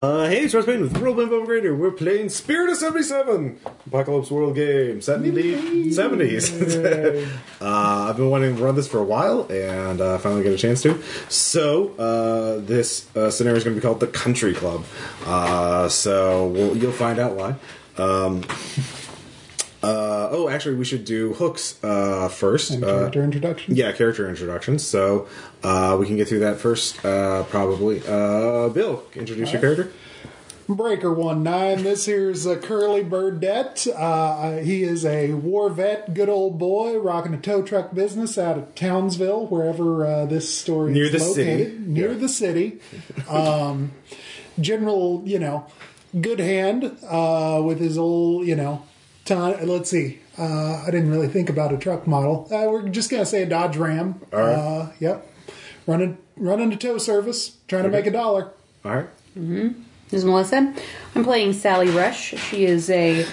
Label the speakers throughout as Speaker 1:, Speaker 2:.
Speaker 1: Uh, hey, it's Russ Payne with World Info Grader. We're playing Spirit of 77, Apocalypse World game, 70, 70s. uh, I've been wanting to run this for a while, and uh, finally get a chance to. So, uh, this uh, scenario is going to be called The Country Club. Uh, so, we'll, you'll find out why. Um, uh, oh, actually, we should do hooks uh, first.
Speaker 2: And
Speaker 1: Uh,
Speaker 2: character introduction.
Speaker 1: yeah, character introductions. So uh, we can get through that first, uh, probably. Uh, Bill, introduce your character.
Speaker 2: Breaker one nine. This here's uh, Curly Burdett. Uh, he is a war vet, good old boy, rocking a tow truck business out of Townsville, wherever uh, this story
Speaker 1: Near
Speaker 2: is
Speaker 1: the city.
Speaker 2: located. Near
Speaker 1: Yeah.
Speaker 2: the city. Um, general, you know, good hand uh, with his old, you know, ton, let's see. Uh, I didn't really think about a truck model. Uh, we're just gonna say a Dodge Ram.
Speaker 1: All right.
Speaker 2: Uh, yep. Running, running to tow service, trying to make a dollar.
Speaker 1: All right.
Speaker 3: This is Melissa. I'm playing Sally Rush. She is a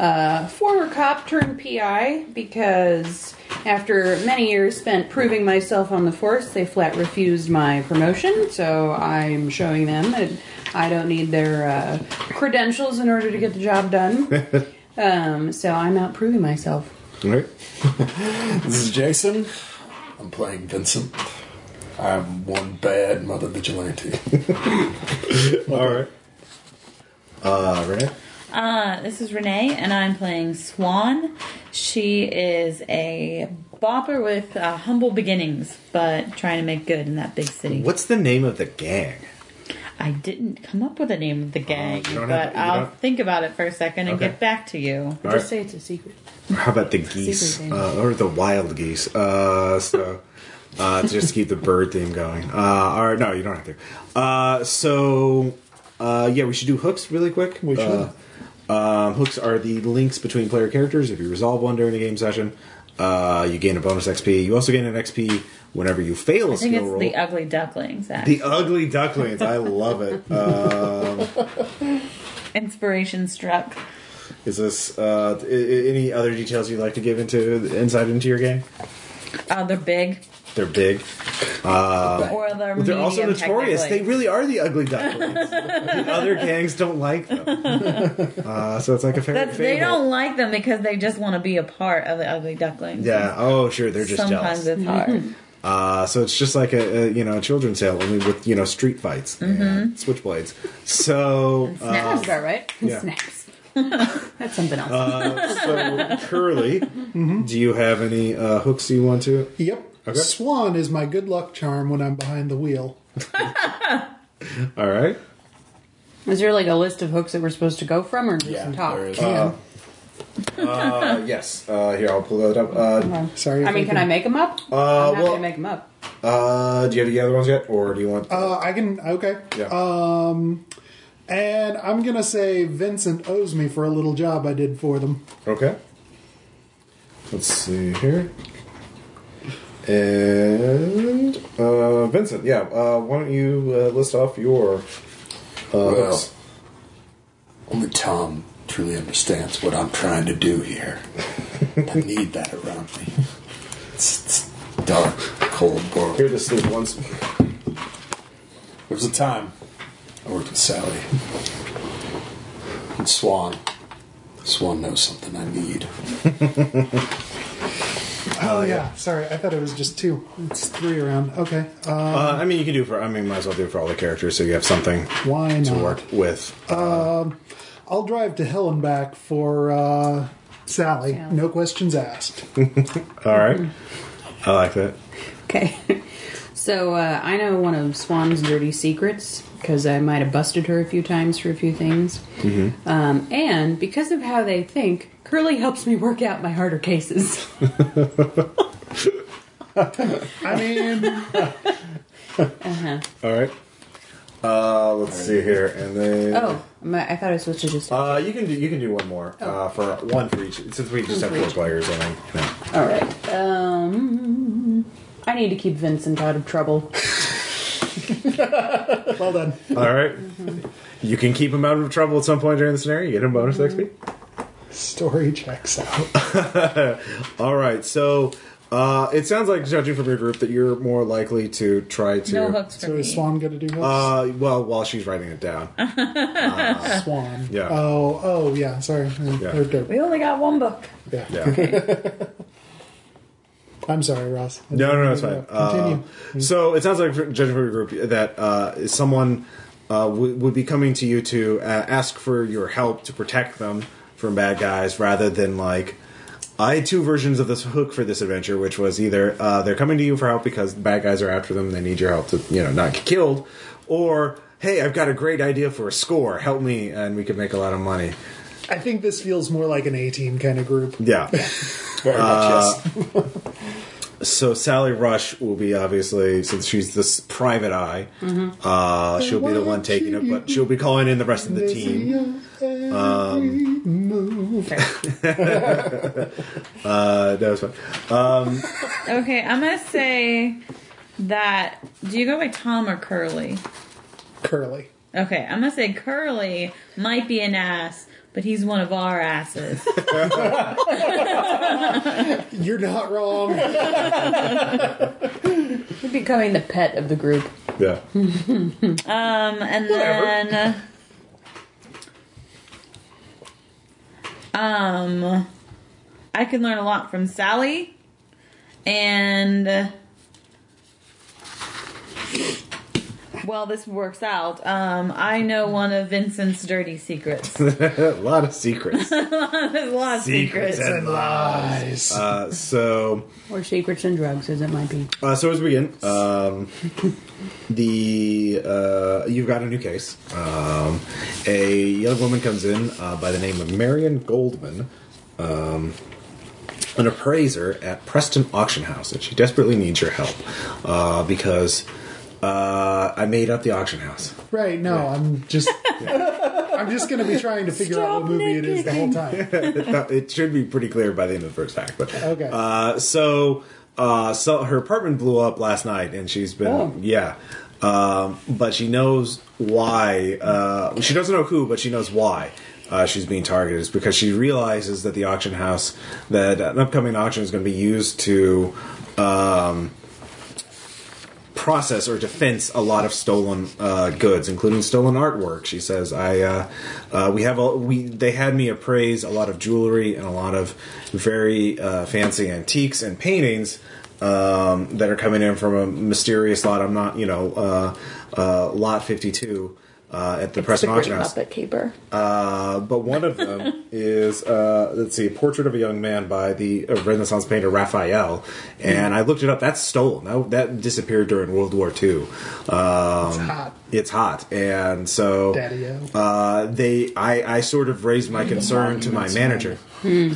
Speaker 3: uh, former cop turned PI because after many years spent proving myself on the force, they flat refused my promotion. So I'm showing them that I don't need their uh, credentials in order to get the job done. um, so I'm out proving myself.
Speaker 1: All right.
Speaker 4: This is Jason. I'm playing Vincent. I'm one bad mother vigilante.
Speaker 1: All right. Uh, Renee.
Speaker 5: Uh, this is Renee, and I'm playing Swan. She is a bopper with uh, humble beginnings, but trying to make good in that big city.
Speaker 1: What's the name of the gang?
Speaker 5: I didn't come up with a name of the gang,
Speaker 1: Oh, you don't have
Speaker 5: but
Speaker 1: to- you
Speaker 5: I'll
Speaker 1: don't-
Speaker 5: think about it for a second and
Speaker 1: Okay.
Speaker 5: get back to you.
Speaker 1: All
Speaker 3: Just
Speaker 1: right.
Speaker 3: say it's a secret.
Speaker 1: How about the geese
Speaker 3: Secret gang.
Speaker 1: uh, or the wild geese? Uh, so. Uh, to just keep the bird theme going. Uh, all right, no, you don't have to. Uh, so, uh, yeah, we should do hooks really quick.
Speaker 2: We should.
Speaker 1: Uh, Um, hooks are the links between player characters. If you resolve one during the game session, uh, you gain a bonus XP. You also gain an XP whenever you fail a
Speaker 5: I think
Speaker 1: skill
Speaker 5: it's
Speaker 1: roll.
Speaker 5: the Ugly Ducklings. Act.
Speaker 1: The ugly ducklings. I love it. Um,
Speaker 5: Inspiration struck.
Speaker 1: is this uh, i- i- any other details you'd like to give into inside into your game?
Speaker 5: Uh, they're big,
Speaker 1: They're big.
Speaker 5: or they're,
Speaker 1: But they're also
Speaker 5: medium,
Speaker 1: notorious. They
Speaker 5: technically.
Speaker 1: really are the ugly ducklings. the other gangs don't like them. Uh, so it's like a fair.
Speaker 5: That's,
Speaker 1: fable.
Speaker 5: they don't like them because they just want to be a part of the Ugly Ducklings.
Speaker 1: Yeah. Oh, sure. They're just
Speaker 5: Sometimes
Speaker 1: jealous.
Speaker 5: it's hard.
Speaker 1: Uh, so it's just like a, a you know a children's tale only with you know street fights
Speaker 5: Mm-hmm.
Speaker 1: and switchblades. So, uh,
Speaker 3: Snacks are right.
Speaker 1: yeah.
Speaker 3: Snacks. That's something else.
Speaker 1: uh, so Curly,
Speaker 5: Mm-hmm.
Speaker 1: do you have any uh, hooks you want to?
Speaker 2: Yep.
Speaker 1: Okay.
Speaker 2: Swan is my good luck charm when I'm behind the wheel.
Speaker 1: All right.
Speaker 3: is there like a list of hooks that we're supposed to go from, or just
Speaker 4: Yeah,
Speaker 3: talk?
Speaker 4: there is.
Speaker 2: Can.
Speaker 1: Uh, yes. Uh, here I'll pull that up. Uh,
Speaker 3: Okay.
Speaker 2: Sorry if
Speaker 3: I mean,
Speaker 2: I
Speaker 3: can I
Speaker 2: can-
Speaker 3: make them up?
Speaker 1: Uh,
Speaker 3: I'm happy
Speaker 1: well-
Speaker 3: to make them up.
Speaker 1: uh, do you have the other ones yet, or do you want?
Speaker 2: Uh, I can. Okay. Um,
Speaker 1: yeah.
Speaker 3: uh.
Speaker 2: And I'm gonna say Vincent owes me for a little job I did for them.
Speaker 1: Okay. Let's see here. And uh, Vincent, yeah, uh, why don't you uh, list off your uh,
Speaker 4: well,
Speaker 1: hooks?
Speaker 4: only Tom truly understands what I'm trying to do here. I need that around me. It's, it's dark, cold
Speaker 1: Here,
Speaker 4: world.
Speaker 1: this is once.
Speaker 4: There was a time I worked with Sally and Swan. Swan knows something I need.
Speaker 2: Oh, yeah. Sorry, I thought it was just two. It's three around. Okay. Uh,
Speaker 3: Um,
Speaker 1: Uh, I mean, you can do for. I mean, might as well do it for all the characters, so you have something
Speaker 2: why
Speaker 1: to
Speaker 2: not?
Speaker 1: work with.
Speaker 2: I'll drive to hell and back for uh, Sally.
Speaker 3: Sally.
Speaker 2: No questions asked.
Speaker 1: all right. I like that.
Speaker 3: Okay. So uh, I know one of Swan's dirty secrets because I might have busted her a few times for a few things.
Speaker 1: Mm-hmm.
Speaker 3: Um, and because of how they think, Curly helps me work out my harder cases.
Speaker 2: I mean,
Speaker 1: All right. Uh, let's see here, and then
Speaker 3: oh, my, I thought I was supposed to just.
Speaker 1: Uh, you can do you can do one more uh, for one for each since we just have
Speaker 3: Oh. for
Speaker 1: four
Speaker 3: each.
Speaker 1: players. I mean, you know.
Speaker 3: All right. Um, I need to keep Vincent out of trouble.
Speaker 2: well done.
Speaker 1: All right. You can keep him out of trouble at some point during the scenario. You get a bonus XP.
Speaker 2: Story checks out.
Speaker 1: All right. So Uh, it sounds like judging from your group that you're more likely to try to.
Speaker 5: No hooks for
Speaker 2: So
Speaker 5: me.
Speaker 2: is Swan going to do hooks?
Speaker 1: Uh, well, while she's writing it down.
Speaker 2: Swan.
Speaker 1: yeah.
Speaker 2: Oh, oh, yeah. Sorry. Mm,
Speaker 1: Yeah.
Speaker 2: they're dope.
Speaker 5: We only got one book.
Speaker 2: Yeah.
Speaker 1: Yeah.
Speaker 2: I'm sorry, Ross.
Speaker 1: No, no, no, it's fine.
Speaker 2: Continue.
Speaker 1: Uh, so it sounds like, judging from your group, that uh, someone uh, w- would be coming to you to uh, ask for your help to protect them from bad guys, rather than like. I had two versions of this hook for this adventure, which was either uh, they're coming to you for help because the bad guys are after them, they need your help to you know not get killed, or hey, I've got a great idea for a score, help me, and we could make a lot of money.
Speaker 2: I think this feels more like an A team kind of group.
Speaker 1: Yeah.
Speaker 4: Very much, yes.
Speaker 1: So Sally Rush will be obviously since she's this private eye, uh, she'll be the one taking it, but she'll be calling in the rest of the team. Um, Uh, that was fun.
Speaker 5: Okay, I'm gonna say that. Do you go by Tom or Curly?
Speaker 2: Curly.
Speaker 5: Okay, I'm gonna say Curly might be an ass, but he's one of our asses.
Speaker 2: You're not wrong.
Speaker 3: You're becoming the pet of the group.
Speaker 1: Yeah,
Speaker 5: Um, and then. Um, I can learn a lot from Sally, and. Well, this works out. Um, I know one of Vincent's dirty secrets. There's
Speaker 1: a lot of secrets.
Speaker 5: a lot of secrets.
Speaker 1: and
Speaker 2: Lies.
Speaker 1: Uh, so,
Speaker 3: Or secrets and drugs, as it might be.
Speaker 1: uh, so as we begin, um, the uh, you've got a new case. Um, a young woman comes in uh, by the name of Marion Goldman. um, an appraiser at Preston Auction House, and she desperately needs your help uh, because uh, I made up the auction house.
Speaker 2: Right? No, I'm just. I'm just going to be trying to figure out
Speaker 5: Stop
Speaker 2: what movie it is the whole time.
Speaker 1: it, it should be pretty clear by the end of the first act, but
Speaker 2: Okay.
Speaker 1: Uh, so, uh, so her apartment blew up last night, and she's been
Speaker 2: Oh.
Speaker 1: yeah. Um, but she knows why. Uh, she doesn't know who, but she knows why uh, she's being targeted. It's because she realizes that the auction house, that an upcoming auction is going to be used to um, process or defense a lot of stolen uh, goods, including stolen artwork. She says, "I uh, uh, we have a, we they had me appraise a lot of jewelry and a lot of very uh, fancy antiques and paintings." Um, that are coming in from a mysterious lot. I'm not, you know, uh, uh, lot 52 uh, at the Preston Auction House.
Speaker 3: keeper.
Speaker 1: Uh, but one of them is uh, let's see, portrait of a young man by the uh, Renaissance painter Raphael,
Speaker 2: Mm-hmm.
Speaker 1: and I looked it up. That's stolen. That, that disappeared during World War II. Um, it's
Speaker 2: hot.
Speaker 1: It's hot, and so
Speaker 2: Daddy-o.
Speaker 1: uh, they. I, I sort of raised my concern to my manager.
Speaker 3: No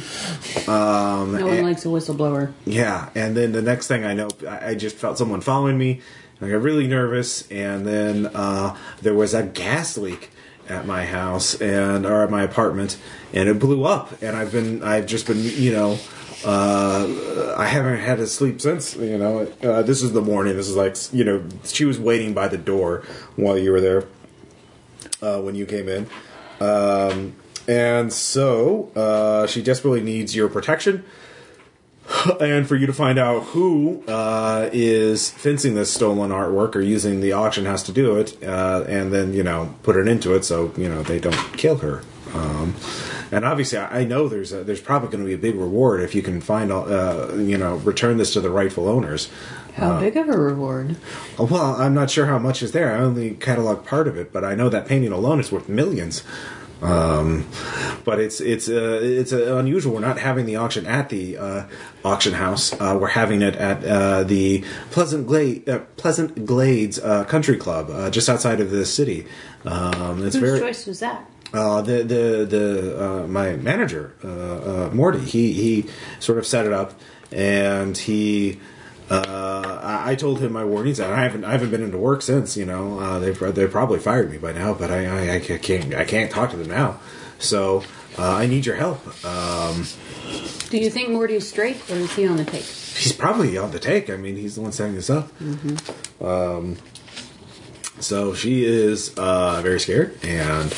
Speaker 3: one likes a whistleblower.
Speaker 1: Yeah, and then the next thing I know, I I just felt someone following me. and I got really nervous, and then uh, there was a gas leak at my house and or at my apartment, and it blew up. And I've been, I've just been, you know, uh, I haven't had a sleep since. You know, uh, this is the morning. This is like, you know, she was waiting by the door while you were there uh, when you came in. Um, and so uh, she desperately needs your protection and for you to find out who uh, is fencing this stolen artwork or using the auction house to do it, uh, and then you know put an end to it so you know they don't kill her. Um, and obviously, I I know there's a, there's probably going to be a big reward if you can find all, uh, you know return this to the rightful owners.
Speaker 3: How
Speaker 1: Uh,
Speaker 3: big of a reward?
Speaker 1: Well, I'm not sure how much is there. I only catalog part of it, but I know that painting alone is worth millions. Um, but it's it's uh, it's uh, unusual. We're not having the auction at the uh, auction house. Uh, we're having it at uh, the Pleasant Glade uh, Pleasant Glades uh, Country Club, uh, just outside of the city. Um, it's
Speaker 3: Whose
Speaker 1: very
Speaker 3: choice was that?
Speaker 1: uh, the the the uh, my manager uh, uh, Morty he he sort of set it up and he uh, I, I told him my warnings and I haven't I haven't been into work since you know uh, they they probably fired me by now but I, I I can't I can't talk to them now so uh, I need your help
Speaker 3: Do you think Morty's straight, or is he on the take?
Speaker 1: he's probably on the take. I mean, he's the one setting this up. Um, so she is uh, very scared and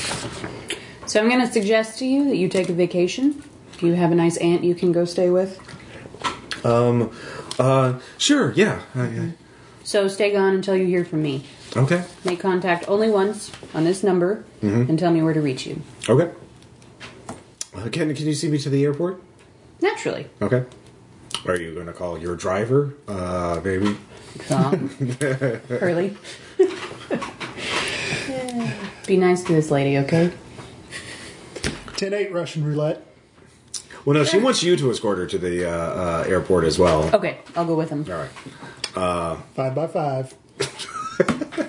Speaker 3: So I'm going to suggest to you that you take a vacation. Do you have a nice aunt you can go stay with?
Speaker 1: Uh, sure, yeah. I-
Speaker 3: So stay gone until you hear from me.
Speaker 1: I- okay,
Speaker 3: Make contact only once on this number and tell me where to reach you.
Speaker 1: okay. Uh, can, can you see me to the airport?
Speaker 3: Naturally.
Speaker 1: Okay. Are you going to call your driver? Uh, maybe.
Speaker 3: Tom. Hurley. Be nice to this lady, okay?
Speaker 2: 10 8 Russian roulette.
Speaker 1: Well, no, she wants you to escort her to the uh, uh, airport as well.
Speaker 3: Okay, I'll go with him.
Speaker 1: All right.
Speaker 2: 5 by 5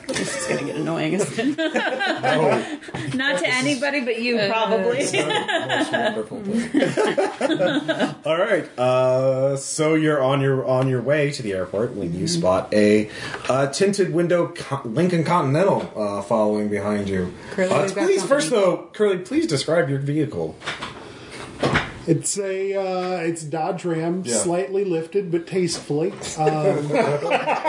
Speaker 3: This is gonna get annoying, isn't it?
Speaker 5: Not to anybody but you, probably.
Speaker 4: Most wonderful thing.
Speaker 1: All right. Uh, so you're on your on your way to the airport when you spot a uh, tinted window co- Lincoln Continental uh, following behind you.
Speaker 3: Curly,
Speaker 1: Uh,
Speaker 3: we've got
Speaker 1: please, first
Speaker 3: company.
Speaker 1: though, Curly, please describe your vehicle.
Speaker 2: It's a uh, it's Dodge Ram,
Speaker 1: Yeah.
Speaker 2: slightly lifted but tastefully.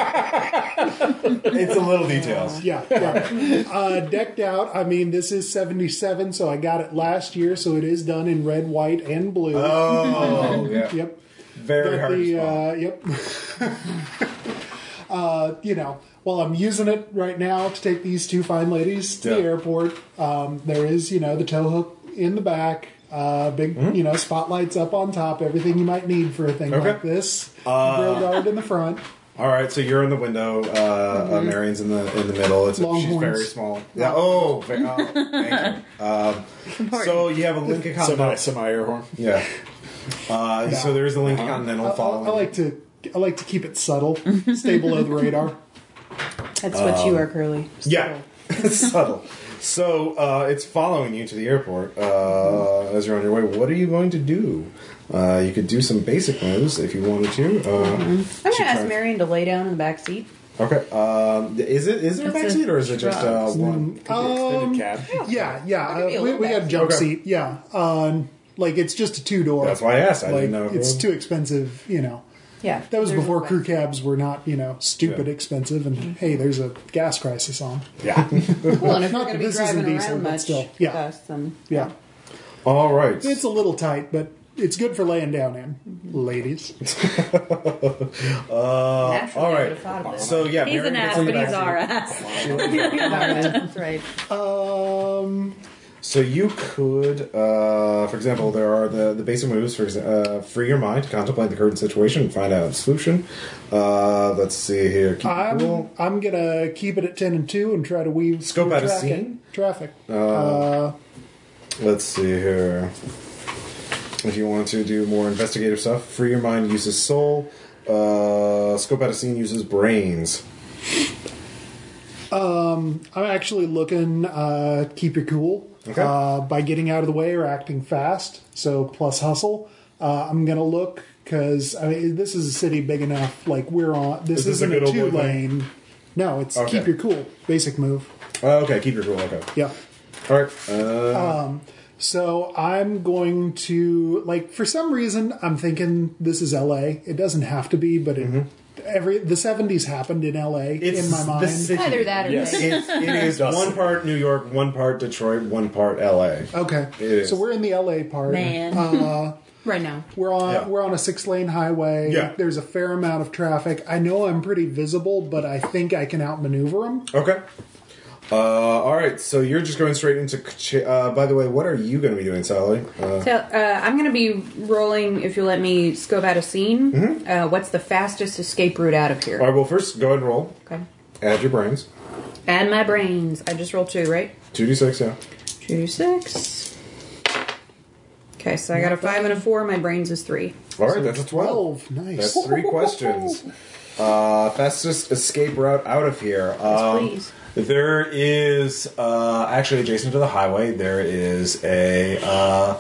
Speaker 2: Um,
Speaker 1: It's a little details.
Speaker 2: yeah, yeah. Uh, decked out. I mean, this is '77, so I got it last year, so it is done in red, white, and blue.
Speaker 1: Oh, yeah.
Speaker 2: Yep.
Speaker 1: Very
Speaker 2: Got
Speaker 1: hard. to
Speaker 2: the,
Speaker 1: spot.
Speaker 2: uh, yep. uh, you know, well, I'm using it right now to take these two fine ladies to the
Speaker 1: Yeah.
Speaker 2: airport. Um, there is, you know, the tow hook in the back, uh, big, you know, spotlights up on top, everything you might need for a thing
Speaker 1: Mm-hmm. Okay. Uh,
Speaker 2: like this. grill guard in the front.
Speaker 1: All right, so you're in the window. Uh, uh, Marion's in the in the middle. It's she's
Speaker 2: Mm-hmm. Longhorns.
Speaker 1: very small. Yeah. Oh, ve- oh, thank you. Um, so you have a Lincoln Continental.
Speaker 4: Semi, semi air horn.
Speaker 1: Yeah. Uh, So there's a Lincoln
Speaker 2: I,
Speaker 1: Continental
Speaker 2: Uh-huh. I-
Speaker 1: following.
Speaker 2: I like to. I like to keep it subtle, stay below the radar.
Speaker 3: That's what you are, Curly.
Speaker 1: Yeah, it's subtle. So uh, it's following you to the airport uh,
Speaker 2: Mm-hmm.
Speaker 1: as you're on your way. What are you going to do? Uh, you could do some basic moves if you wanted to. Uh,
Speaker 2: Mm-hmm.
Speaker 3: I'm
Speaker 1: she
Speaker 3: gonna ask
Speaker 1: tries-
Speaker 3: Marion to lay down in the back seat.
Speaker 1: Okay. Um, is it is it a
Speaker 5: That's
Speaker 1: backseat or is it just uh, one?
Speaker 4: Extended cab.
Speaker 2: Yeah, yeah.
Speaker 3: I'll give
Speaker 2: uh,
Speaker 3: you a
Speaker 2: we
Speaker 3: little
Speaker 2: we
Speaker 3: back
Speaker 2: got a jump
Speaker 1: Okay.
Speaker 2: seat. Yeah, um, like it's just a two door.
Speaker 1: That's why I asked. I
Speaker 2: like
Speaker 1: didn't know. if it
Speaker 2: it's
Speaker 1: was-
Speaker 2: too expensive. You know,
Speaker 3: Yeah.
Speaker 2: That was
Speaker 3: There's
Speaker 2: before
Speaker 3: a-
Speaker 2: crew cabs were not, you know, stupid
Speaker 1: Yeah.
Speaker 2: expensive. And hey, there's a gas crisis on.
Speaker 1: Yeah.
Speaker 3: Cool, and if you're
Speaker 2: Not
Speaker 3: gonna
Speaker 2: that
Speaker 3: be
Speaker 2: this isn't
Speaker 3: driving
Speaker 2: diesel,
Speaker 3: around
Speaker 2: but
Speaker 3: much
Speaker 2: still, yeah.
Speaker 3: with us, then
Speaker 2: Yeah,
Speaker 1: All right.
Speaker 2: it's a little tight, but it's good for laying down in, ladies.
Speaker 3: naturally
Speaker 1: all
Speaker 3: I
Speaker 1: right.
Speaker 3: would've thought of this.
Speaker 1: so yeah,
Speaker 5: He's
Speaker 1: Marion
Speaker 5: an
Speaker 1: gets
Speaker 5: ass,
Speaker 1: in the
Speaker 5: but he's
Speaker 1: backseat.
Speaker 5: our ass. That's right.
Speaker 2: Um,
Speaker 1: So you could, uh, for example, there are the, the basic moves for exa- uh, free your mind, contemplate the current situation, and find out a solution. Uh, let's see here. Keep it
Speaker 2: I'm
Speaker 1: cool.
Speaker 2: I'm gonna keep it at ten and two and try to weave
Speaker 1: Scope
Speaker 2: through
Speaker 1: out a
Speaker 2: traffic-
Speaker 1: scene?
Speaker 2: Traffic. Uh,
Speaker 1: Let's see here. If you want to do more investigative stuff, free your mind uses soul. Uh, scope out a scene uses brains.
Speaker 2: I'm actually looking uh, keep your cool
Speaker 1: Okay.
Speaker 2: uh, by getting out of the way or acting fast. So plus hustle. Uh, I'm gonna look because I mean this is a city big enough. Like we're on. This,
Speaker 1: Is this a
Speaker 2: isn't
Speaker 1: good
Speaker 2: a,
Speaker 1: old boy
Speaker 2: two
Speaker 1: thing?
Speaker 2: lane. No, it's
Speaker 1: Okay.
Speaker 2: keep your cool. Basic move.
Speaker 1: Oh, okay, keep your cool. Okay,
Speaker 2: Yeah.
Speaker 1: all right. Uh,
Speaker 2: So I'm going to like for some reason I'm thinking this is L.A. It doesn't have to be, but it, every the '70s happened in L.A.
Speaker 1: Mm-hmm. it's
Speaker 2: in my mind.
Speaker 1: the city.
Speaker 3: Either that or
Speaker 4: Yes.
Speaker 3: they-
Speaker 1: It's, it is one part New York, one part Detroit, one part L.A.
Speaker 2: Okay,
Speaker 1: is.
Speaker 2: so we're in the L.A. part.
Speaker 5: Man.
Speaker 3: right now.
Speaker 2: We're on
Speaker 1: Yeah.
Speaker 2: we're on a six lane highway.
Speaker 1: Yeah.
Speaker 2: There's a fair amount of traffic. I know I'm pretty visible, but I think I can outmaneuver them.
Speaker 1: Okay. Uh, all right, so you're just going straight into. Kach- Uh, by the way, what are you going to be doing, Sally? Uh,
Speaker 3: So uh, I'm gonna be rolling. If you let me scope out a scene, uh, what's the fastest escape route out of here?
Speaker 1: all right, well, first go ahead and roll.
Speaker 3: Okay.
Speaker 1: Add your brains.
Speaker 3: And my brains. I just rolled two, right?
Speaker 1: 2d6, yeah.
Speaker 3: Two six. Okay, so I got a five and a four. My brains is three.
Speaker 1: All right, that's a 12.
Speaker 2: Twelve, nice.
Speaker 1: Oh, That's three questions. Uh, fastest escape route out of here. Um,
Speaker 3: please.
Speaker 1: There is uh, actually adjacent to the highway. There is a uh,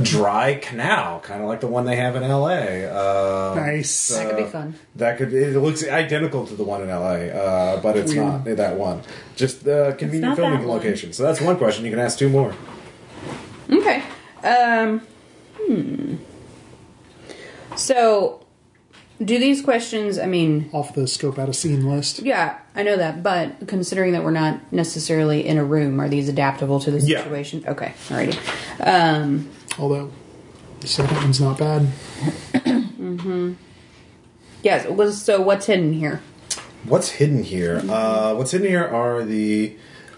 Speaker 1: dry canal, kind of like the one they have in LA. Uh,
Speaker 2: Nice.
Speaker 1: so
Speaker 3: That could be fun.
Speaker 1: That could. It looks identical to the one in LA, uh, but it's not that one. Just the convenient
Speaker 5: not that
Speaker 1: filming
Speaker 5: one.
Speaker 1: location. So that's one question. You can ask two more.
Speaker 3: Okay. Um, hmm. So, do these questions? I mean,
Speaker 2: Off the scope out of scene list.
Speaker 3: yeah, I know that, but considering that we're not necessarily in a room, are these adaptable to the
Speaker 1: Yeah.
Speaker 3: situation? Okay, alrighty. Um,
Speaker 2: Although the second one's not bad.
Speaker 3: Yes. it was- So what's hidden here?
Speaker 1: What's hidden here? Uh, what's hidden here are the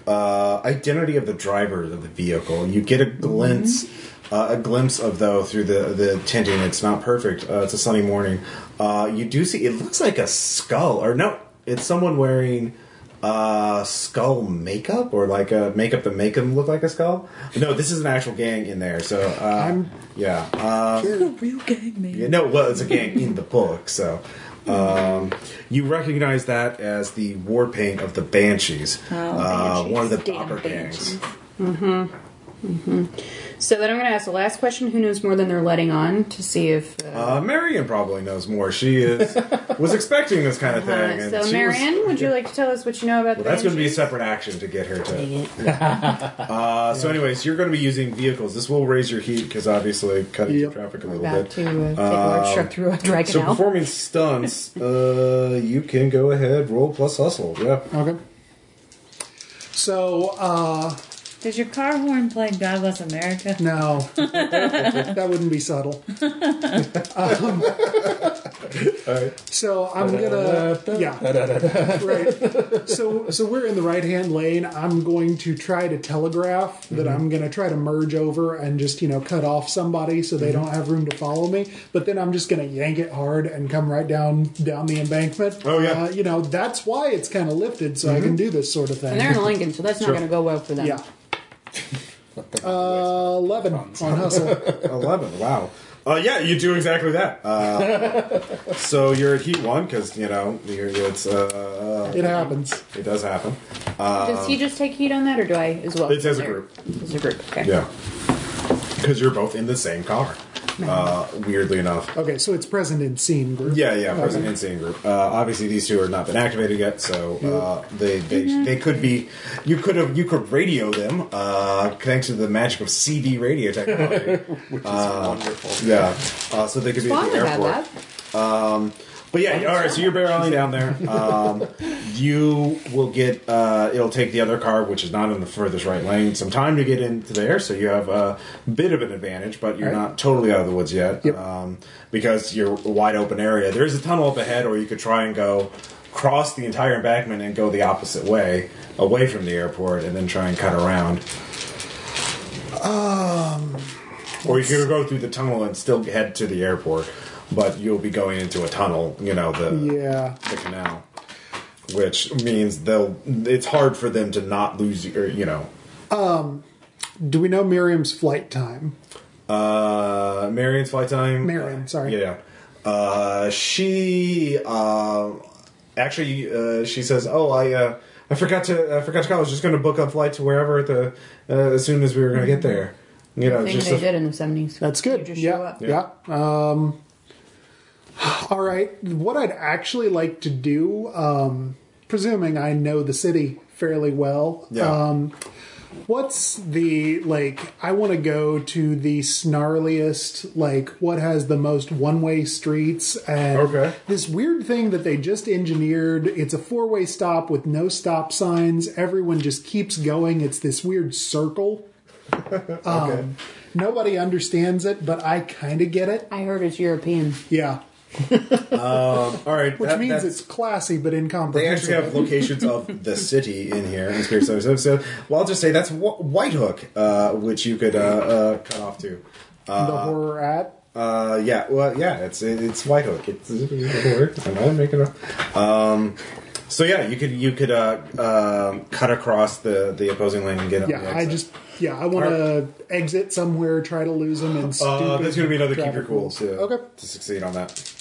Speaker 1: uh, identity of the driver of the vehicle. You get a glimpse, uh, a glimpse of though through the the tinting. It's not perfect. Uh, it's a sunny morning. Uh, you do see. It looks like a skull, or no, it's someone wearing uh skull makeup or like a makeup that make them look like a skull no this is an actual gang in there so uh yeah uh
Speaker 5: real gang man.
Speaker 1: yeah, no, well, it's a gang in the book, so um, you recognize that as the war paint of the Banshees,
Speaker 3: Oh,
Speaker 1: uh,
Speaker 5: Banshees.
Speaker 1: one of the
Speaker 5: Damn
Speaker 1: Bopper gangs.
Speaker 5: Banshees.
Speaker 3: So then I'm going to ask the last question: Who knows more than they're letting on? To see if. Uh,
Speaker 1: Uh, Marion probably knows more. She is was expecting this kind of thing.
Speaker 3: uh,
Speaker 1: and she
Speaker 3: so
Speaker 1: was-
Speaker 3: Marianne, would you like to tell us what you know about?
Speaker 1: well,
Speaker 3: the
Speaker 1: that's going to be a
Speaker 3: Banshees?
Speaker 1: separate action to get her to. Uh, so, anyways, you're going to be using vehicles. This will raise your heat because obviously cutting through
Speaker 2: Yep.
Speaker 1: traffic a
Speaker 3: We're
Speaker 1: little
Speaker 3: about
Speaker 1: bit. Um,
Speaker 3: to uh, take a large truck through a dragon
Speaker 1: So,
Speaker 3: now.
Speaker 1: performing stunts, uh, you can go ahead, roll plus hustle. Yeah.
Speaker 2: Okay. So, uh,
Speaker 5: Does your car horn play God Bless America?
Speaker 2: no. that wouldn't be subtle. Um, So I'm gonna, yeah, right. So so we're in the right hand lane. I'm going to try to telegraph that
Speaker 1: Mm-hmm.
Speaker 2: I'm gonna try to merge over and just you know cut off somebody so
Speaker 1: Mm-hmm.
Speaker 2: they don't have room to follow me. But then I'm just gonna yank it hard and come right down down the embankment.
Speaker 1: Oh, yeah. Mm-hmm.
Speaker 2: uh, you know that's why it's kind of lifted so I can do this sort of thing.
Speaker 3: and they're in Lincoln, so that's not going to go well for them.
Speaker 2: Yeah. Uh, 11 on hustle.
Speaker 1: 11 wow uh, yeah you do exactly that uh, so you're at heat one because you know you're, it's uh,
Speaker 2: It happens.
Speaker 1: it does happen
Speaker 3: Does he just take heat on that, or do I as well?
Speaker 1: it's as a group
Speaker 3: As a group. Okay.
Speaker 1: yeah because you're both in the same car uh, weirdly enough
Speaker 2: Okay, so it's present in scene group.
Speaker 1: yeah yeah present and seeing group uh, obviously these two are not been activated yet so uh, they they, they could be you could have you could radio them uh, thanks to the magic of CD radio technology
Speaker 4: Which is wonderful.
Speaker 1: yeah uh, so they could be at
Speaker 3: Spawn
Speaker 1: the
Speaker 3: would
Speaker 1: airport
Speaker 3: have that.
Speaker 1: But yeah, all right. So you're barreling down there. Um, you will get. Uh, it'll take the other car, which is not in the furthest right lane, some time to get into there. So you have a bit of an advantage, but you're
Speaker 2: All right.
Speaker 1: not totally out of the woods yet,
Speaker 2: Yep.
Speaker 1: um, because you're a wide open area. There is a tunnel up ahead, or you could try and go cross the entire embankment and go the opposite way, away from the airport, and then try and cut around. Um, Or you could go through the tunnel and still head to the airport, but you'll be going into a tunnel. You know the
Speaker 2: Yeah.
Speaker 1: the canal, which means they'll. It's hard for them to not lose. Or, you know,
Speaker 2: Do we know Miriam's flight time?
Speaker 1: uh, Marion's flight time.
Speaker 2: Marion, sorry.
Speaker 1: Yeah. Uh, she uh, actually uh, she says, "Oh, I uh, I forgot to I forgot to call. I was just going to book a flight to wherever at the uh, as soon as we were going to get there. You know,
Speaker 3: Thing
Speaker 1: just
Speaker 3: they
Speaker 1: a-
Speaker 3: did in the seventies.
Speaker 2: That's good.
Speaker 3: You just
Speaker 2: yeah.
Speaker 3: show up.
Speaker 2: Yeah. Um, all right. What I'd actually like to do, um, presuming I know the city fairly well,
Speaker 1: Yeah.
Speaker 2: um, what's the, like, I want to go to the snarliest, like, what has the most one way streets and
Speaker 1: Okay.
Speaker 2: this weird thing that they just engineered. It's a four way stop with no stop signs. Everyone just keeps going. It's this weird circle. Um, Nobody understands it, but I kind of get it.
Speaker 3: I heard it's European.
Speaker 2: Yeah.
Speaker 1: all right,
Speaker 2: Which
Speaker 1: that-
Speaker 2: means
Speaker 1: that's-
Speaker 2: it's classy but
Speaker 1: They actually
Speaker 2: incomprehensible.
Speaker 1: have locations of the city in here in Spirit Service. So, so, well, I'll just say that's Wh- White Hook, uh, which you could uh, uh, cut off to.
Speaker 2: the horror at.
Speaker 1: Uh, yeah, well, yeah, it's it's White Hook. It's, it's a word. I'm not making it up. Um, so yeah, you could you could uh, um cut across the, the opposing lane and get on
Speaker 2: Yeah,
Speaker 1: the
Speaker 2: I
Speaker 1: exit.
Speaker 2: just yeah, I want to exit somewhere, try to lose them, and stupid
Speaker 1: Uh, there's going to be another keep
Speaker 2: traffic
Speaker 1: your cool
Speaker 2: rules.
Speaker 1: to,
Speaker 2: Okay,
Speaker 1: to succeed on that.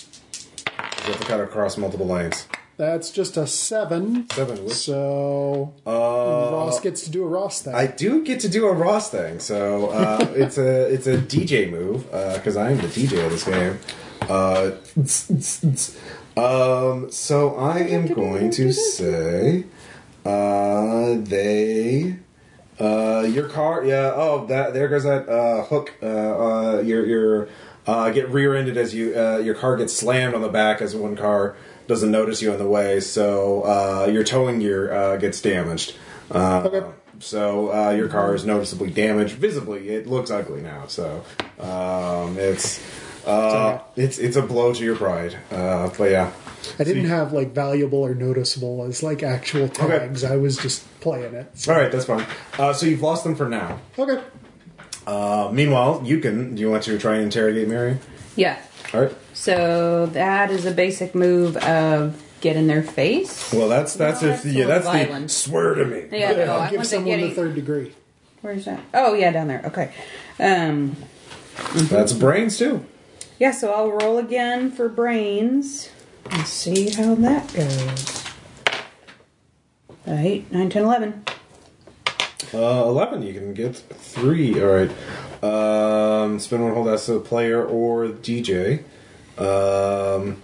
Speaker 1: You have to cut across multiple lanes.
Speaker 2: that's just a seven.
Speaker 1: Seven. Which
Speaker 2: So Ross gets to do a Ross thing.
Speaker 1: I do get to do a Ross thing, so uh, it's a it's a DJ move because I am the DJ of this game. Uh, um, so I am going to say uh, they uh, your car yeah oh that there goes that uh, hook uh, uh, your your uh, get rear-ended as you uh, your car gets slammed on the back as one car doesn't notice you in the way so uh, your towing gear uh, gets damaged. Uh, So uh, your car is noticeably damaged, visibly. It looks ugly now. So um, it's Uh, it's it's a blow to your pride. Uh, but yeah,
Speaker 2: I didn't have like valuable or noticeable as like actual tags. I was just playing it. So-
Speaker 1: all right, that's fine. Uh, so you've lost them for now.
Speaker 2: Okay.
Speaker 1: Uh, meanwhile, you can. Do you want to try and interrogate Mary?
Speaker 3: Yeah.
Speaker 1: All right.
Speaker 3: So that is a basic move of get in their face.
Speaker 1: Well, that's that's
Speaker 5: No,
Speaker 1: if
Speaker 5: that's
Speaker 1: yeah,
Speaker 5: a
Speaker 1: that's
Speaker 5: little
Speaker 1: the
Speaker 5: violent.
Speaker 1: swear to me.
Speaker 3: Yeah, no, I
Speaker 2: Give
Speaker 3: want the
Speaker 2: someone the
Speaker 3: getting.
Speaker 2: third degree.
Speaker 3: Where's that? Oh yeah, down there. Okay. Um,
Speaker 1: That's brains too.
Speaker 3: yeah, so I'll roll again for brains and see how that goes. Eight, nine, ten, eleven.
Speaker 1: Uh, Eleven. You can get three. All right. Um, spin one hold as a player or DJ. Um,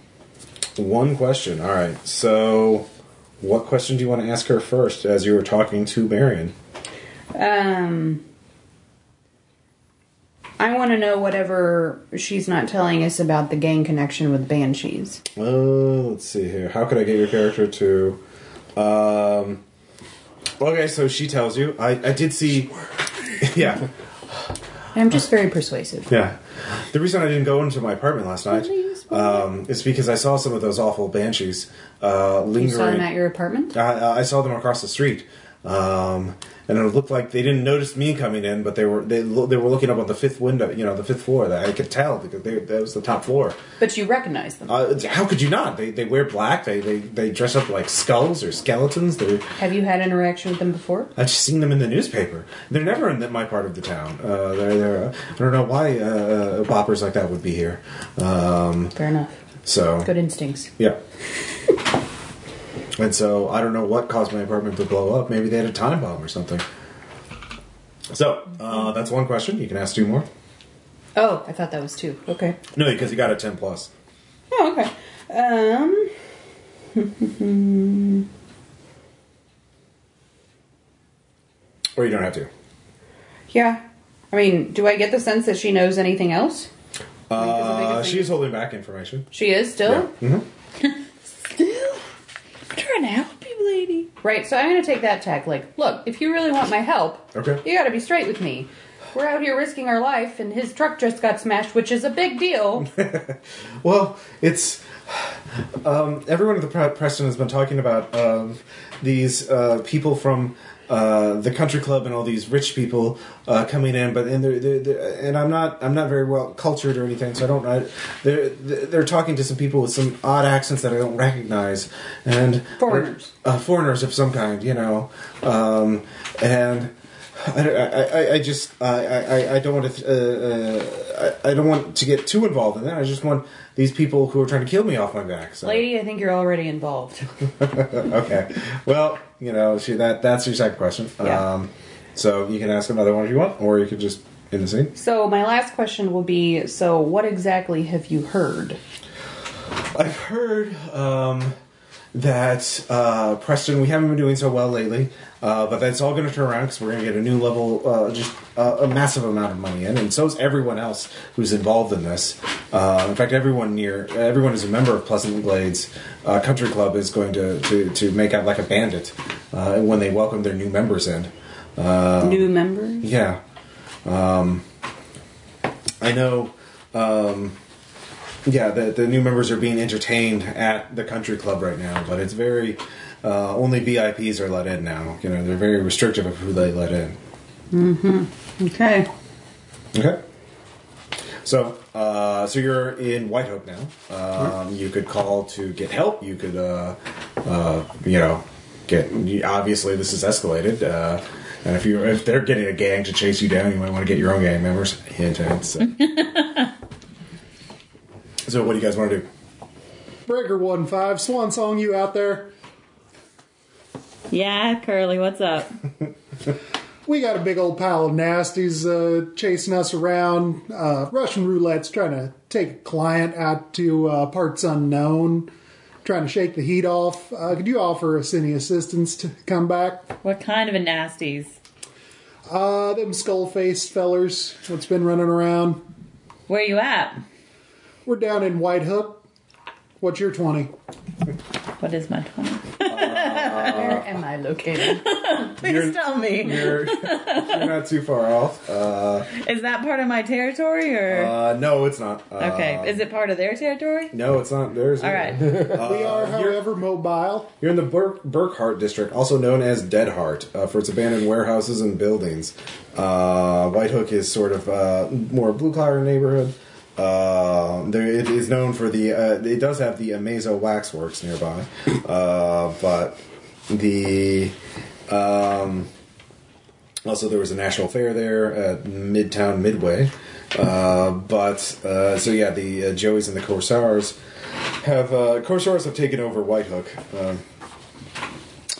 Speaker 1: one question. All right. So, what question do you want to ask her first? As you were talking to Marion.
Speaker 3: Um, I want to know whatever she's not telling us about the gang connection with banshees.
Speaker 1: Uh, let's see here. How could I get your character to? Um, okay, so she tells you. I, I did see. yeah,
Speaker 3: I'm just very persuasive.
Speaker 1: yeah. The reason I didn't go into my apartment last night
Speaker 3: Please, please.
Speaker 1: um, is because I saw some of those awful banshees uh, lingering.
Speaker 3: You saw them at your apartment.
Speaker 1: I, I saw them across the street, um, and it looked like they didn't notice me coming in, but they were they lo- they were looking up on the fifth window, you know, the fifth floor. That I could tell because they, that was the top floor.
Speaker 3: But you recognize them.
Speaker 1: Uh, how could you not? They, they wear black. They, they they dress up like skulls or skeletons. They're
Speaker 3: Have you had interaction with them before?
Speaker 1: I've just seen them in the newspaper. They're never in the, my part of the town. Uh, they're, they're, uh, I don't know why uh, boppers like that would be here. Um,
Speaker 3: Fair enough.
Speaker 1: so
Speaker 3: Good instincts.
Speaker 1: yeah. And so I don't know what caused my apartment to blow up. Maybe they had a time bomb or something. So uh, that's one question. You can ask two more.
Speaker 3: Oh, I thought that was two. Okay.
Speaker 1: No, because you got a ten plus.
Speaker 3: Oh, okay. Um.
Speaker 1: Or you don't have to.
Speaker 3: Yeah. I mean, do I get the sense that she knows anything else?
Speaker 1: Uh, she's holding back information. Mm-hmm.
Speaker 3: She is still
Speaker 5: Still, I'm trying to help you, lady.
Speaker 3: right. So I'm going to take that tack. Like, look, if you really want my help,
Speaker 1: Okay.
Speaker 3: you got to be straight with me. We're out here risking our life, and his truck just got smashed, which is a big deal.
Speaker 1: Well, it's um, everyone at the Pre- Preston has been talking about um, these uh, people from uh, the country club and all these rich people uh, coming in, but and they're, they're, they're- and I'm not I'm not very well cultured or anything, so I don't. I, they're they're talking to some people with some odd accents that I don't recognize, and
Speaker 3: Foreigners.
Speaker 1: uh, foreigners of some kind, you know, um, and. I, I, I- I just I, I, I don't want to uh, uh, I, I don't want to get too involved in that. I just want these people who are trying to kill me off my back. So.
Speaker 3: Lady, I think you're already involved.
Speaker 1: Okay. Well, you know, she that that's your second question.
Speaker 3: Yeah.
Speaker 1: Um so you can ask another one if you want, or you could just in the scene.
Speaker 3: So my last question will be: So, what exactly have you heard?
Speaker 1: I've heard um that uh, Preston, we haven't been doing so well lately, uh, but that's all going to turn around because we're going to get a new level, uh, just uh, a massive amount of money in, and so is everyone else who's involved in this. Uh, in fact, everyone near, everyone who's a member of Pleasant Glades uh, Country Club is going to, to, to make out like a bandit uh, when they welcome their new members in.
Speaker 3: New members?
Speaker 1: Yeah. Um, I know. Um, yeah, the, the new members are being entertained at the country club right now, but it's very. Uh, only VIPs are let in now. You know, they're very restrictive of who they let in.
Speaker 3: Okay.
Speaker 1: Okay. So, uh, so you're in White Hope now. Um, you could call to get help. You could, uh, uh, you know, get. Obviously, this is escalated. Uh, and if you if they're getting a gang to chase you down, you might want to get your own gang members. Hint, hint. So, So what do you guys want to do?
Speaker 2: Breaker one five swan song. You out there?
Speaker 5: Yeah, Curly, what's up?
Speaker 2: We got a big old pile of nasties uh, chasing us around. Uh, Russian roulette's trying to take a client out to uh, parts unknown, trying to shake the heat off. Uh, could you offer us any assistance to come back?
Speaker 5: What kind of a nasties?
Speaker 2: Uh, them skull faced fellers, what's been running around.
Speaker 5: Where you at?
Speaker 2: We're down in White Hook. What's your 20?
Speaker 5: What is my twenty?
Speaker 3: Where am I located?
Speaker 1: You're-
Speaker 5: Please tell me.
Speaker 1: You're, you're not too far off. Uh,
Speaker 5: Is that part of my territory or?
Speaker 1: uh, no, it's not. Uh,
Speaker 5: okay. Is it part of their territory?
Speaker 1: No, it's not. There's.
Speaker 5: All right.
Speaker 2: we are, however, mobile.
Speaker 1: You're in the Bur- Burkhart district, also known as Deadheart, uh, for its abandoned warehouses and buildings. Uh, White Hook is sort of uh, more blue collar neighborhood. Uh, there, it is known for the. Uh, it does have the Amazo Waxworks nearby, uh, but the. Um, also, there was a national fair there at Midtown Midway. Uh, but uh, so yeah, the uh, Joeys and the Corsairs have uh, Corsairs have taken over White Hook. Um,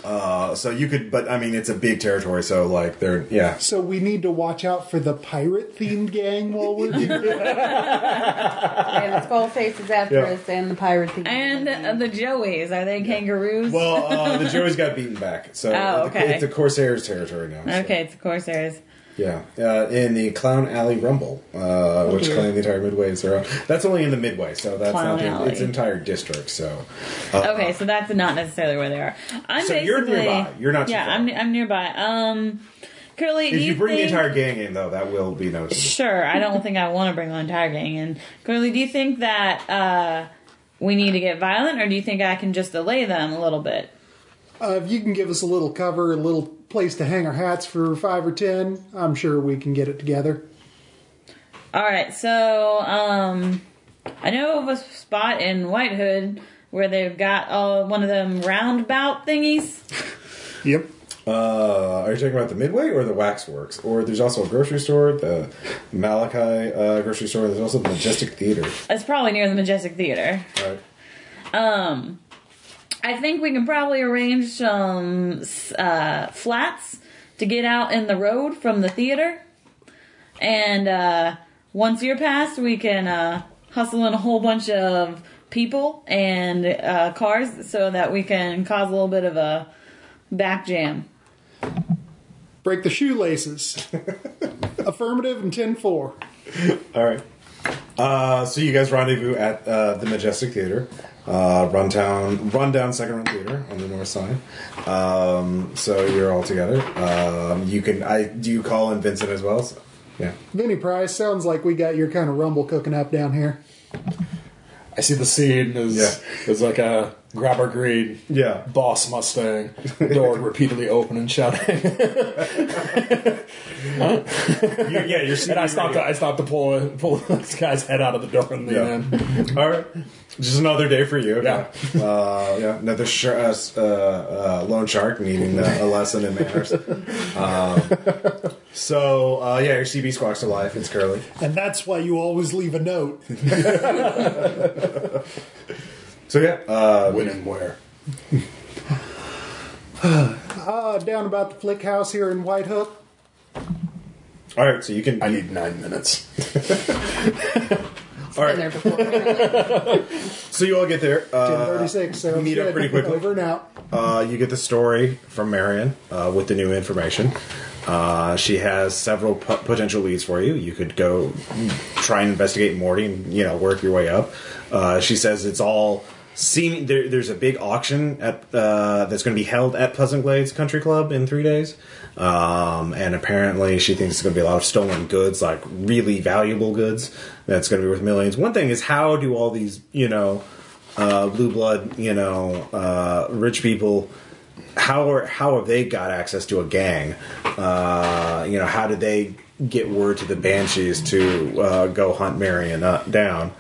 Speaker 1: uh, so you could, but I mean, it's a big territory, so like they're yeah.
Speaker 2: So we need to watch out for the pirate themed gang while we're here.
Speaker 3: and Skullface is after
Speaker 1: Yeah.
Speaker 3: us, and the pirate thing.
Speaker 5: And uh, the Joeys are they kangaroos?
Speaker 1: Well, uh, the Joeys got beaten back, so
Speaker 5: Oh,
Speaker 1: the-
Speaker 5: okay.
Speaker 1: it's the Corsairs territory now. so,
Speaker 5: okay, it's Corsairs.
Speaker 1: yeah, uh, in the Clown Alley Rumble, uh, which
Speaker 3: dear.
Speaker 1: claimed the entire Midway is their own. That's only in the Midway, so that's
Speaker 5: Clown
Speaker 1: not the,
Speaker 5: Alley. Oh,
Speaker 1: its entire district. So
Speaker 5: Okay, so that's not necessarily where they are. I'm
Speaker 1: Uh, So you're
Speaker 5: basically-
Speaker 1: nearby. You're not too
Speaker 5: Yeah,
Speaker 1: far.
Speaker 5: I'm, I'm nearby. Um, Curly, do
Speaker 1: if you bring
Speaker 5: think,
Speaker 1: the entire gang in, though, that will be noticeable.
Speaker 5: Sure, I don't think I want to bring the entire gang in. Curly, do you think that uh, we need to get violent, or do you think I can just delay them a little bit?
Speaker 2: Uh, if you can give us a little cover, a little place to hang our hats for five or ten, I'm sure we can get it together.
Speaker 5: All right, so um, I know of a spot in White Hood where they've got uh, one of them roundabout thingies.
Speaker 2: Yep.
Speaker 1: Uh, are you talking about the Midway or the Waxworks? Or there's also a grocery store, the Malachi uh, grocery store. There's also the Majestic Theater.
Speaker 5: It's probably near the Majestic Theater.
Speaker 1: All right.
Speaker 5: Um, I think we can probably arrange some s- uh, flats to get out in the road from the theater. And uh, once you're past, we can uh, hustle in a whole bunch of people and uh, cars so that we can cause a little bit of a back jam.
Speaker 2: Break the shoelaces. Affirmative and 10 4.
Speaker 1: All right. Uh, so you guys rendezvous at uh, the Majestic Theater, uh, rundown, rundown second run theater on the north side. Um, so you're all together. Um, you can. I do you call in Vincent as well? So, yeah.
Speaker 2: Vinny Price, sounds like we got your kind of rumble cooking up down here.
Speaker 4: I see the scene as
Speaker 1: Yeah.
Speaker 4: as like a grabber green,
Speaker 1: Yeah.
Speaker 4: boss Mustang, door repeatedly open and shutting.
Speaker 1: You, yeah. You're.
Speaker 4: and I stopped. I stopped to pull pull this guy's head out of the door in the
Speaker 1: Yeah.
Speaker 4: end.
Speaker 1: All right. Just another day for you.
Speaker 4: Yeah.
Speaker 1: Uh, yeah. Another sh- uh, s- uh, uh, loan shark needing uh, a lesson in manners. Um, so, uh, yeah, your CB squawks to life. It's Curly.
Speaker 2: And that's why you always leave a note.
Speaker 1: So, yeah. Uh,
Speaker 4: When and where?
Speaker 2: Uh, down about the Flick House here in White Hook.
Speaker 1: all right. So you can.
Speaker 4: I need nine minutes.
Speaker 1: all
Speaker 3: Been
Speaker 1: right.
Speaker 3: there before. apparently.
Speaker 1: So you all get there. Uh,
Speaker 2: 1036, so.
Speaker 1: meet up
Speaker 2: good.
Speaker 1: pretty quickly.
Speaker 2: Over and out.
Speaker 1: Uh, you get the story from Marion uh, with the new information. Uh, she has several po- potential leads for you. You could go try and investigate Morty and you know work your way up. Uh, she says it's all seeming. There, there's a big auction at uh, that's going to be held at Pleasant Glades Country Club in three days, um, and apparently she thinks it's going to be a lot of stolen goods, like really valuable goods that's going to be worth millions. One thing is how do all these you know uh, blue blood, you know, uh, rich people. How are how have they got access to a gang? Uh, you know, how did they get word to the banshees to uh, go hunt Marion up, down?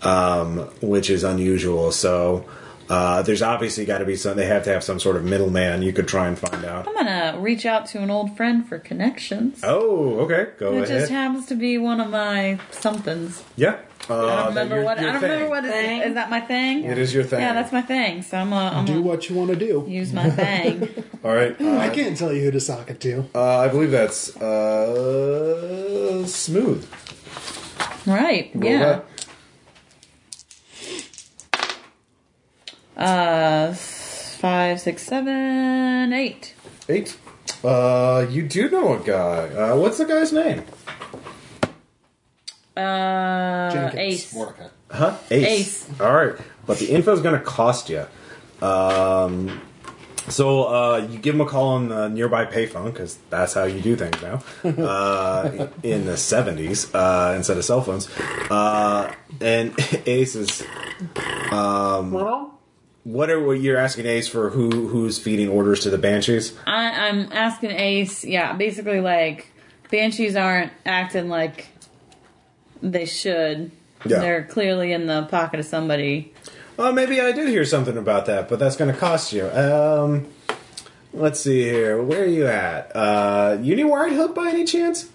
Speaker 1: Um, which is unusual. So uh, there's obviously got to be some. They have to have some sort of middleman. You could try and find out.
Speaker 5: I'm gonna reach out to an old friend for connections.
Speaker 1: Oh, okay, go
Speaker 5: It
Speaker 1: ahead.
Speaker 5: just happens to be one of my somethings.
Speaker 1: yeah, uh,
Speaker 5: I don't remember
Speaker 1: your-
Speaker 5: what.
Speaker 1: your
Speaker 5: I don't remember
Speaker 1: thing.
Speaker 5: what it is.
Speaker 3: Thing?
Speaker 5: Is that my thing?
Speaker 1: It is your thing.
Speaker 5: Yeah, that's my thing. So I'm gonna, I'm
Speaker 2: Do
Speaker 5: gonna
Speaker 2: what you want to do.
Speaker 5: use my thing.
Speaker 1: All right,
Speaker 2: I can't tell you who to sock it to.
Speaker 1: uh, I believe that's uh, smooth.
Speaker 5: right.
Speaker 1: Roll
Speaker 5: yeah.
Speaker 1: that.
Speaker 5: Uh, s- five, six, seven, eight.
Speaker 1: Eight. Uh, you do know a guy. Uh, what's the guy's name?
Speaker 5: Uh,
Speaker 2: Jenkins.
Speaker 5: ace.
Speaker 4: Mordecai.
Speaker 1: Huh? Ace.
Speaker 5: Ace.
Speaker 1: All right, but the info's gonna cost you. Um, So uh, you give him a call on the nearby payphone because that's how you do things now. Uh, in the seventies, uh, instead of cell phones, uh, and Ace is
Speaker 2: Well,
Speaker 1: what are what you're asking Ace for? Who who's feeding orders to the banshees?
Speaker 5: I, I'm asking Ace, yeah, basically like banshees aren't acting like they should.
Speaker 1: Yeah.
Speaker 5: They're clearly in the pocket of somebody.
Speaker 1: Oh, maybe I did hear something about that, but that's going to cost you. Um, let's see here. Where are you at? Uh, you knew Wired Hook by any chance?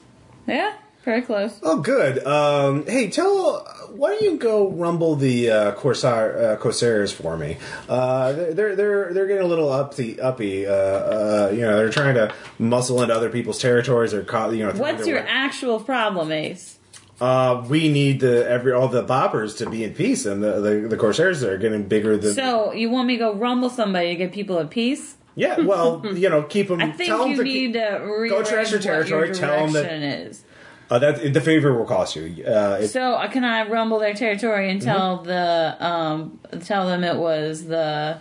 Speaker 5: Yeah, very close.
Speaker 1: Oh, good. Um, hey, tell. Why don't you go rumble the uh, Corsair, uh, Corsairs for me? Uh, they're they're they're getting a little up the uppy. Uh, uh, you know, they're trying to muscle into other people's territories. Or co- you know, throwing
Speaker 5: What's
Speaker 1: their
Speaker 5: your
Speaker 1: wep-
Speaker 5: actual problem, Ace?
Speaker 1: uh, we need the every all the boppers to be in peace, and the the, the Corsairs are getting bigger than
Speaker 5: So you want me to go rumble somebody to get people at peace?
Speaker 1: Yeah, well, you know, keep them.
Speaker 5: I think
Speaker 1: Mm, tell 'em
Speaker 5: you
Speaker 1: to
Speaker 5: need
Speaker 1: keep-
Speaker 5: to rearrange
Speaker 1: trash your
Speaker 5: what
Speaker 1: territory,
Speaker 5: Your
Speaker 1: tell 'em that-
Speaker 5: direction is.
Speaker 1: Uh, that the favor will cost you. Uh, it's,
Speaker 5: So uh, can I rumble their territory
Speaker 1: Mm-hmm.
Speaker 5: and tell the um tell them it was the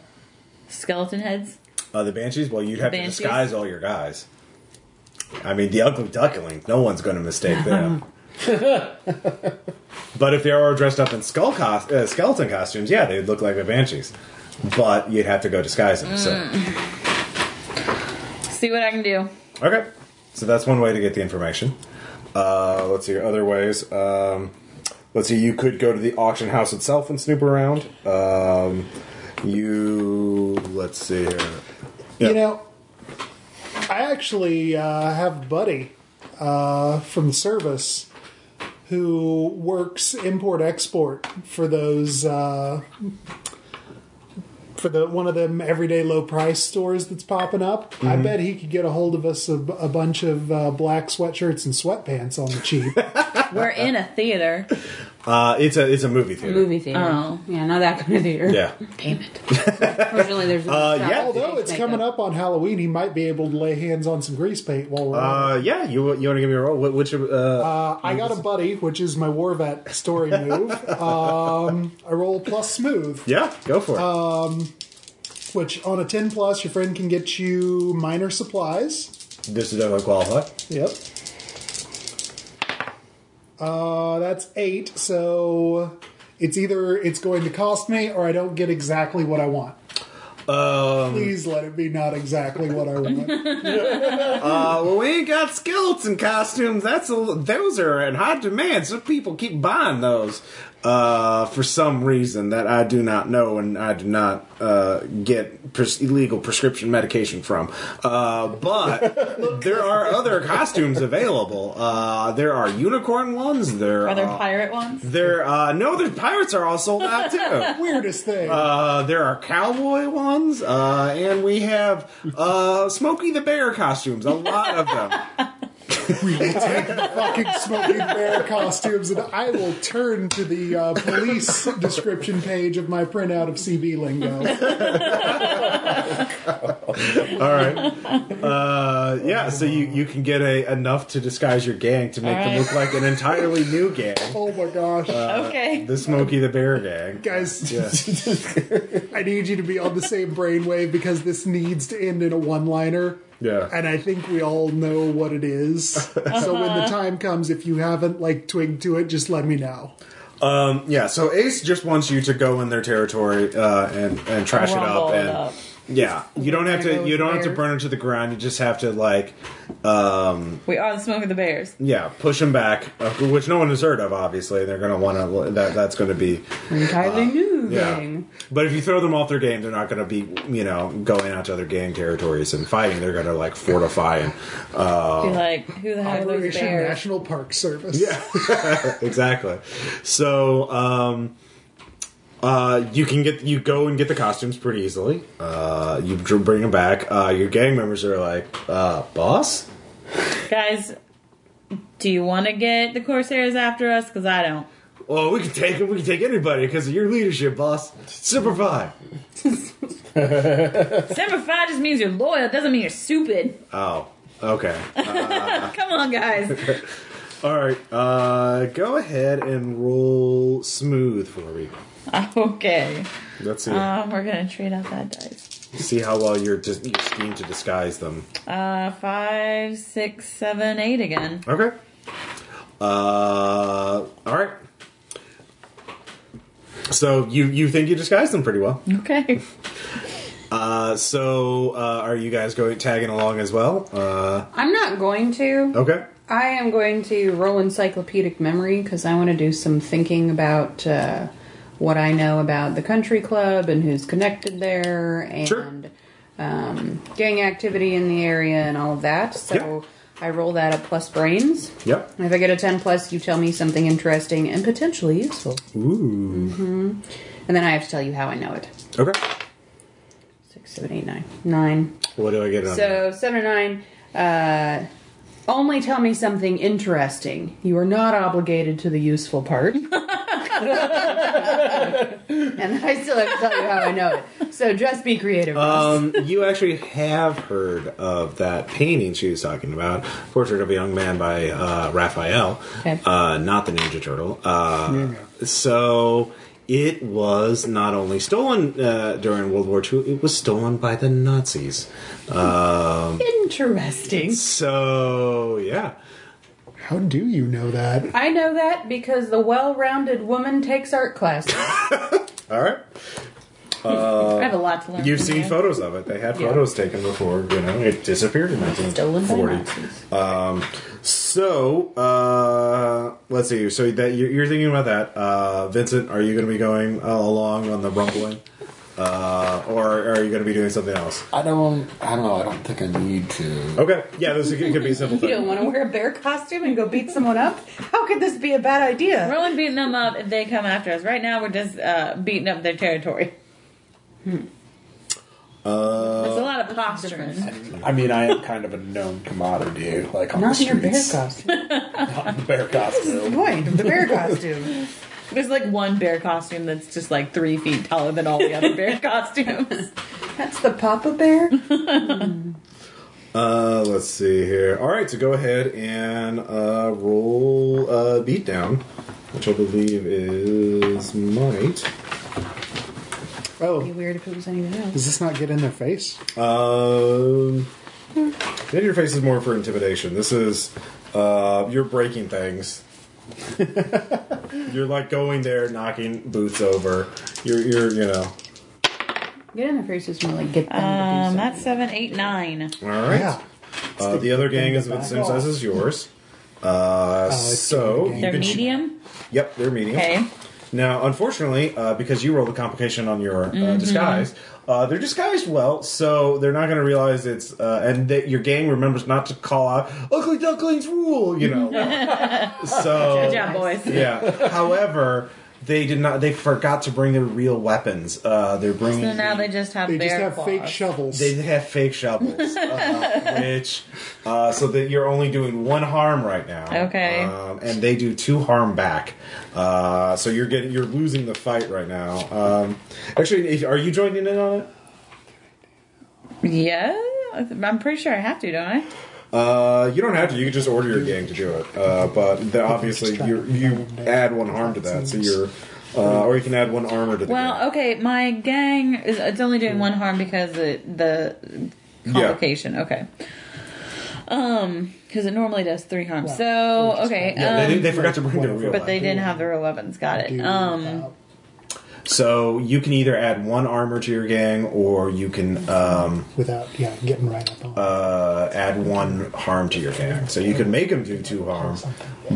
Speaker 5: skeleton heads?
Speaker 1: uh, the banshees. Well, you'd have
Speaker 5: Banshees?
Speaker 1: to disguise all your guys. I mean, the ugly ducklings. No one's going to mistake them. but if they are dressed up in skull cos- uh, skeleton costumes, yeah, they'd look like the banshees. But you'd have to go disguise them.
Speaker 5: Mm.
Speaker 1: So
Speaker 5: See what I can do.
Speaker 1: okay, so that's one way to get the information. Uh, let's see other ways. Um, let's see, you could go to the auction house itself and snoop around. Um, you let's see here. Yeah.
Speaker 2: you know, I actually uh, have a buddy uh, from the service who works import export for those uh, for the one of them everyday low price stores that's popping up. I bet he could get a hold of us a, a bunch of uh, black sweatshirts and sweatpants on the cheap.
Speaker 5: We're in a theater.
Speaker 1: Uh, it's a it's a movie theater.
Speaker 3: Movie theater.
Speaker 5: Oh.
Speaker 3: Yeah, not that kind of theater.
Speaker 1: Yeah.
Speaker 5: Damn it.
Speaker 3: Fortunately, there's no
Speaker 1: Uh, yeah.
Speaker 3: shop that
Speaker 2: Although
Speaker 3: takes
Speaker 2: it's coming
Speaker 3: makeup.
Speaker 2: up on Halloween, he might be able to lay hands on some grease paint while we're. on it.
Speaker 1: Uh, yeah. You you want to give me a roll? Wh- Which uh,
Speaker 2: Uh, I got a buddy, which is my war vet story move. Um, I roll plus smooth,
Speaker 1: yeah, go for it.
Speaker 2: which on a 10 plus, your friend can get you minor supplies.
Speaker 1: this is definitely qualify.
Speaker 2: Yep. Uh, that's eight, so it's either it's going to cost me or I don't get exactly what I want.
Speaker 1: Um,
Speaker 2: Please let it be not exactly what I want.
Speaker 1: uh, well, we ain't got skeleton costumes. That's a, l- those are in high demand. So people keep buying those uh, for some reason that I do not know, and I do not uh, get pres- illegal prescription medication from. Uh, but there are other costumes available. Uh, there are unicorn ones. There
Speaker 5: Are there
Speaker 1: are-
Speaker 5: pirate ones?
Speaker 1: There, uh, no, the pirates are all sold out too.
Speaker 2: Weirdest thing.
Speaker 1: Uh, there are cowboy ones, uh, and we have uh, Smokey the Bear costumes, a lot of them.
Speaker 2: fucking smoking bear costumes, and I will turn to the uh, police description page of my printout of CB lingo.
Speaker 1: All right, uh, yeah. So you, you can get a enough to disguise your gang to make
Speaker 5: All
Speaker 1: them
Speaker 5: right.
Speaker 1: look like an entirely new gang,
Speaker 2: Oh my gosh,
Speaker 1: Uh,
Speaker 5: Okay.
Speaker 1: the Smokey the Bear gang.
Speaker 2: guys! I need you to be on the same brainwave because this needs to end in a one-liner.
Speaker 1: Yeah.
Speaker 2: and I think we all know what it is. So when
Speaker 5: Uh-huh.
Speaker 2: the time comes, if you haven't like twigged to it, just let me know.
Speaker 1: Um, yeah. So Ace just wants you to go in their territory uh, and and trash it
Speaker 5: Rumble
Speaker 1: up
Speaker 5: it
Speaker 1: and.
Speaker 5: up.
Speaker 1: Yeah, you don't have to. You don't have to burn it to the ground. You just have to like
Speaker 5: We are the smoke of the bears.
Speaker 1: Yeah, push them back, uh, which no one has heard of. Obviously, they're going to want to. That that's going to be
Speaker 3: Entirely new
Speaker 1: Uh, yeah.
Speaker 3: thing.
Speaker 1: But if you throw them off their game, they're not going to be you know going out to other gang territories and fighting. They're going to like fortify and uh,
Speaker 5: Be like, who the heck are those
Speaker 2: Operation
Speaker 5: bears?
Speaker 2: National Park Service.
Speaker 1: Yeah. exactly. So um, uh, you can get you go and get the costumes pretty easily. Uh, you dr- bring them back. Uh, your gang members are like, uh, boss.
Speaker 5: Guys, do you want to get the Corsairs after us? Because I don't.
Speaker 1: Well, Oh, we can take them. We can take anybody because of your leadership, boss. Simplify.
Speaker 5: Simplify just means you're loyal. It doesn't mean you're stupid.
Speaker 1: Oh, okay. Ah.
Speaker 5: Come on, guys.
Speaker 1: All right, uh, go ahead and roll smooth for me.
Speaker 5: Okay.
Speaker 1: Let's see.
Speaker 5: Uh. Um, we're gonna trade out that dice.
Speaker 1: See how well you're dis- you scheme to disguise them.
Speaker 5: Uh, five, six, seven, eight again.
Speaker 1: Okay. Uh, all right. So you you think you disguised them pretty
Speaker 5: Mm-hmm.
Speaker 1: well.
Speaker 5: Okay.
Speaker 1: Uh, so uh, are you guys going tagging along as well? Uh,
Speaker 3: I'm not going to.
Speaker 1: okay.
Speaker 3: I am going to roll encyclopedic memory because I want to do some thinking about uh, what I know about the country club and who's connected there and
Speaker 1: Sure.
Speaker 3: um, gang activity in the area and all of that. So I roll that at plus brains.
Speaker 1: Yep.
Speaker 3: If I get a 10 plus, you tell me something interesting and potentially useful. Mm-hmm.
Speaker 1: Ooh.
Speaker 3: And then I have to tell you how I know it.
Speaker 1: Okay.
Speaker 3: Six, seven, eight, nine. Nine.
Speaker 1: What do I get on?
Speaker 3: So seven or nine. Uh, only tell me something interesting. You are not obligated to the useful part. and I still have to tell you how I know it. So just be creative.
Speaker 1: Um, you actually have heard of that painting she was talking about, Portrait of a Young Man by uh, Raphael,
Speaker 3: Okay.
Speaker 1: uh, not the Ninja Turtle. Uh, So it was not only stolen uh, during World War II, it was stolen by the Nazis. Um,
Speaker 3: interesting.
Speaker 1: so, yeah.
Speaker 2: How do you know that?
Speaker 3: I know that because the well-rounded woman takes art classes.
Speaker 1: All right.
Speaker 5: I have a lot to learn.
Speaker 1: You've
Speaker 5: from
Speaker 1: seen
Speaker 5: you.
Speaker 1: photos of it. They had
Speaker 3: Yeah.
Speaker 1: photos taken before, you know, it disappeared in
Speaker 3: Stolen by
Speaker 1: 1940.
Speaker 3: Nazis.
Speaker 1: Um, so uh, let's see. So that you're, you're thinking about that, uh, Vincent? Are you going to be going uh, along on the rumbling, uh, or are you going to be doing something else?
Speaker 4: I don't. I don't know. I don't think I need to.
Speaker 1: Okay, yeah, this could, could be a simple
Speaker 3: You don't
Speaker 1: thing.
Speaker 3: want to wear a bear costume and go beat someone up? How could this be a bad idea?
Speaker 5: We're only beating them up if they come after us. Right now, we're just uh, beating up their territory.
Speaker 2: Uh,
Speaker 5: Hmm. There's a lot of posturing.
Speaker 4: I mean, I am kind of a known commodity, like on
Speaker 3: Not
Speaker 4: the
Speaker 3: in your bear
Speaker 4: streets.
Speaker 3: costume.
Speaker 4: Not in the bear costume.
Speaker 3: Point of the bear costume.
Speaker 5: There's like one bear costume that's just like three feet taller than all the other bear costumes.
Speaker 3: That's the Papa Bear.
Speaker 1: Uh, let's see here. All right, so go ahead and uh, roll uh, beatdown, which I believe is might.
Speaker 3: Be
Speaker 2: Oh,
Speaker 3: weird if it was anything else.
Speaker 2: does this not get in their face?
Speaker 1: Um, then your face is more for intimidation. This is uh, you're breaking things. you're like going there, knocking boots over. You're, you're, you know.
Speaker 3: Get in their faces more like get them
Speaker 5: Um,
Speaker 3: to do
Speaker 5: that's seven, eight, nine.
Speaker 1: All right.
Speaker 2: Yeah.
Speaker 1: Uh, the other gang is about the same size as yours. Uh,
Speaker 2: Oh, it's
Speaker 1: so
Speaker 2: different gang.
Speaker 1: you
Speaker 5: They're
Speaker 1: can sh-
Speaker 5: medium.
Speaker 1: Yep, they're medium.
Speaker 5: Okay.
Speaker 1: Now, unfortunately, uh, because you rolled a complication on your uh, disguise, uh, they're disguised well, so they're not going to realize it's. Uh, and that your gang remembers not to call out "Ugly Ducklings rule," you know. so
Speaker 5: Good job, boys.
Speaker 1: yeah. However, they did not. They forgot to bring their real weapons. Uh, they're bringing.
Speaker 5: So now they just have
Speaker 2: They
Speaker 5: bear
Speaker 2: just have
Speaker 5: claws.
Speaker 2: fake shovels.
Speaker 1: They have fake shovels, uh, which uh, so that you're only doing one harm right now.
Speaker 5: Okay.
Speaker 1: um, and they do two harm back. Uh, so you're getting you're losing the fight right now. Um, actually, if, are you joining in on it?
Speaker 5: Yeah, I'm pretty sure I have to, don't I?
Speaker 1: Uh, you don't have to. You can just order your gang to do it. Uh, but the, obviously, you you add one harm to that, so you're. Uh, or you can add one armor to the
Speaker 5: Well,
Speaker 1: gang.
Speaker 5: okay, my gang is it's only
Speaker 2: Hmm.
Speaker 5: doing one harm because it, the complication. Okay. Um, because it normally does three harm. So okay,
Speaker 1: Yeah, they,
Speaker 5: um,
Speaker 1: didn't- they forgot to bring their real
Speaker 5: but they
Speaker 1: weapon.
Speaker 5: didn't have their real weapons. Got it. Um,
Speaker 1: So you can either add one armor to your gang, or you can um,
Speaker 2: without yeah getting right up on.
Speaker 1: uh, add one harm to your gang. So you can make him do two harm,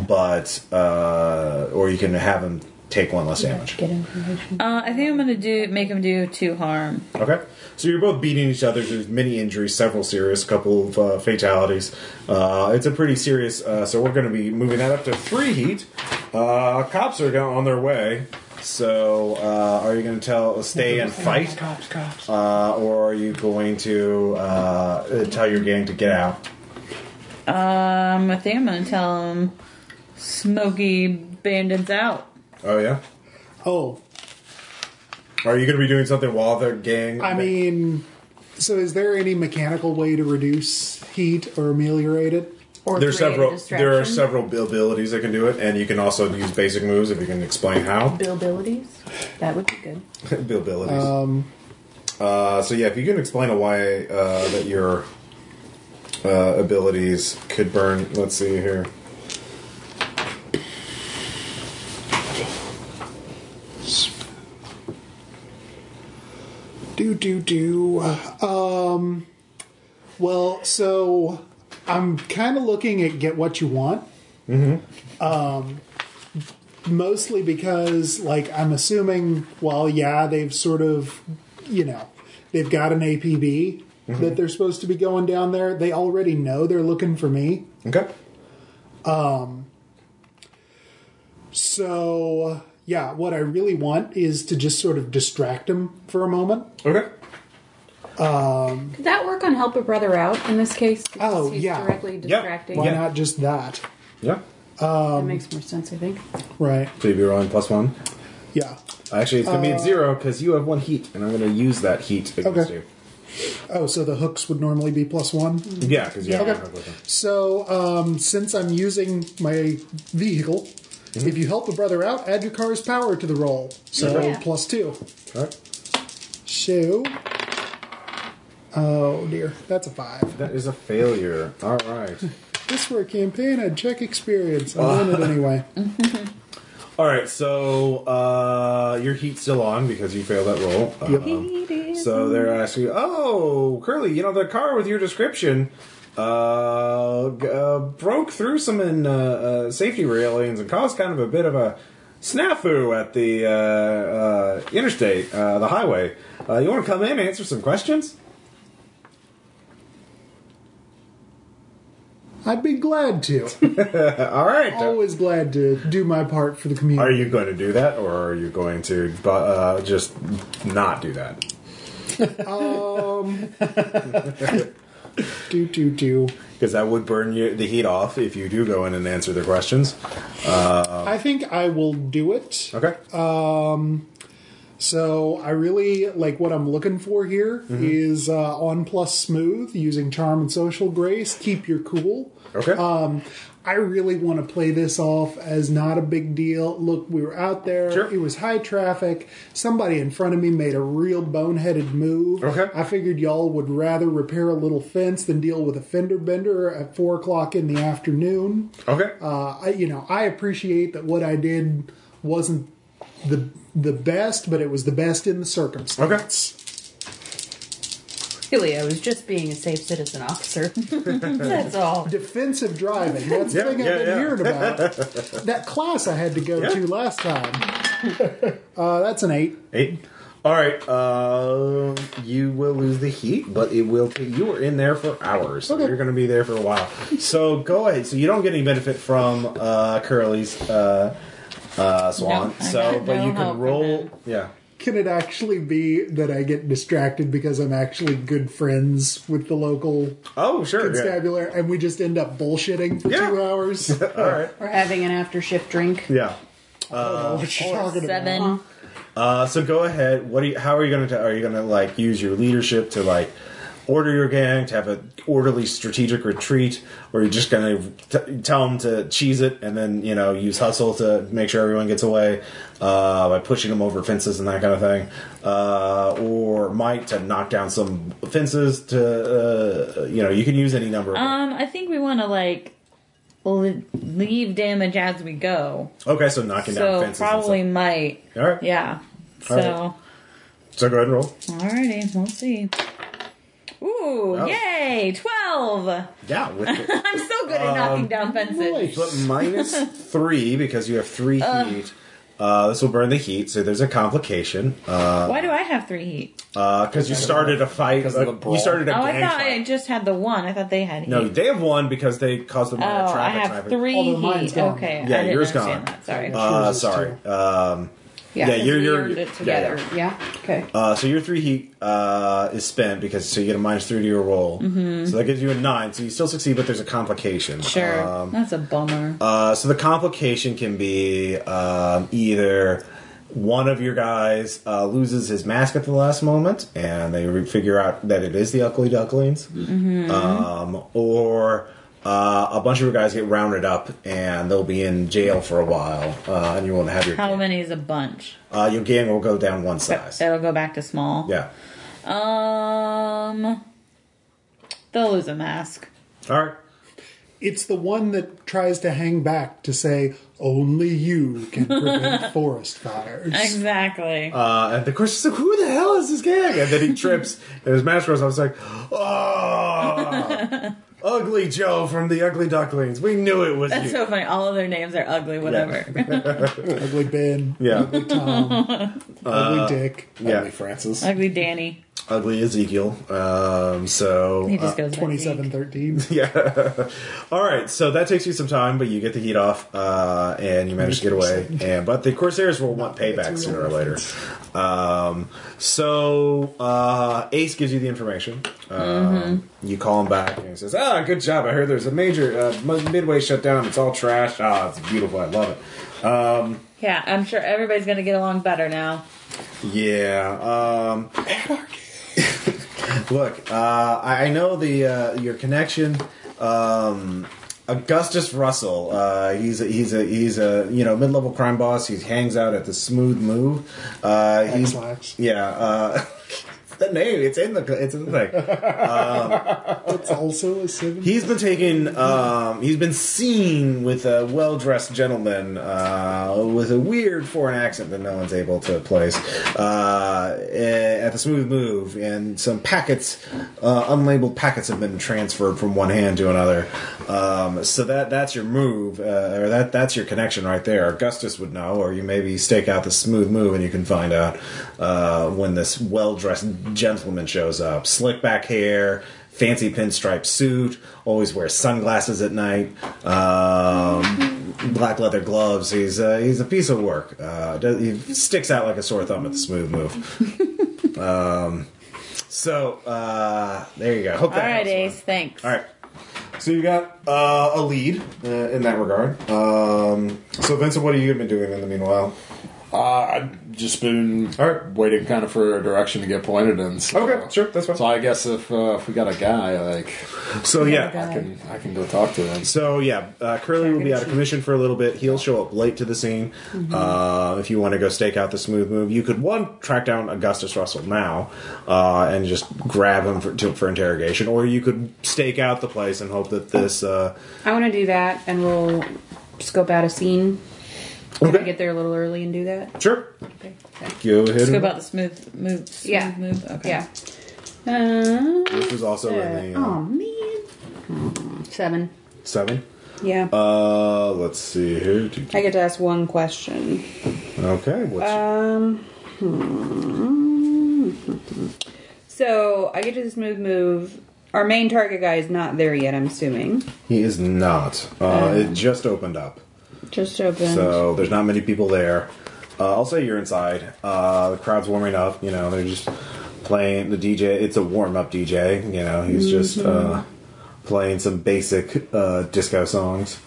Speaker 1: but uh, or you can have him take one less damage.
Speaker 3: Get information.
Speaker 5: uh, I think I'm gonna do make them do two harm.
Speaker 1: Okay, so you're both beating each other. There's many injuries, several serious, couple of uh, fatalities. Uh, it's a pretty serious. Uh, so we're going to be moving that up to three heat. Uh, cops are going on their way. So uh, are you going to tell stay and fight,
Speaker 2: Cops, cops.
Speaker 1: uh, or are you going to uh, tell your gang to get out?
Speaker 5: Um, I think I'm gonna tell them Smoky Bandits out.
Speaker 1: Oh yeah.
Speaker 2: Oh,
Speaker 1: Are you going to be doing something while the gang?
Speaker 2: I mean, so is there any mechanical way to reduce heat or ameliorate it?
Speaker 3: Or
Speaker 1: there's
Speaker 3: create a
Speaker 1: several. There are
Speaker 3: distraction.
Speaker 1: several abilities that can do it, and you can also use basic moves if you can explain how
Speaker 3: abilities. That would be good.
Speaker 1: abilities. Uh, so yeah, if you can explain why uh, that your uh, abilities could burn. Let's see here.
Speaker 2: Do do do. Um, well, so I'm kind of looking at get what you want. Mm-hmm. Um, mostly because, like, I'm assuming. Well, yeah, they've sort of, you know, they've got an APB that they're supposed to be going down there. They already know they're looking for me.
Speaker 1: Okay.
Speaker 2: So, yeah, what I really want is to just sort of distract them for a moment.
Speaker 1: Okay.
Speaker 3: Could that work on help a brother out in this case? Because
Speaker 2: Oh,
Speaker 3: he's
Speaker 2: yeah.
Speaker 3: directly distracting.
Speaker 2: Why
Speaker 1: Yeah.
Speaker 2: not just that?
Speaker 1: Yeah.
Speaker 3: That makes more sense, I think.
Speaker 2: Right.
Speaker 1: So you'd be rolling plus one.
Speaker 2: Yeah.
Speaker 1: Actually, it's gonna be at zero because you have one heat, and I'm gonna use that heat against
Speaker 2: Okay.
Speaker 1: you.
Speaker 2: Oh, so the hooks would normally be plus one.
Speaker 1: Yeah, because you have
Speaker 2: Okay.
Speaker 1: one with
Speaker 2: So, um, since I'm using my vehicle, if you help a brother out, add your car's power to the roll. So,
Speaker 3: Yeah.
Speaker 2: plus two.
Speaker 1: it. All right.
Speaker 2: So, oh dear, that's a five.
Speaker 1: That is a failure. All right.
Speaker 2: This for a campaign, I'd check experience. I'm doing it anyway.
Speaker 1: All right. So uh, your heat's still on because you failed that roll. Um, So they're asking, oh, Curly, you know, the car with your description uh, g- uh, broke through some in, uh, uh, safety railings and caused kind of a bit of a snafu at the uh, uh, interstate, uh, the highway. Uh, you want to come in and answer some questions?
Speaker 2: I'd be glad to.
Speaker 1: All right.
Speaker 2: Always glad to do my part for the community.
Speaker 1: Are you going to do that, or are you going to bu- uh, just not do that?
Speaker 2: Do, do, do.
Speaker 1: Because that would burn you, the heat off if you do go in and answer the questions. Oh.
Speaker 2: I think I will do it.
Speaker 1: Okay.
Speaker 2: So I really like what I'm looking for here is
Speaker 1: Mm-hmm.
Speaker 2: uh, on plus smooth using charm and social grace. Keep your cool.
Speaker 1: okay.
Speaker 2: Um, I really want to play this off as not a big deal. Look, we were out there.
Speaker 1: Sure.
Speaker 2: It was high traffic. Somebody in front of me made a real boneheaded move.
Speaker 1: Okay.
Speaker 2: I figured y'all would rather repair a little fence than deal with a fender bender at four o'clock in the afternoon
Speaker 1: okay.
Speaker 2: uh, I, you know, I appreciate that what I did wasn't the the best, but it was the best in the circumstance.
Speaker 3: Really, I was just being a safe citizen officer. That's all.
Speaker 2: Defensive driving. That's
Speaker 1: Yeah,
Speaker 2: the thing I've
Speaker 1: yeah,
Speaker 2: been
Speaker 1: yeah.
Speaker 2: hearing about. that class I had to go
Speaker 1: Yeah.
Speaker 2: to last time. Uh, that's an eight.
Speaker 1: Eight. All right. Uh, you will lose the heat, but it will. Take, you were in there for hours, so
Speaker 2: Okay.
Speaker 1: you're going to be there for a while. So go ahead. So you don't get any benefit from uh, Curly's uh, uh, swan.
Speaker 5: No, I
Speaker 1: so,
Speaker 5: got
Speaker 1: but
Speaker 5: no
Speaker 1: you
Speaker 5: help
Speaker 1: can
Speaker 5: from
Speaker 1: roll.
Speaker 5: him.
Speaker 1: Yeah.
Speaker 2: Can it actually be that I get distracted because I'm actually good friends with the local
Speaker 1: Oh, sure. Yeah.
Speaker 2: constabulary and we just end up bullshitting for
Speaker 1: Yeah.
Speaker 2: two hours? I don't
Speaker 1: All right.
Speaker 3: We're having an after shift drink.
Speaker 1: Yeah.
Speaker 2: know what you're talking about.
Speaker 5: Seven.
Speaker 1: Uh, so go ahead. What? Are you, how are you going to? Are you going to like use your leadership to like order your gang to have an orderly strategic retreat, or are you just going to tell them to cheese it and then you know use hustle to make sure everyone gets away uh, by pushing them over fences and that kind of thing, uh, or might to knock down some fences to uh, you know you can use any number. Of
Speaker 5: Um, I think we want to like le- leave damage as we go.
Speaker 1: okay, so knocking down
Speaker 5: so
Speaker 1: fences. and
Speaker 5: probably might.
Speaker 1: stuff. all right.
Speaker 5: Yeah.
Speaker 1: All right.
Speaker 5: So
Speaker 1: So go ahead and roll.
Speaker 5: alrighty, we'll see. Ooh!
Speaker 1: Wow.
Speaker 5: Yay! Twelve.
Speaker 1: Yeah. With
Speaker 5: I'm so good at knocking down fences.
Speaker 2: Um, Really?
Speaker 1: But minus three because you have three heat. Uh, this will burn the heat, so there's a complication. Because
Speaker 5: Why do I have three heat?
Speaker 1: uh 'cause you started a fight.
Speaker 4: Because of the
Speaker 1: uh,
Speaker 4: brawl.
Speaker 1: you started a
Speaker 5: Oh, I
Speaker 1: gang
Speaker 5: thought I
Speaker 1: fight.
Speaker 5: just had the one. I thought they had heat.
Speaker 1: No, they have one because they caused the
Speaker 5: oh,
Speaker 1: minor
Speaker 5: I
Speaker 1: traffic.
Speaker 5: have
Speaker 1: traffic.
Speaker 5: three
Speaker 2: Although mine's
Speaker 5: heat.
Speaker 2: gone.
Speaker 5: Okay.
Speaker 1: Yeah,
Speaker 5: I didn't
Speaker 1: yours
Speaker 5: understand
Speaker 1: gone.
Speaker 5: That. Sorry.
Speaker 1: Uh,
Speaker 2: Yours is
Speaker 1: sorry. Um,
Speaker 3: Yeah,
Speaker 1: Yeah,
Speaker 3: 'cause
Speaker 1: you're-
Speaker 3: we
Speaker 1: you're-
Speaker 3: earned it
Speaker 1: yeah, yeah.
Speaker 3: together. Yeah. Okay.
Speaker 1: uh, so your three heat uh, is spent because so you get a minus three to your roll. So that gives you a nine. So you still succeed, but there's a complication.
Speaker 5: Mm-hmm. sure.
Speaker 1: Um,
Speaker 5: That's a bummer.
Speaker 1: Uh, so the complication can be um, either one of your guys uh, loses his mask at the last moment and they re- figure out that it is the Ugly Ducklings, um, or uh, a bunch of your guys get rounded up and they'll be in jail for a while uh, and you won't have your
Speaker 5: How
Speaker 1: gang.
Speaker 5: many is a bunch?
Speaker 1: Uh, your gang will go down one size.
Speaker 5: It'll go back to small.
Speaker 1: Yeah.
Speaker 5: Um, they'll lose a mask.
Speaker 1: All right.
Speaker 2: It's the one that tries to hang back to say, only you can prevent forest fires.
Speaker 5: Exactly.
Speaker 1: Uh, and the question's like, who the hell is this gang? And then he trips, and his mask goes off. It's like, oh, Ugly Joe from the Ugly Ducklings. We knew it was
Speaker 5: That's
Speaker 1: you.
Speaker 5: so funny. All of their names are ugly, whatever.
Speaker 2: Ugly Ben,
Speaker 1: yeah,
Speaker 2: Tom,
Speaker 6: Uh,
Speaker 2: ugly Dick.
Speaker 4: Emily
Speaker 1: yeah.
Speaker 4: Francis.
Speaker 5: ugly Danny.
Speaker 1: Ugly Ezekiel. Um, so
Speaker 5: He just goes by Zeke.
Speaker 2: 2713.
Speaker 1: All right, so that takes you some time, but you get the heat off, uh, and you manage to get away. And but the corsairs will want payback sooner or later. Um, so uh, Ace gives you the information. Um, You call him back, and he says, "Ah, good job. I heard there's a major uh, mid- midway shutdown. It's all trash. Ah, it's beautiful. I love it. Um,
Speaker 5: Yeah, I'm sure everybody's gonna get along better now.
Speaker 1: yeah. Um, Look, uh, I I know the uh, your connection. Um, Augustus Russell, uh, he's a, he's a he's a you know mid level crime boss. He hangs out at the Smooth Move. Uh, he-
Speaker 2: X-Lax.
Speaker 1: yeah, uh, the name it's in the it's in the thing.
Speaker 2: That's also a 7.
Speaker 1: He's been taken. Um, he's been seen with a well-dressed gentleman uh, with a weird foreign accent that no one's able to place uh, eh, at the smooth move, and some packets, uh, unlabeled packets, have been transferred from one hand to another. Um, so that that's your move, uh, or that that's your connection right there. Augustus would know, or you maybe stake out the smooth move, and you can find out uh, when this well-dressed gentleman shows up. Slick back hair fancy pinstripe suit, always wears sunglasses at night, um, black leather gloves. He's uh, he's a piece of work. Uh, does, he sticks out like a sore thumb at the smooth move. um, so uh, there you go. Hope
Speaker 5: All
Speaker 1: that helps,
Speaker 5: right,
Speaker 1: man.
Speaker 5: Ace. Thanks.
Speaker 1: All right. So you got uh, a lead uh, in that regard. Um, so Vincent, what have you been doing in the meanwhile?
Speaker 4: Uh, I've just been
Speaker 1: All right.
Speaker 4: waiting kind of for a direction to get pointed in. So,
Speaker 1: Okay, sure, that's fine.
Speaker 4: So I guess if uh, if we got a guy, like
Speaker 1: So yeah,
Speaker 4: I can I can go talk to him.
Speaker 1: So yeah, uh, Curly will be out of commission for a little bit. He'll show up late to the scene. Uh, if you want to go stake out the smooth move, you could one track down Augustus Russell now uh, and just grab him for, to, for interrogation, or you could stake out the place and hope that this. Uh,
Speaker 3: I want to do that, and we'll scope out a scene. Can I get there a little early and do that?
Speaker 1: sure,
Speaker 3: Okay.
Speaker 1: go ahead.
Speaker 5: Let's go
Speaker 1: and-
Speaker 5: about the smooth move. Smooth
Speaker 3: Yeah.
Speaker 5: Move. Okay.
Speaker 3: Yeah. Uh,
Speaker 1: This was also in the uh,
Speaker 3: oh man. Hmm, Seven.
Speaker 1: seven.
Speaker 3: Yeah.
Speaker 1: Uh, let's see here.
Speaker 3: I get to ask one question.
Speaker 1: Okay, what's
Speaker 3: Um. hmm. So I get to this move. Move. Our main target guy is not there yet. I'm assuming.
Speaker 1: he is not. Uh, it just opened up.
Speaker 3: Just open.
Speaker 1: So there's not many people there. Uh, I'll say you're inside. Uh, the crowd's warming up. You know, they're just playing the DJ. It's a warm up DJ. You know, he's just uh, playing some basic uh, disco songs.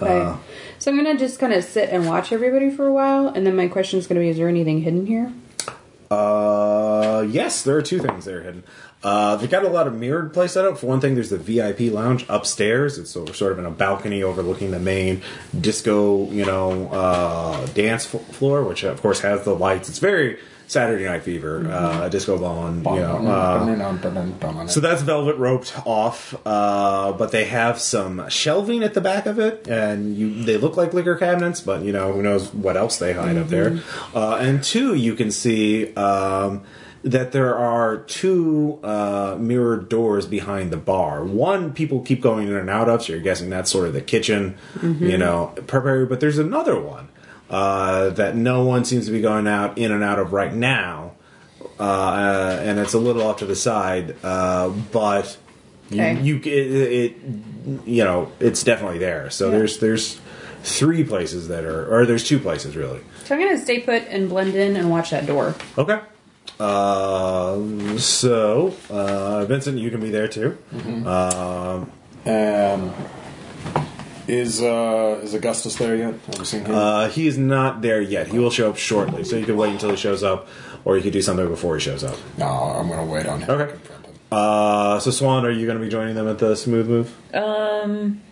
Speaker 1: uh,
Speaker 3: Okay. So I'm gonna just kind of sit and watch everybody for a while, and then my question is gonna be: Is there anything hidden here?
Speaker 1: Uh, yes, there are two things that are hidden. Uh, they've got a lot of mirrored play set up. For one thing, there's the VIP lounge upstairs. It's sort sort of in a balcony overlooking the main disco, you know, uh, dance fl- floor, which of course has the lights. It's very Saturday Night Fever, uh, disco ball, and you know, uh, so that's velvet roped off, uh, but they have some shelving at the back of it, and you they look like liquor cabinets, but you know who knows what else they hide up there. Uh, and two, you can see um, that there are two uh, mirrored doors behind the bar. One people keep going in and out of, so you're guessing that's sort of the kitchen, you know, prep area. But there's another one uh, that no one seems to be going out in and out of right now uh, and it's a little off to the side, uh, but
Speaker 3: Okay.
Speaker 1: you, you it, it you know it's definitely there. So
Speaker 3: Yeah.
Speaker 1: there's there's three places that are, or there's two places really.
Speaker 3: So I'm gonna stay put and blend in and watch that door.
Speaker 1: Okay. Um, so uh, Vincent, you can be there too.
Speaker 4: Um, is uh, is Augustus there yet? Have we seen him?
Speaker 1: Uh, he is not there yet. He will show up shortly, so you can wait until he shows up, or you could do something before he shows up.
Speaker 4: no, I'm gonna wait on him.
Speaker 1: Okay.
Speaker 4: Confront him.
Speaker 1: Uh, so Swan, are you going to be joining them at the smooth move?
Speaker 5: Um,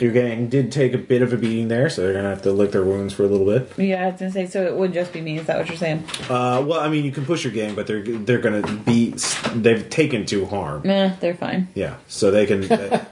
Speaker 1: Your gang did take a bit of a beating there, so they're gonna have to lick their wounds for a little bit.
Speaker 5: Yeah, I was gonna say. So it would just be me. Is that what you're saying?
Speaker 1: Uh, well, I mean, you can push your gang, but they're they're gonna be they've taken two harm.
Speaker 5: Nah, they're fine.
Speaker 1: Yeah, so they can. uh,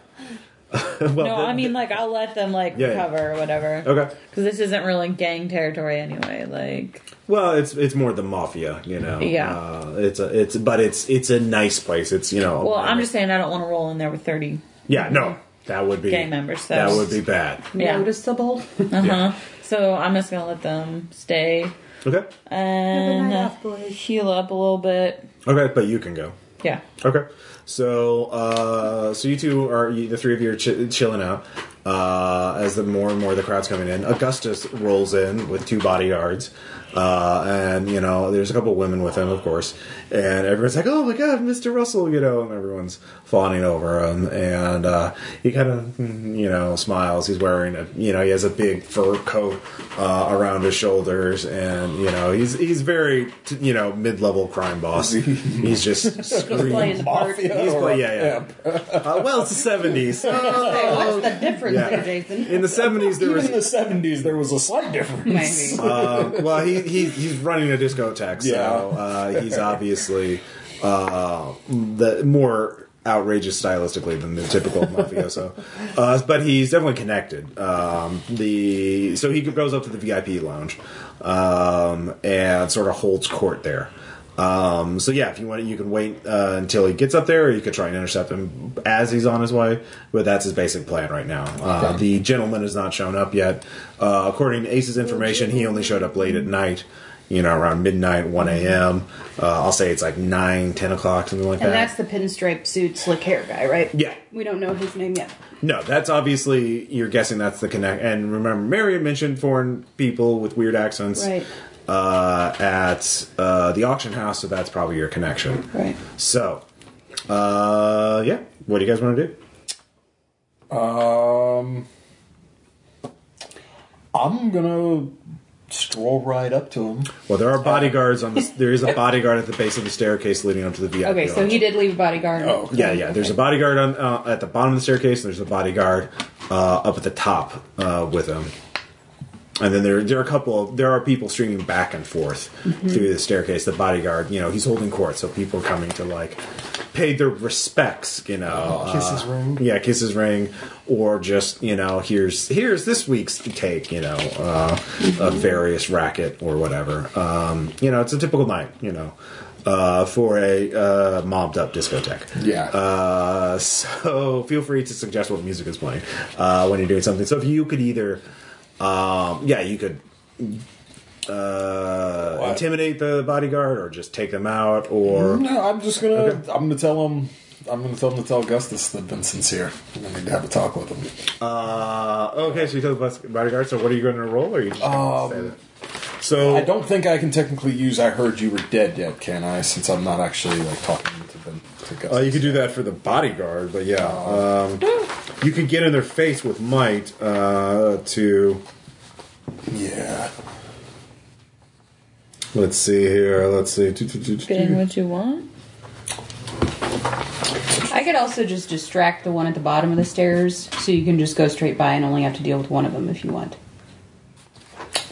Speaker 1: well,
Speaker 5: No,
Speaker 1: the-
Speaker 5: I mean like I'll let them like
Speaker 1: Yeah, yeah.
Speaker 5: recover or whatever.
Speaker 1: okay.
Speaker 5: Because this isn't really gang territory anyway. Like
Speaker 1: Well, it's it's more the mafia, you know.
Speaker 5: Yeah.
Speaker 1: uh, it's a it's but it's it's a nice place. It's you know.
Speaker 5: Well, I'm just saying I don't want to roll in there with 30.
Speaker 1: Yeah, no, that would be
Speaker 5: Gang members, so-
Speaker 1: That would be bad.
Speaker 5: Yeah.
Speaker 3: Noticeable.
Speaker 5: Uh huh. So I'm just gonna let them stay
Speaker 1: Okay,
Speaker 5: Uh, and
Speaker 3: Have a night off, boys.
Speaker 5: heal up a little bit.
Speaker 1: okay, but you can go.
Speaker 5: Yeah.
Speaker 1: Okay. So, uh, so you two are you, the three of you are ch- chilling out uh, as the more and more the crowd's coming in. Augustus rolls in with two bodyguards, uh, and you know there's a couple women with him, of course, and everyone's like, "Oh my God, Mr. Russell," you know, and everyone's fawning over him, and uh, he kind of mm, you know smiles. He's wearing a you know he has a big fur coat uh, around his shoulders, and you know he's he's very t- you know mid level crime boss. He's just screaming.
Speaker 3: Playing part.
Speaker 1: He's
Speaker 4: or
Speaker 1: play, yeah, yeah. Uh, well, it's the seventies.
Speaker 3: Say, Oh, What's the difference
Speaker 1: Yeah.
Speaker 3: there, Jason?
Speaker 1: In the seventies, there
Speaker 4: Even
Speaker 1: was.
Speaker 4: in the 70s, there was a slight difference.
Speaker 3: Maybe.
Speaker 1: Um, well, he, he he's running a discotheque, so
Speaker 4: Yeah.
Speaker 1: uh, he's obviously uh, the more outrageous stylistically than the typical mafioso. Uh, but he's definitely connected. Um, the so he goes up to the VIP lounge um, and sort of holds court there. Um, so yeah, if you want, you can wait uh, until he gets up there, or you could try and intercept him as he's on his way. But that's his basic plan right now. Uh, The gentleman has not shown up yet. Uh, according to Ace's information, he only showed up late at night. You know, around midnight, one
Speaker 3: Mm-hmm.
Speaker 1: a.m. Uh, I'll say it's like 9, 10 o'clock, something like
Speaker 3: And
Speaker 1: that.
Speaker 3: that's the pinstripe suit, slick hair guy, right?
Speaker 1: Yeah.
Speaker 3: We don't know his name yet.
Speaker 1: No, that's obviously you're guessing that's the connect. And remember, Marion mentioned foreign people with weird accents
Speaker 3: Right.
Speaker 1: uh, at uh, the auction house, so that's probably your connection.
Speaker 3: Right.
Speaker 1: So, uh, yeah, what do you guys want to do?
Speaker 4: Um, I'm gonna stroll right up to him.
Speaker 1: Well, there are
Speaker 3: Uh,
Speaker 1: bodyguards on the. There is a bodyguard at the base of the staircase leading up to the VIP.
Speaker 3: Okay, so
Speaker 1: lounge.
Speaker 3: he did leave a bodyguard.
Speaker 4: Oh, okay.
Speaker 1: Yeah, yeah. There's a bodyguard on uh, at the bottom of the staircase, and there's a bodyguard uh, up at the top uh, with him. And then there, there are a couple. Of, there are people streaming back and forth through the staircase. The bodyguard, you know, he's holding court, so people are coming to like pay their respects, you know, uh,
Speaker 2: Kiss his ring.
Speaker 1: yeah, kisses ring, or just you know, here's here's this week's take, you know, uh, of various racket or whatever. Um, you know, it's a typical night, you know, uh, for a uh, mobbed up discotheque.
Speaker 4: Yeah.
Speaker 1: Uh, so feel free to suggest what music is playing uh, when you're doing something. So if you could either, um, yeah, you could. Uh,
Speaker 4: What? Mm-hmm.
Speaker 1: intimidate the bodyguard, or just take them out, or
Speaker 4: No, I'm just gonna. I'm gonna tell him. I'm gonna tell him to tell Augustus that Vincent's here. I need to have a talk with him.
Speaker 1: Uh, okay, so you tell the bus- bodyguard. So what are you going to roll? Or are you just going to say that? So
Speaker 4: Um, I don't think I can technically use "I heard you were dead" yet, can I? Since I'm not actually like talking to them. To Augustus.
Speaker 1: uh, you could do that for the bodyguard, but yeah, um, you could get in their face with might uh, to.
Speaker 4: Yeah.
Speaker 1: Let's see here. Let's see. Do, do, do, do,
Speaker 5: Getting
Speaker 1: do.
Speaker 5: what you want.
Speaker 3: I could also just distract the one at the bottom of the stairs, so you can just go straight by and only have to deal with one of them if you want.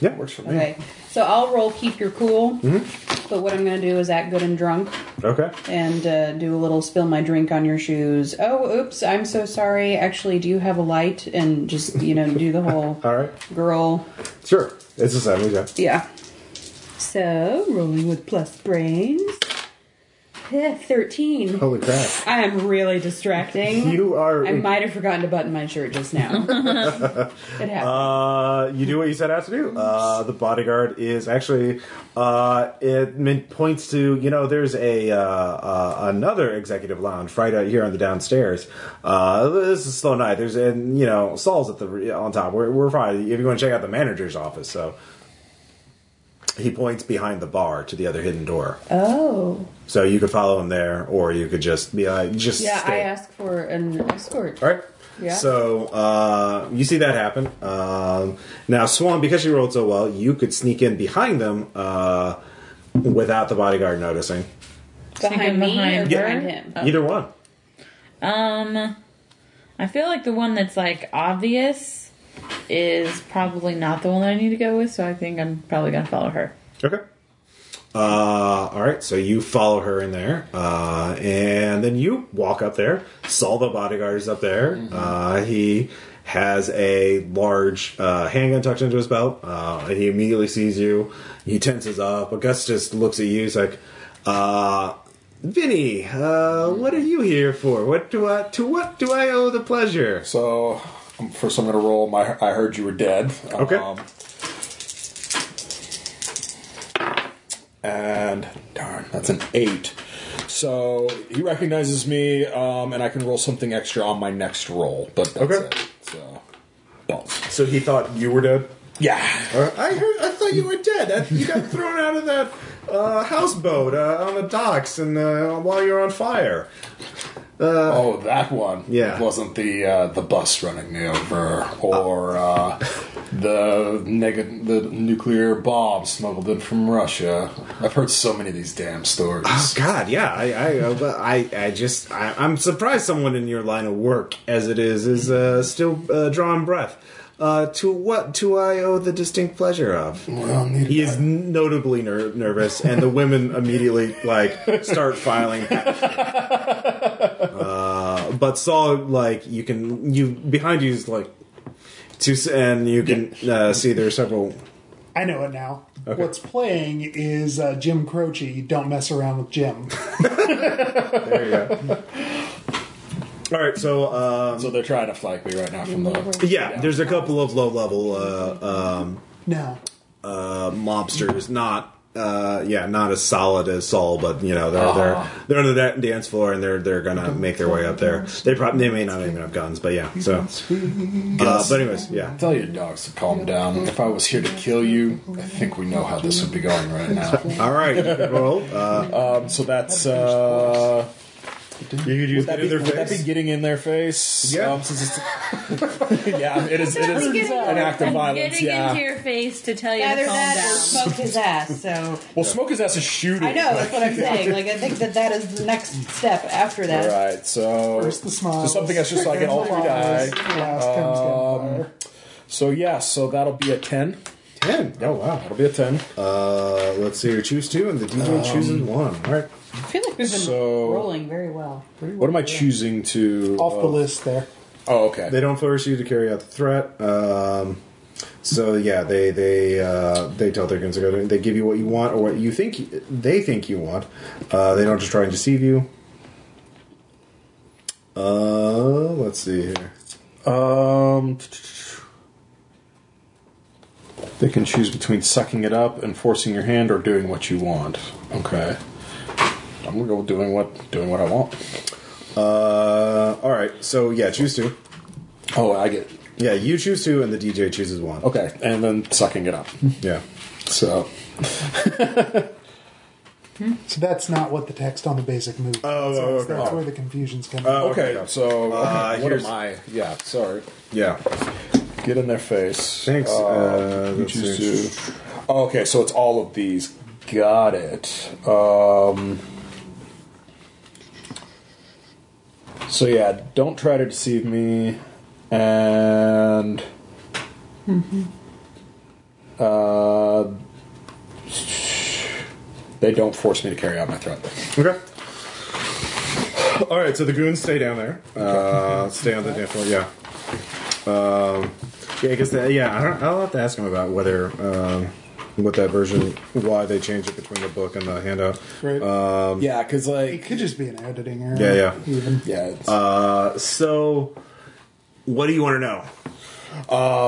Speaker 1: Yeah, works for me.
Speaker 3: Okay, so I'll roll keep your cool,
Speaker 1: Mm-hmm.
Speaker 3: but what I'm going to do is act good and drunk
Speaker 1: Okay.
Speaker 3: and uh, do a little spill my drink on your shoes. Oh, oops, I'm so sorry. Actually, do you have a light? And just, you know, do the whole
Speaker 1: All right.
Speaker 3: girl.
Speaker 1: Sure. It's a seven. Yeah.
Speaker 3: Yeah. So, rolling with plus brains. Eh, 13.
Speaker 1: Holy crap!
Speaker 3: I am really distracting.
Speaker 1: You are.
Speaker 3: I might have forgotten to button my shirt just now. it happened.
Speaker 1: Uh, you do what you set out to do. Uh, the bodyguard is actually uh, it min- points to you know there's a uh, uh, another executive lounge right out here on the downstairs. Uh, this is a slow night. There's and you know Saul's at the on top. We're, we're fine. If you want to check out the manager's office, so he points behind the bar to the other hidden door.
Speaker 3: oh.
Speaker 1: So you could follow him there, or you could just be like just
Speaker 3: Yeah, I
Speaker 1: stay.
Speaker 3: asked for an escort.
Speaker 1: All right.
Speaker 3: Yeah.
Speaker 1: So uh, you see that happen. Um, now, Swan, because she rolled so well, you could sneak in behind them uh, without the bodyguard noticing.
Speaker 3: Behind me
Speaker 5: Behind
Speaker 3: or
Speaker 5: her?
Speaker 3: behind him?
Speaker 1: Either one.
Speaker 5: Um, I feel like the one that's like obvious is probably not the one that I need to go with, so I think I'm probably gonna follow her.
Speaker 1: Okay. Uh, all right, so you follow her in there, uh, and then you walk up there. Saul the bodyguard is up there. Uh, he has a large uh, handgun tucked into his belt. Uh, he immediately sees you. He tenses up. Augustus looks at you. He's like, uh, "Vinny, uh, what are you here for? What do I to what do I owe the pleasure?"
Speaker 6: So, um, first I'm going to roll my I heard you were dead. um,
Speaker 1: Okay.
Speaker 6: and darn, that's an eight. So he recognizes me, um, and I can roll something extra on my next roll. But that's
Speaker 1: Okay.
Speaker 6: it. So, balls.
Speaker 1: So he thought you were dead.
Speaker 6: Yeah.
Speaker 1: Uh, I heard. I thought you were dead. Uh, You got thrown out of that uh, houseboat uh, on the docks, and uh, while you're on fire.
Speaker 6: Oh, that one.
Speaker 1: Yeah.
Speaker 6: It wasn't the uh, the bus running me over or uh, the neg- the nuclear bomb smuggled in from Russia. I've heard so many of these damn stories.
Speaker 1: Oh God, yeah. I, I, uh, but I, I just, I, I'm surprised someone in your line of work, as it is, is uh, still uh, drawing breath. Uh, to what do I owe the distinct pleasure of?
Speaker 6: Well, need
Speaker 1: He is notably ner- nervous, and the women immediately like start filing. Uh, but Saul, like you can, you behind you is like two, s- and you can uh, see there are several.
Speaker 2: I know it now.
Speaker 1: Okay.
Speaker 2: What's playing is uh, Jim Croce. Don't mess around with Jim.
Speaker 1: There you go. All right, so um,
Speaker 6: So they're trying to flank me right now from the.
Speaker 1: yeah, there's a couple of low level uh, um,
Speaker 2: no.
Speaker 1: uh, mobsters, not. Uh, yeah, not as solid as Saul, but you know they're they're they're on the da- dance floor and they're they're gonna make their way up there. They probably they may not even have guns, but yeah. So, uh, but anyways, yeah.
Speaker 6: Tell your dogs to calm down. If I was here to kill you, I think we know how this would be going right now.
Speaker 1: All right, you can roll. Uh,
Speaker 6: Um, so that's. Uh,
Speaker 1: you could use
Speaker 6: would, that be,
Speaker 1: either
Speaker 6: would that be
Speaker 1: face.
Speaker 6: getting in their face?
Speaker 1: Yeah.
Speaker 6: Um, since it's- yeah, it is. It is
Speaker 5: Getting-
Speaker 6: an act of
Speaker 5: I'm
Speaker 6: violence.
Speaker 5: Getting
Speaker 6: yeah.
Speaker 5: into your face to tell you
Speaker 3: Either
Speaker 5: to calm
Speaker 3: that
Speaker 5: down.
Speaker 3: or smoke his ass. So
Speaker 6: Well, smoke is as a shooting.
Speaker 3: I know that's what I'm saying. Like I think that that is the next step after
Speaker 6: All
Speaker 3: that.
Speaker 6: right, so
Speaker 2: First the smile.
Speaker 6: So something that's just like an Um, all three die.
Speaker 2: Last comes gunfire.
Speaker 6: So yeah, so that'll be a ten.
Speaker 1: ten. Oh wow.
Speaker 6: That'll be a ten.
Speaker 1: Uh, let's see. You choose two, and the DJ chooses one. All right.
Speaker 3: I feel like we've been
Speaker 6: So-
Speaker 3: rolling very well.
Speaker 6: What am I choosing to?
Speaker 2: Off
Speaker 6: uh,
Speaker 2: the list there.
Speaker 6: Oh, okay.
Speaker 1: They don't force you to carry out the threat. Um, so yeah, they they uh, they tell their guns to go. to- They give you what you want or what you think you- they think you want. Uh, they don't just try and deceive you. Uh, let's see here.
Speaker 6: Um, they can choose between sucking it up and forcing your hand, or doing what you want. Okay. I'm gonna go with doing what doing what I want.
Speaker 1: Uh, all right. So yeah, choose two.
Speaker 6: Oh, I get.
Speaker 1: Yeah, you choose two, and the DJ chooses one.
Speaker 6: Okay, and then sucking it up.
Speaker 1: Yeah.
Speaker 6: So
Speaker 2: So that's not what the text on the basic move.
Speaker 1: Oh,
Speaker 2: says.
Speaker 1: oh, okay.
Speaker 2: That's
Speaker 1: Oh.
Speaker 2: where the confusion's coming.
Speaker 1: Oh,
Speaker 6: okay, so
Speaker 1: Uh,
Speaker 6: what
Speaker 1: here's-
Speaker 6: am I? Yeah, sorry.
Speaker 1: Yeah.
Speaker 6: Get in their face. Oh,
Speaker 1: Thanks. Uh,
Speaker 6: you
Speaker 1: let's
Speaker 6: choose
Speaker 1: see.
Speaker 6: to- Oh, okay, so it's all of these. Got it. Um, so yeah, don't try to deceive me, and uh, they don't force me to carry out my threat.
Speaker 1: Okay. All right, so the goons stay down there. Uh, stay on the dance floor. Yeah. Um, yeah, because yeah, I don't, I'll have to ask him about whether um, what that version, why they changed it between the book and the handout.
Speaker 2: Right.
Speaker 6: uh, yeah, because
Speaker 2: it
Speaker 6: like
Speaker 2: could just be an editing error.
Speaker 1: Yeah, yeah.
Speaker 2: Even.
Speaker 6: yeah, it's,
Speaker 1: Uh, so, what do you want to know?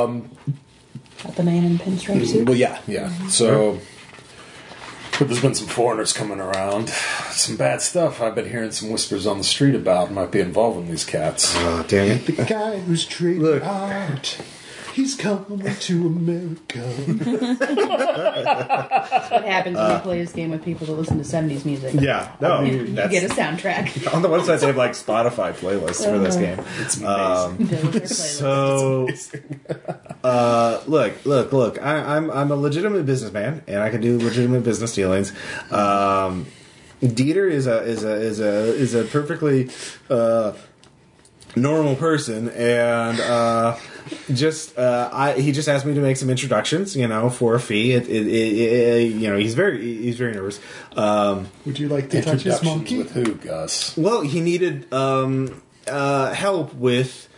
Speaker 3: Not the man in pinstripe suit.
Speaker 6: Well, yeah, yeah. So, but there's been some foreigners coming around. Some bad stuff I've been hearing some whispers on the street about might be involved in these cats.
Speaker 1: Uh, dang it!
Speaker 2: The guy who's treated
Speaker 1: Look.
Speaker 2: hard. He's coming to America.
Speaker 3: What happens when you play this game with people that listen to '70s music?
Speaker 1: Uh, Yeah, no,
Speaker 3: You, you
Speaker 1: that's
Speaker 3: get a soundtrack.
Speaker 1: on the website. They have like Spotify playlists for this
Speaker 3: Uh-huh.
Speaker 1: game.
Speaker 6: It's amazing.
Speaker 1: So, uh, look, look, look. I, I'm I'm a legitimate businessman, and I can do legitimate business dealings. Um, Dieter is a is a is a is a perfectly uh, normal person and uh just uh I, he just asked me to make some introductions you know for a fee it, it, it, it- you know he's very he's very nervous um
Speaker 2: Would you like to touch his
Speaker 4: Introductions
Speaker 2: monkey?
Speaker 4: with who, Gus?
Speaker 1: well he needed um uh help with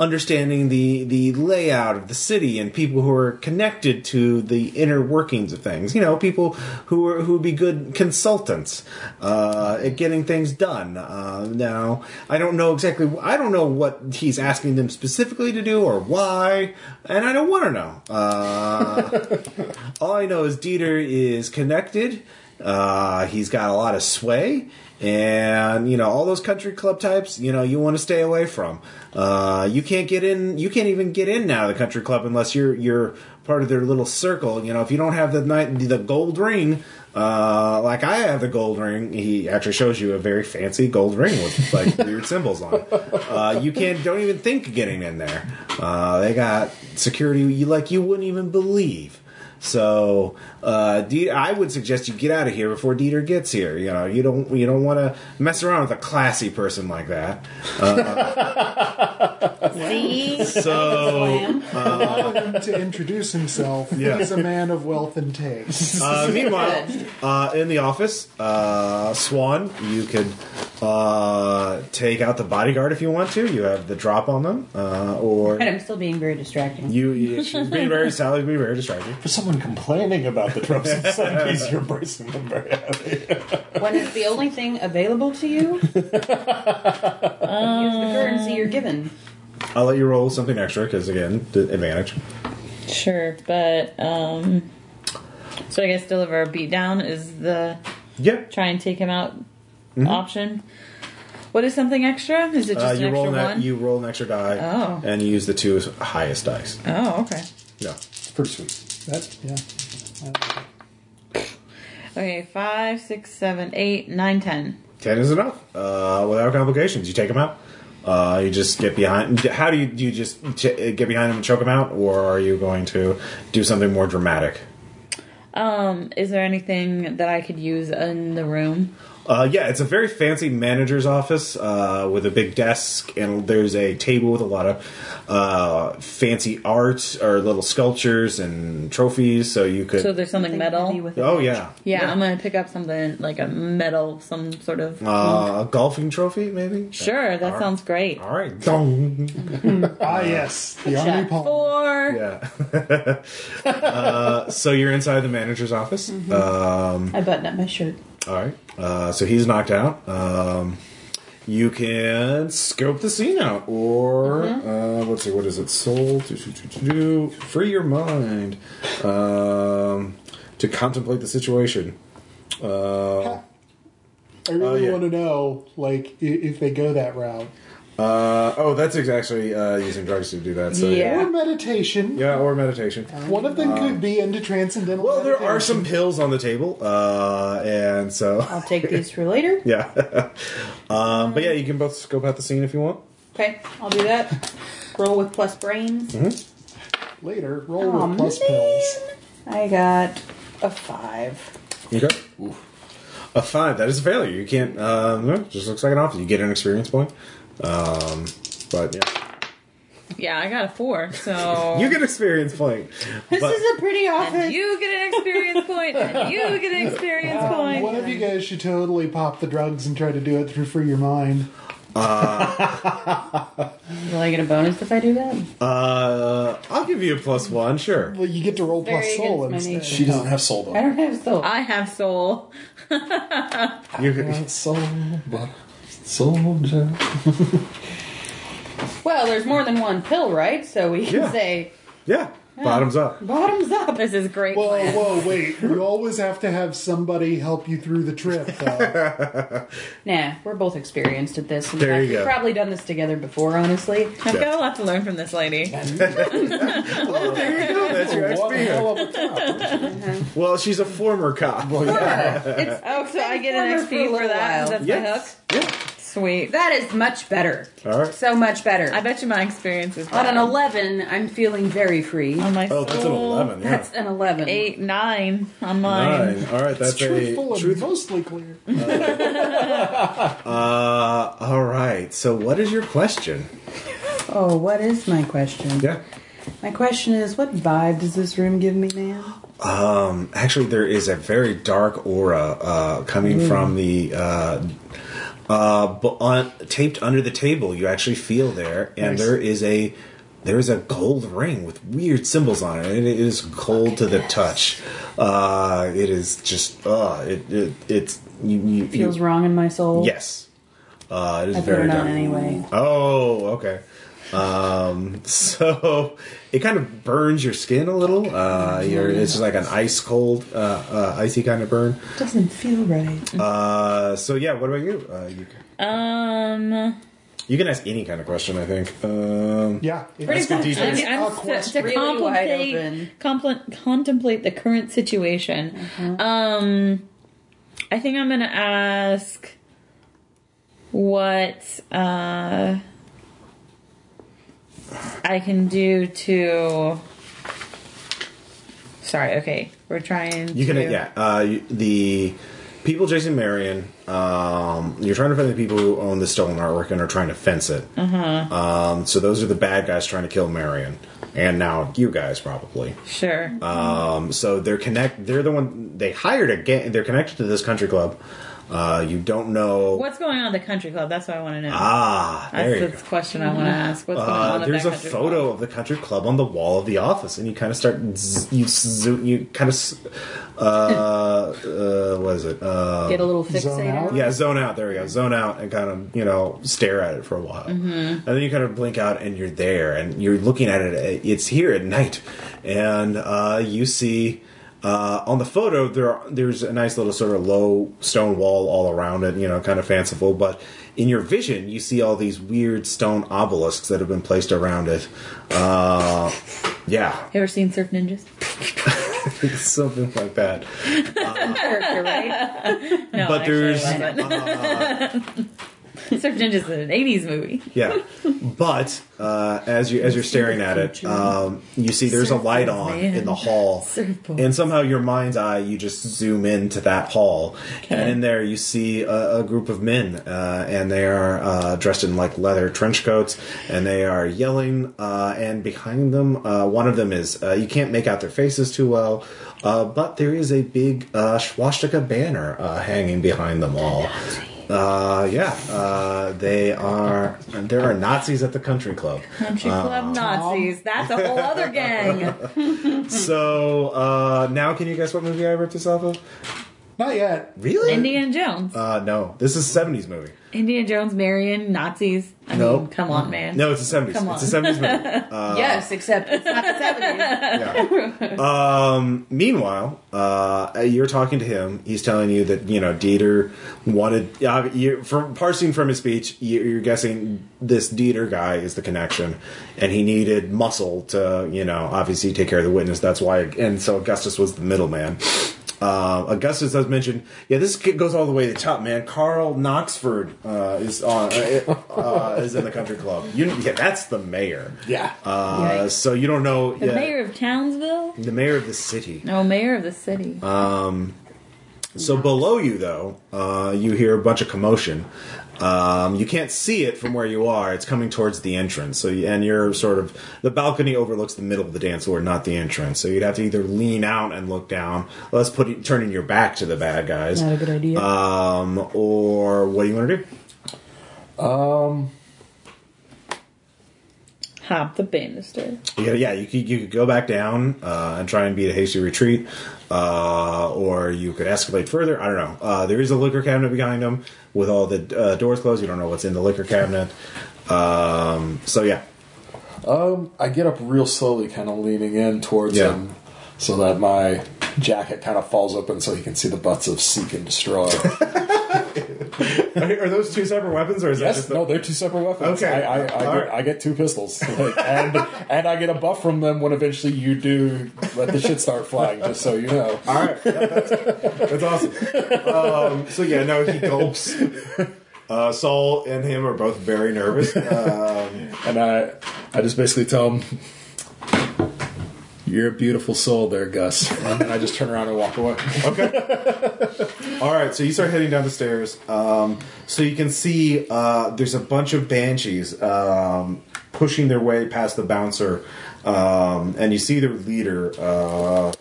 Speaker 1: understanding the the layout of the city and people who are connected to the inner workings of things you know people who are who would be good consultants uh at getting things done uh now i don't know exactly i don't know what he's asking them specifically to do or why and i don't want to know uh all i know is dieter is connected uh he's got a lot of sway and you know all those country club types you know you want to stay away from uh, you can't get in you can't even get in now the country club unless you're you're part of their little circle you know if you don't have the night the gold ring uh, like I have the gold ring. He actually shows you a very fancy gold ring with like weird symbols on it. Uh, you can't, don't even think of getting in there. Uh, they got security you like you wouldn't even believe. So, uh, Dieter, I would suggest you get out of here before Dieter gets here. You know, you don't you don't want to mess around with a classy person like that.
Speaker 5: See?
Speaker 1: So, uh,
Speaker 3: Lamb.
Speaker 2: Allow him to introduce himself.
Speaker 1: Yeah.
Speaker 2: He's a man of wealth and taste.
Speaker 1: uh, meanwhile, uh, in the office, uh, Swan, you could uh, take out the bodyguard if you want to. You have the drop on them, uh, or
Speaker 7: And I'm still being very distracting.
Speaker 1: you. you she's being very Sally's being very distracting.
Speaker 6: For someone complaining about the Trumps and Sundays, you're bracing them very heavily.
Speaker 7: When it's the only thing available to you, use the currency you're given.
Speaker 1: I'll let you roll something extra because again, the advantage.
Speaker 5: Sure, but um so I guess deliver a beatdown is the
Speaker 1: Yep.
Speaker 5: try and take him out option. What is something extra? Is it
Speaker 1: Mm-hmm.
Speaker 5: just
Speaker 1: Uh,
Speaker 5: an
Speaker 1: you
Speaker 5: extra
Speaker 1: roll an,
Speaker 5: one?
Speaker 1: e- you roll an extra die,
Speaker 5: Oh.
Speaker 1: and you use the two highest dice.
Speaker 5: Oh, okay.
Speaker 1: Yeah.
Speaker 4: It's pretty sweet.
Speaker 2: That, yeah.
Speaker 5: Okay, five, six, seven, eight, nine, ten.
Speaker 1: 10 is enough uh, without complications you take them out uh, you just get behind how do you do you just ch- get behind them and choke them out or are you going to do something more dramatic
Speaker 5: Um, is there anything that I could use in the room?
Speaker 1: uh, yeah it's a very fancy manager's office uh, with a big desk and there's a table with a lot of uh, fancy art or little sculptures and trophies so you could
Speaker 5: So there's something
Speaker 7: Heavy
Speaker 5: metal.
Speaker 7: with it.
Speaker 1: oh yeah
Speaker 5: Yeah, I'm gonna pick up something like a metal, some sort of.
Speaker 1: uh, a golfing trophy maybe
Speaker 5: sure, that
Speaker 1: Alright.
Speaker 5: sounds great.
Speaker 1: all right Dong.
Speaker 2: Ah, yes. The Army Palm.
Speaker 5: Four.
Speaker 1: Yeah. uh, so you're inside the manager's office.
Speaker 5: Mm-hmm.
Speaker 1: Um,
Speaker 7: I button up my shirt.
Speaker 1: all right. Uh, so he's knocked out. Um, you can scope the scene out, or uh, let's see, what is it? Soul do, do, do, do, do. free your mind um, to contemplate the situation. Uh,
Speaker 2: I really
Speaker 1: Oh, yeah.
Speaker 2: want to know, like, i- if they go that route.
Speaker 1: uh, oh, that's ex- actually uh, using drugs to do that. So yeah,
Speaker 5: Yeah.
Speaker 2: Or meditation.
Speaker 1: yeah or meditation.
Speaker 2: One of them could be into transcendental.
Speaker 1: Well, there are
Speaker 2: Oh. meditation.
Speaker 1: some pills on the table, uh, and so
Speaker 7: I'll take these for later.
Speaker 1: Yeah. um, but yeah, you can both scope out the scene if you want.
Speaker 7: Okay, I'll do that. Roll with plus brains.
Speaker 2: later. Roll
Speaker 7: Aw,
Speaker 2: with plus
Speaker 7: man.
Speaker 2: pills.
Speaker 7: I got a five.
Speaker 1: Okay. A five. That is a failure. You can't. Uh, no, it just looks like an office. You get an experience point. Um, but yeah,
Speaker 5: Yeah, I got a four. So
Speaker 1: you get experience point.
Speaker 7: This
Speaker 1: But-
Speaker 7: is a pretty
Speaker 5: And
Speaker 7: office.
Speaker 5: you get an experience point, and you get an experience point.
Speaker 2: One of you guys should totally pop the drugs and try to do it through free your mind.
Speaker 7: Will I get a bonus if I do that?
Speaker 1: uh, I'll give you a plus one. Sure.
Speaker 2: Well, you get to roll plus
Speaker 7: Very
Speaker 2: soul
Speaker 7: against my Uh,
Speaker 2: instead.
Speaker 7: nature.
Speaker 4: She doesn't have soul
Speaker 7: I
Speaker 4: though.
Speaker 7: don't have soul.
Speaker 5: I have soul.
Speaker 1: You can,
Speaker 4: Soul, but soldier.
Speaker 7: Well, there's more than one pill, right? So we can
Speaker 1: Yeah.
Speaker 7: say
Speaker 1: yeah. Bottoms up.
Speaker 7: bottoms up.
Speaker 5: This is great.
Speaker 2: Whoa,
Speaker 5: plan.
Speaker 2: whoa, wait. You always have to have somebody help you through the trip, though.
Speaker 7: Nah, we're both experienced at this. In
Speaker 1: There
Speaker 7: fact,
Speaker 1: you go.
Speaker 7: We've probably done this together before, honestly.
Speaker 5: I've got a lot to learn from this lady.
Speaker 1: There you go. That's your
Speaker 6: What the
Speaker 1: experience.
Speaker 6: hell of a cop?
Speaker 1: Well, she's a former cop.
Speaker 5: Oh, so I get an
Speaker 7: Former
Speaker 5: XP for,
Speaker 7: for a little while.
Speaker 5: that. That's my hook.
Speaker 1: Yeah.
Speaker 5: Sweet.
Speaker 3: That is much better.
Speaker 1: All right.
Speaker 3: So much better.
Speaker 5: I bet you my experience is
Speaker 3: On an
Speaker 5: better.
Speaker 3: 11, I'm feeling very free.
Speaker 5: On my
Speaker 1: Oh, that's an
Speaker 5: soul,
Speaker 1: eleven. Yeah.
Speaker 3: That's an 11.
Speaker 5: Eight, nine on mine.
Speaker 1: Nine. All right, that's
Speaker 2: truthful
Speaker 1: a
Speaker 2: and
Speaker 1: truth.
Speaker 2: mostly clear.
Speaker 1: Uh, all right. So, what is your question?
Speaker 7: Oh, what is my question?
Speaker 1: Yeah.
Speaker 7: My question is, what vibe does this room give me, man?
Speaker 1: Um, actually, there is a very dark aura uh, coming from the uh, uh, bu- on, taped under the table. You actually feel there, and there is a there is a gold ring with weird symbols on it, and it is cold to the touch. Uh, it is just uh, it, it it's you, you,
Speaker 7: Feels
Speaker 1: you,
Speaker 7: wrong in my soul.
Speaker 1: Yes, uh, it is
Speaker 7: I put
Speaker 1: very
Speaker 7: it on
Speaker 1: dark.
Speaker 7: anyway.
Speaker 1: Oh, okay. Um, so it kind of burns your skin a little. Uh, you're, it's just like an ice cold, uh, uh, icy kind of burn.
Speaker 3: Mm-hmm.
Speaker 7: Doesn't feel right.
Speaker 1: Uh, so yeah, what about you? Uh, you?
Speaker 5: Um,
Speaker 1: You can ask any kind of question, I think. Um,
Speaker 2: Yeah.
Speaker 1: Ask a
Speaker 5: I
Speaker 1: DJ.
Speaker 5: mean, I'm
Speaker 2: a
Speaker 5: s-
Speaker 2: question.
Speaker 5: to
Speaker 3: Really wide open.
Speaker 5: contemplate, compl- contemplate the current situation.
Speaker 3: Uh-huh.
Speaker 5: Um, I think I'm gonna ask what uh, I can do to. Sorry. Okay, we're trying.
Speaker 1: You can,
Speaker 5: to-
Speaker 1: yeah. Uh, you- the people Jason Marion. Um, you're trying to find the people who own the stolen artwork and are trying to fence it. Um, so those are the bad guys trying to kill Marion, and now you guys probably.
Speaker 5: Sure.
Speaker 1: Um, so they're connect. They're the one they hired a gang. They're connected to this country club. Uh, you don't know.
Speaker 5: What's going on at the country club? That's what I want to know.
Speaker 1: Ah, there
Speaker 5: That's
Speaker 1: you
Speaker 5: the
Speaker 1: go.
Speaker 5: question I want to ask. What's going on
Speaker 1: Uh,
Speaker 5: at
Speaker 1: there's
Speaker 5: that
Speaker 1: a
Speaker 5: country
Speaker 1: photo
Speaker 5: club?
Speaker 1: of the country club on the wall of the office, and you kind of start z- you zo- you kind of s- uh, uh, what is it? Uh,
Speaker 3: Get a little
Speaker 2: Zone out.
Speaker 3: fixated.
Speaker 1: yeah, zone out. There we go. Zone out and kind of you know stare at it for a while, and then you kind of blink out and you're there, and you're looking at it. It's here at night, and uh, you see uh, on the photo there there's a nice little sort of low stone wall all around it, you know, kind of fanciful. But in your vision, you see all these weird stone obelisks that have been placed around it. Uh, yeah,
Speaker 5: You ever seen Surf Ninjas?
Speaker 1: something like that.
Speaker 3: Character, right?
Speaker 5: No,
Speaker 1: But
Speaker 5: actually,
Speaker 1: there's-
Speaker 5: I wasn't. Surf Ninjas is an '80s movie.
Speaker 1: Yeah, but uh, as you as you're staring at it, um, you see there's a light on in the hall,
Speaker 5: Surfboard.
Speaker 1: and somehow your mind's eye you just zoom into that hall, and in there you see a, a group of men, uh, and they are uh, dressed in like leather trench coats, and they are yelling, uh, and behind them uh, one of them is uh, you can't make out their faces too well. Uh, but there is a big uh, swastika banner uh, hanging behind them all. Uh, yeah, uh, they are. There are Nazis at the country club.
Speaker 5: Country Club Nazis. That's a whole other gang.
Speaker 1: So uh, now, can you guess what movie I ripped this off of?
Speaker 2: Not yet.
Speaker 1: Really?
Speaker 5: Indiana Jones.
Speaker 1: Uh, no, this is a '70s movie.
Speaker 5: Indiana Jones, Marion, Nazis. I
Speaker 1: No.
Speaker 5: mean, come on, man.
Speaker 1: No, it's a '70s.
Speaker 5: Come on.
Speaker 1: It's a '70s movie.
Speaker 7: Uh,
Speaker 3: yes, except it's not the 70s.
Speaker 1: Yeah. um, meanwhile, uh, you're talking to him. He's telling you that you know Dieter wanted. Uh, you, from parsing from his speech, you, you're guessing this Dieter guy is the connection, and he needed muscle to you know obviously take care of the witness. That's why, and so Augustus was the middleman. Uh, Augustus does mention, yeah, this kid goes all the way to the top, man. Carl Knoxford uh, is on uh, uh, is in the country club. You, yeah, that's the mayor.
Speaker 6: Yeah.
Speaker 1: Uh, so you don't know
Speaker 5: The mayor of Townsville?
Speaker 1: the mayor of the city.
Speaker 5: No, mayor of the city.
Speaker 1: So below you, though, uh, you hear a bunch of commotion. Um, you can't see it from where you are. It's coming towards the entrance. So, you- and you're sort of the balcony overlooks the middle of the dance floor, not the entrance. So you'd have to either lean out and look down, let's put it- turning your back to the bad guys,
Speaker 7: Not a good idea.
Speaker 1: um, or what do you want to do?
Speaker 5: Hop the banister.
Speaker 1: You gotta, yeah, you could, you could go back down uh, and try and beat a hasty retreat, uh, or you could escalate further. I don't know. Uh, there is a liquor cabinet behind them with all the uh, doors closed. You don't know what's in the liquor cabinet. Um, so yeah,
Speaker 6: Um, I get up real slowly, kind of leaning in towards
Speaker 1: Yeah.
Speaker 6: him, so that my jacket kind of falls open, so he can see the butts of seek and destroy.
Speaker 1: are, those two separate weapons, or is
Speaker 6: yes, no, they're two separate weapons.
Speaker 1: Okay.
Speaker 6: I, I, I,
Speaker 1: All
Speaker 6: get,
Speaker 1: right.
Speaker 6: I get two pistols, like, and and I get a buff from them when eventually you do let the shit start flying. Just so you know.
Speaker 1: All right, that's, that's awesome. Um, so yeah, no, he gulps. Uh, Saul and him are both very nervous. Um,
Speaker 6: And I, I just basically tell him, "You're a beautiful soul, there, Gus." And then I just turn around and walk away.
Speaker 1: all right, so you start heading down the stairs. Um, so you can see uh, there's a bunch of banshees um, pushing their way past the bouncer, um, and you see their leader. Uh,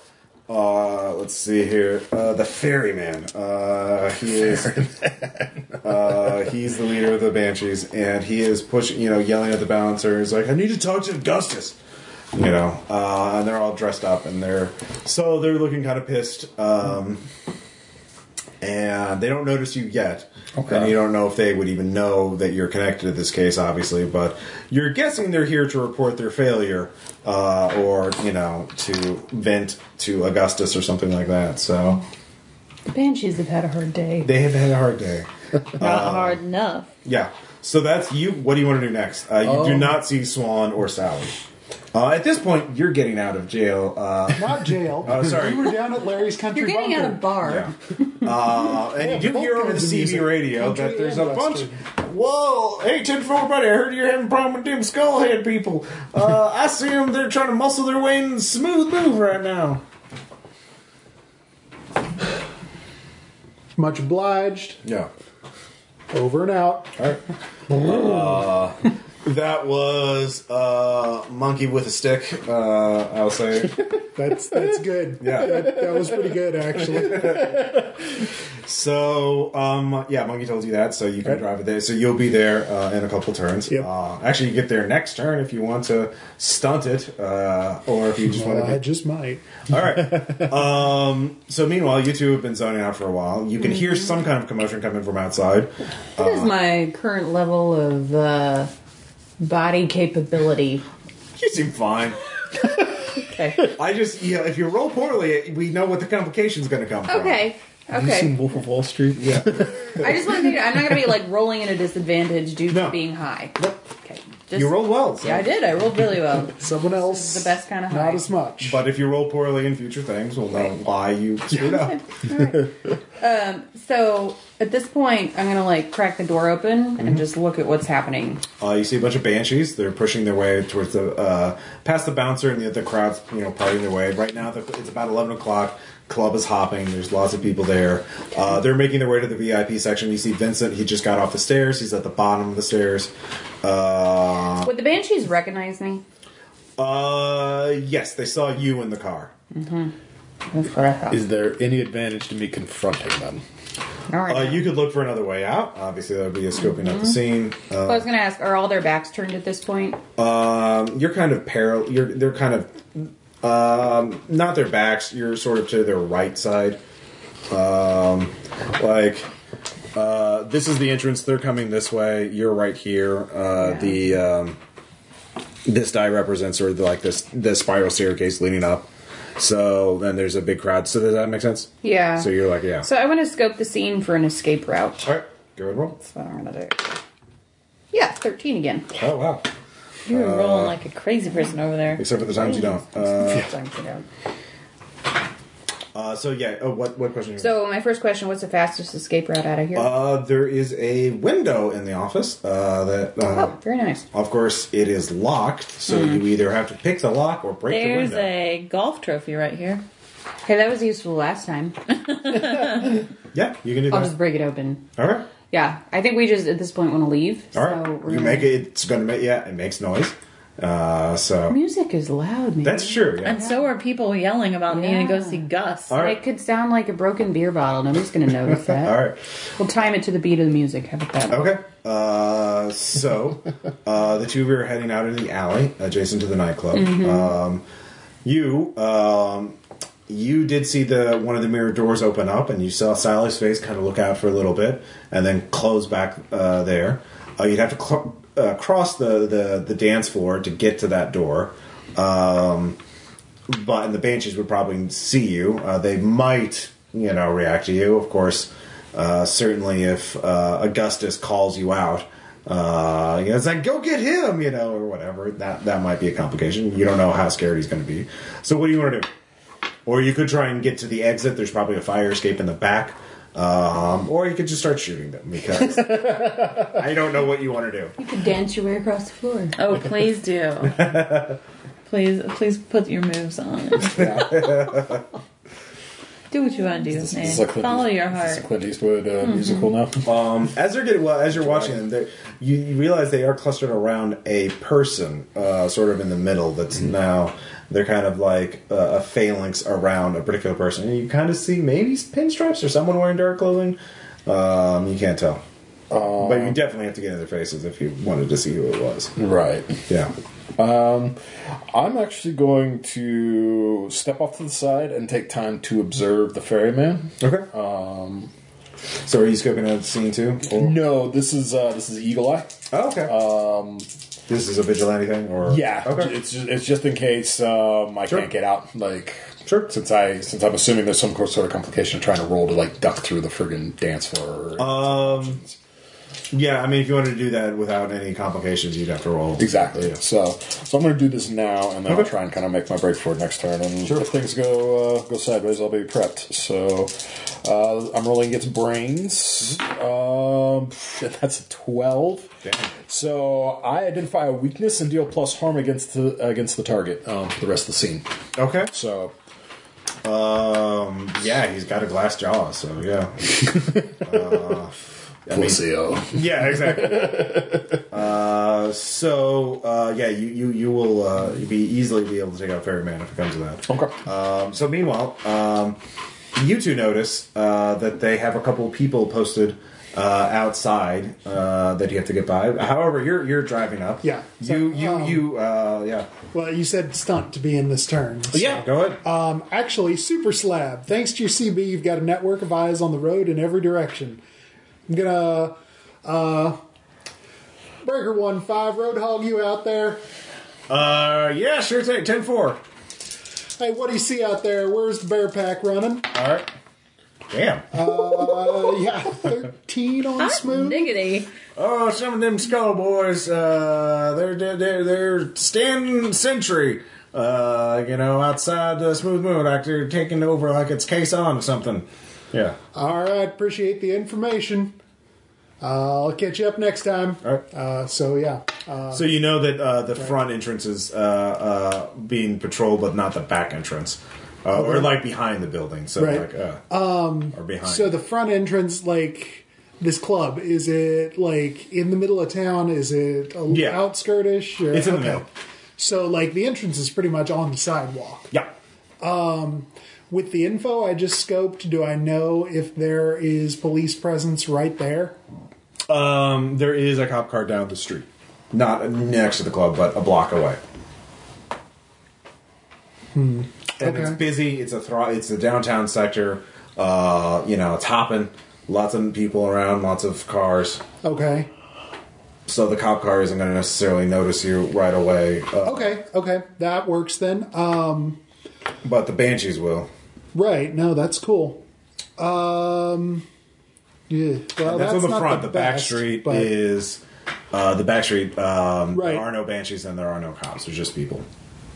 Speaker 1: uh, let's see here, uh, the ferryman. Uh, he is. Uh, he's the leader of the Banshees, and he is pushing, you know, yelling at the balancer. He's like, "I need to talk to Augustus," you know. Uh, and they're all dressed up, and they're so they're looking kind of pissed, um, and they don't notice you yet.
Speaker 6: Okay.
Speaker 1: And you don't know if they would even know that you're connected to this case, obviously, but you're guessing they're here to report their failure, uh, or you know, to vent to Augustus or something like that. So
Speaker 3: The Banshees have had a hard day.
Speaker 1: they have had a hard day.
Speaker 5: Not hard enough.
Speaker 1: Yeah. So that's you. What do you want to do next? Uh, you do not see Swan or Sally. Uh, at this point, you're getting out of jail. Uh,
Speaker 2: Not jail.
Speaker 1: Oh, sorry.
Speaker 2: You were down at Larry's Country
Speaker 3: You're getting
Speaker 2: Bunker.
Speaker 3: out of bar.
Speaker 1: yeah. Uh, and
Speaker 2: Yeah,
Speaker 1: you do
Speaker 2: both
Speaker 1: hear over the
Speaker 2: kinds of
Speaker 1: CB
Speaker 2: music.
Speaker 1: radio
Speaker 2: Country
Speaker 1: that there's a
Speaker 2: and
Speaker 1: bunch.
Speaker 2: Western.
Speaker 1: Whoa! Hey, ten four buddy, I heard you're having a problem with them skullhead people. Uh, I see them. They're trying to muscle their way in smooth move right now.
Speaker 2: Much obliged.
Speaker 1: Yeah.
Speaker 2: Over and out.
Speaker 1: That was uh, monkey with a stick. Uh, I'll say.
Speaker 2: That's that's good.
Speaker 1: Yeah.
Speaker 2: That, that was pretty good actually.
Speaker 1: So, um, yeah, Monkey told you that, so you can drive it there. So you'll be there uh, in a couple turns.
Speaker 2: Yep.
Speaker 1: Uh, actually, you get there next turn if you want to stunt it, uh, or if you just want
Speaker 2: Well, I
Speaker 1: to.
Speaker 2: just might.
Speaker 1: All right. Um, so meanwhile, you two have been zoning out for a while. You can hear some kind of commotion coming from outside. Uh-huh.
Speaker 3: What is my current level of uh, body capability?
Speaker 1: You seem fine.
Speaker 3: Okay.
Speaker 1: I just, you know, if you roll poorly, we know what the complication's going to come from.
Speaker 3: Okay.
Speaker 6: Have you
Speaker 3: Okay.
Speaker 6: seen Wolf of Wall Street? Yeah.
Speaker 3: I just want to figure I'm not going to be like rolling at a disadvantage due to
Speaker 1: No.
Speaker 3: being high. Okay. Just,
Speaker 1: You rolled well. So.
Speaker 3: Yeah, I did. I rolled really well.
Speaker 2: Someone else
Speaker 3: the best kind of high.
Speaker 2: not as much.
Speaker 1: But if you roll poorly in future things, we'll know why you screwed up.
Speaker 3: So at this point, I'm gonna like crack the door open and just look at what's happening.
Speaker 1: Uh, you see a bunch of banshees. They're pushing their way towards the uh, past the bouncer, and the, the crowd's you know partying their way. Right now, the, it's about eleven o'clock. Club is hopping. There's lots of people there. Uh, they're making their way to the VIP section. You see Vincent. He just got off the stairs. He's at the bottom of the stairs. Uh,
Speaker 3: Would the banshees recognize me?
Speaker 1: uh, yes, they saw you in the car.
Speaker 3: That's what I thought.
Speaker 6: Is there any advantage to me confronting them?
Speaker 3: All right.
Speaker 1: Uh, you could look for another way out. Obviously, that would be a scoping out the scene.
Speaker 3: Well, I was gonna ask, are all their backs turned at this point?
Speaker 1: Um, you're kind of parallel. You're they're kind of um, not their backs. You're sort of to their right side. Um, like uh, this is the entrance. They're coming this way. You're right here. Uh,
Speaker 3: Yeah.
Speaker 1: The um, this die represents sort of like this the spiral staircase leading up. So then there's a big crowd. So does that make sense?
Speaker 3: Yeah.
Speaker 1: So you're like yeah.
Speaker 3: So I want to scope the scene for an escape route.
Speaker 1: All right. Go ahead, roll.
Speaker 3: That's what I'm gonna do. Yeah, 13 again.
Speaker 1: Oh wow.
Speaker 5: You're rolling like a crazy person over there.
Speaker 1: Except for the times you don't. Uh,
Speaker 3: so
Speaker 1: uh, so yeah. Oh, what what question?
Speaker 3: my first question: What's the fastest escape route out of here?
Speaker 1: Uh, there is a window in the office uh, that, uh,
Speaker 3: oh, Hmm. very nice.
Speaker 1: of course, it is locked. So you either have to pick the lock or break
Speaker 5: There's
Speaker 1: the window.
Speaker 5: a golf trophy right here.
Speaker 3: Okay, that was useful last time.
Speaker 1: yeah, you can do
Speaker 3: I'll
Speaker 1: that.
Speaker 3: just break it open.
Speaker 1: All right,
Speaker 3: Yeah, I think we just at this point want to leave.
Speaker 1: all right.
Speaker 3: Oh. So we're
Speaker 1: you
Speaker 3: gonna-
Speaker 1: make it. It's gonna make. Yeah, it makes noise. Uh, so
Speaker 3: Music is loud, man.
Speaker 1: that's true. Yeah.
Speaker 5: And so are people yelling about needing to go
Speaker 3: Yeah.
Speaker 5: see Gus.
Speaker 1: All
Speaker 3: It
Speaker 1: right.
Speaker 3: could sound like a broken beer bottle. Nobody's going to notice that.
Speaker 1: All right.
Speaker 3: We'll time it to the beat of the music. How about that?
Speaker 1: Okay. Uh, so uh, the two of you are heading out into the alley adjacent to the nightclub. Um, you um, you did see the one of the mirror doors open up, and you saw Sally's face kind of look out for a little bit, and then close back uh, there. Uh, you'd have to cl- uh, cross the, the the dance floor to get to that door. Um, but and the banshees would probably see you. Uh, they might, you know, react to you. Of course, uh, certainly if uh, Augustus calls you out, uh, you know, it's like go get him, you know, or whatever. That that might be a complication. You don't know how scared he's going to be. So what do you want to do? Or you could try and get to the exit. There's probably a fire escape in the back. Um, or you could just start shooting them because I don't know what you want to do.
Speaker 3: You could dance your way across the floor.
Speaker 5: Oh, please do. please, please put your moves on. do what you want to do,
Speaker 6: This
Speaker 5: man.
Speaker 6: is a Clint
Speaker 5: Follow
Speaker 6: East-
Speaker 5: your
Speaker 6: This
Speaker 5: heart. Mm-hmm.
Speaker 6: is a Clint Eastwood uh, musical now.
Speaker 1: Um, as they're getting, well, as you're watching them, they're- you, you realize they are clustered around a person, uh, sort of in the middle. That's
Speaker 6: Mm-hmm.
Speaker 1: now they're kind of like uh, a phalanx around a particular person, and you kind of see maybe pinstripes or someone wearing dark clothing. Um, you can't tell,
Speaker 6: Um,
Speaker 1: but you definitely have to get in their faces if you wanted to see who it was.
Speaker 6: Right.
Speaker 1: Yeah.
Speaker 6: Um, I'm actually going to step off to the side and take time to observe the ferryman.
Speaker 1: Okay. Um, so are you scoping out the scene too? Or-
Speaker 6: No, this is uh, this is Eagle Eye.
Speaker 1: Oh, okay.
Speaker 6: Um,
Speaker 1: this is a vigilante thing, or
Speaker 6: yeah,
Speaker 1: Okay.
Speaker 6: it's just, it's just in case um, I
Speaker 1: Sure.
Speaker 6: can't get out. Like
Speaker 1: Sure.
Speaker 6: since I since I'm assuming there's some sort of complication of trying to roll to like duck through the friggin' dance floor.
Speaker 1: Um, yeah, I mean, if you wanted to do that without any complications, you'd have to roll.
Speaker 6: Exactly.
Speaker 1: Yeah.
Speaker 6: So, so I'm going to do this now, and then I'll try and kind of make my break for it next turn. And if things go uh, go sideways, I'll be prepped. So, uh, I'm rolling against brains. Um, that's a twelve.
Speaker 1: Damn.
Speaker 6: So I identify a weakness and deal plus harm against the against the target um, for the rest of the scene.
Speaker 1: Okay.
Speaker 6: So
Speaker 1: Um, yeah, he's got a glass jaw, so yeah. Uh,
Speaker 6: Lucio,
Speaker 1: Yeah, exactly. uh, so uh, yeah, you you you will uh, you'll be easily be able to take out Ferryman if it comes to that.
Speaker 6: Okay.
Speaker 1: Um, so meanwhile, um, you two notice uh, that they have a couple people posted. Uh, outside uh, that you have to get by. However, you're you're driving up.
Speaker 2: Yeah.
Speaker 1: You you
Speaker 2: Um,
Speaker 1: you. Uh, yeah.
Speaker 2: Well, you said stunt to be in this turn.
Speaker 1: Oh,
Speaker 2: so-
Speaker 1: Go ahead.
Speaker 2: Um, actually, Super Slab. Thanks to your CB, you've got a network of eyes on the road in every direction. I'm gonna uh, Breaker One Five Road hog you out there.
Speaker 1: Uh, yeah, sure thing. 10 4.
Speaker 2: Hey, what do you see out there? Where's the bear pack running?
Speaker 1: All right. Damn.
Speaker 2: Uh, yeah, thirteen on smooth.
Speaker 5: Diggity.
Speaker 1: oh, some of them skull boys, uh, they're, they're- they're, they're standing sentry, uh, you know, outside uh, Smooth Moon, like they're taking over like it's case on or something. Yeah.
Speaker 2: All right, appreciate the information. Uh, I'll catch you up next time.
Speaker 1: All right.
Speaker 2: Uh, so yeah, uh,
Speaker 1: so you know that uh, the front entrance is uh, uh, being patrolled, but not the back entrance. Uh, Or like behind the building. So,
Speaker 2: Right.
Speaker 1: like, uh, um, or behind.
Speaker 2: so the front entrance, like this club, is it like in the middle of town? Is it a
Speaker 1: Yeah.
Speaker 2: outskirtish? Or,
Speaker 1: It's in the middle.
Speaker 2: So like the entrance is pretty much on the sidewalk.
Speaker 1: yeah.
Speaker 2: With the info I just scoped, do I know if there is police presence right there?
Speaker 1: Um, there is a cop car down the street, not next to the club, but a block away. And it's
Speaker 2: Okay.
Speaker 1: busy. It's a thro- It's the downtown sector. Uh, you know, it's hopping. Lots of people around. Lots of cars.
Speaker 2: Okay.
Speaker 1: So the cop car isn't going to necessarily notice you right away. Uh,
Speaker 2: Okay. Okay. That works then. Um,
Speaker 1: But the banshees will.
Speaker 2: right. No, that's cool. Um, yeah. Well,
Speaker 1: that's, on the
Speaker 2: not
Speaker 1: front. The, back
Speaker 2: best,
Speaker 1: street
Speaker 2: but-
Speaker 1: is. Uh, the back street. Um,
Speaker 2: Right.
Speaker 1: There are no banshees and there are no cops. There's just people.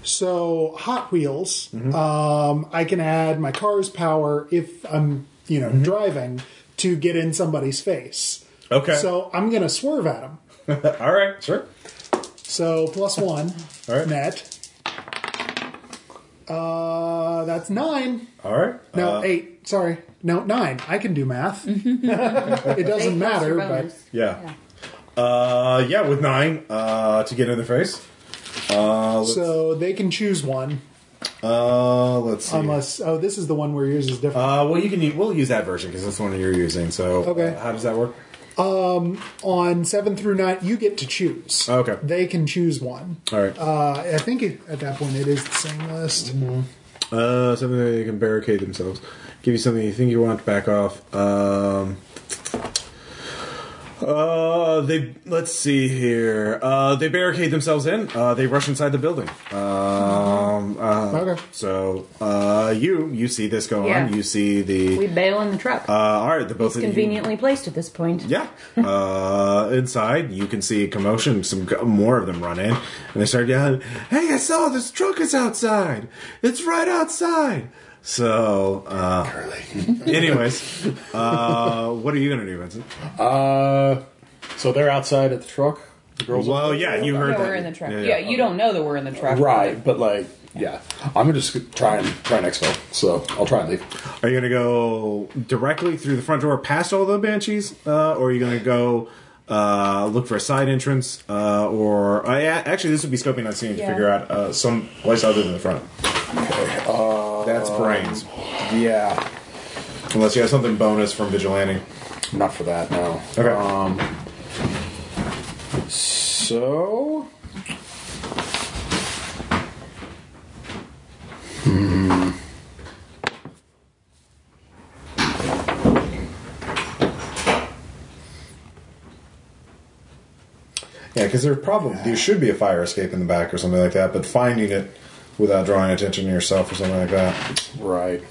Speaker 2: So Hot Wheels,
Speaker 1: Mm-hmm.
Speaker 2: um, I can add my car's power if I'm, you
Speaker 1: Mm-hmm.
Speaker 2: know, driving to get in somebody's face.
Speaker 1: Okay.
Speaker 2: So I'm gonna swerve at him.
Speaker 1: All right. Sure.
Speaker 2: So plus one
Speaker 1: All right.
Speaker 2: net. Uh, that's nine.
Speaker 1: All right.
Speaker 2: No,
Speaker 1: Uh,
Speaker 2: eight. Sorry, no, nine. I can do math. it doesn't
Speaker 3: Eight plus
Speaker 2: matter,
Speaker 3: your
Speaker 2: but
Speaker 3: bonus.
Speaker 1: Yeah. Uh, yeah, with nine uh, to get in the face. Uh, let's,
Speaker 2: so they can choose one
Speaker 1: uh, let's see.
Speaker 2: unless. Oh, this is the one where yours is different.
Speaker 1: Uh, well, you can. u- We'll use that version because that's the one you're using. So,
Speaker 2: Okay.
Speaker 1: uh, how does that work?
Speaker 2: On seven through nine, you get to choose.
Speaker 1: Okay.
Speaker 2: They can choose one.
Speaker 1: All right. Uh,
Speaker 2: Uh, I think it, at that point it is the same list.
Speaker 1: Mm-hmm. Uh, something that they can barricade themselves. Give you something you think you want. Back off. Um, uh, they let's see here. Uh, they barricade themselves in. Uh, they rush inside the building. Um, uh,
Speaker 2: Okay.
Speaker 1: So, uh, you you see this go
Speaker 3: Yeah.
Speaker 1: on. You see the.
Speaker 3: We bail in the truck.
Speaker 1: uh, all right, the both of you-
Speaker 3: Conveniently placed at this point.
Speaker 1: Yeah. Uh, inside, you can see a commotion. Some more of them run in, and they start yelling, "Hey, I saw this truck is outside! It's right outside! So, uh,
Speaker 4: Curly.
Speaker 1: anyways, uh, what are you gonna do, Vincent?
Speaker 6: Uh, so they're outside at the truck. The girls.
Speaker 1: Well, yeah, you heard
Speaker 3: No,
Speaker 1: that.
Speaker 3: we're in the truck. Yeah, you don't know that we're in the truck.
Speaker 6: Right, but like,
Speaker 4: yeah.
Speaker 6: I'm gonna just try and try and expo. So I'll try and leave.
Speaker 1: Are you gonna go directly through the front door past all the banshees, uh, or are you gonna go uh, look for a side entrance, uh, or I actually this would be scoping on scene to
Speaker 3: Yeah.
Speaker 1: figure out uh, some place other than the front. That's brains,
Speaker 6: Yeah,
Speaker 1: unless you have something bonus from vigilante.
Speaker 6: not for that now.
Speaker 1: Okay.
Speaker 6: Um, so.
Speaker 1: Yeah, because there probably there should be a fire escape in the back or something like that, but finding it without drawing attention to yourself or something like that
Speaker 6: Right.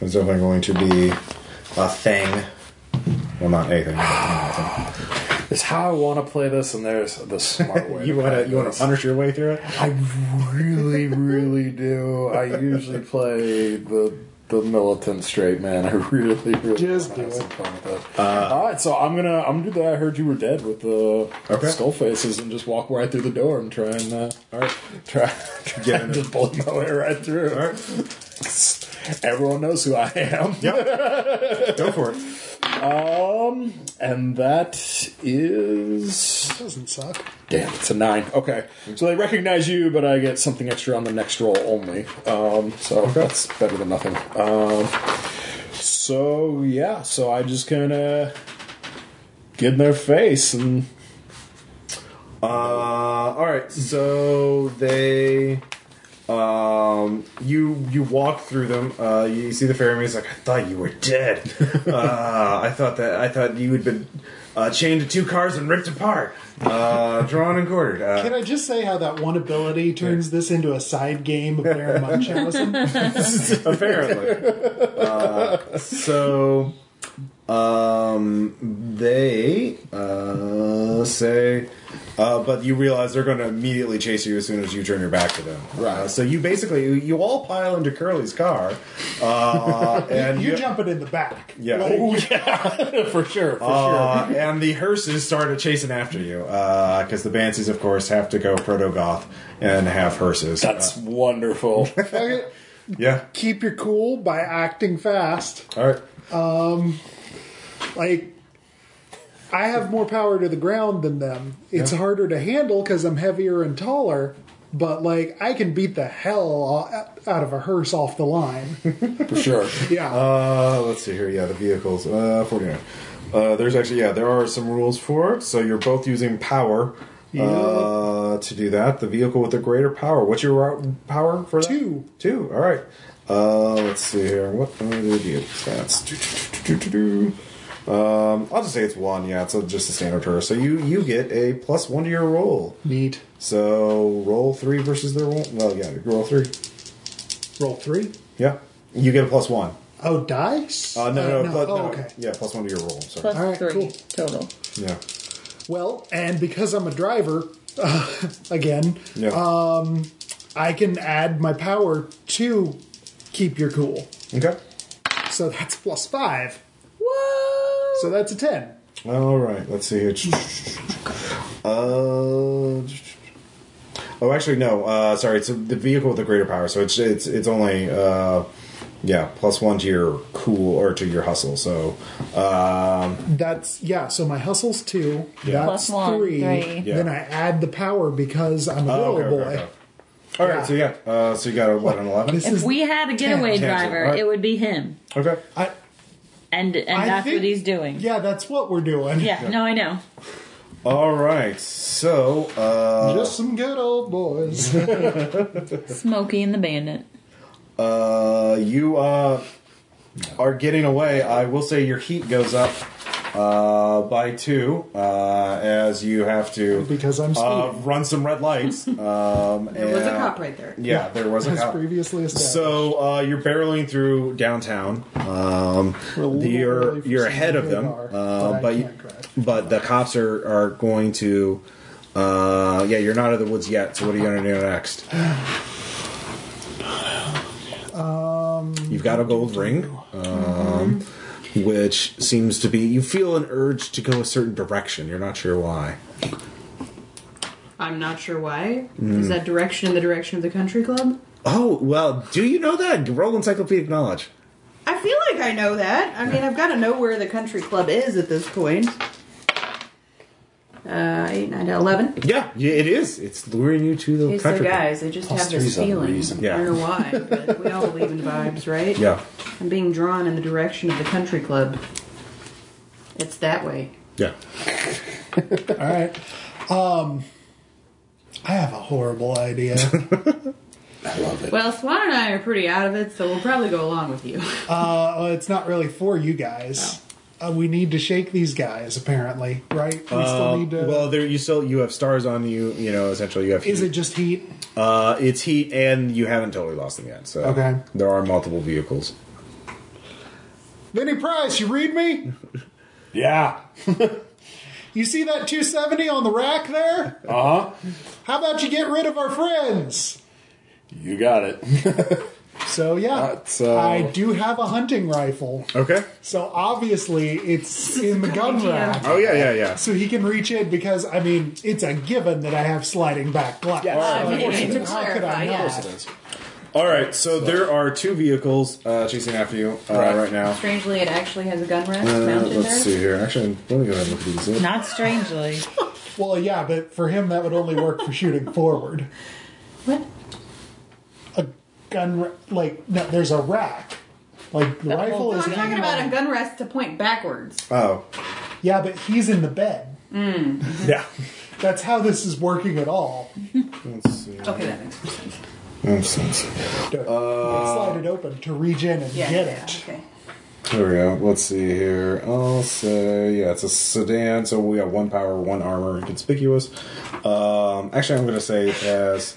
Speaker 1: is definitely going to be a thing. Well, not a thing. but
Speaker 6: It's how I want to play this, and there's the smart
Speaker 1: a
Speaker 6: way.
Speaker 1: thing. You want to you want to punish your way through it?
Speaker 6: I really, really do. I usually play the the militant straight man. I really, really
Speaker 2: Just
Speaker 6: wanna
Speaker 2: do
Speaker 6: have
Speaker 2: it.
Speaker 6: some fun with that.
Speaker 1: Uh,
Speaker 6: All right, so I'm gonna I'm gonna do that. I heard you were dead with the
Speaker 1: Okay.
Speaker 6: skull faces, and just walk right through the door and try and uh, all right, try, try
Speaker 1: Get in
Speaker 6: and
Speaker 1: it.
Speaker 6: just bullet my way right through.
Speaker 1: All right,
Speaker 6: Everyone knows who I am.
Speaker 1: go for it.
Speaker 6: Um, and that is
Speaker 2: Doesn't suck.
Speaker 6: Damn, it's a nine. Okay, so they recognize you, but I get something extra on the next roll only. Um, so that's better than nothing. Um, so yeah, so I just kind of get in their face and
Speaker 1: Uh, all right, so they, um, you you walk through them. Uh, you see the fairy He's like, I thought you were dead. uh, I thought that I thought you had been uh, chained to two cars and ripped apart, uh, drawn and quartered. Uh,
Speaker 2: Can I just say how that one ability turns this into a side game of Baron Munchausen?
Speaker 1: apparently. Uh, so, um, they uh, say, uh, but you realize they're going to immediately chase you as soon as you turn your back to them.
Speaker 6: Right.
Speaker 1: Uh, so you basically you, you all pile into Curly's car, uh, and
Speaker 2: you jump it in the back.
Speaker 1: Yeah.
Speaker 2: Like,
Speaker 6: for sure, for
Speaker 1: Uh, and the hearses started chasing after you because the Bansies, of course, have to go proto goth and have hearses. Uh,
Speaker 6: that's wonderful.
Speaker 2: okay,
Speaker 1: yeah.
Speaker 2: Keep your cool by acting fast.
Speaker 1: All right.
Speaker 2: Like, I have more power to the ground than them. It's harder to handle because I'm heavier and taller. But like, I can beat the hell o- out of a hearse off the line.
Speaker 6: for sure.
Speaker 2: Yeah.
Speaker 1: Uh, let's see here. Yeah, the vehicles. Uh, 49. Uh, there's actually, yeah, there are some rules for it. So you're both using power uh, to do that. The vehicle with the greater power. What's your ro- power for that?
Speaker 2: Two.
Speaker 1: Two. All right. Uh, let's see here. What are the vehicle stats? Do, do, do, do, do, do. Um, I'll just say it's one. Yeah, it's a, just a standard tour. So you you get a plus one to your roll.
Speaker 2: Neat.
Speaker 1: So roll three versus their roll. Well, yeah, roll three.
Speaker 2: Roll three.
Speaker 1: Yeah, you get a plus one.
Speaker 2: Oh, dice.
Speaker 1: Uh, no,
Speaker 2: Uh,
Speaker 1: no, plus,
Speaker 2: Oh,
Speaker 1: no,
Speaker 2: okay.
Speaker 1: Yeah, plus one to your roll. Sorry.
Speaker 5: Plus
Speaker 2: All right,
Speaker 5: three
Speaker 2: cool.
Speaker 5: total.
Speaker 1: Yeah.
Speaker 2: Well, and because I'm a driver, again,
Speaker 1: Yeah.
Speaker 2: I can add my power to keep your cool.
Speaker 1: okay.
Speaker 2: So that's plus five. Whoa! So that's a ten.
Speaker 1: All right. Let's see here. Uh, oh, actually, no. Uh, sorry. It's the vehicle with the greater power, so it's it's it's only uh, yeah, plus one to your cool or to your hustle. So um,
Speaker 2: That's yeah. So my hustle's two.
Speaker 1: Yeah.
Speaker 2: That's
Speaker 5: Plus one,
Speaker 2: three.
Speaker 5: three.
Speaker 1: Yeah.
Speaker 2: Then I add the power because I'm a
Speaker 1: oh,
Speaker 2: little
Speaker 1: okay, okay,
Speaker 2: boy.
Speaker 1: okay. All right. So yeah. Uh, so you got a what an eleven?
Speaker 2: This
Speaker 5: If
Speaker 2: is
Speaker 5: we had a getaway
Speaker 1: ten,
Speaker 5: driver,
Speaker 1: right?
Speaker 5: it would be him,
Speaker 1: Okay.
Speaker 2: I,
Speaker 5: and and
Speaker 2: I
Speaker 5: that's
Speaker 2: think-
Speaker 5: what he's doing.
Speaker 2: Yeah, that's what we're doing.
Speaker 5: Yeah, No, I know.
Speaker 1: All right. So uh,
Speaker 2: Just some good old boys.
Speaker 5: Smokey and the Bandit.
Speaker 1: Uh, you uh, are getting away. I will say your heat goes up uh, by two uh, as you have to
Speaker 2: Because I'm
Speaker 1: uh,
Speaker 2: speeding.
Speaker 1: run some red lights. Um,
Speaker 7: There was a
Speaker 1: and-
Speaker 7: cop right there.
Speaker 1: Yeah, there was a
Speaker 2: As
Speaker 1: cop.
Speaker 2: previously established.
Speaker 1: So uh, you're barreling through downtown. Um,
Speaker 2: We're a little
Speaker 1: you're
Speaker 2: early for
Speaker 1: you're
Speaker 2: some
Speaker 1: ahead of them,
Speaker 2: radar,
Speaker 1: uh,
Speaker 2: but I
Speaker 1: but you-
Speaker 2: can't drive.
Speaker 1: but the cops are are going to. Uh, yeah, you're not out of the woods yet. So what are you gonna do next?
Speaker 2: Um,
Speaker 1: You've got a gold ring, um,
Speaker 2: Mm-hmm.
Speaker 1: which seems to be. You feel an urge to go a certain direction. You're not sure why.
Speaker 3: I'm not sure why.
Speaker 6: Mm.
Speaker 3: Is that direction in the direction of the country club?
Speaker 1: Oh well, do you know that? Roll encyclopedic knowledge.
Speaker 3: I feel like I know that. I mean, I've got to know where the country club is at this point. Uh, 8, 9, 11.
Speaker 1: Yeah, y- it is. It's luring you to the
Speaker 3: Okay, so
Speaker 1: country. club.
Speaker 3: guys, I just
Speaker 6: Plus
Speaker 3: have this
Speaker 6: three's a
Speaker 3: feeling.
Speaker 6: reason.
Speaker 1: Yeah.
Speaker 3: I don't know why, but we all believe in vibes, right?
Speaker 1: Yeah,
Speaker 3: I'm being drawn in the direction of the country club. It's that way.
Speaker 1: yeah.
Speaker 2: All right. Um, I have a horrible idea.
Speaker 6: I love it.
Speaker 3: Well, Swan and I are pretty out of it, so we'll probably go along with you.
Speaker 2: uh, well, it's not really for you guys. Uh, we need to shake these guys, apparently, right? We
Speaker 6: Uh,
Speaker 2: still need to.
Speaker 1: well, there you still you have stars on you. You know, essentially you have.
Speaker 2: is
Speaker 1: heat.
Speaker 2: it just heat?
Speaker 1: Uh, it's heat, and you haven't totally lost them yet. So
Speaker 2: Okay.
Speaker 1: there are multiple vehicles.
Speaker 2: Vinny Price, you read me?
Speaker 6: yeah.
Speaker 2: You see that 270 on the rack there?
Speaker 6: Uh huh.
Speaker 2: How about you get rid of our friends?
Speaker 6: You got it.
Speaker 2: So yeah,
Speaker 6: That's, uh,
Speaker 2: I do have a hunting rifle.
Speaker 1: Okay.
Speaker 2: So obviously it's in the gun
Speaker 3: idea.
Speaker 2: rack.
Speaker 1: Oh yeah, yeah, yeah.
Speaker 2: So he can reach in because I mean it's a given that I have sliding back glass.
Speaker 6: Yes.
Speaker 2: Like,
Speaker 6: I mean,
Speaker 2: of course
Speaker 3: to
Speaker 2: it is. How could
Speaker 3: clarify,
Speaker 2: I
Speaker 3: yeah.
Speaker 2: not?
Speaker 1: All right, so there are two vehicles uh, chasing after you uh,
Speaker 6: Right.
Speaker 1: right now.
Speaker 3: Strangely, it actually has a gun rack
Speaker 1: Uh,
Speaker 3: mounted there.
Speaker 1: let's see here. Actually, let me go ahead and look at these.
Speaker 5: Not strangely.
Speaker 2: Well, yeah, but for him that would only work for shooting forward.
Speaker 3: What?
Speaker 2: A gun, ra- like no, there's a rack. Like the rifle
Speaker 3: No,
Speaker 2: is.
Speaker 3: I'm talking
Speaker 2: hanging
Speaker 3: about
Speaker 2: on-
Speaker 3: a gun rack to point backwards.
Speaker 1: Oh,
Speaker 2: Yeah, but he's in the bed.
Speaker 1: yeah.
Speaker 2: That's how this is working at all.
Speaker 1: Let's see.
Speaker 3: Okay, that makes sense.
Speaker 1: Let's- let's see.
Speaker 2: Don't- slide it open to reach in and
Speaker 3: Yeah,
Speaker 2: get
Speaker 3: yeah,
Speaker 2: it.
Speaker 3: okay.
Speaker 1: There we go. Let's see here. I'll say, yeah, it's a sedan, so we got one power, one armor, inconspicuous. Um, actually, I'm going to say it has.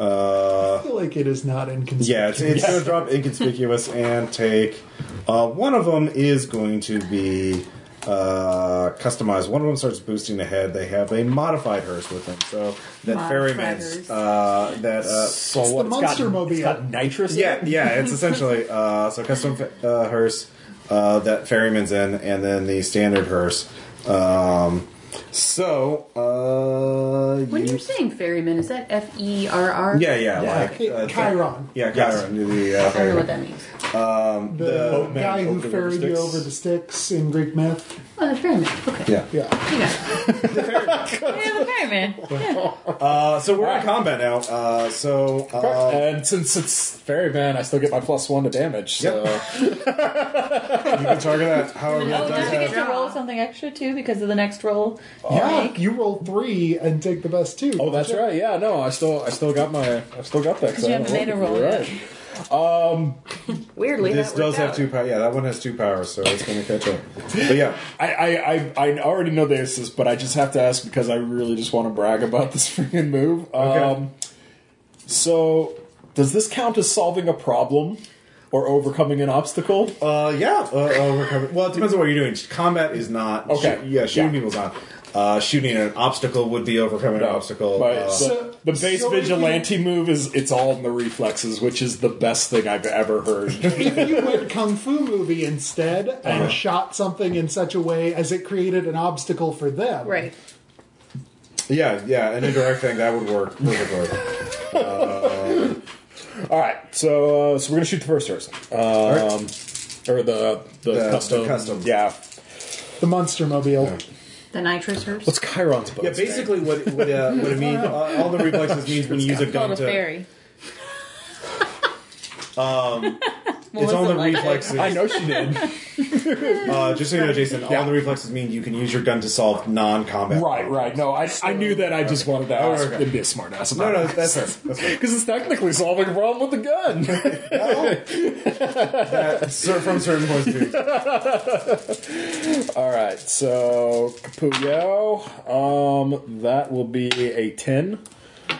Speaker 1: Uh,
Speaker 2: I feel like it is not inconspicuous.
Speaker 1: yeah, it's, it's going to drop inconspicuous and take. Uh, one of them is going to be uh, customized. One of them starts boosting ahead. They have a modified hearse with them, so that
Speaker 3: Modified
Speaker 1: ferryman's
Speaker 3: hearse.
Speaker 1: uh, that uh,
Speaker 6: So
Speaker 2: the
Speaker 6: what? got-
Speaker 2: Monster Mobile.
Speaker 6: It's got nitrous. in
Speaker 1: yeah,
Speaker 6: it?
Speaker 1: yeah, it's essentially uh, so custom uh, hearse uh, that ferryman's in, and then the standard hearse. Um, so uh,
Speaker 3: When
Speaker 1: you-
Speaker 3: you're saying ferryman, is that F E R R?
Speaker 1: yeah, yeah,
Speaker 6: Yeah.
Speaker 1: like uh,
Speaker 2: Chiron.
Speaker 1: yeah, Chiron, the uh,
Speaker 3: I don't know what
Speaker 1: ferryman.
Speaker 3: that means.
Speaker 2: the,
Speaker 1: boatman
Speaker 2: guy who
Speaker 1: over the
Speaker 2: ferried you
Speaker 1: sticks.
Speaker 2: over the sticks in Greek myth.
Speaker 3: Oh, the ferryman. Okay.
Speaker 1: Yeah.
Speaker 2: Yeah.
Speaker 3: You got it.
Speaker 5: yeah, the ferryman.
Speaker 1: Uh, so we're in combat now. Uh, so uh,
Speaker 6: and since it's ferryman, I still get my plus one to damage. So
Speaker 1: you can target that. However,
Speaker 5: Oh,
Speaker 1: that
Speaker 5: don't
Speaker 1: does
Speaker 5: you
Speaker 1: have.
Speaker 5: get to roll something extra too because of the next roll?
Speaker 2: yeah, you roll three and take the best two.
Speaker 6: Oh, that's right. Yeah, no, I still, I still got my, I still got that.
Speaker 5: 'Cause you
Speaker 6: I haven't
Speaker 5: haven't
Speaker 6: rolled
Speaker 5: made a
Speaker 6: it. You're
Speaker 5: roll yet.
Speaker 3: Weirdly,
Speaker 1: This
Speaker 3: that
Speaker 1: does
Speaker 3: worked
Speaker 1: have
Speaker 3: out.
Speaker 1: two power. Yeah, that one has two powers, so it's going to catch up. But yeah,
Speaker 6: I, I, I, I already know the assist, but I just have to ask because I really just want to brag about this freaking move. Um, so, does this count as solving a problem or overcoming an obstacle?
Speaker 1: Uh, yeah, uh, uh, recover. Well, it depends on what you're doing. Combat is not.
Speaker 6: Okay.
Speaker 1: shoo- yeah, shooting
Speaker 6: Yeah.
Speaker 1: people's not. Uh, shooting an obstacle would be overcoming an obstacle.
Speaker 6: Right,
Speaker 1: uh,
Speaker 6: so the base
Speaker 2: so if you-
Speaker 6: vigilante move is it's all in the reflexes, which is the best thing I've ever heard.
Speaker 2: If you went Kung Fu movie instead
Speaker 1: Uh-huh.
Speaker 2: and shot something in such a way as it created an obstacle for them.
Speaker 3: Right.
Speaker 1: yeah, yeah, an indirect thing that would work perfectly.
Speaker 6: all right, so uh, so we're gonna shoot the first person, um, or the the,
Speaker 1: the
Speaker 6: custom,
Speaker 1: custom.
Speaker 6: yeah.
Speaker 2: The Monster Mobile.
Speaker 3: The nitrous hearse.
Speaker 6: What's Chiron's boat?
Speaker 1: yeah, basically, what what, uh, what it means, uh, all the reflexes means when you use a
Speaker 5: Called
Speaker 1: gun
Speaker 5: a
Speaker 1: to.
Speaker 5: ferry.
Speaker 1: It's all the
Speaker 5: Melissa liked it.
Speaker 1: reflexes.
Speaker 6: I know she did.
Speaker 1: Uh, just so you know, Jason, all the reflexes mean you can use your gun to solve non-combat.
Speaker 6: Right, right. No, I, I knew that. I just wanted to
Speaker 1: Oh,
Speaker 6: ask
Speaker 1: okay.
Speaker 6: and be a smart ass
Speaker 1: No,
Speaker 6: about
Speaker 1: no,
Speaker 6: it.
Speaker 1: that's fair. That's fair.
Speaker 6: Because it's technically solving a problem with the gun.
Speaker 1: Uh, cer- from certain points of view.
Speaker 6: All right, so Capuyo, um, that will be a ten.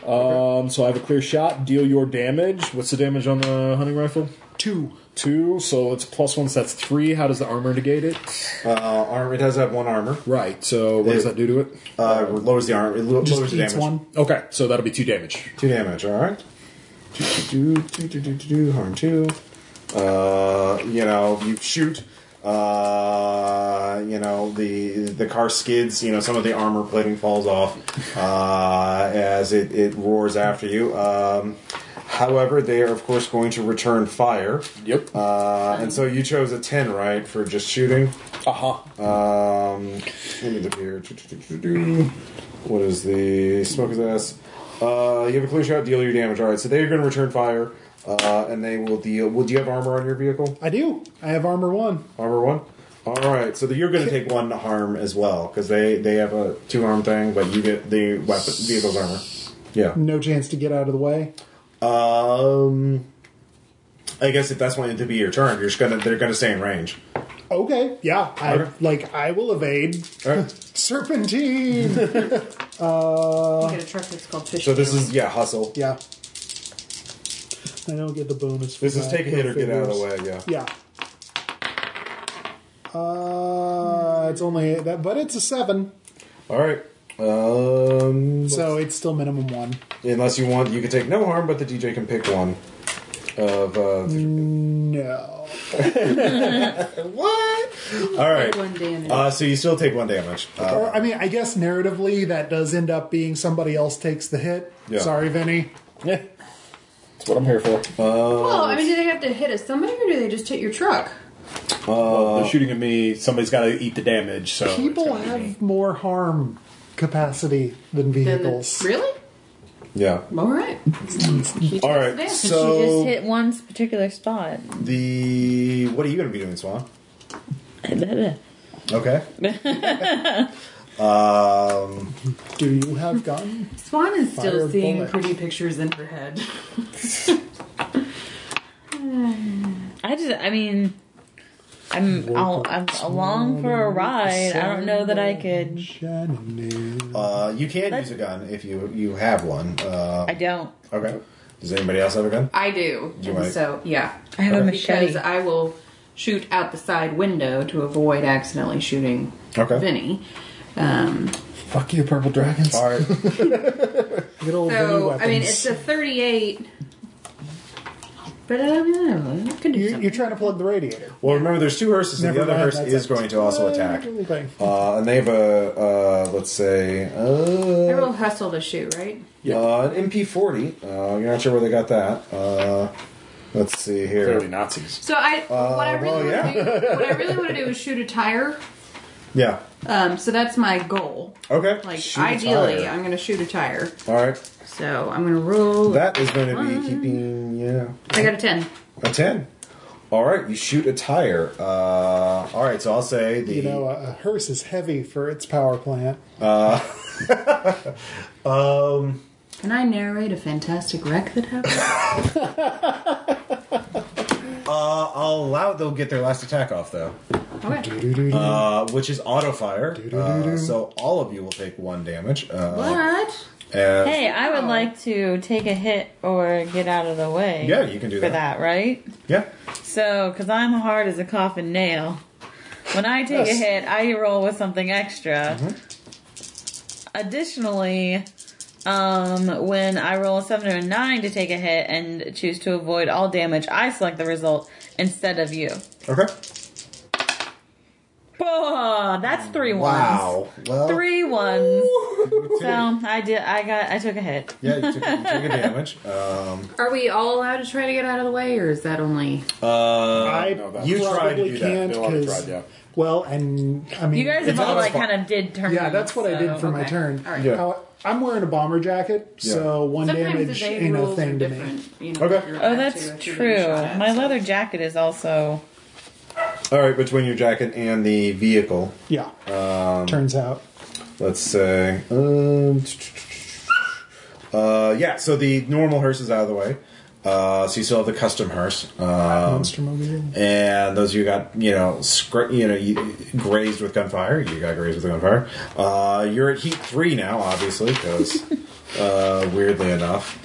Speaker 6: Um, so I have a clear shot. Deal your damage. What's the damage on the hunting rifle?
Speaker 2: Two.
Speaker 6: Two. So it's plus one. So that's three. How does the armor negate it?
Speaker 1: Uh, armor. It does have one armor.
Speaker 6: Right. So what does that do to it?
Speaker 1: Uh, it lowers the armor. It lo-
Speaker 2: Just
Speaker 1: lowers the
Speaker 2: eats
Speaker 1: damage.
Speaker 2: one.
Speaker 6: Okay, so that'll be two damage.
Speaker 1: Two damage, alright. Do, do, do, do, do, do, do, harm two. Uh, you know, you shoot. Uh, you know, the the car skids. You know, some of the armor plating falls off uh, as it, it roars after you. Um, however, they are of course going to return fire.
Speaker 6: Yep.
Speaker 1: Uh, and so you chose a ten, right, for just shooting?
Speaker 6: Uh huh.
Speaker 1: Um, let me look here. What is the smoke is ass? Uh, you have a clear shot. Deal your damage. All right, so they're going to return fire, uh, and they will deal. Well, do you have armor on your vehicle?
Speaker 2: I do. I have armor one.
Speaker 1: Armor one. All right, so you're going to take one harm as well because they they have a two arm thing, but you get the weapon vehicle's armor. Yeah.
Speaker 2: No chance to get out of the way.
Speaker 1: Um, I guess if that's wanted to be your turn, you're just gonna they're gonna stay in range.
Speaker 2: Okay. Yeah. I
Speaker 1: Okay.
Speaker 2: like. I will evade.
Speaker 1: All right.
Speaker 2: Serpentine.
Speaker 7: You get a truck that's called Fish.
Speaker 1: So this is yeah hustle.
Speaker 2: yeah. I don't get the bonus. For
Speaker 1: This is
Speaker 2: that.
Speaker 1: take a hit or get out of the way. Yeah.
Speaker 2: Yeah. Uh, it's only that, but it's a seven,
Speaker 1: All right. Um,
Speaker 2: so it's still minimum one.
Speaker 1: unless you want, you can take no harm, but the DJ can pick one. Of uh,
Speaker 2: No.
Speaker 1: what? All right.
Speaker 7: One damage.
Speaker 1: Uh, so you still take one damage. Uh,
Speaker 2: Or I mean, I guess narratively that does end up being somebody else takes the hit.
Speaker 1: Yeah.
Speaker 2: Sorry, Vinny.
Speaker 6: That's what I'm here for.
Speaker 1: Oh.
Speaker 7: well, I mean, do they have to hit us somebody or do they just hit your truck?
Speaker 6: They're shooting at me. Somebody's got to eat the damage. So it's
Speaker 2: People
Speaker 6: gotta be me.
Speaker 2: have more harm capacity
Speaker 7: Then
Speaker 2: than
Speaker 7: the-
Speaker 2: vehicles.
Speaker 7: really?
Speaker 1: yeah.
Speaker 7: All right.
Speaker 1: All
Speaker 7: Yeah.
Speaker 1: right.
Speaker 5: She just
Speaker 1: So
Speaker 5: hit one particular spot.
Speaker 1: the what are you going to be doing, Swan? Okay. um,
Speaker 2: Do you have gun?
Speaker 7: Swan is still
Speaker 2: Fire a
Speaker 7: seeing
Speaker 2: bullet.
Speaker 7: pretty pictures in her head.
Speaker 5: I just, I mean, I'm, I'll, I'm along for a ride. I don't know that I could.
Speaker 2: Shannon.
Speaker 1: uh, you can use a gun if you you have one. Uh,
Speaker 5: I don't.
Speaker 1: okay. Does anybody else have a gun?
Speaker 7: I do.
Speaker 1: You
Speaker 7: and
Speaker 1: right.
Speaker 7: So, yeah.
Speaker 5: I have a
Speaker 7: Because
Speaker 5: machete.
Speaker 7: I will shoot out the side window to avoid accidentally shooting
Speaker 1: Okay.
Speaker 7: Vinny. Um,
Speaker 6: Fuck you, purple dragons.
Speaker 1: All right.
Speaker 2: Good old Vinny
Speaker 7: so,
Speaker 2: weapons.
Speaker 7: I mean, it's a 38. But I mean, I don't know. I could do
Speaker 2: you're,
Speaker 7: something.
Speaker 2: you're trying to plug the radiator.
Speaker 1: Well, remember, there's two hearses, and the
Speaker 2: Never
Speaker 1: other
Speaker 2: mind,
Speaker 1: hearse
Speaker 2: that's
Speaker 1: is
Speaker 2: it.
Speaker 1: going to also attack.
Speaker 2: Everything.
Speaker 1: Uh, and they have a, uh, let's say,
Speaker 7: I
Speaker 1: uh,
Speaker 7: will hustle to shoot, right?
Speaker 1: uh, an MP40. Uh, you're not sure where they got that. Uh, let's see
Speaker 6: Clearly
Speaker 1: here.
Speaker 6: Nazis.
Speaker 7: So I,
Speaker 2: Uh,
Speaker 7: what I really
Speaker 1: well,
Speaker 7: want to do, what I really want to do is shoot a tire.
Speaker 1: Yeah.
Speaker 7: Um, so that's my goal.
Speaker 1: Okay.
Speaker 7: Like
Speaker 1: Shoot a
Speaker 7: ideally,
Speaker 1: tire.
Speaker 7: I'm gonna shoot a tire.
Speaker 1: All right.
Speaker 7: So I'm gonna roll.
Speaker 1: That is going to be keeping, yeah,
Speaker 7: I got a ten.
Speaker 1: a 10. All right. You shoot a tire. Uh, all right. So I'll say the.
Speaker 2: You know, a, a hearse is heavy for its power plant.
Speaker 7: Can I narrate a fantastic wreck that happened?
Speaker 1: uh, I'll allow they'll get their last attack off, though,
Speaker 7: Okay.
Speaker 1: uh, which is auto fire. Uh, so all of you will take one damage. Uh,
Speaker 7: What?
Speaker 1: as-
Speaker 5: Hey, I would like to take a hit or get out of the way.
Speaker 1: Yeah, you can do
Speaker 5: for
Speaker 1: that.
Speaker 5: that, right?
Speaker 1: Yeah.
Speaker 5: So, because I'm hard as a coffin nail, when I take
Speaker 1: Yes.
Speaker 5: a hit, I roll with something extra.
Speaker 2: Mm-hmm.
Speaker 5: Additionally, um, when I roll a 7 or a 9 to take a hit and choose to avoid all damage, I select the result instead of you.
Speaker 1: Okay.
Speaker 5: Oh, that's three ones.
Speaker 1: Wow. Well,
Speaker 5: Three ones.
Speaker 1: you
Speaker 5: So I did. I got. I took a hit.
Speaker 1: Yeah, you took, you took a damage. Um,
Speaker 7: Are we all allowed to try to get out of the way, or is that only?
Speaker 1: uh,
Speaker 2: I
Speaker 6: no, that's-
Speaker 1: You tried to
Speaker 2: probably
Speaker 1: do that.
Speaker 2: can't
Speaker 6: They already
Speaker 2: because
Speaker 6: tried, yeah.
Speaker 2: well, and I mean,
Speaker 5: You guys have
Speaker 1: not
Speaker 5: all
Speaker 1: as
Speaker 5: like
Speaker 1: fun.
Speaker 5: kind of did turn.
Speaker 2: yeah, that's what I did for my
Speaker 7: okay.
Speaker 2: turn.
Speaker 7: All right.
Speaker 1: Yeah.
Speaker 2: How- I'm wearing a bomber jacket, so one
Speaker 7: Sometimes
Speaker 2: damage
Speaker 7: the
Speaker 2: ain't a
Speaker 7: rules are
Speaker 2: thing to me.
Speaker 7: different. You know,
Speaker 1: Okay.
Speaker 7: if you're
Speaker 5: Oh,
Speaker 7: allowed
Speaker 5: that's
Speaker 7: to if you're getting
Speaker 5: true.
Speaker 7: shot at,
Speaker 5: My
Speaker 7: so.
Speaker 5: leather jacket is also.
Speaker 1: all right, between your jacket and the vehicle,
Speaker 2: Yeah. Turns out.
Speaker 1: let's say. Um, uh, yeah, so the normal hearse is out of the way. Uh, so you still have the custom hearse. Um,
Speaker 2: Monster mobile.
Speaker 1: and those of you who got you know scr- you know you, grazed with gunfire. You got grazed with gunfire. Uh, you're at heat three now, obviously, because uh, weirdly enough,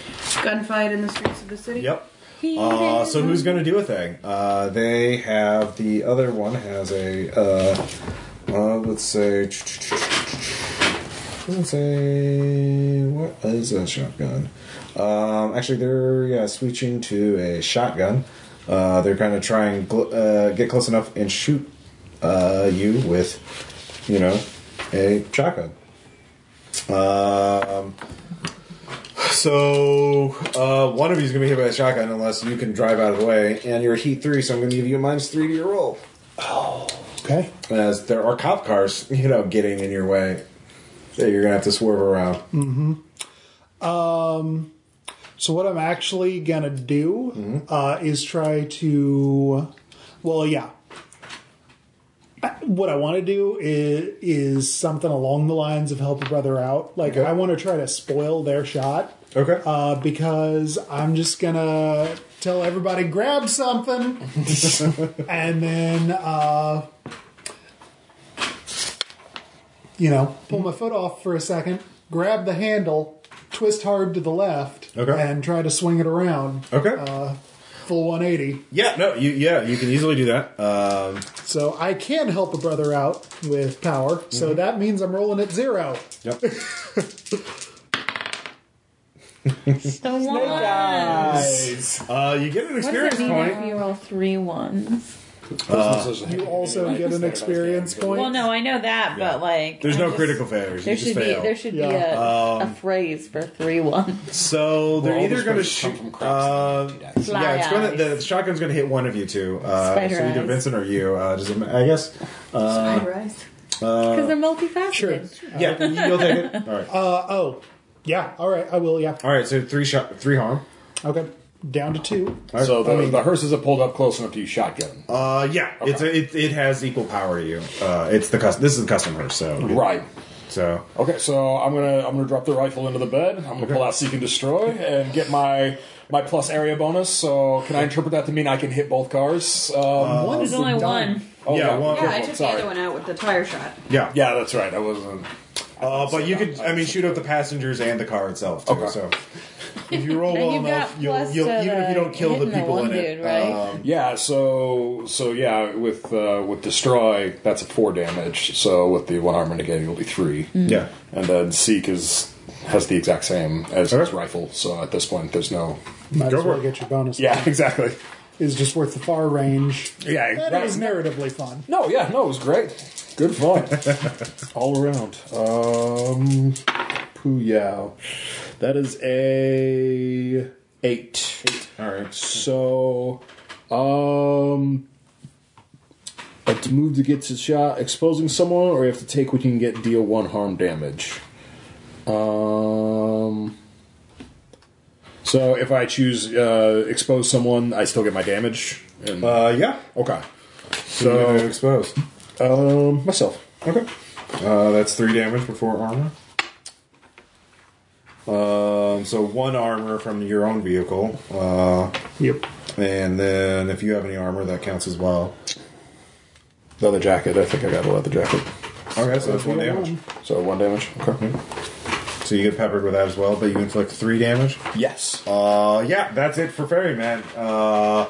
Speaker 7: Gunfight in the streets of the city.
Speaker 1: Yep. Uh, so who's going to do a thing? Uh, they have the other one has a uh, uh, let's say let's say what is a shotgun? Um, actually, they're yeah switching to a shotgun. Uh, they're going to try and gl- uh, get close enough and shoot uh, you with, you know, a shotgun. Um, so uh, one of you is going to be hit by a shotgun unless you can drive out of the way, and you're at heat three, so I'm going to give you a minus three to your roll.
Speaker 2: Okay.
Speaker 1: As there are cop cars, you know, getting in your way that you're going to have to swerve around.
Speaker 2: So what I'm actually gonna do uh, is try to, well, yeah. I- What I want to do is, is something along the lines of help a brother out. Like
Speaker 1: Okay.
Speaker 2: I want to try to spoil their shot
Speaker 1: Okay.
Speaker 2: uh, because I'm just gonna tell everybody grab something, and then uh, you know pull my foot off for a second, grab the handle, twist hard to the left,
Speaker 1: Okay.
Speaker 2: and try to swing it around
Speaker 1: okay.
Speaker 2: uh, full 180.
Speaker 1: yeah. No. You. Yeah. You can easily do that. Um,
Speaker 2: So I can help a brother out with power. So that means I'm rolling at zero.
Speaker 1: yep.
Speaker 5: The one.
Speaker 1: Uh, you get an
Speaker 5: What does
Speaker 1: experience
Speaker 5: it mean if
Speaker 1: point.
Speaker 5: you roll three ones?
Speaker 6: Uh,
Speaker 2: You also get an experience point.
Speaker 5: Well, no, I know that, but like,
Speaker 1: There's
Speaker 5: I
Speaker 1: no
Speaker 5: just-
Speaker 1: critical failures. You
Speaker 5: There
Speaker 1: just
Speaker 5: should
Speaker 1: fail. Um,
Speaker 5: be there should be
Speaker 2: Yeah.
Speaker 5: a, a phrase for three ones.
Speaker 1: So they're
Speaker 6: Well, all
Speaker 1: either
Speaker 6: those
Speaker 1: going to
Speaker 6: races come
Speaker 1: shoot.
Speaker 6: from cracks
Speaker 1: Uh,
Speaker 6: in the D-dice.
Speaker 1: yeah,
Speaker 5: Fly
Speaker 1: it's going
Speaker 5: eyes.
Speaker 1: to. The shotgun's going to hit one of you two. Uh, so
Speaker 5: Spider
Speaker 1: either
Speaker 5: eyes.
Speaker 1: Vincent or you. Uh, does it, ma- I guess.
Speaker 5: Because
Speaker 1: uh,
Speaker 5: they're multifaceted.
Speaker 1: Yeah, you'll take it. All right.
Speaker 2: Uh, oh, yeah. All right, I will. Yeah.
Speaker 1: All right. So three shot, three harm.
Speaker 2: Okay. Down to two.
Speaker 6: So the, the hearses are pulled up close enough to use shotgun.
Speaker 1: Uh, yeah, it's a, it, it has equal power to you. Uh, it's the custom. This is the customer. So
Speaker 6: right.
Speaker 1: So
Speaker 6: Okay, so I'm gonna I'm gonna drop the rifle into the bed. I'm gonna pull out seek and destroy and get my my plus area bonus. So can I interpret that to mean I can hit both cars? Um,
Speaker 2: One
Speaker 5: There's
Speaker 2: is
Speaker 5: only
Speaker 2: done.
Speaker 5: one.
Speaker 6: oh,
Speaker 1: Yeah,
Speaker 6: no,
Speaker 1: one-
Speaker 6: careful,
Speaker 1: Yeah,
Speaker 3: I took the
Speaker 6: sorry.
Speaker 3: other one out with the tire shot.
Speaker 1: yeah,
Speaker 6: Yeah, that's right. I wasn't.
Speaker 1: Uh, but you could. I mean, shoot up the passengers and the car itself too.
Speaker 6: Okay.
Speaker 1: So if you roll
Speaker 5: And
Speaker 1: well
Speaker 5: you've
Speaker 1: enough,
Speaker 5: got
Speaker 1: you'll,
Speaker 5: plus
Speaker 1: you'll
Speaker 5: to
Speaker 1: even if you
Speaker 5: the
Speaker 1: don't kill the
Speaker 5: hitting the
Speaker 1: people
Speaker 5: one
Speaker 1: in it.
Speaker 5: dude, right?
Speaker 1: Um,
Speaker 6: Yeah, so so yeah, with uh, with destroy that's a four damage. So with the one arm indicating it'll be three.
Speaker 1: yeah.
Speaker 6: And then seek is has the exact same as his
Speaker 1: Okay.
Speaker 6: rifle. So at this point, there's no.
Speaker 2: Might
Speaker 1: Go
Speaker 2: as
Speaker 1: for
Speaker 2: well
Speaker 1: it.
Speaker 2: get your bonus.
Speaker 6: Yeah, exactly.
Speaker 2: Is just worth the far range.
Speaker 6: Yeah,
Speaker 2: That
Speaker 6: right.
Speaker 2: is narratively fun.
Speaker 6: No, yeah, no, it was great. Good fun. All around. Um Puyao. That is a eight.
Speaker 1: All right.
Speaker 6: So um it's move to get to shot exposing someone or you have to take what you can get deal one harm damage. Um so if I choose uh, expose someone, I still get my damage. And,
Speaker 1: Uh, yeah.
Speaker 6: okay.
Speaker 1: So you're gonna
Speaker 6: So
Speaker 1: expose.
Speaker 6: um, myself.
Speaker 1: Okay. Uh, that's three damage before armor. Um, so one armor from your own vehicle, uh,
Speaker 2: Yep.
Speaker 1: and then if you have any armor, that counts as well.
Speaker 6: Leather jacket. I think I got a leather jacket.
Speaker 1: Okay, so that's one damage.
Speaker 6: So one damage. Okay.
Speaker 1: So you get peppered with that as well, but you inflict three damage.
Speaker 6: Yes.
Speaker 1: Uh, yeah, that's it for Ferryman. Uh,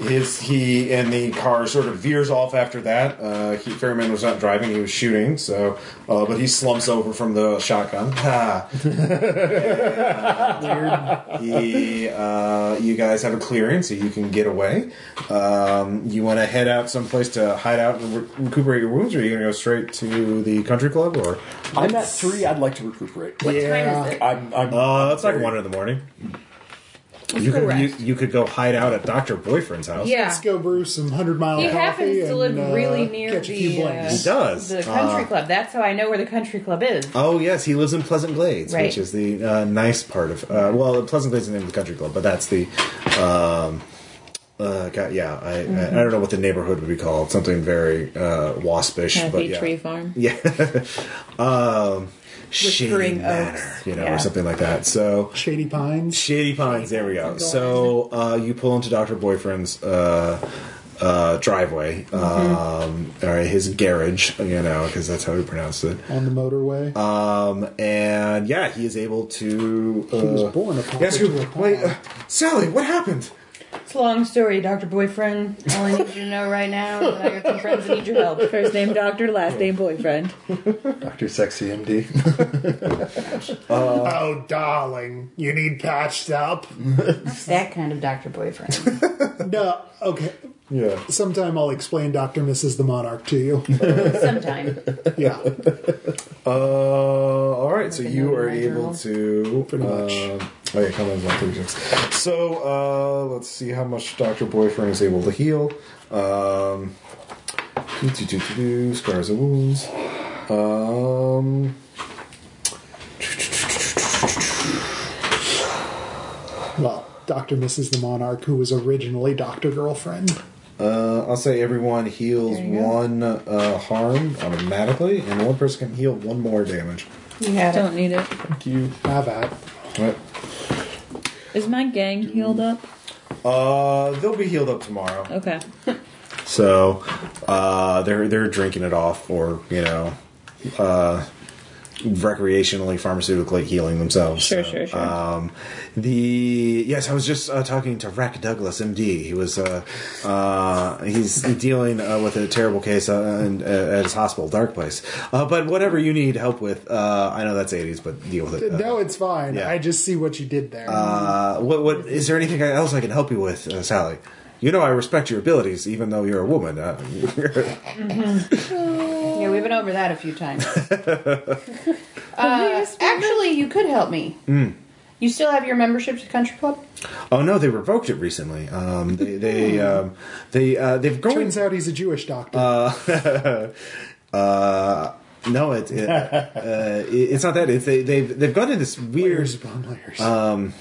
Speaker 1: his he and the car sort of veers off after that. Uh, he, Ferryman was not driving; he was shooting. So, uh, but he slumps over from the shotgun. Ah. he, uh, you guys have a clearing, so you can get away. Um, you want to head out someplace to hide out and re- recuperate your wounds, or are you going to go straight to the country club? Or
Speaker 6: I'm at three. I'd like to recuperate. What
Speaker 2: Yeah.
Speaker 6: time is it? I'm. I'm
Speaker 1: uh, it's like one in the morning. You could you,
Speaker 8: Correct.
Speaker 1: you could go hide out at Doctor Boyfriend's house.
Speaker 8: Yeah.
Speaker 2: Let's go brew some hundred mile.
Speaker 8: He
Speaker 2: coffee
Speaker 8: happens to
Speaker 2: and,
Speaker 8: live
Speaker 2: uh,
Speaker 8: really near
Speaker 2: catch a few
Speaker 8: the,
Speaker 2: blinks.
Speaker 8: uh,
Speaker 1: He does. Uh,
Speaker 8: the country club. That's how I know where the country club is.
Speaker 1: Oh yes, he lives in Pleasant Glades,
Speaker 8: Right.
Speaker 1: which is the uh, nice part of. Uh, well, Pleasant Glades is the name of the country club, but that's the. Um, uh, God, yeah, I, I,
Speaker 8: Mm-hmm.
Speaker 1: I don't know what the neighborhood would be called. Something very uh, waspish, but
Speaker 5: Happy
Speaker 1: yeah,
Speaker 5: Tree Farm.
Speaker 1: yeah. um, Shady
Speaker 8: Whispering
Speaker 1: Manor,
Speaker 8: Oaks,
Speaker 1: you know,
Speaker 5: yeah.
Speaker 1: or something like that. So
Speaker 2: Shady Pines.
Speaker 1: Shady Pines. There we go. So uh, you pull into Doctor Boyfriend's uh, uh, driveway, um,
Speaker 2: Mm-hmm.
Speaker 1: or his garage, you know, because that's how we pronounce it.
Speaker 2: On the motorway.
Speaker 1: Um, and yeah, he is able to. Uh,
Speaker 2: he was born a
Speaker 1: yes, you-
Speaker 2: prostitute.
Speaker 1: wait, uh, Sally, what happened?
Speaker 3: It's a long story, Doctor Boyfriend. All I need you to know right now is that you're some friends that need your help.
Speaker 5: First name doctor, last name boyfriend.
Speaker 4: Dr. Sexy MD.
Speaker 2: oh, darling, you need patched up.
Speaker 3: That kind of Doctor Boyfriend.
Speaker 2: no, okay.
Speaker 1: Yeah.
Speaker 2: Sometime I'll explain Doctor Mrs. the Monarch to you.
Speaker 3: Sometime.
Speaker 2: Yeah,
Speaker 1: Uh, all right, so
Speaker 3: Like
Speaker 1: you
Speaker 3: another
Speaker 1: are
Speaker 3: ledger
Speaker 1: able
Speaker 3: roll?
Speaker 1: to
Speaker 2: Pretty much.
Speaker 1: Uh, oh yeah, Conrad's one thirty six. So uh, let's see how much Doctor Boyfriend is able to heal. Um, do, do, do, do, do, scars and wounds. Um,
Speaker 2: well, Doctor Mrs. the Monarch, who was originally Doctor Girlfriend.
Speaker 1: uh, I'll say everyone heals one uh, harm automatically, and one person can heal one more damage.
Speaker 3: You had it.
Speaker 5: Don't need it.
Speaker 6: Thank you.
Speaker 2: Have at.
Speaker 1: Right.
Speaker 5: Is my gang healed up?
Speaker 1: Uh, they'll be healed up tomorrow.
Speaker 5: Okay.
Speaker 1: So uh, they're they're drinking it off, or you know, uh, recreationally, pharmaceutically healing themselves.
Speaker 5: Sure,
Speaker 1: So,
Speaker 5: sure, sure.
Speaker 1: Um, the yes, I was just uh, talking to Rack Douglas, MD. He was uh, uh, he's dealing uh, with a terrible case uh, in, uh, at his hospital, Dark Place. Uh, but whatever you need help with, uh, I know that's eighties, but deal with it.
Speaker 2: No, it's fine.
Speaker 1: yeah.
Speaker 2: I just see what you did there.
Speaker 1: Uh, what what is there anything else I can help you with, uh, Sally? You know I respect your abilities, even though you're a woman. Uh,
Speaker 3: Yeah, we've been over that a few times. uh, actually, you could help me. You still have your membership to Country Club?
Speaker 1: Oh no, they revoked it recently. Um, they they um, they uh, they've grown.
Speaker 2: Turns out he's a Jewish doctor.
Speaker 1: Uh, no, it, it, uh, it- it's not that. It's they they've they've gone to this weird
Speaker 2: Layers upon layers.
Speaker 1: um,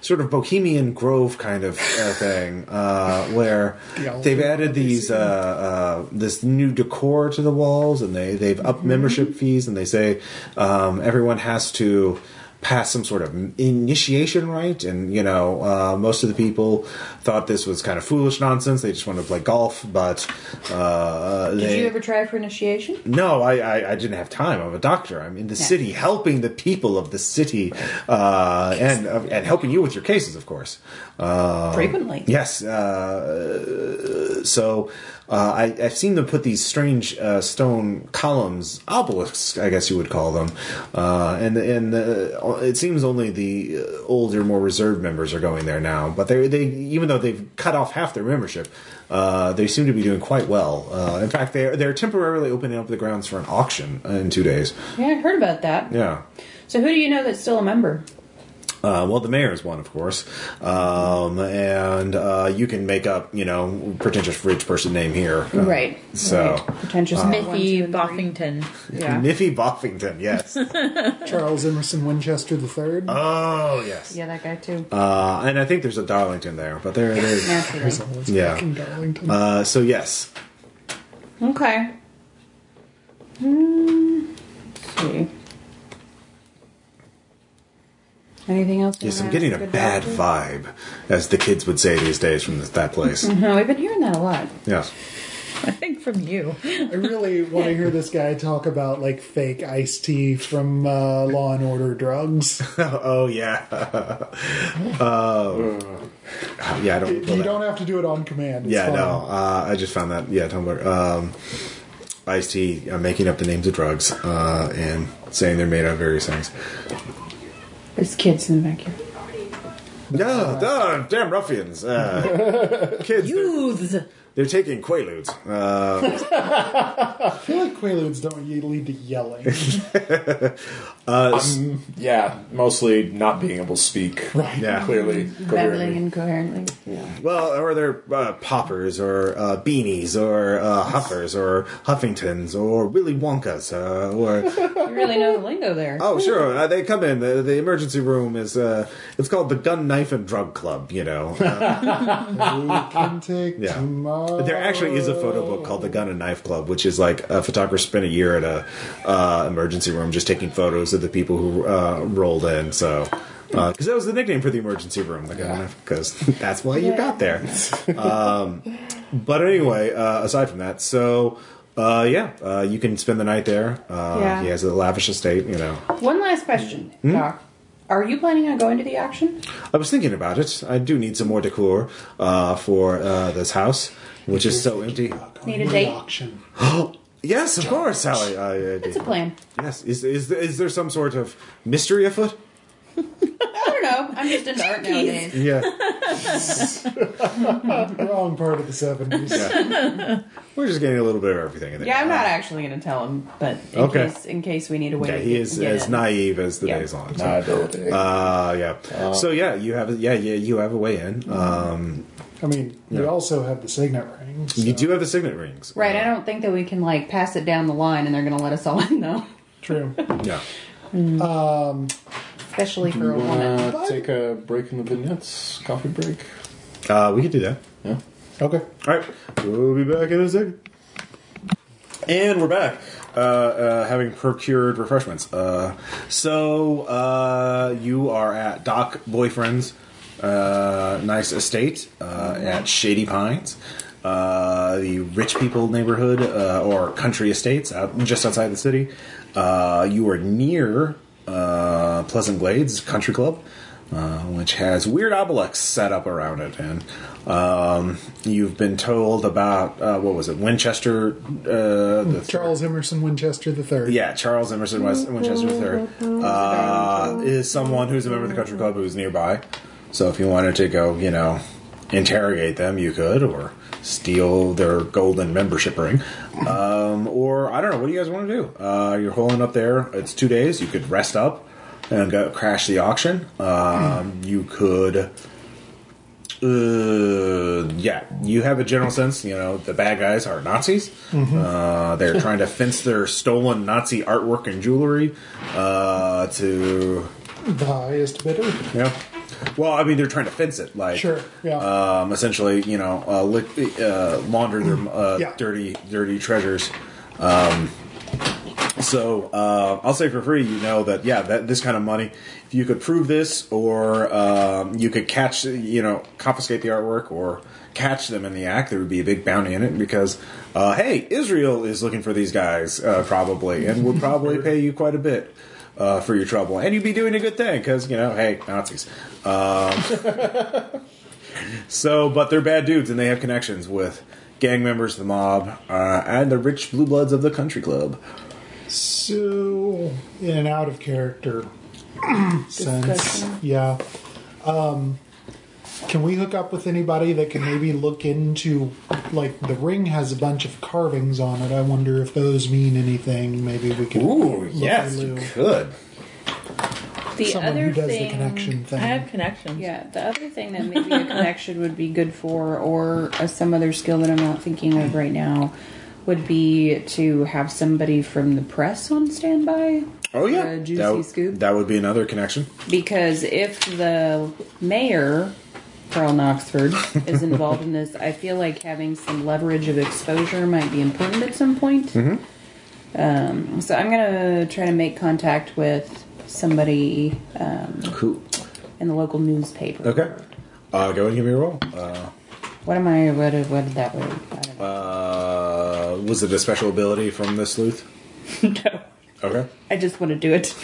Speaker 1: sort of Bohemian Grove kind of uh, thing, uh, where
Speaker 2: Yeah,
Speaker 1: they've
Speaker 2: well,
Speaker 1: added these uh, uh, this new decor to the walls, and they they've upped membership fees, and they say um, everyone has to pass some sort of initiation rite and you know uh, most of the people thought this was kind of foolish nonsense they just wanted to play golf but uh,
Speaker 3: Did
Speaker 1: they,
Speaker 3: you ever try for initiation?
Speaker 1: no, I, I, I didn't have time. I'm a doctor. I'm in the
Speaker 3: Yeah.
Speaker 1: city helping the people of the city uh, and uh, and helping you with your cases, of course. Uh,
Speaker 3: Frequently.
Speaker 1: Yes. Uh, so uh, I, I've seen them put these strange uh, stone columns, obelisks, I guess you would call them, uh, and and uh, it seems only the uh, older, more reserved members are going there now. But they they even though they've cut off half their membership, uh, they seem to be doing quite well. Uh, in fact, they're they're temporarily opening up the grounds for an auction in two days.
Speaker 3: Yeah, I heard about that.
Speaker 1: Yeah.
Speaker 3: So who do you know that's still a member?
Speaker 1: Uh, well, the mayor is one, of course, um, and uh, you can make up, you know, pretentious rich person name here, Uh,
Speaker 3: Right.
Speaker 1: So,
Speaker 3: Right. Pretentious one, two,
Speaker 5: Miffy
Speaker 3: and three.
Speaker 5: Boffington.
Speaker 3: Yeah.
Speaker 1: Miffy Boffington, yes,
Speaker 2: Charles Emerson Winchester III.
Speaker 1: oh yes,
Speaker 3: Yeah, that guy too.
Speaker 1: uh, and I think there's a Darlington there, but there, there's,
Speaker 3: Naturally.
Speaker 1: yeah.
Speaker 2: Fucking Darlington.
Speaker 1: Uh, so yes,
Speaker 3: Okay. Hmm. let's see. Anything else? you
Speaker 1: yes, I'm
Speaker 3: wanna
Speaker 1: getting a
Speaker 3: ask about
Speaker 1: bad
Speaker 3: this?
Speaker 1: vibe, as the kids would say these days from that place.
Speaker 3: No, I've been hearing that a lot.
Speaker 1: yes,
Speaker 5: I think from you.
Speaker 2: I really want to hear this guy talk about like fake iced tea from uh, Law and Order drugs.
Speaker 1: oh yeah, um, yeah, I don't.
Speaker 2: you don't have to do it on command. It's
Speaker 1: Yeah,
Speaker 2: fine.
Speaker 1: no. Uh, I just found that. Yeah, Tumblr. Um, Ice T uh, making up the names of drugs uh, and saying they're made out of various things.
Speaker 3: There's kids in the back here.
Speaker 1: No, no, damn ruffians. Uh, kids, they're,
Speaker 5: Youths.
Speaker 1: they're taking Quaaludes. Uh,
Speaker 2: I feel like Quaaludes don't ye- lead to yelling.
Speaker 6: Yeah, mostly not being able to speak. Right.
Speaker 1: yeah.
Speaker 6: Clearly.
Speaker 3: Babbling
Speaker 6: coherently.
Speaker 3: incoherently.
Speaker 1: Well, or they're uh, poppers, or uh, beanies, or uh, huffers, or Huffingtons, or Willy Wonkas, uh, or
Speaker 3: You really know the lingo there.
Speaker 1: Oh, sure. Uh, they come in. The, the emergency room is, uh, it's called the Gun, Knife, and Drug Club, you know. Uh,
Speaker 2: can take
Speaker 1: Yeah.
Speaker 2: tomorrow.
Speaker 1: there actually is a photo book called the Gun and Knife Club, which is like a photographer spent a year at a uh, emergency room just taking photos of the people who uh, rolled in. So, because that was the nickname for the emergency room, the Gun and Knife, because that's why you got there. Um, but anyway, uh, aside from that, so. Uh, yeah, uh, you can spend the night there. Uh,
Speaker 3: Yeah.
Speaker 1: He has a lavish estate, you know.
Speaker 3: Hmm? One last question, Doc. Are you planning on going to the auction?
Speaker 1: I was thinking about it. I do need some more decor uh, for uh, this house, which is so empty.
Speaker 3: Need a date?
Speaker 2: Auction.
Speaker 1: Yes, of course, Sally. I, I
Speaker 3: It's a plan.
Speaker 1: Yes. Is, is is there some sort of mystery afoot?
Speaker 3: I don't know. I'm just into art nowadays.
Speaker 1: Yeah.
Speaker 2: Wrong part of the 70s.
Speaker 1: yeah. We're just getting a little bit of everything in there.
Speaker 3: Yeah, I'm not actually going to tell him, but in
Speaker 1: Okay.
Speaker 3: case in case we need a way.
Speaker 1: Yeah,
Speaker 3: to
Speaker 1: he is
Speaker 3: get
Speaker 1: as
Speaker 3: in.
Speaker 1: naive as the
Speaker 3: Yeah.
Speaker 1: days on.
Speaker 6: Liability.
Speaker 1: Uh, yeah. so yeah, you have a, yeah yeah you have a way in. Um,
Speaker 2: I mean, we also have the signet ring. so-
Speaker 1: You do have the signet rings,
Speaker 3: Right, I don't think that we can like pass it down the line and they're going to let us all in though,
Speaker 2: True.
Speaker 1: Yeah.
Speaker 3: especially for a woman.
Speaker 4: Uh, take a break in the vignettes, coffee break.
Speaker 1: Uh, we could do that.
Speaker 4: Yeah.
Speaker 2: Okay.
Speaker 1: All right, we'll be back in a second. And we're back, uh, uh, having procured refreshments. Uh, so uh, you are at Doc Boyfriend's uh, nice estate uh, at Shady Pines, uh, the rich people neighborhood uh, or country estates out just outside the city. Uh, you are near uh, Pleasant Glades Country Club uh, which has weird obelisks set up around it. And um, you've been told about uh, what was it, Winchester? Uh, the
Speaker 2: Charles Emerson Winchester III.
Speaker 1: yeah, Charles Emerson West, Winchester III uh, is someone who's a member of the country club who's nearby. So if you wanted to go, you know, interrogate them, you could, or steal their golden membership ring, um, or I don't know. What do you guys want to do? Uh, you're holing up there. It's two days. You could rest up and go crash the auction. Um, you could. Uh, yeah, you have a general sense. You know, the bad guys are Nazis. Uh, they're trying to fence their stolen Nazi artwork and jewelry uh, to.
Speaker 2: The highest bidder.
Speaker 1: Yeah. Well, I mean, they're trying to fence it, like
Speaker 2: Sure, yeah.
Speaker 1: Um, essentially, you know, uh, lick, uh, launder their uh,
Speaker 2: Yeah.
Speaker 1: dirty, dirty treasures. Um, so uh, I'll say for free, you know that yeah, that this kind of money, if you could prove this, or um, you could catch, you know, confiscate the artwork, or catch them in the act, there would be a big bounty in it because uh, hey, Israel is looking for these guys uh, probably, and would probably pay you quite a bit. Uh, for your trouble, and you'd be doing a good thing because you know, hey, Nazis. So, but they're bad dudes, and they have connections with gang members of the mob uh, and the rich blue bloods of the country club.
Speaker 2: So, in an out of character sense, yeah. Um, can we hook up with anybody that can maybe look into, like, the ring has a bunch of carvings on it. I wonder if those mean anything. Maybe we can. look into
Speaker 1: could.
Speaker 3: The
Speaker 2: someone
Speaker 3: other
Speaker 2: who does
Speaker 3: thing,
Speaker 2: the connection
Speaker 5: I
Speaker 2: thing.
Speaker 5: have connections.
Speaker 3: yeah, the other thing that maybe a connection would be good for, or uh, some other skill that I'm not thinking of right now, would be to have somebody from the press on standby.
Speaker 1: Oh yeah,
Speaker 3: For a juicy
Speaker 1: that, w-
Speaker 3: scoop.
Speaker 1: That would be another connection.
Speaker 3: Because if the mayor, Carl Knoxford, is involved in this, I feel like having some leverage of exposure might be important at some point.
Speaker 2: Mm-hmm.
Speaker 3: Um, so I'm going to try to make contact with somebody um,
Speaker 1: Cool.
Speaker 3: in the local newspaper.
Speaker 1: Okay. Uh, go and give me a roll. Uh,
Speaker 3: What am I, what, did- what did that word? I don't know.
Speaker 1: uh, was it a special ability from this sleuth?
Speaker 3: No.
Speaker 1: Okay,
Speaker 3: I just want to do it.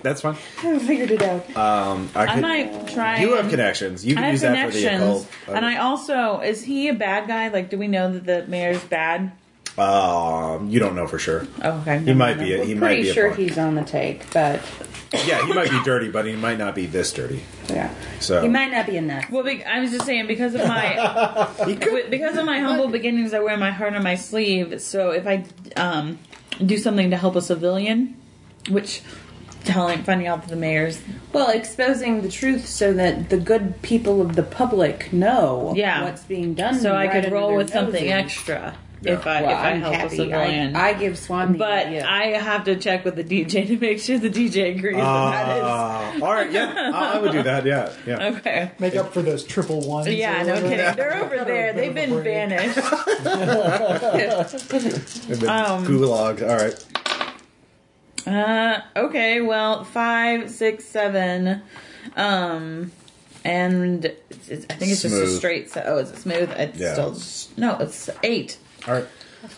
Speaker 1: that's fine.
Speaker 3: I haven't figured it out.
Speaker 1: Um, I,
Speaker 5: I
Speaker 1: could-
Speaker 5: might try.
Speaker 1: You have
Speaker 5: and-
Speaker 1: connections. You can
Speaker 5: I have
Speaker 1: use that for the
Speaker 5: connections,
Speaker 1: occult.
Speaker 5: and I also is he a bad guy? Like, do we know that the mayor's bad?
Speaker 1: um, you don't know for sure.
Speaker 5: Oh, okay,
Speaker 1: He might be. A, he might
Speaker 3: Pretty
Speaker 1: be.
Speaker 3: sure
Speaker 1: a pawn.
Speaker 3: he's on the take, but
Speaker 1: Yeah, he might be dirty, but he might not be this dirty.
Speaker 3: yeah.
Speaker 1: So-
Speaker 3: He might not be in that.
Speaker 5: Well, be, I was just saying because of my wi- because of my humble beginnings, I wear my heart on my sleeve. So if I um, do something to help a civilian, which telling finding out that the mayor's
Speaker 3: Well, exposing the truth so that the good people of the public know
Speaker 5: Yeah.
Speaker 3: what's being done.
Speaker 5: so I
Speaker 3: right
Speaker 5: could
Speaker 3: under
Speaker 5: roll
Speaker 3: their
Speaker 5: with something
Speaker 3: noses.
Speaker 5: extra if I
Speaker 3: Well,
Speaker 5: if I
Speaker 3: I'm
Speaker 5: help a
Speaker 3: happy.
Speaker 5: civilian.
Speaker 3: I, I give Swan the
Speaker 5: but
Speaker 3: idea.
Speaker 5: I have to check with the DJ to make sure the DJ agrees that
Speaker 1: Uh, all right, yeah, I I would do that. Yeah, yeah.
Speaker 5: that is okay.
Speaker 2: Make up for those triple ones.
Speaker 5: Yeah,
Speaker 2: or
Speaker 5: no
Speaker 2: whatever.
Speaker 5: kidding. They're over there. They've been banished.
Speaker 1: And then
Speaker 3: um,
Speaker 1: gulag. All right.
Speaker 5: Uh, okay, well, five, six, seven, um, and it's, it's- I think it's just a
Speaker 1: Smooth.
Speaker 5: straight. So, oh, is it smooth? It's
Speaker 1: Yeah.
Speaker 5: still no, it's eight.
Speaker 1: All right.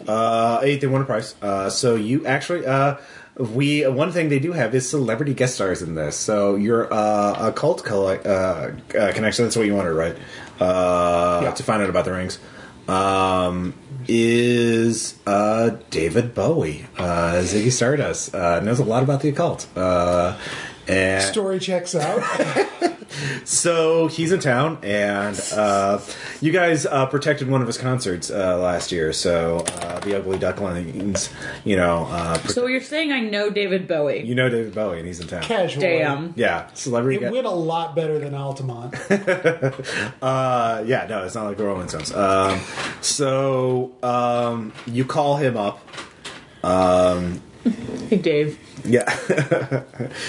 Speaker 1: Uh, eight, they won a prize. Uh, so you actually, uh, we one thing they do have is celebrity guest stars in this. So you're uh, a cult colle- uh, uh, connection. That's what you wanted, right? Uh, To find out about the rings. Um, is uh, David Bowie, uh, Ziggy Stardust, uh, knows a lot about the occult. Uh, and
Speaker 2: Story checks out.
Speaker 1: so he's in town, and uh, you guys uh, protected one of his concerts uh, last year. So uh, the Ugly Ducklings, you know, uh, pro-
Speaker 5: So you're saying I know David Bowie?
Speaker 1: you know David Bowie, and he's in town.
Speaker 2: Casual.
Speaker 5: Damn.
Speaker 1: Yeah, celebrity.
Speaker 2: It
Speaker 1: guy-
Speaker 2: went a lot better than Altamont.
Speaker 1: Uh, yeah, no, it's not like the Rolling Stones. Um, so um, you call him up.
Speaker 5: Hey, Dave.
Speaker 1: Yeah.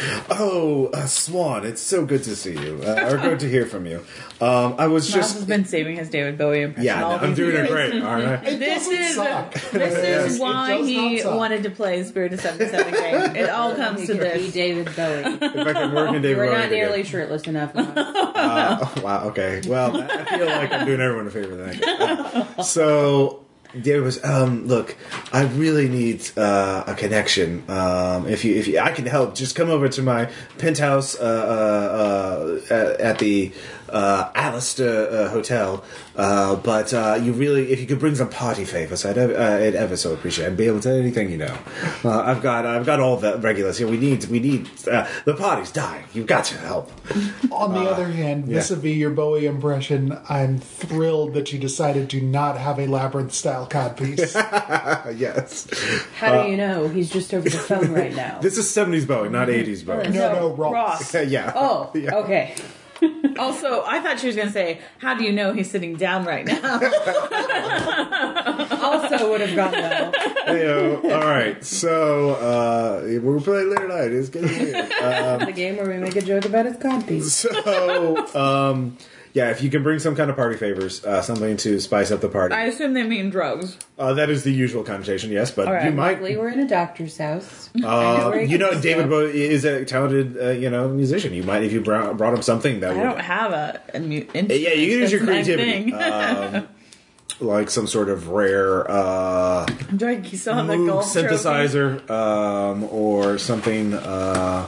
Speaker 1: oh, uh, Swan, it's so good to see you, uh, or good to hear from you. Um, I was
Speaker 5: Miles has
Speaker 1: just.
Speaker 5: been saving his David Bowie impression.
Speaker 1: Yeah, no,
Speaker 5: all
Speaker 1: I'm
Speaker 5: these
Speaker 1: doing it
Speaker 5: years.
Speaker 1: great. All right.
Speaker 2: It
Speaker 5: This
Speaker 2: doesn't
Speaker 5: is-
Speaker 2: suck.
Speaker 5: This
Speaker 2: It
Speaker 5: is why
Speaker 2: does not
Speaker 5: he
Speaker 2: suck.
Speaker 5: wanted to play Spirit of 77 game. It all comes to
Speaker 3: could be
Speaker 5: this.
Speaker 3: David Bowie.
Speaker 1: If I can work in David
Speaker 3: We're
Speaker 1: Bowie
Speaker 3: not
Speaker 1: together.
Speaker 3: nearly shirtless enough. Miles.
Speaker 1: Oh, wow. Okay. Well, I feel like I'm doing everyone a favor then. Uh, so David was, um, look, I really need uh, a connection. Um, if you, if you, I can help, just come over to my penthouse uh, uh, uh, at, at the uh, Alistair uh, Hotel. Uh, but uh, you really, if you could bring some party favors, I'd, ev- uh, I'd ever so appreciate. it. And be able to anything you know. Uh, I've got, I've got all the regulars here. We need, we need. Uh, the party's dying. You've got to help.
Speaker 2: On the other hand,
Speaker 1: Uh, yeah.
Speaker 2: vis-a-vis your Bowie impression, I'm thrilled that you decided to not have a labyrinth-style codpiece.
Speaker 1: Uh, yes. Uh,
Speaker 3: How do you know? He's just over the phone right now.
Speaker 1: This is 70s Bowie, not 80s
Speaker 5: Oh,
Speaker 1: Bowie.
Speaker 2: No, no, Ross.
Speaker 1: Yeah, yeah.
Speaker 3: Oh,
Speaker 1: Yeah.
Speaker 3: okay.
Speaker 5: Also, I thought she was going to say, How do you know he's sitting down right now?
Speaker 3: Also, would have gone well.
Speaker 1: Heyo. All right. So, uh, we're playing later tonight. It's going to be weird.
Speaker 3: the game where we make a joke about his codpiece.
Speaker 1: So, um, yeah, if you can bring some kind of party favors, uh, something to spice up the party.
Speaker 5: I assume they mean drugs.
Speaker 1: Uh, that is the usual connotation, yes, but
Speaker 5: right.
Speaker 1: you might.
Speaker 3: Luckily, we're in a doctor's house.
Speaker 1: Uh,
Speaker 3: where he
Speaker 1: you know,
Speaker 3: gets
Speaker 1: David
Speaker 3: stuff.
Speaker 1: Bowie is a talented, uh, you know, musician. You might, if you brought, brought him something that
Speaker 5: I
Speaker 1: would.
Speaker 5: don't have a. a mu-
Speaker 1: Yeah, you can use your
Speaker 5: That's my
Speaker 1: creativity.
Speaker 5: thing.
Speaker 1: Um, like some sort of rare. Uh,
Speaker 5: I'm trying to saw the
Speaker 1: Moog
Speaker 5: gold
Speaker 1: synthesizer um, or something uh,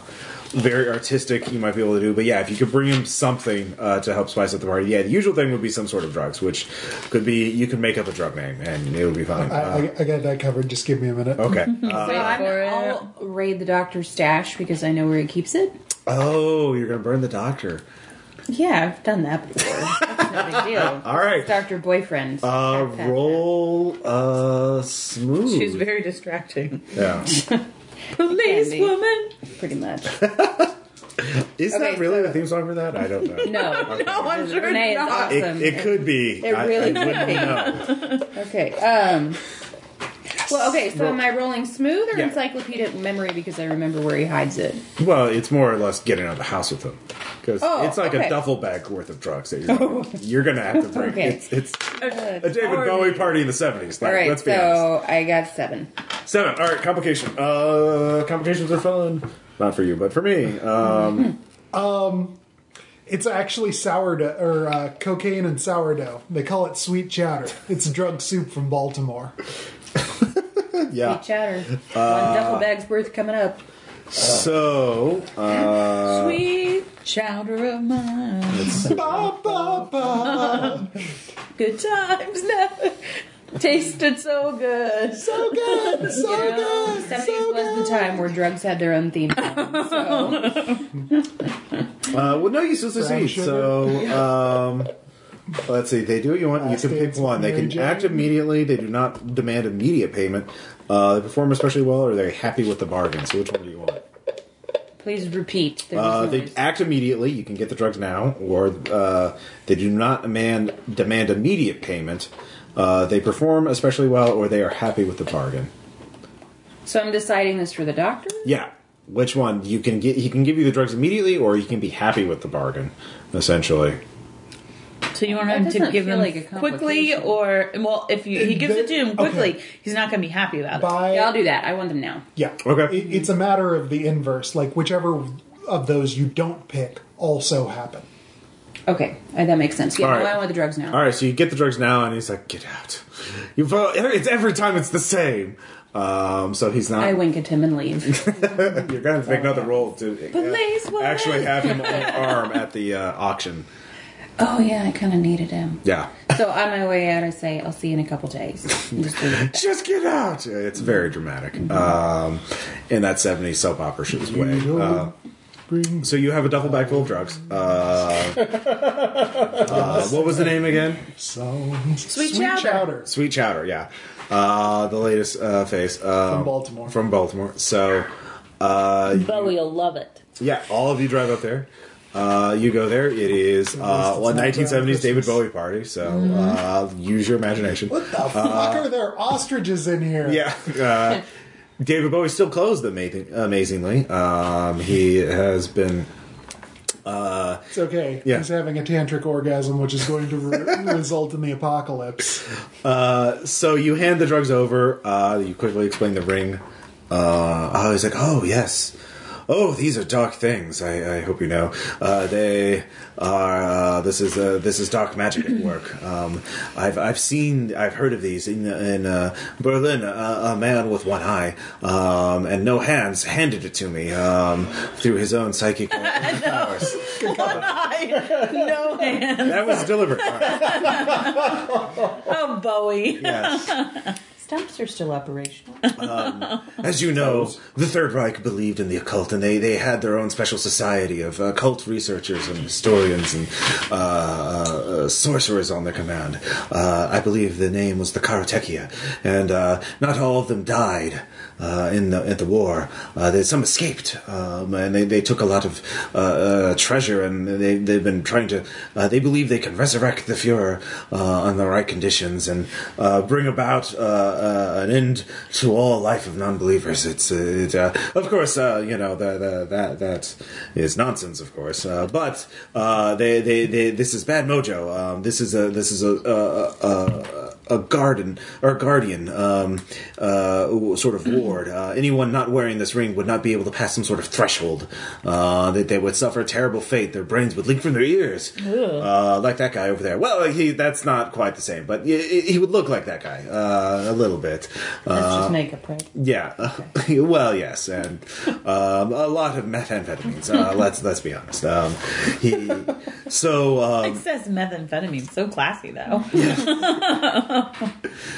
Speaker 1: very artistic you might be able to do. But yeah, if you could bring him something uh, to help spice up the party, yeah, the usual thing would be some sort of drugs, which could be you can make up a drug name and it would be fine.
Speaker 2: I,
Speaker 1: Uh,
Speaker 2: I, I got that covered. Just give me a minute.
Speaker 1: okay. Uh,
Speaker 3: So I'm,
Speaker 5: for it.
Speaker 3: I'll raid the doctor's stash because I know where he keeps it.
Speaker 1: oh, you're gonna burn the doctor.
Speaker 3: Yeah, I've done that before. That's no big deal.
Speaker 1: All right.
Speaker 3: It's Dr. Boyfriend.
Speaker 1: Uh,
Speaker 3: Backpack.
Speaker 1: roll uh,
Speaker 5: She's
Speaker 1: smooth.
Speaker 5: very distracting.
Speaker 1: yeah.
Speaker 5: Police woman.
Speaker 3: Pretty much.
Speaker 1: Is
Speaker 3: Okay,
Speaker 1: that really the theme song for that? I don't know.
Speaker 3: No.
Speaker 5: No, I'm sure it's
Speaker 3: Renee is
Speaker 5: not.
Speaker 1: It,
Speaker 3: awesome.
Speaker 1: it could be.
Speaker 3: It
Speaker 1: I-
Speaker 3: really
Speaker 1: I,
Speaker 3: could
Speaker 1: wouldn't
Speaker 3: be.
Speaker 1: know.
Speaker 3: Okay. Um. Well, okay. So am I rolling smooth or
Speaker 1: Yeah.
Speaker 3: encyclopedic memory because I remember where he hides it?
Speaker 1: Well, it's more or less getting out of the house with them because
Speaker 3: Oh,
Speaker 1: it's like a
Speaker 3: okay. Oh.
Speaker 1: duffel bag worth of drugs that you're gonna, you're gonna have to bring.
Speaker 3: Okay.
Speaker 1: It's, it's a David Bowie party in the seventies.
Speaker 3: All right.
Speaker 1: let's be honest.
Speaker 3: so I got seven.
Speaker 1: Seven. All right, complication. Uh, complications are fun. Not for you, but for me. Um,
Speaker 2: It's actually sourdough or uh, cocaine and sourdough. They call it sweet chowder. It's drug soup from Baltimore.
Speaker 1: yeah.
Speaker 3: Sweet chatter. One duffel bag's worth coming up.
Speaker 1: So uh,
Speaker 5: Sweet chowder of mine.
Speaker 2: Ba, ba, ba.
Speaker 5: Good times now. Tasted so good.
Speaker 2: So good, so
Speaker 3: You know,
Speaker 2: good,
Speaker 3: Seventies
Speaker 2: so good.
Speaker 3: was the time where drugs had their own theme. Song, so
Speaker 1: Uh, well, no, you still
Speaker 2: Brown
Speaker 1: succeed.
Speaker 2: sugar.
Speaker 1: So, um, let's see. They do what you want. You can pick
Speaker 2: Bastards,
Speaker 1: one. They
Speaker 2: Mary
Speaker 1: can
Speaker 2: Jane.
Speaker 1: act immediately. They do not demand immediate payment. Uh, they perform especially well, or they're happy with the bargain. So, which one do you want?
Speaker 3: please repeat. There
Speaker 1: Uh,
Speaker 3: was
Speaker 1: they
Speaker 3: noise.
Speaker 1: act immediately. You can get the drugs now, or uh, they do not demand demand immediate payment. Uh, they perform especially well, or they are happy with the bargain.
Speaker 3: so I'm deciding this for the doctor.
Speaker 1: Yeah. Which one? You can get. He can give you the drugs immediately, or you can be happy with the bargain. Essentially.
Speaker 5: So you want
Speaker 3: That
Speaker 5: him to
Speaker 3: doesn't
Speaker 5: give
Speaker 3: feel
Speaker 5: him
Speaker 3: like a
Speaker 5: quickly,
Speaker 3: complication.
Speaker 5: or well, if you, he gives it to him quickly,
Speaker 2: Okay.
Speaker 5: he's not going to be happy about it.
Speaker 2: By
Speaker 3: Yeah, I'll do that. I want them now.
Speaker 2: Yeah.
Speaker 1: Okay.
Speaker 2: It, it's a matter of the inverse. Like whichever of those you don't pick also happen.
Speaker 3: Okay, uh, that makes sense. Yeah,
Speaker 1: All
Speaker 3: no,
Speaker 1: right.
Speaker 3: I want the drugs now.
Speaker 1: All right, so you get the drugs now, and he's like, "Get out!" You, fo- it's every time it's the same. Um, so he's not.
Speaker 3: I wink at him and leave.
Speaker 1: You're gonna have to make another roll to uh,
Speaker 3: Police woman.
Speaker 1: actually have him on the arm at the uh, auction.
Speaker 3: oh yeah, I kind of needed him.
Speaker 1: Yeah,
Speaker 3: So on my way out, I say, "I'll see you in a couple days." And just leave.
Speaker 1: just get out. Yeah, It's very dramatic. Um, in that '70s soap opera shit's way. Uh, so you have a duffel bag full of drugs. Uh, uh, what was the name again?
Speaker 2: Sounds
Speaker 3: Sweet chowder.
Speaker 1: Sweet Chowder, yeah. Uh, the latest uh, face. Uh,
Speaker 2: From Baltimore.
Speaker 1: From Baltimore. So, uh,
Speaker 5: Bowie will love it.
Speaker 1: yeah, all of you drive up there. Uh, you go there. It is uh, well, 1970s David Bowie party, so uh, use your imagination.
Speaker 2: Mm-hmm. What the fuck are there ostriches in here?
Speaker 1: Uh, Yeah. Uh, David Bowie still closed amazing, amazingly. Um, he has been.
Speaker 2: It's okay.
Speaker 1: Yeah.
Speaker 2: He's having a tantric orgasm, which is going to re- result in the apocalypse.
Speaker 1: So you hand the drugs over. Uh, you quickly explain the ring. Uh, I was like, oh, yes. Oh, these are dark things. I, I hope you know. Uh, they are. Uh, this is uh, this is dark magic at work. Um, I've I've seen. I've heard of these in in uh, Berlin. uh, A, a man with one eye um, and no hands handed it to me um, through his own psychic powers.
Speaker 5: One eye, no hand.
Speaker 1: That was deliberate. All right.
Speaker 5: Oh, Bowie.
Speaker 1: Yes.
Speaker 3: Stumps are still operational.
Speaker 1: As you know, the Third Reich believed in the occult, and they, they had their own special society of occult researchers and historians and uh, uh, sorcerers on their command. Uh, I believe the name was the Karatekia, and uh, not all of them died. Uh, in the at the war, uh, they, some escaped, um, and they, they took a lot of uh, uh, treasure, and they they've been trying to. Uh, they believe they can resurrect the Fuhrer uh, on the right conditions and uh, bring about uh, uh, an end to all life of non-believers. It's uh, it, uh, of course uh, you know the, the, that that is nonsense, of course. Uh, but uh, they, they they this is bad mojo. Um, this is a this is a a, a- a, a garden or guardian um, uh, w- sort of ward. Uh, anyone not wearing this ring would not be able to pass some sort of threshold. Uh, that they would suffer a terrible fate. Their brains would leak from their ears, uh, like that guy over there. Well, he that's not quite the same, but he, he would look like that guy uh, a little bit.
Speaker 7: That's
Speaker 1: Uh,
Speaker 7: just makeup, right?
Speaker 1: yeah. well, yes, and um, a lot of methamphetamines. Uh, let's let's be honest. Um, he so
Speaker 5: It
Speaker 1: um,
Speaker 5: says methamphetamine. So classy, though.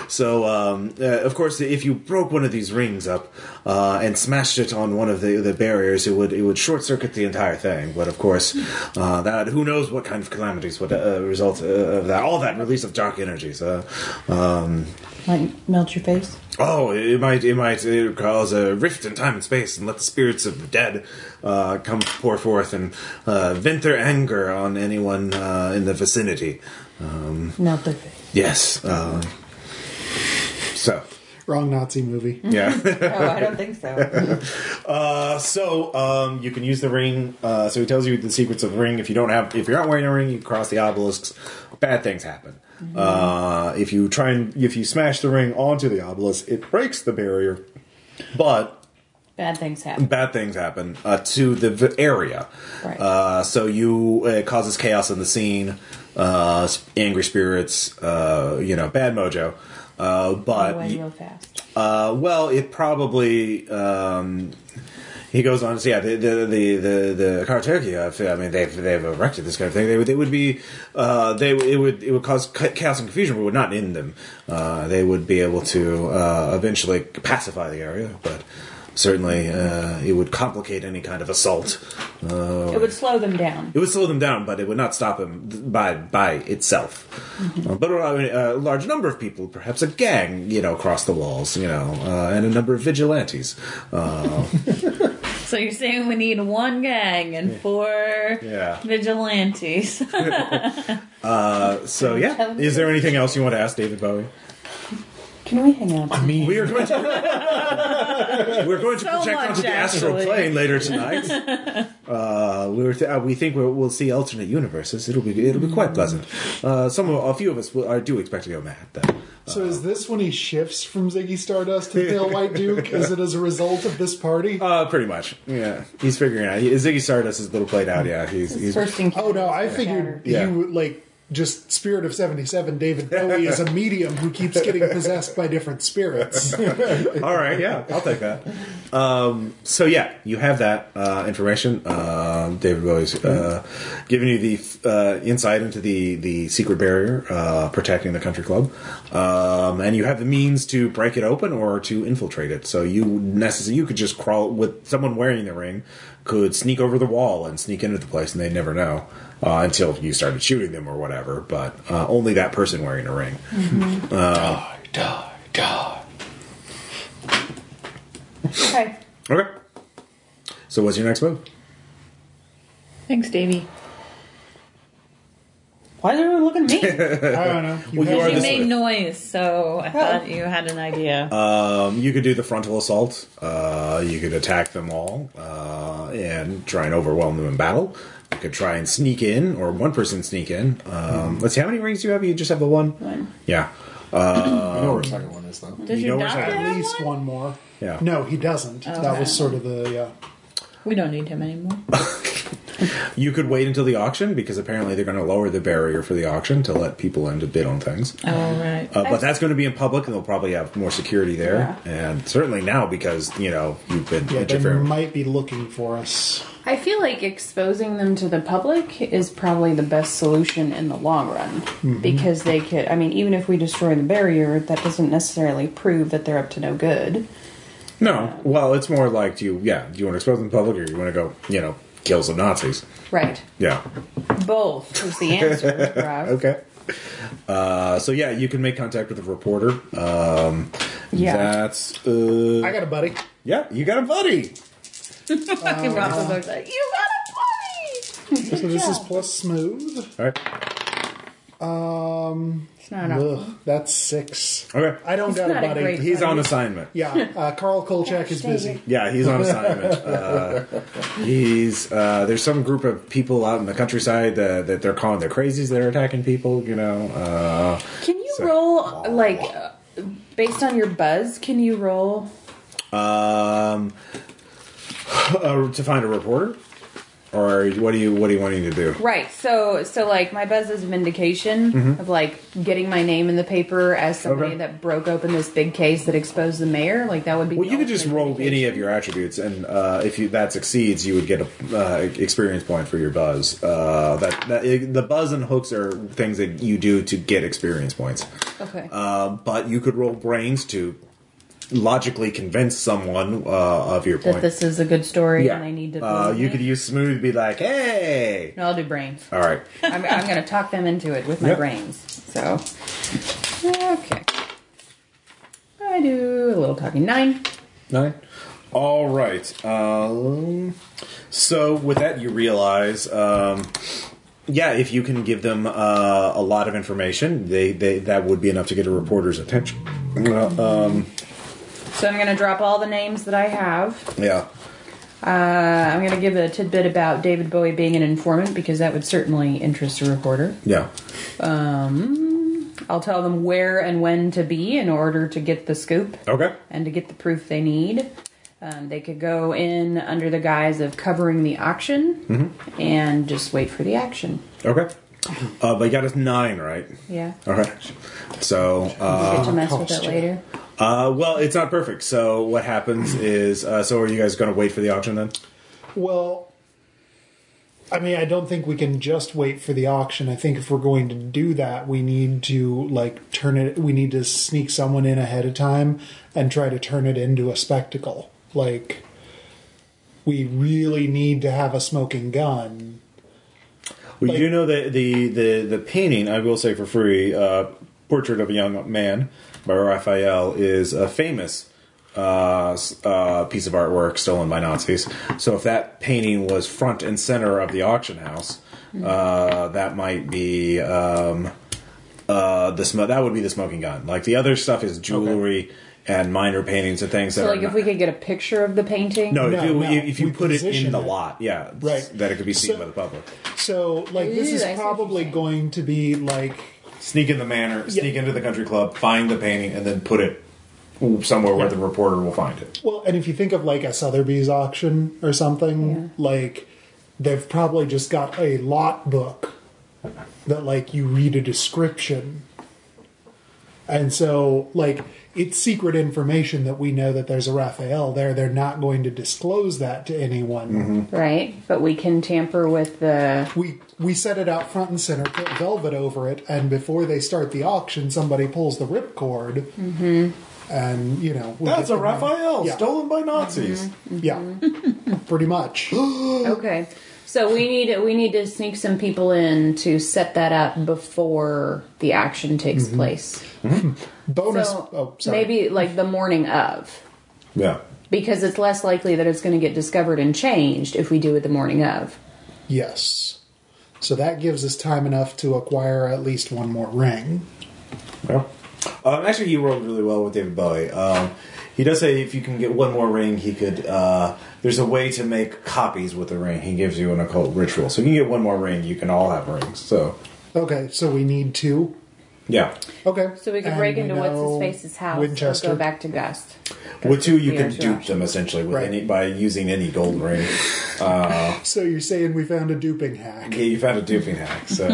Speaker 1: so um, uh, of course, if you broke one of these rings up uh, and smashed it on one of the, the barriers, it would it would short circuit the entire thing. But of course, uh, that who knows what kind of calamities would uh, result uh, of that? All that release of dark energies. Uh, um,
Speaker 7: Like melt your face.
Speaker 1: Oh, it might it might uh cause a rift in time and space, and let the spirits of the dead uh, come pour forth and uh, vent their anger on anyone uh, in the vicinity.
Speaker 7: Melt their face.
Speaker 1: Yes. Uh, so
Speaker 2: Wrong Nazi movie.
Speaker 1: yeah.
Speaker 3: Oh, I don't think so.
Speaker 1: Uh, so um, you can use the ring. Uh, so he tells you the secrets of the ring. If you don't have, if you're not wearing a ring, you cross the obelisks. Bad things happen. Uh, if you try and if you smash the ring onto the obelisk, it breaks the barrier, but
Speaker 3: Bad things happen.
Speaker 1: bad things happen uh, to the v- area.
Speaker 3: Right.
Speaker 1: Uh, so you it causes chaos in the scene, uh, s- angry spirits, uh, you know, bad mojo. Uh, but
Speaker 3: Away real fast.
Speaker 1: uh, well, it probably. Um, he goes on to say, yeah, the the the the, the Cartergia, if- I mean, they've they've erected this kind of thing. They would they would be, uh, they it would it would cause ca- chaos and confusion, but would not end them. Uh, they would be able to uh, eventually pacify the area, but certainly uh, it would complicate any kind of assault. Uh,
Speaker 3: It would slow them down.
Speaker 1: it would slow them down, but it would not stop them th- by by itself. Uh, but allow a, a large number of people, perhaps a gang, you know, across the walls, you know, uh, and a number of vigilantes. Uh,
Speaker 5: So you're saying we need one gang and four
Speaker 1: Yeah.
Speaker 5: vigilantes?
Speaker 1: so yeah, is there anything else you want to ask David Bowie?
Speaker 3: Can we hang out? I mean,
Speaker 1: We are going to we're going to
Speaker 5: So
Speaker 1: project
Speaker 5: much,
Speaker 1: onto the astral
Speaker 5: actually.
Speaker 1: plane later tonight. Uh, we're th- uh, we think we'll, we'll see alternate universes. It'll be it'll be quite pleasant. Uh, some of, a few of us will, are, do expect to go mad though.
Speaker 2: So is this when he shifts from Ziggy Stardust to Pale White Duke? Is it as a result of this party?
Speaker 1: Uh, pretty much. Yeah, he's figuring out. He, Ziggy Stardust is a little played out. Yeah, he's he's
Speaker 3: First encounter.
Speaker 2: oh no, I figured
Speaker 1: Yeah.
Speaker 2: you like just Spirit of Seventy Seven. David Bowie is a medium who keeps getting possessed by different spirits.
Speaker 1: All right, yeah, I'll take that. Um, so yeah, you have that uh, information. Um David Bowie's uh, giving you the uh, insight into the the secret barrier uh, protecting the country club, um, and you have the means to break it open or to infiltrate it. So you necessarily you could just crawl with someone wearing the ring could sneak over the wall and sneak into the place, and they'd never know. Uh, until you started shooting them or whatever, but uh, only that person wearing a ring.
Speaker 4: Die, die, die.
Speaker 3: Okay.
Speaker 1: Okay. So, what's your next move?
Speaker 3: Thanks, Davey. Why is everyone looking at me?
Speaker 2: I don't know. You
Speaker 1: Well, you
Speaker 2: have-
Speaker 1: are
Speaker 5: You
Speaker 1: this
Speaker 5: made
Speaker 1: way.
Speaker 5: noise, so I thought you had an idea.
Speaker 1: Um, you could do the frontal assault. Uh, you could attack them all uh, and try and overwhelm them in battle. You could try and sneak in, or one person sneak in.
Speaker 2: Hmm.
Speaker 1: Um, let's see, how many rings do you have? You just have the one.
Speaker 3: One.
Speaker 1: Yeah, Uh,
Speaker 4: I know where the second one is, though.
Speaker 5: Does
Speaker 1: you
Speaker 5: your
Speaker 1: know where
Speaker 5: doctor
Speaker 1: it's
Speaker 5: have
Speaker 2: at
Speaker 5: one?
Speaker 2: least one more.
Speaker 1: Yeah.
Speaker 2: No, he doesn't. That was sort of the uh, yeah.
Speaker 5: We don't need him anymore.
Speaker 1: you could wait until the auction because apparently they're going to lower the barrier for the auction to let people in to bid on things.
Speaker 5: All right.
Speaker 1: Uh, but that's going to be in public, and they'll probably have more security there, and certainly now because you know you've been
Speaker 2: Yeah, they
Speaker 1: interfering.
Speaker 2: might be looking for us.
Speaker 3: I feel like exposing them to the public is probably the best solution in the long run
Speaker 1: Mm-hmm.
Speaker 3: because they could. I mean, even if we destroy the barrier, that doesn't necessarily prove that they're up to no good.
Speaker 1: No, well, it's more like do you? Yeah, do you want to expose them in public, or you want to go? You know, kill some Nazis?
Speaker 3: Right.
Speaker 1: Yeah.
Speaker 3: Both is the answer, Rob.
Speaker 1: Okay. Uh, so yeah, you can make contact with a reporter. Um,
Speaker 3: Yeah.
Speaker 1: That's uh,
Speaker 2: I got a buddy.
Speaker 1: yeah. You got a buddy.
Speaker 5: Fucking Rob was always like, you got a buddy!
Speaker 2: So this is plus smooth.
Speaker 1: All right.
Speaker 2: Um,
Speaker 3: It's not enough.
Speaker 2: ugh, that's six.
Speaker 1: Okay.
Speaker 2: I don't got a
Speaker 3: not a
Speaker 2: buddy.
Speaker 3: great-
Speaker 1: He's on assignment.
Speaker 2: Yeah, uh, Carl Kolchak is busy.
Speaker 1: Yeah, he's on assignment. Uh, he's uh, there's some group of people out in the countryside that, that they're calling the crazies that are attacking people. You know. Uh,
Speaker 3: Can you
Speaker 1: So-
Speaker 3: roll like uh, based on your buzz? Can you roll?
Speaker 1: Uh, um, uh, to find a reporter, or what do you what do you wanting to do?
Speaker 3: Right. So so like my buzz is an indication of like getting my name in the paper as somebody
Speaker 1: Mm-hmm. Okay.
Speaker 3: that broke open this big case that exposed the mayor. Like that would be.
Speaker 1: Well, you
Speaker 3: the
Speaker 1: could just
Speaker 3: ultimate
Speaker 1: roll any
Speaker 3: indication.
Speaker 1: of your attributes, and uh, if you, that succeeds, you would get a uh, experience point for your buzz. Uh, that, that the buzz and hooks are things that you do to get experience points.
Speaker 3: Okay.
Speaker 1: Uh, but you could roll brains to logically convince someone uh, of your
Speaker 3: that
Speaker 1: point.
Speaker 3: this is a good story and they need to.
Speaker 1: Uh,
Speaker 3: believe
Speaker 1: you
Speaker 3: it.
Speaker 1: could use smooth, be like, "Hey."
Speaker 3: No, I'll do brains.
Speaker 1: All right.
Speaker 3: I'm, I'm going to talk them into it with my
Speaker 1: Yep.
Speaker 3: brains. So okay. I do a little talking. Nine.
Speaker 1: Nine. All right. Um, so with that, you realize, um, yeah, if you can give them uh, a lot of information, they, they that would be enough to get a reporter's attention. Uh, um,
Speaker 3: So I'm going to drop all the names that I have.
Speaker 1: yeah.
Speaker 3: Uh, I'm going to give a tidbit about David Bowie being an informant because that would certainly interest a reporter.
Speaker 1: Yeah.
Speaker 3: Um, I'll tell them where and when to be in order to get the scoop
Speaker 1: Okay.
Speaker 3: and to get the proof they need. Um, they could go in under the guise of covering the auction
Speaker 2: Mm-hmm.
Speaker 3: and just wait for the action.
Speaker 1: Okay. Uh, but you got us nine, right?
Speaker 3: Yeah.
Speaker 1: All right. So uh,
Speaker 2: Oh,
Speaker 3: you get to mess with it later.
Speaker 1: uh, well, it's not perfect. So what happens is, uh, so are you guys going to wait for the auction then?
Speaker 2: Well, I mean, I don't think we can just wait for the auction. I think if we're going to do that, we need to like turn it. We need to sneak someone in ahead of time and try to turn it into a spectacle. Like, we really need to have a smoking gun.
Speaker 1: We
Speaker 2: Like-
Speaker 1: do know that the, the, the painting, I will say for free, uh, Portrait of a Young Man by Raphael is a famous uh, s- uh, piece of artwork stolen by Nazis. So if that painting was front and center of the auction house, uh, that might be um, uh, the sm- that would be the smoking gun. Like the other stuff is jewelry and minor paintings and things
Speaker 3: So,
Speaker 1: that
Speaker 3: like,
Speaker 1: are
Speaker 3: if
Speaker 1: not-
Speaker 3: we could get a picture of the painting.
Speaker 1: no,
Speaker 2: No,
Speaker 1: if you,
Speaker 2: no,
Speaker 1: if you
Speaker 2: we
Speaker 1: put it in
Speaker 2: position
Speaker 1: the
Speaker 2: it.
Speaker 1: lot, yeah, s-
Speaker 2: Right.
Speaker 1: that it could be seen
Speaker 2: So-
Speaker 1: by the public.
Speaker 2: So, like, this
Speaker 3: Ooh,
Speaker 2: is
Speaker 3: I see what you're
Speaker 2: probably
Speaker 3: saying.
Speaker 2: going to be like
Speaker 1: sneak in the manor, sneak into the country club, find the painting, and then put it somewhere where the reporter will find it.
Speaker 2: Well, and if you think of like a Sotheby's auction or something, like they've probably just got a lot book that like you read a description. And so like it's secret information that we know that there's a Raphael there. They're not going to disclose that to anyone.
Speaker 1: Mm-hmm.
Speaker 3: Right, but we can tamper with the.
Speaker 2: We we set it out front and center, put velvet over it, and before they start the auction, somebody pulls the ripcord. Mm-hmm. And you know we
Speaker 1: That's
Speaker 2: get
Speaker 1: a
Speaker 2: the money.
Speaker 1: Raphael
Speaker 2: Yeah. Mm-hmm.
Speaker 1: stolen by Nazis.
Speaker 2: Yeah, pretty much.
Speaker 3: Okay, so we need we need to sneak some people in to set that up before the action takes place.
Speaker 2: Bonus.
Speaker 3: So
Speaker 2: Mm-hmm. oh, sorry.
Speaker 3: maybe like the morning of,
Speaker 1: Yeah.
Speaker 3: because it's less likely that it's going to get discovered and changed if we do it the morning of.
Speaker 2: Yes. So that gives us time enough to acquire at least one more ring.
Speaker 1: Yeah. Um, actually, he rolled really well with David Bowie. Um, he does say if you can get one more ring, he could. Uh, there's a way to make copies with a ring. He gives you an occult ritual, so if you can get one more ring. You can all have rings. So,
Speaker 2: Okay, so we need two.
Speaker 1: yeah,
Speaker 2: Okay.
Speaker 3: So we could
Speaker 2: And
Speaker 3: break into
Speaker 2: know
Speaker 3: what's his face's house
Speaker 2: Winchester.
Speaker 3: and go back to Gust.
Speaker 1: with two you
Speaker 3: Yeah,
Speaker 1: can
Speaker 3: sure.
Speaker 1: dupe them essentially with
Speaker 2: Right.
Speaker 1: any by using any gold ring.
Speaker 2: So you're saying we found a duping hack.
Speaker 1: Yeah, you found a duping hack. So,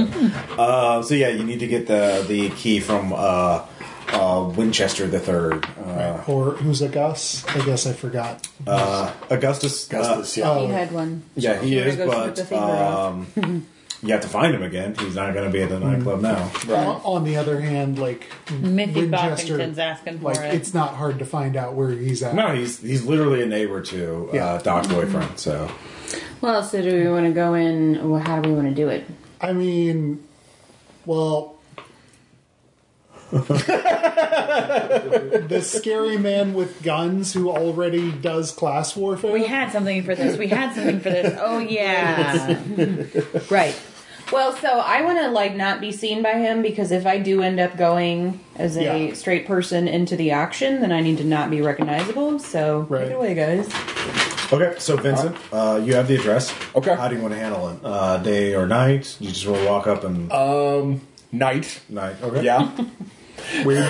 Speaker 1: uh, so yeah, you need to get the the key from uh, uh, Winchester the Third, uh,
Speaker 2: Or who's a Gus? I guess I forgot.
Speaker 1: uh, Augustus.
Speaker 6: Augustus,
Speaker 1: uh,
Speaker 6: yeah.
Speaker 2: Oh.
Speaker 3: he had one.
Speaker 1: yeah, he
Speaker 3: Sure,
Speaker 1: is,
Speaker 3: goes with the
Speaker 1: but
Speaker 3: finger off.
Speaker 1: um, you have to find him again. He's not going to be at the nightclub now.
Speaker 2: On- On the other hand, like
Speaker 5: Miffy
Speaker 2: Winchester,
Speaker 5: Boffington's asking for
Speaker 2: like
Speaker 5: it.
Speaker 2: it's not hard to find out where he's at.
Speaker 1: No, he's he's literally a neighbor to uh,
Speaker 2: Yeah.
Speaker 1: Doc's boyfriend. So
Speaker 3: Well, so do we want to go in? Well, how do we want to do it?
Speaker 2: I mean, well, the scary man with guns who already does class warfare.
Speaker 5: We had something for this. We had something for this. Oh yeah.
Speaker 3: Right. Well, so I want to like not be seen by him because if I do end up going as a
Speaker 2: Yeah.
Speaker 3: straight person into the auction, then I need to not be recognizable. So
Speaker 2: Right.
Speaker 3: take it away, guys.
Speaker 1: okay, so Vincent, uh, you have the address.
Speaker 6: Okay.
Speaker 1: how do you want to handle it? Uh, day or night? You just want to walk up and
Speaker 6: Uh, Night.
Speaker 1: night? Okay,
Speaker 6: Yeah.
Speaker 1: weird.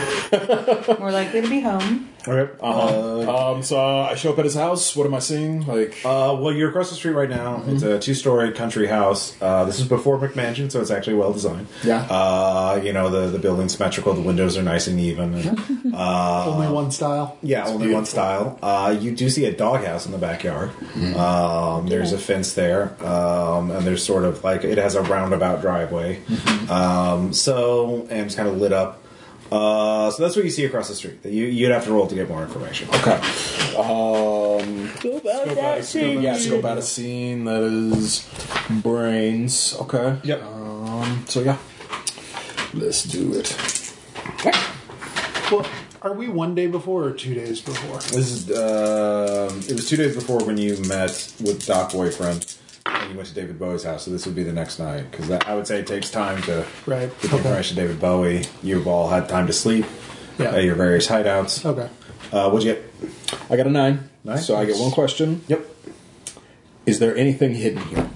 Speaker 3: More likely to be home.
Speaker 1: Okay.
Speaker 6: um, so I show up at his house. What am I seeing? Like,
Speaker 1: Uh, well, you're across the street right now. It's a two-story country house. Uh, this is before McMansion, so it's actually well designed.
Speaker 6: Yeah.
Speaker 1: Uh, you know the the building's symmetrical. The windows are nice and even. And,
Speaker 2: only one style.
Speaker 1: yeah, only one style. Uh, you do see a doghouse in the backyard. Um, there's a fence there, um, and there's sort of like it has a roundabout driveway. Um, so and it's kind of lit up. Uh, so that's what you see across the street. You, you'd have to roll to get more information.
Speaker 6: okay. Um, scope out a scene. Yeah, scope out a scene that is brains. Okay.
Speaker 1: Yep.
Speaker 2: Uh,
Speaker 6: Um, so yeah, let's do it.
Speaker 2: Well, are we one day before or two days before?
Speaker 1: This is um it was two days before when you met with Doc boyfriend, and you went to David Bowie's house. So this would be the next night because I would say it takes time to
Speaker 2: Right.
Speaker 1: get the
Speaker 2: Okay.
Speaker 1: information. to David Bowie, you've all had time to sleep
Speaker 2: Yeah. Oh.
Speaker 1: at your various hideouts.
Speaker 2: Okay.
Speaker 1: Uh, what'd you get?
Speaker 6: I got a nine.
Speaker 1: Nice.
Speaker 6: So I get one question.
Speaker 1: Yep.
Speaker 6: Is there anything hidden here?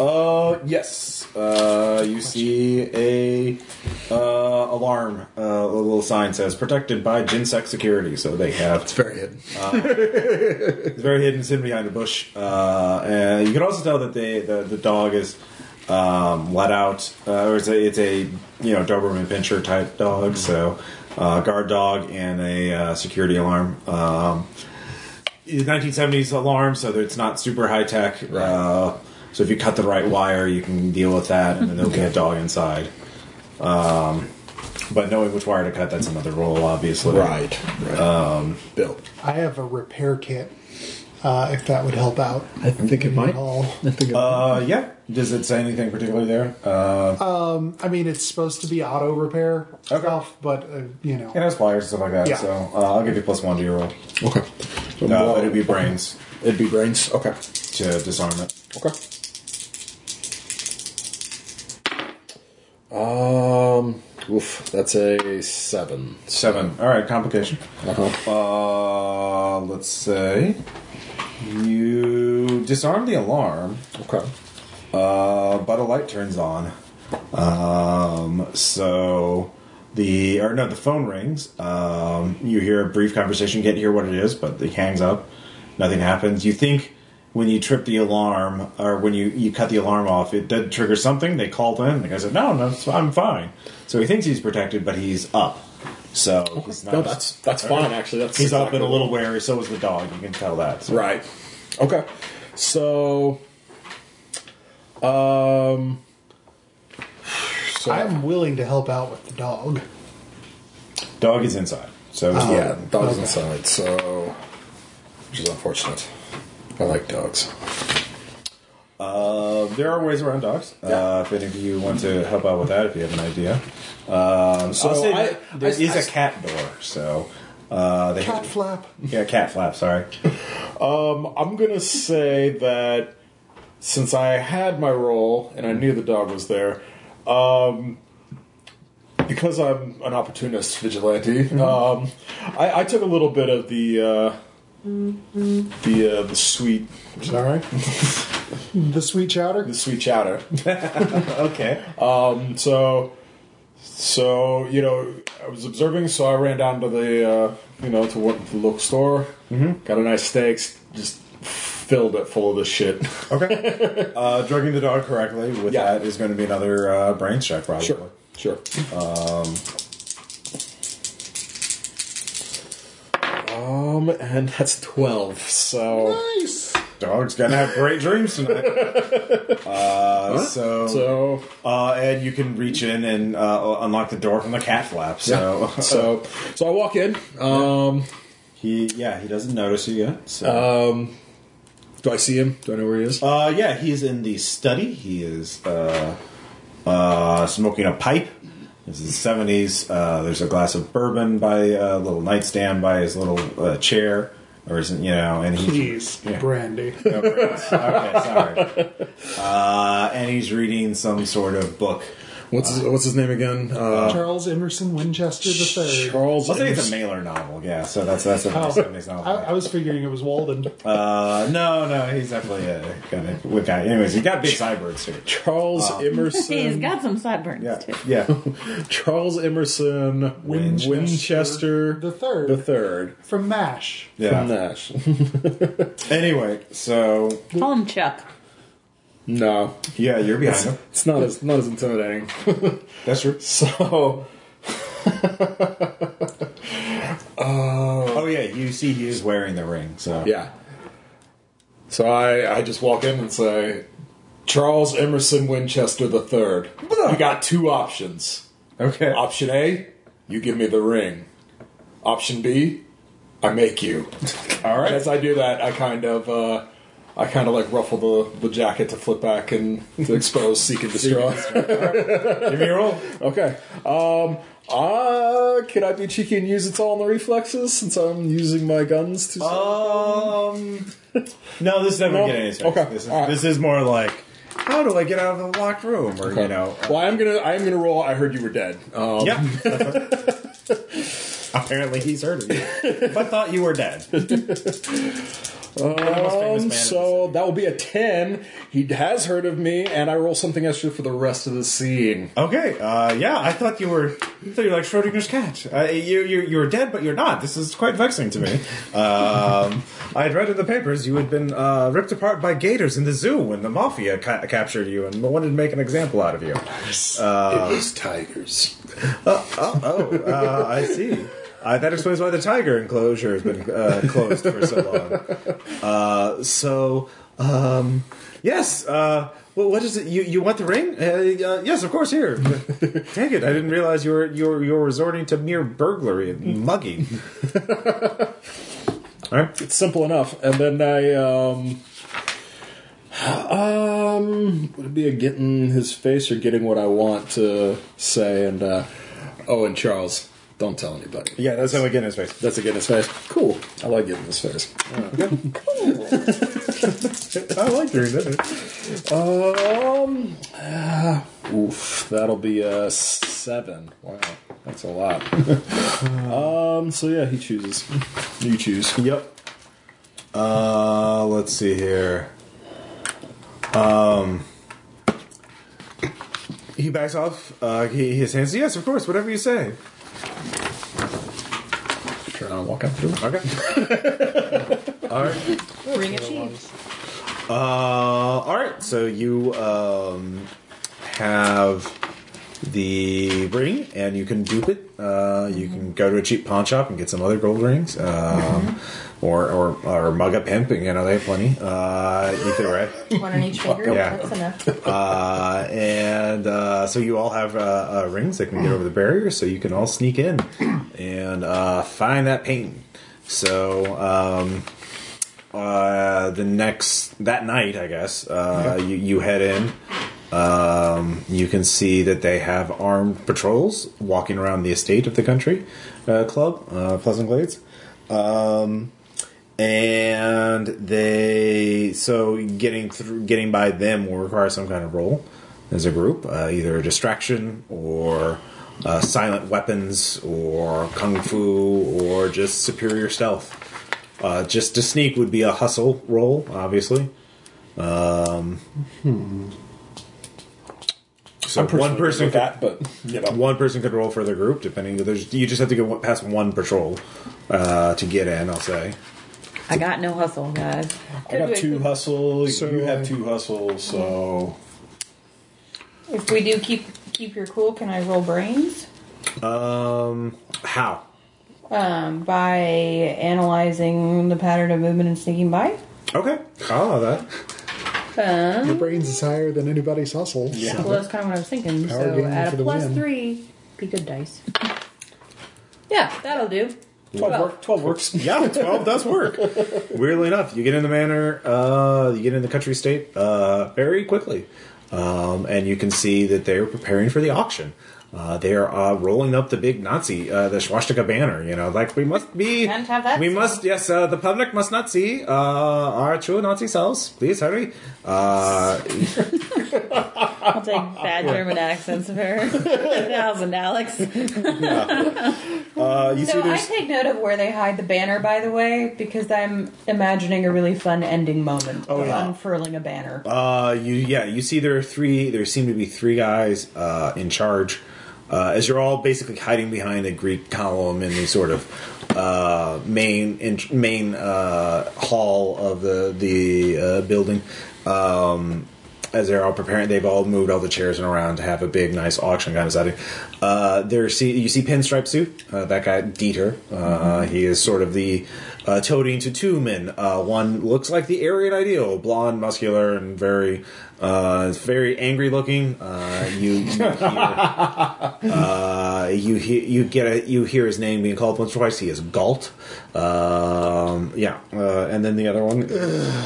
Speaker 1: Uh, yes. Uh, you see a uh, alarm. Uh, a little sign says "Protected by Ginsec Security," so they have
Speaker 6: Very hidden.
Speaker 1: It's very hidden. It's hidden behind a bush. Uh, and you can also tell that they, the the dog is um, let out, uh, or it's a, it's a you know Doberman Pinscher type dog. So uh, guard dog and a uh, security alarm. Um, it's 1970s alarm, so that it's not super high tech. Uh, so if you cut the right wire, you can deal with that, and then there'll be a dog inside. Um, but knowing which wire to cut, that's another role, obviously.
Speaker 6: Right. right. Um, Bill.
Speaker 2: I have a repair kit. Uh, if that would help out
Speaker 6: I think it
Speaker 2: at all.
Speaker 1: Uh, yeah. Does it say anything particular there?
Speaker 2: I mean, it's supposed to be auto repair stuff, but uh, you know,
Speaker 1: It has wires and stuff like that,
Speaker 2: Yeah.
Speaker 1: so uh, I'll give you plus one to your roll.
Speaker 6: okay. So
Speaker 1: No,
Speaker 6: blow-
Speaker 1: but it'd be brains
Speaker 6: it'd be brains. Okay.
Speaker 1: to disarm it.
Speaker 6: Okay. Um. Oof. That's a seven.
Speaker 1: Seven. All right, complication.
Speaker 6: Uh-huh.
Speaker 1: Uh, let's say you disarm the alarm,
Speaker 6: Okay.
Speaker 1: uh, but a light turns on. Um, so the or no, the phone rings. Um, you hear a brief conversation. Can't hear what it is, but it hangs up. Nothing happens. You think when you trip the alarm or when you you cut the alarm off, it did trigger something. They called in. The guy said, "No, no, it's- I'm fine." So he thinks he's protected, but he's up. So he's not.
Speaker 6: No, that's that's fine. Actually, that's
Speaker 1: he's up
Speaker 6: exactly
Speaker 1: and a little wary. So is the dog. You can tell that. So.
Speaker 6: Right. Okay. So, um, so
Speaker 2: I'm willing to help out with the dog.
Speaker 1: Dog is inside. So
Speaker 6: yeah, dogs
Speaker 2: Okay.
Speaker 6: inside. So, which is unfortunate. I like dogs.
Speaker 1: Uh, there are ways around dogs. Uh, if any of you want to help out with that, if you have an idea. Um, so
Speaker 6: I'll say
Speaker 1: I,
Speaker 6: that
Speaker 1: there
Speaker 6: Oh, I-
Speaker 1: is
Speaker 6: I-
Speaker 1: a cat door. So uh, they
Speaker 2: Cat flap.
Speaker 1: yeah, cat flap. Sorry.
Speaker 6: Um, I'm gonna say that since I had my role and I knew the dog was there, um, because I'm an opportunist vigilante, um, I, I took a little bit of the uh, the uh, the sweet
Speaker 2: Sorry. the sweet chowder.
Speaker 6: the sweet chowder.
Speaker 1: okay.
Speaker 6: So, so you know, I was observing, so I ran down to the uh, you know to what the local store, got a nice steak, just filled it full of this shit.
Speaker 1: Okay. uh, drugging the dog correctly with
Speaker 6: Yeah.
Speaker 1: that is going to be another uh, brain check, probably.
Speaker 6: sure. Um, um, and that's twelve. So,
Speaker 2: Nice.
Speaker 1: Dog's gonna have great dreams tonight. Uh, So,
Speaker 6: so
Speaker 1: uh, and you can reach in and uh, unlock the door from the cat flap. So,
Speaker 6: yeah. so, so I walk in. Um,
Speaker 1: he yeah he doesn't notice you yet. So.
Speaker 6: Uh, do I see him? Do I know where he is?
Speaker 1: Uh, yeah, he's in the study. He is uh, uh, smoking a pipe. This is the 70s. Uh, there's a glass of bourbon by uh, a little nightstand by his little uh, chair. Or isn't, you know, and he's.
Speaker 2: Please,
Speaker 1: Yeah.
Speaker 2: brandy.
Speaker 1: No, Brits. okay, sorry. Uh, and he's reading some sort of book.
Speaker 6: What's his, what's his name again? Uh,
Speaker 2: Charles Emerson Winchester III.
Speaker 6: Charles.
Speaker 1: I'll say it's a Mailer novel, yeah, so that's that's a 70s
Speaker 2: Oh,
Speaker 1: novel.
Speaker 2: I, I was figuring it was Walden.
Speaker 1: uh, no, no, he's definitely a kind of good guy. Anyways, he got big sideburns too.
Speaker 6: Charles
Speaker 5: He's
Speaker 6: Emerson.
Speaker 5: got some sideburns
Speaker 1: Yeah,
Speaker 5: too.
Speaker 1: yeah.
Speaker 6: Charles Emerson
Speaker 2: Winchester
Speaker 6: Winchester,
Speaker 2: the
Speaker 6: the,
Speaker 2: Third
Speaker 6: third.
Speaker 2: from Mash.
Speaker 1: Yeah.
Speaker 6: From Nash.
Speaker 1: Anyway, so
Speaker 5: Call him Chuck.
Speaker 6: no,
Speaker 1: yeah, you're behind him.
Speaker 6: it's not as not as intimidating.
Speaker 1: That's true.
Speaker 6: so
Speaker 1: Oh yeah, you see, he is wearing the ring. So
Speaker 6: yeah. So I I just walk in and say, Charles Emerson Winchester the third. You got two options.
Speaker 1: okay.
Speaker 6: Option A, you give me the ring. Option B, I make you.
Speaker 1: All right.
Speaker 6: As I do that, I kind of, uh, I kind of like ruffle the, the jacket to flip back and to expose, seek and destroy.
Speaker 1: Give me a roll.
Speaker 6: okay. Um, uh, can I be cheeky and use it's all in the reflexes since I'm using my guns to?
Speaker 1: Oh. Um, no, this doesn't
Speaker 6: No?
Speaker 1: get any space.
Speaker 6: Okay,
Speaker 1: This is,
Speaker 6: all right.
Speaker 1: this is more like, how do I get out of the locked room? Or you know, uh,
Speaker 6: well, I'm gonna, I'm gonna roll. I heard you were dead. Um,
Speaker 1: yeah. Apparently, he's heard of you. If I thought you were dead,
Speaker 6: Um, so that will be a ten. He has heard of me, and I roll something extra for the rest of the scene.
Speaker 1: okay. Uh, yeah, I thought you were. I thought you were like Schrodinger's cat. Uh, you you you were dead, but you're not. This is quite vexing to me. Um, I had read in the papers you had been uh, ripped apart by gators in the zoo when the mafia ca- captured you and wanted to make an example out of you.
Speaker 4: it was tigers.
Speaker 1: Oh, oh uh, I see. Uh, that explains why the tiger enclosure has been uh, closed for so long. Uh, so, um, yes. Uh, well, what is it? You you want the ring? Uh, uh, yes, of course. Here, take it. I didn't realize you were you were, you were resorting to mere burglary and mugging. All right.
Speaker 6: It's simple enough. And then I um um would it be a getting his face or getting what I want to say and uh oh and Charles, don't tell anybody.
Speaker 1: Yeah, that's how we get in his face.
Speaker 6: That's a get in his face. Cool. I like getting his face.
Speaker 1: I like doing that.
Speaker 6: Um ah, oof, that'll be a seven. Wow, that's a lot. um so yeah, he chooses. You choose.
Speaker 1: Yep. Uh, let's see here. Um, He backs off. Uh, he, his hands. Yes, of course. Whatever you say.
Speaker 6: Turn around and walk out the door.
Speaker 1: Okay. all right.
Speaker 3: Ring of Chiefs.
Speaker 1: Uh, all right. So you um, have the ring, and you can dupe it. Uh, you can go to a cheap pawn shop and get some other gold rings, um, or, or or mug a pimp. You know they have plenty. Uh, either way.
Speaker 9: One on each finger.
Speaker 1: Yeah.
Speaker 9: That's enough.
Speaker 1: Uh, and uh, so you all have uh, uh, rings that can get over the barrier, so you can all sneak in and uh, find that painting. So um, uh, the next that night, I guess uh, you you head in. Um, you can see that they have armed patrols walking around the estate of the country uh, club, uh, Pleasant Glades and they so getting through getting by them will require some kind of role as a group uh, either a distraction or uh, silent weapons or kung fu or just superior stealth uh, just to sneak would be a hustle role obviously um, so one person
Speaker 6: with that, but you know,
Speaker 1: one person could roll for their group, depending. There's, you just have to get one- past one patrol uh, to get in. I'll say.
Speaker 5: I got no hustle, guys.
Speaker 6: I got two hustle.
Speaker 2: So
Speaker 6: you
Speaker 2: do I.
Speaker 6: have two hustle, so
Speaker 9: if we do keep keep your cool, can I roll brains?
Speaker 1: Um, how?
Speaker 9: Um, by analyzing the pattern of movement and sneaking by.
Speaker 1: Okay, I love Oh, that.
Speaker 5: Uh-huh.
Speaker 2: Your brains is higher than anybody's hustle. Yeah.
Speaker 9: Well, that's kind of what I was thinking.
Speaker 2: Power
Speaker 9: so
Speaker 2: game
Speaker 9: at
Speaker 2: for
Speaker 9: a
Speaker 2: the
Speaker 9: plus
Speaker 2: win.
Speaker 9: three, be good dice. Yeah, that'll do.
Speaker 6: 12, work, 12 works.
Speaker 1: Yeah, twelve does work. Weirdly enough, you get in the manor, uh, you get in the country state uh, very quickly, um, and you can see that they're preparing for the auction. Uh, they are uh, rolling up the big Nazi, uh, the swastika banner. You know, like we must be.
Speaker 9: Can't have that.
Speaker 1: we must. Yes, uh, the public must not see uh, our true Nazi selves. Please hurry. Uh,
Speaker 5: I'll take bad German accents for a thousand, Alex.
Speaker 1: uh, you see,
Speaker 9: So I
Speaker 1: there's
Speaker 9: take note of where they hide the banner, by the way, because I'm imagining a really fun ending moment
Speaker 2: Oh,
Speaker 9: of unfurling a banner.
Speaker 1: Uh, you yeah, you see there are three. There seem to be three guys uh, in charge, uh, as you're all basically hiding behind a Greek column in the sort of uh, main in, main uh, hall of the the uh, building. Um, as they're all preparing, they've all moved all the chairs and around to have a big, nice auction kind of setting. Uh, there, see you see pinstripe suit. Uh, that guy Dieter. Uh, He is sort of the uh, toting to two men. Uh, one looks like the Aryan ideal, blonde, muscular, and very, uh, very angry looking. Uh, you you hear, uh, you, hear you get a, you hear his name being called once or twice. He is Galt. Um, yeah, uh, and then the other one.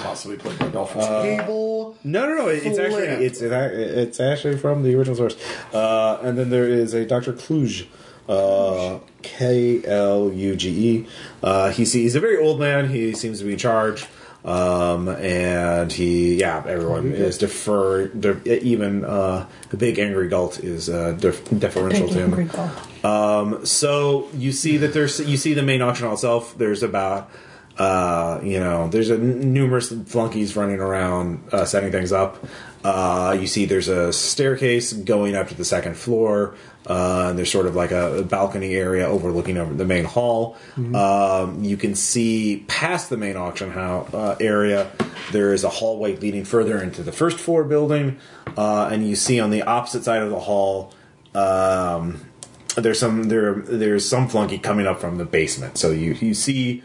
Speaker 6: Possibly played by Dolphins.
Speaker 2: Cable.
Speaker 1: No, no, no. It's actually
Speaker 2: Flip.
Speaker 1: it's it's actually from the original source. Uh, and then there is a Doctor Kluge, uh, K L U G E. Uh, he see- he's a very old man. He seems to be in charge. Um, and he, yeah, everyone is defer. De- even uh, the big angry Galt is uh, def- deferential to him. Um, so you see that there's you see the main auction hall itself. There's about uh, you know there's a n- numerous flunkies running around uh, setting things up. Uh, you see there's a staircase going up to the second floor. Uh, and there's sort of like a, a balcony area overlooking over the main hall. Um, you can see past the main auction house uh, area. There is a hallway leading further into the first floor building, uh, and you see on the opposite side of the hall. Um, there's some there there's some flunky coming up from the basement. So you you see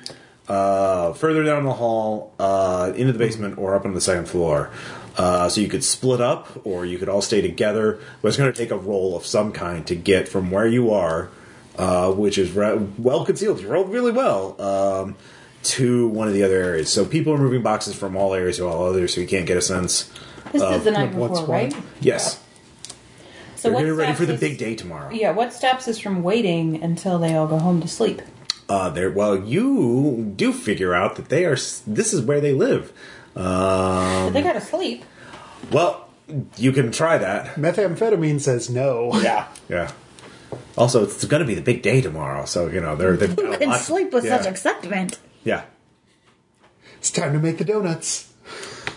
Speaker 1: uh, further down the hall uh, into the basement or up on the second floor. Uh, so you could split up or you could all stay together. But it's going to take a roll of some kind to get from where you are, uh, which is re- well concealed. You rolled really well. Um, to one of the other areas. So people are moving boxes from all areas to all others, so you can't get a sense.
Speaker 9: This is the night
Speaker 2: what's
Speaker 9: before, right?
Speaker 1: Yes.
Speaker 9: So
Speaker 1: They're
Speaker 9: what
Speaker 1: getting ready
Speaker 9: stops
Speaker 1: for the
Speaker 9: us-
Speaker 1: big day tomorrow.
Speaker 9: Yeah, what stops us from waiting until they all go home to sleep?
Speaker 1: Uh, there. Well, you do figure out that they are. s- This is where they live.
Speaker 9: But
Speaker 1: Um,
Speaker 9: they gotta sleep.
Speaker 1: well, you can try that.
Speaker 2: Methamphetamine says no.
Speaker 6: yeah.
Speaker 1: Yeah. Also, it's going to be the big day tomorrow, so you know they're they've got a
Speaker 5: And
Speaker 1: lot-
Speaker 5: sleep with
Speaker 1: yeah.
Speaker 5: such excitement.
Speaker 1: Yeah.
Speaker 2: It's time to make the donuts.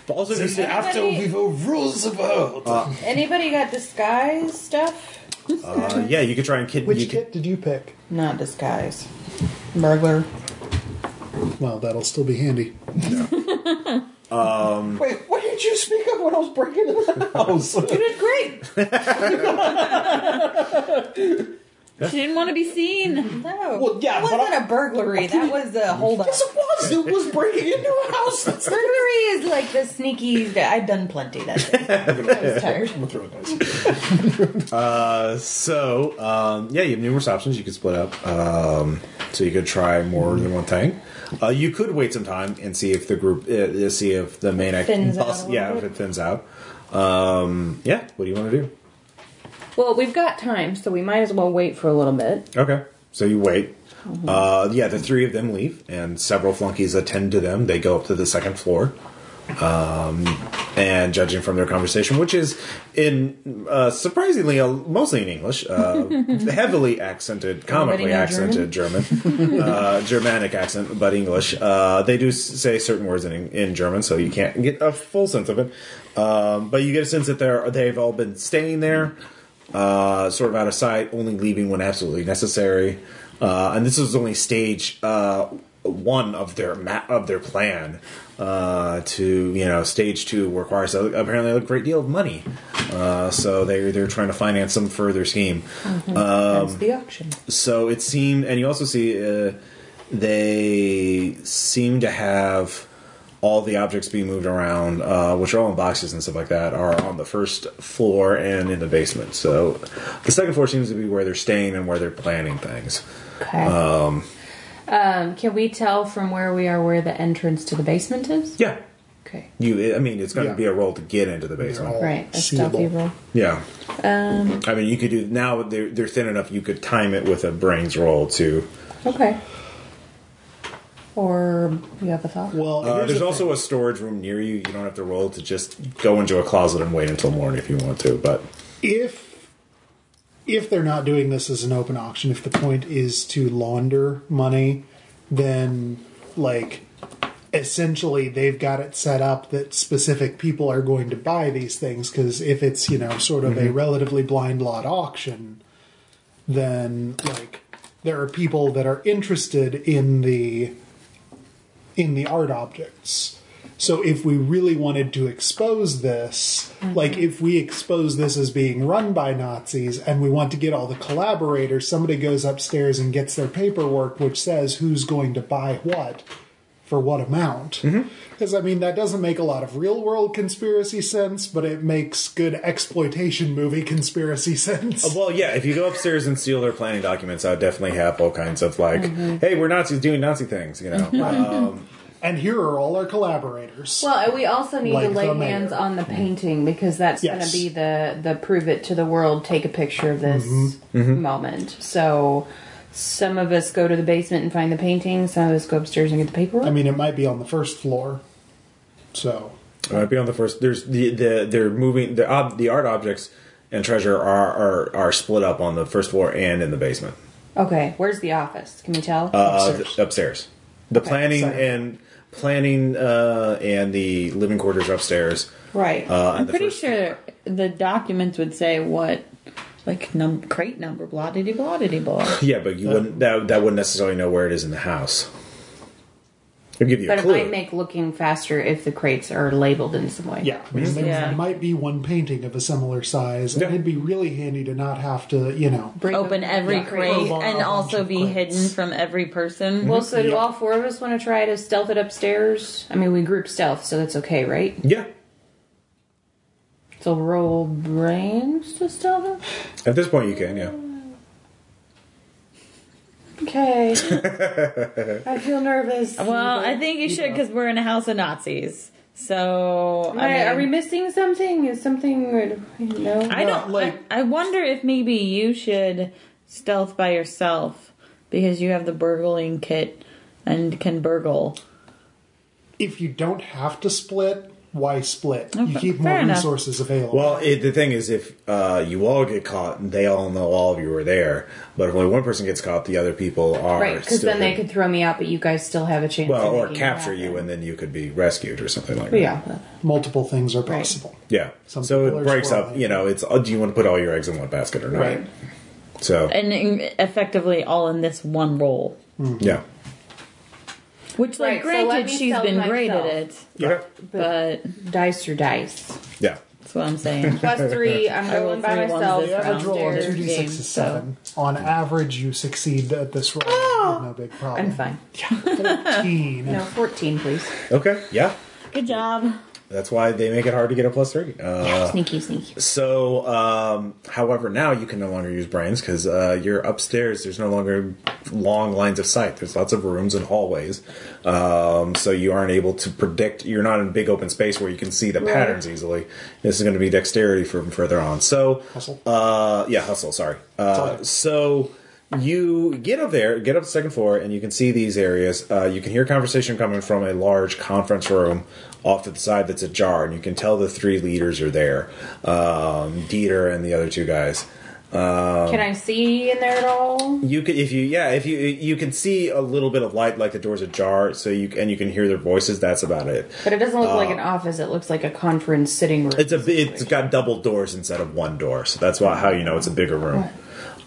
Speaker 1: Also, if you see,
Speaker 6: After
Speaker 9: Anybody-
Speaker 6: we've overruled the world.
Speaker 9: Anybody got disguise stuff?
Speaker 1: uh, yeah, you could try and kid.
Speaker 2: Which
Speaker 1: you could-
Speaker 2: kit did you pick?
Speaker 9: Not disguise. Burglar.
Speaker 2: Well, that'll still be handy.
Speaker 6: Wait, why didn't you speak up when I was breaking into the house?
Speaker 9: Did great.
Speaker 5: She didn't want to be seen.
Speaker 9: No.
Speaker 6: Well, yeah,
Speaker 9: that
Speaker 6: but
Speaker 9: wasn't a burglary. That was a holdup.
Speaker 6: yes, it was. It was breaking into a house. That's
Speaker 9: burglary is like the sneaky. I've done plenty. That's it. I was tired.
Speaker 6: I'm throwing dice.
Speaker 1: Uh, so um, yeah, you have numerous options. You could split up. Um, so you could try more than one thing. Uh, you could wait some time and see if the group, uh, see if the main act,
Speaker 9: Thins out a
Speaker 1: bus-
Speaker 9: little
Speaker 1: yeah, if
Speaker 9: bit.
Speaker 1: it thins out. Um, yeah, what do you want to do?
Speaker 3: Well, we've got time, so we might as well wait for a little bit.
Speaker 1: Okay, so you wait. Uh, yeah, the three of them leave, and several flunkies attend to them. They go up to the second floor. um, and judging from their conversation, which is in uh, surprisingly uh, mostly in English, uh, heavily accented, comically
Speaker 9: know
Speaker 1: accented German, uh, Germanic accent, but English. Uh, they do s- say certain words in in German, so you can't get a full sense of it. Um, but you get a sense that they're they've all been staying there, uh, sort of out of sight, only leaving when absolutely necessary. Uh, and this is only stage uh, one of their ma- of their plan uh, to you know stage two requires a, apparently a great deal of money, uh, so they they're trying to finance some further scheme.
Speaker 9: That's the auction.
Speaker 1: So it seemed, and you also see uh, they seem to have all the objects being moved around, uh, which are all in boxes and stuff like that, are on the first floor and in the basement. So the second floor seems to be where they're staying and where they're planning things.
Speaker 3: Okay. Um, can we tell from where we are where the entrance to the basement is?
Speaker 1: Yeah,
Speaker 3: Okay.
Speaker 1: you. I mean, it's going to
Speaker 2: Yeah.
Speaker 1: be a roll to get into the basement.
Speaker 2: all-
Speaker 3: Right. A stealthy
Speaker 2: Seeable.
Speaker 3: roll.
Speaker 1: Yeah. Um, I mean, you could do now. They're they're thin enough. You could time it with a brains roll to.
Speaker 3: Okay. Or you have a thought?
Speaker 2: Well,
Speaker 1: Uh,
Speaker 2: here's
Speaker 1: there's
Speaker 2: the
Speaker 1: also a storage room near you. You don't have to roll to just go into a closet and wait until morning if you want to. But
Speaker 2: if if they're not doing this as an open auction, if the point is to launder money, then like essentially they've got it set up that specific people are going to buy these things because if it's you know sort of a relatively blind lot auction, then like there are people that are interested in the in the art objects. So if we really wanted to expose this, like if we expose this as being run by Nazis and we want to get all the collaborators, somebody goes upstairs and gets their paperwork which says who's going to buy what for what amount. Because I mean that doesn't make a lot of real world conspiracy sense, but it makes good exploitation movie conspiracy sense.
Speaker 1: well, yeah, if you go upstairs and steal their planning documents, I definitely have all kinds of like,
Speaker 2: Mm-hmm.
Speaker 1: hey, we're Nazis doing Nazi things, you know. um,
Speaker 2: And here are all our collaborators.
Speaker 3: Well, and we also need
Speaker 2: Like
Speaker 3: to lay
Speaker 2: the mayor. Mm-hmm.
Speaker 3: hands on the painting because that's going
Speaker 2: Yes.
Speaker 3: to be the the prove it to the world, take a picture of this
Speaker 2: Mm-hmm.
Speaker 3: moment. So some of us go to the basement and find the painting. Some of us go upstairs and get the paperwork.
Speaker 2: I mean it might be on the first floor. So
Speaker 1: it might be on the first. There's the the they're moving the ob, the art objects and treasure are, are are split up on the first floor and in the basement
Speaker 3: okay, where's the office? Can we tell?
Speaker 1: uh,
Speaker 2: Upstairs.
Speaker 1: th- upstairs. The planning
Speaker 2: sorry.
Speaker 1: and planning uh, and the living quarters are upstairs.
Speaker 9: Right.
Speaker 1: Uh, and
Speaker 5: I'm
Speaker 1: the
Speaker 5: pretty
Speaker 1: first-
Speaker 5: sure the documents would say what, like num crate number, blah diddy blah diddy blah.
Speaker 1: Yeah, but
Speaker 10: Uh,
Speaker 1: you wouldn't that that wouldn't necessarily know where it is in the house. It'll give you
Speaker 3: but
Speaker 1: a
Speaker 3: it
Speaker 1: clue.
Speaker 3: might make looking faster if the crates are labeled in some way.
Speaker 2: Yeah, I mean, there
Speaker 5: Yeah.
Speaker 2: might be one painting of a similar size, and it'd be really handy to not have to, you know.
Speaker 3: Bring
Speaker 5: Open
Speaker 3: them-
Speaker 5: every
Speaker 3: Yeah.
Speaker 5: crate Oh,
Speaker 2: Crowbar,
Speaker 5: and
Speaker 2: a bunch
Speaker 5: also
Speaker 2: of
Speaker 5: be
Speaker 2: crates.
Speaker 5: hidden from every person.
Speaker 3: Well, so do all four of us want to try to stealth it upstairs? I mean, we group stealth, so that's okay, right?
Speaker 1: yeah.
Speaker 3: So roll brains to stealth it.
Speaker 1: At this point, you can. Yeah.
Speaker 3: Okay. I feel nervous.
Speaker 5: Well, I think you should because we're in a house of Nazis. So
Speaker 3: Am I-
Speaker 5: I,
Speaker 3: are we
Speaker 5: mean,
Speaker 3: missing something? Is something no?
Speaker 5: I don't like. I, I wonder if maybe you should stealth by yourself because you have the burgling kit and can burgle.
Speaker 2: If you don't have to split, why split? You keep more
Speaker 5: Fair enough.
Speaker 2: resources available.
Speaker 1: Well, it, the thing is, if uh, you all get caught, and they all know all of you were there, but if only one person gets caught, the other people are
Speaker 10: Right, because
Speaker 1: still
Speaker 10: then they
Speaker 1: in-
Speaker 10: could throw me out, but you guys still have a chance.
Speaker 1: well,
Speaker 10: of
Speaker 1: or
Speaker 10: making it
Speaker 1: capture
Speaker 10: happen.
Speaker 1: you, and then you could be rescued or something like that.
Speaker 10: Yeah,
Speaker 2: Multiple things are possible.
Speaker 1: yeah.
Speaker 2: Some
Speaker 1: so
Speaker 2: people
Speaker 1: it
Speaker 2: are
Speaker 1: breaks up.
Speaker 2: squirrely.
Speaker 1: You know, it's uh, do you want to put all your eggs in one basket or not?
Speaker 2: Right.
Speaker 1: So
Speaker 5: and in- effectively all in this one role.
Speaker 1: yeah.
Speaker 5: Which, like,
Speaker 10: Right, so let
Speaker 5: granted,
Speaker 10: me
Speaker 5: she's
Speaker 10: sell
Speaker 5: been great at
Speaker 10: myself.
Speaker 5: it,
Speaker 1: Okay.
Speaker 5: but
Speaker 10: dice or dice.
Speaker 1: Yeah.
Speaker 5: that's what I'm saying.
Speaker 10: Plus three. I'm going
Speaker 5: rolled
Speaker 10: by
Speaker 5: three ones
Speaker 10: myself.
Speaker 5: this round.
Speaker 2: Average roll on
Speaker 10: upstairs.
Speaker 5: Upstairs
Speaker 2: 2d6
Speaker 5: game,
Speaker 2: is 7. On average, you succeed at this roll. No big problem.
Speaker 10: I'm fine.
Speaker 2: 14.
Speaker 10: No, fourteen, please.
Speaker 1: Okay. Yeah.
Speaker 5: Good job.
Speaker 1: That's why they make it hard to get a plus three. Uh,
Speaker 10: sneaky, sneaky.
Speaker 1: So, um, however, now you can no longer use brains because uh, you're upstairs. There's no longer long lines of sight. There's lots of rooms and hallways, um, so you aren't able to predict. You're not in a big open space where you can see the patterns easily. This is going to be dexterity from further on. So,
Speaker 2: Hustle?
Speaker 1: Uh, yeah, hustle. Sorry. Uh,
Speaker 2: Sorry.
Speaker 1: so. You get up there, get up to the second floor, and you can see these areas. Uh, you can hear conversation coming from a large conference room off to the side that's ajar, and you can tell the three leaders are there um, Dieter and the other two guys.
Speaker 10: Can
Speaker 1: Oh.
Speaker 10: I see in there at all?
Speaker 1: You could, if you, yeah, if you, you can see a little bit of light, like the doors ajar, so you and you can hear their voices. That's about it.
Speaker 10: But it doesn't look like an office. It looks like a conference sitting room.
Speaker 1: Uh. It's a, it's got double doors instead of one door, so that's why how you know it's a bigger room.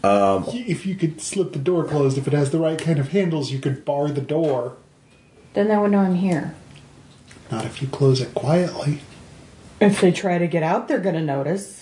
Speaker 2: If you could slip the door closed, if it has the right kind of handles, you could bar the door.
Speaker 10: Then they would know I'm here.
Speaker 2: Not if you close it quietly.
Speaker 9: If they try to get out, they're gonna notice.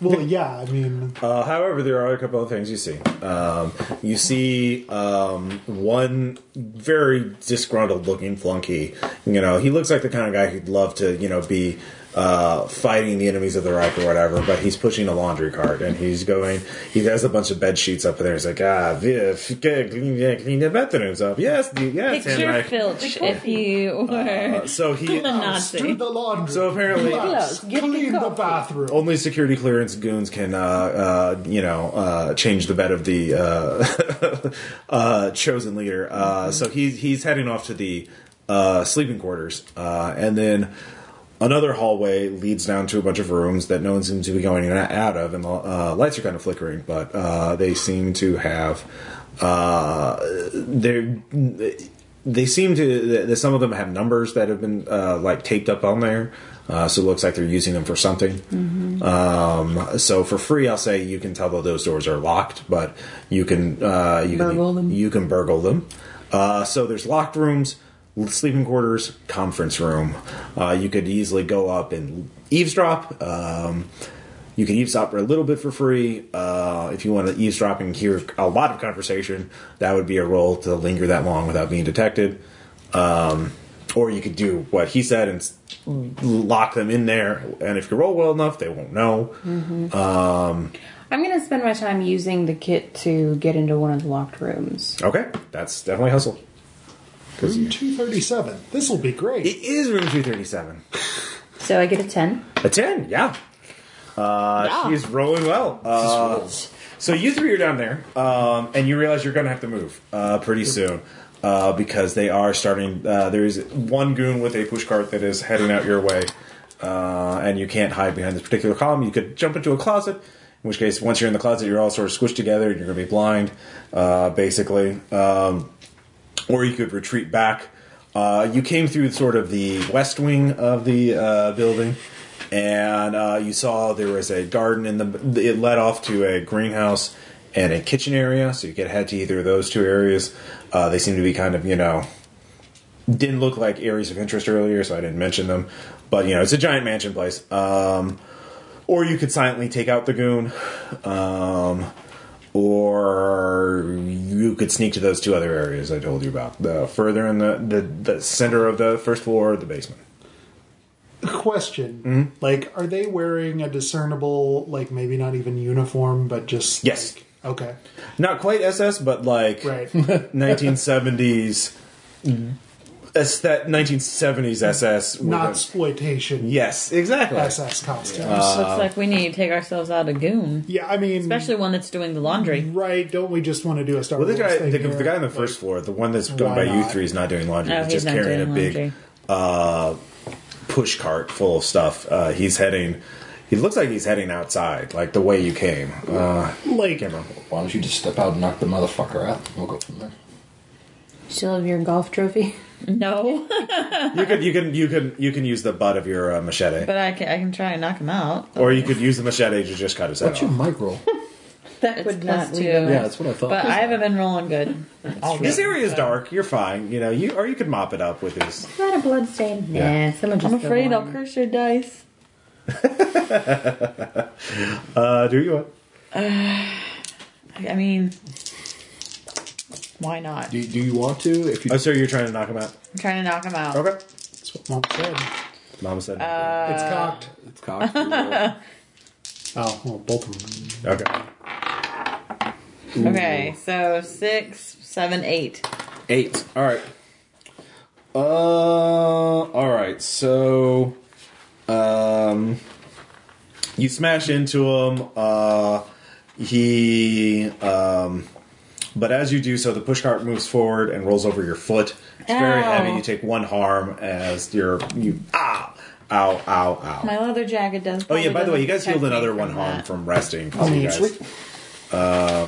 Speaker 2: Well, yeah, I mean,
Speaker 1: Uh, however, there are a couple of things you see. Um, you see um, one very disgruntled-looking flunky. You know, he looks like the kind of guy who'd love to, you know, be uh, fighting the enemies of the Reich or whatever. But he's pushing a laundry cart and he's going. He has a bunch of bed sheets up there. He's like, ah, yeah, clean, yeah, clean the bathrooms up. Yes, the- yes,
Speaker 5: Picture
Speaker 1: Henrik."
Speaker 5: Filch if you were
Speaker 1: Uh, so he.
Speaker 5: a Nazi.
Speaker 2: do the laundry.
Speaker 1: So apparently.
Speaker 2: Plus, clean the bathroom.
Speaker 1: only security clearance goons can, uh, uh, you know, uh, change the bed of the uh, uh, chosen leader. Uh, so he's he's heading off to the uh, sleeping quarters, uh, and then another hallway leads down to a bunch of rooms that no one seems to be going in and out of, and the uh, lights are kind of flickering, but uh, they seem to have uh, they're they seem to th- th- some of them have numbers that have been uh, like taped up on there uh, so it looks like they're using them for something um, so for free i'll say you can tell that those doors are locked but you can uh, you
Speaker 9: Burgle
Speaker 1: can
Speaker 9: them.
Speaker 1: you can burgle them uh, so there's locked rooms sleeping quarters conference room uh, you could easily go up and eavesdrop um, you can eavesdrop for a little bit for free. Uh, if you want to eavesdrop and hear a lot of conversation, that would be a role to linger that long without being detected. Um, or you could do what he said and s- lock them in there. And if you roll well enough, they won't know.
Speaker 10: I'm gonna spend my time using the kit to get into one of the locked rooms.
Speaker 1: Okay, that's definitely hustle.
Speaker 2: Room 237. This will be great.
Speaker 1: It is room 237.
Speaker 10: So I get a ten.
Speaker 1: A 10, yeah. Uh, She's rolling well. Uh, so you three are down there, um, and you realize you're going to have to move uh, pretty soon uh, because they are starting. Uh, there is one goon with a push cart that is heading out your way, uh, and you can't hide behind this particular column. You could jump into a closet. In which case, once you're in the closet, you're all sort of squished together and you're going to be blind, uh, basically. Um, or you could retreat back. Uh, you came through sort of the west wing of the uh, building, and uh, you saw there was a garden in the. It led off to a greenhouse and a kitchen area, so you could head to either of those two areas. Uh, they seem to be kind of you know didn't look like areas of interest earlier, so I didn't mention them. But you know, it's a giant mansion place. Um, or you could silently take out the goon, um, or you could sneak to those two other areas I told you about. The further in the, the the center of the first floor, the basement.
Speaker 2: Question.
Speaker 1: Mm-hmm.
Speaker 2: Like, are they wearing a discernible, like, maybe not even uniform, but just.
Speaker 1: Yes.
Speaker 2: like- okay.
Speaker 1: Not quite SS, but like
Speaker 2: Right.
Speaker 1: 1970s. Aesthet- 1970s SS. with
Speaker 2: Not
Speaker 1: a-
Speaker 2: exploitation.
Speaker 1: yes, exactly.
Speaker 2: SS costumes.
Speaker 1: Uh,
Speaker 5: Looks like we need to take ourselves out a goon,
Speaker 2: yeah, I mean.
Speaker 5: especially one that's doing the laundry.
Speaker 2: Right? Don't we just want to do a Star
Speaker 1: Well, the
Speaker 2: Wars
Speaker 1: guy,
Speaker 2: thing?
Speaker 1: the,
Speaker 2: here?
Speaker 1: the guy on the first floor, the one that's going
Speaker 2: Why
Speaker 1: by you
Speaker 2: not?
Speaker 1: three, is not doing laundry.
Speaker 5: No,
Speaker 1: Oh, he's
Speaker 5: he's
Speaker 1: just
Speaker 5: not
Speaker 1: carrying a
Speaker 5: doing
Speaker 1: big
Speaker 5: laundry.
Speaker 1: uh, push cart full of stuff. Uh, he's heading. He looks like he's heading outside, like the way you came. Uh,
Speaker 2: Like,
Speaker 1: camera.
Speaker 4: Why don't you just step out and knock the motherfucker out? We'll go from there.
Speaker 10: Still have your golf trophy?
Speaker 5: Mm-hmm. No,
Speaker 1: You could you can you can you can use the butt of your uh, machete,
Speaker 5: but I can, I can try and knock him out.
Speaker 1: or you could use the machete to just cut his head
Speaker 6: What's your
Speaker 1: off.
Speaker 6: mic roll?
Speaker 7: That
Speaker 5: It's
Speaker 7: would not
Speaker 5: plus two.
Speaker 7: leave.
Speaker 6: yeah, that's what I thought.
Speaker 5: But I haven't been rolling good. all
Speaker 1: This
Speaker 5: game.
Speaker 1: area is dark. You're fine. You know you or you could mop it up with his.
Speaker 10: Is that a blood stain?
Speaker 6: Yeah.
Speaker 10: Nah, someone just
Speaker 5: I'm afraid
Speaker 10: threw
Speaker 5: I'll
Speaker 10: one.
Speaker 5: curse your dice.
Speaker 1: Uh, do you want?
Speaker 5: I I mean, why not?
Speaker 6: do, do you want to? If you
Speaker 1: Oh, so you're trying to knock him out?
Speaker 5: I'm trying to knock him out.
Speaker 1: Okay.
Speaker 2: that's what mom said.
Speaker 1: Mama said.
Speaker 5: Uh,
Speaker 2: it's
Speaker 1: Uh,
Speaker 2: cocked.
Speaker 6: it's cocked, you roll.
Speaker 2: Oh, well, both of them.
Speaker 1: okay.
Speaker 5: Okay, so six, seven, eight.
Speaker 1: Eight. All right. Uh, all right. So, um, you smash into him. Uh, he. Um, but as you do so, the pushcart moves forward and rolls over your foot. It's very
Speaker 5: Ow.
Speaker 1: heavy. You take one harm as your you ah ow ow ow.
Speaker 5: My leather jacket does.
Speaker 1: Oh yeah,
Speaker 5: probably
Speaker 1: by the way, you guys
Speaker 5: doesn't
Speaker 1: healed
Speaker 5: protect
Speaker 1: another
Speaker 5: me from
Speaker 1: one harm
Speaker 5: that.
Speaker 1: from resting. 'cause you guys- Uh,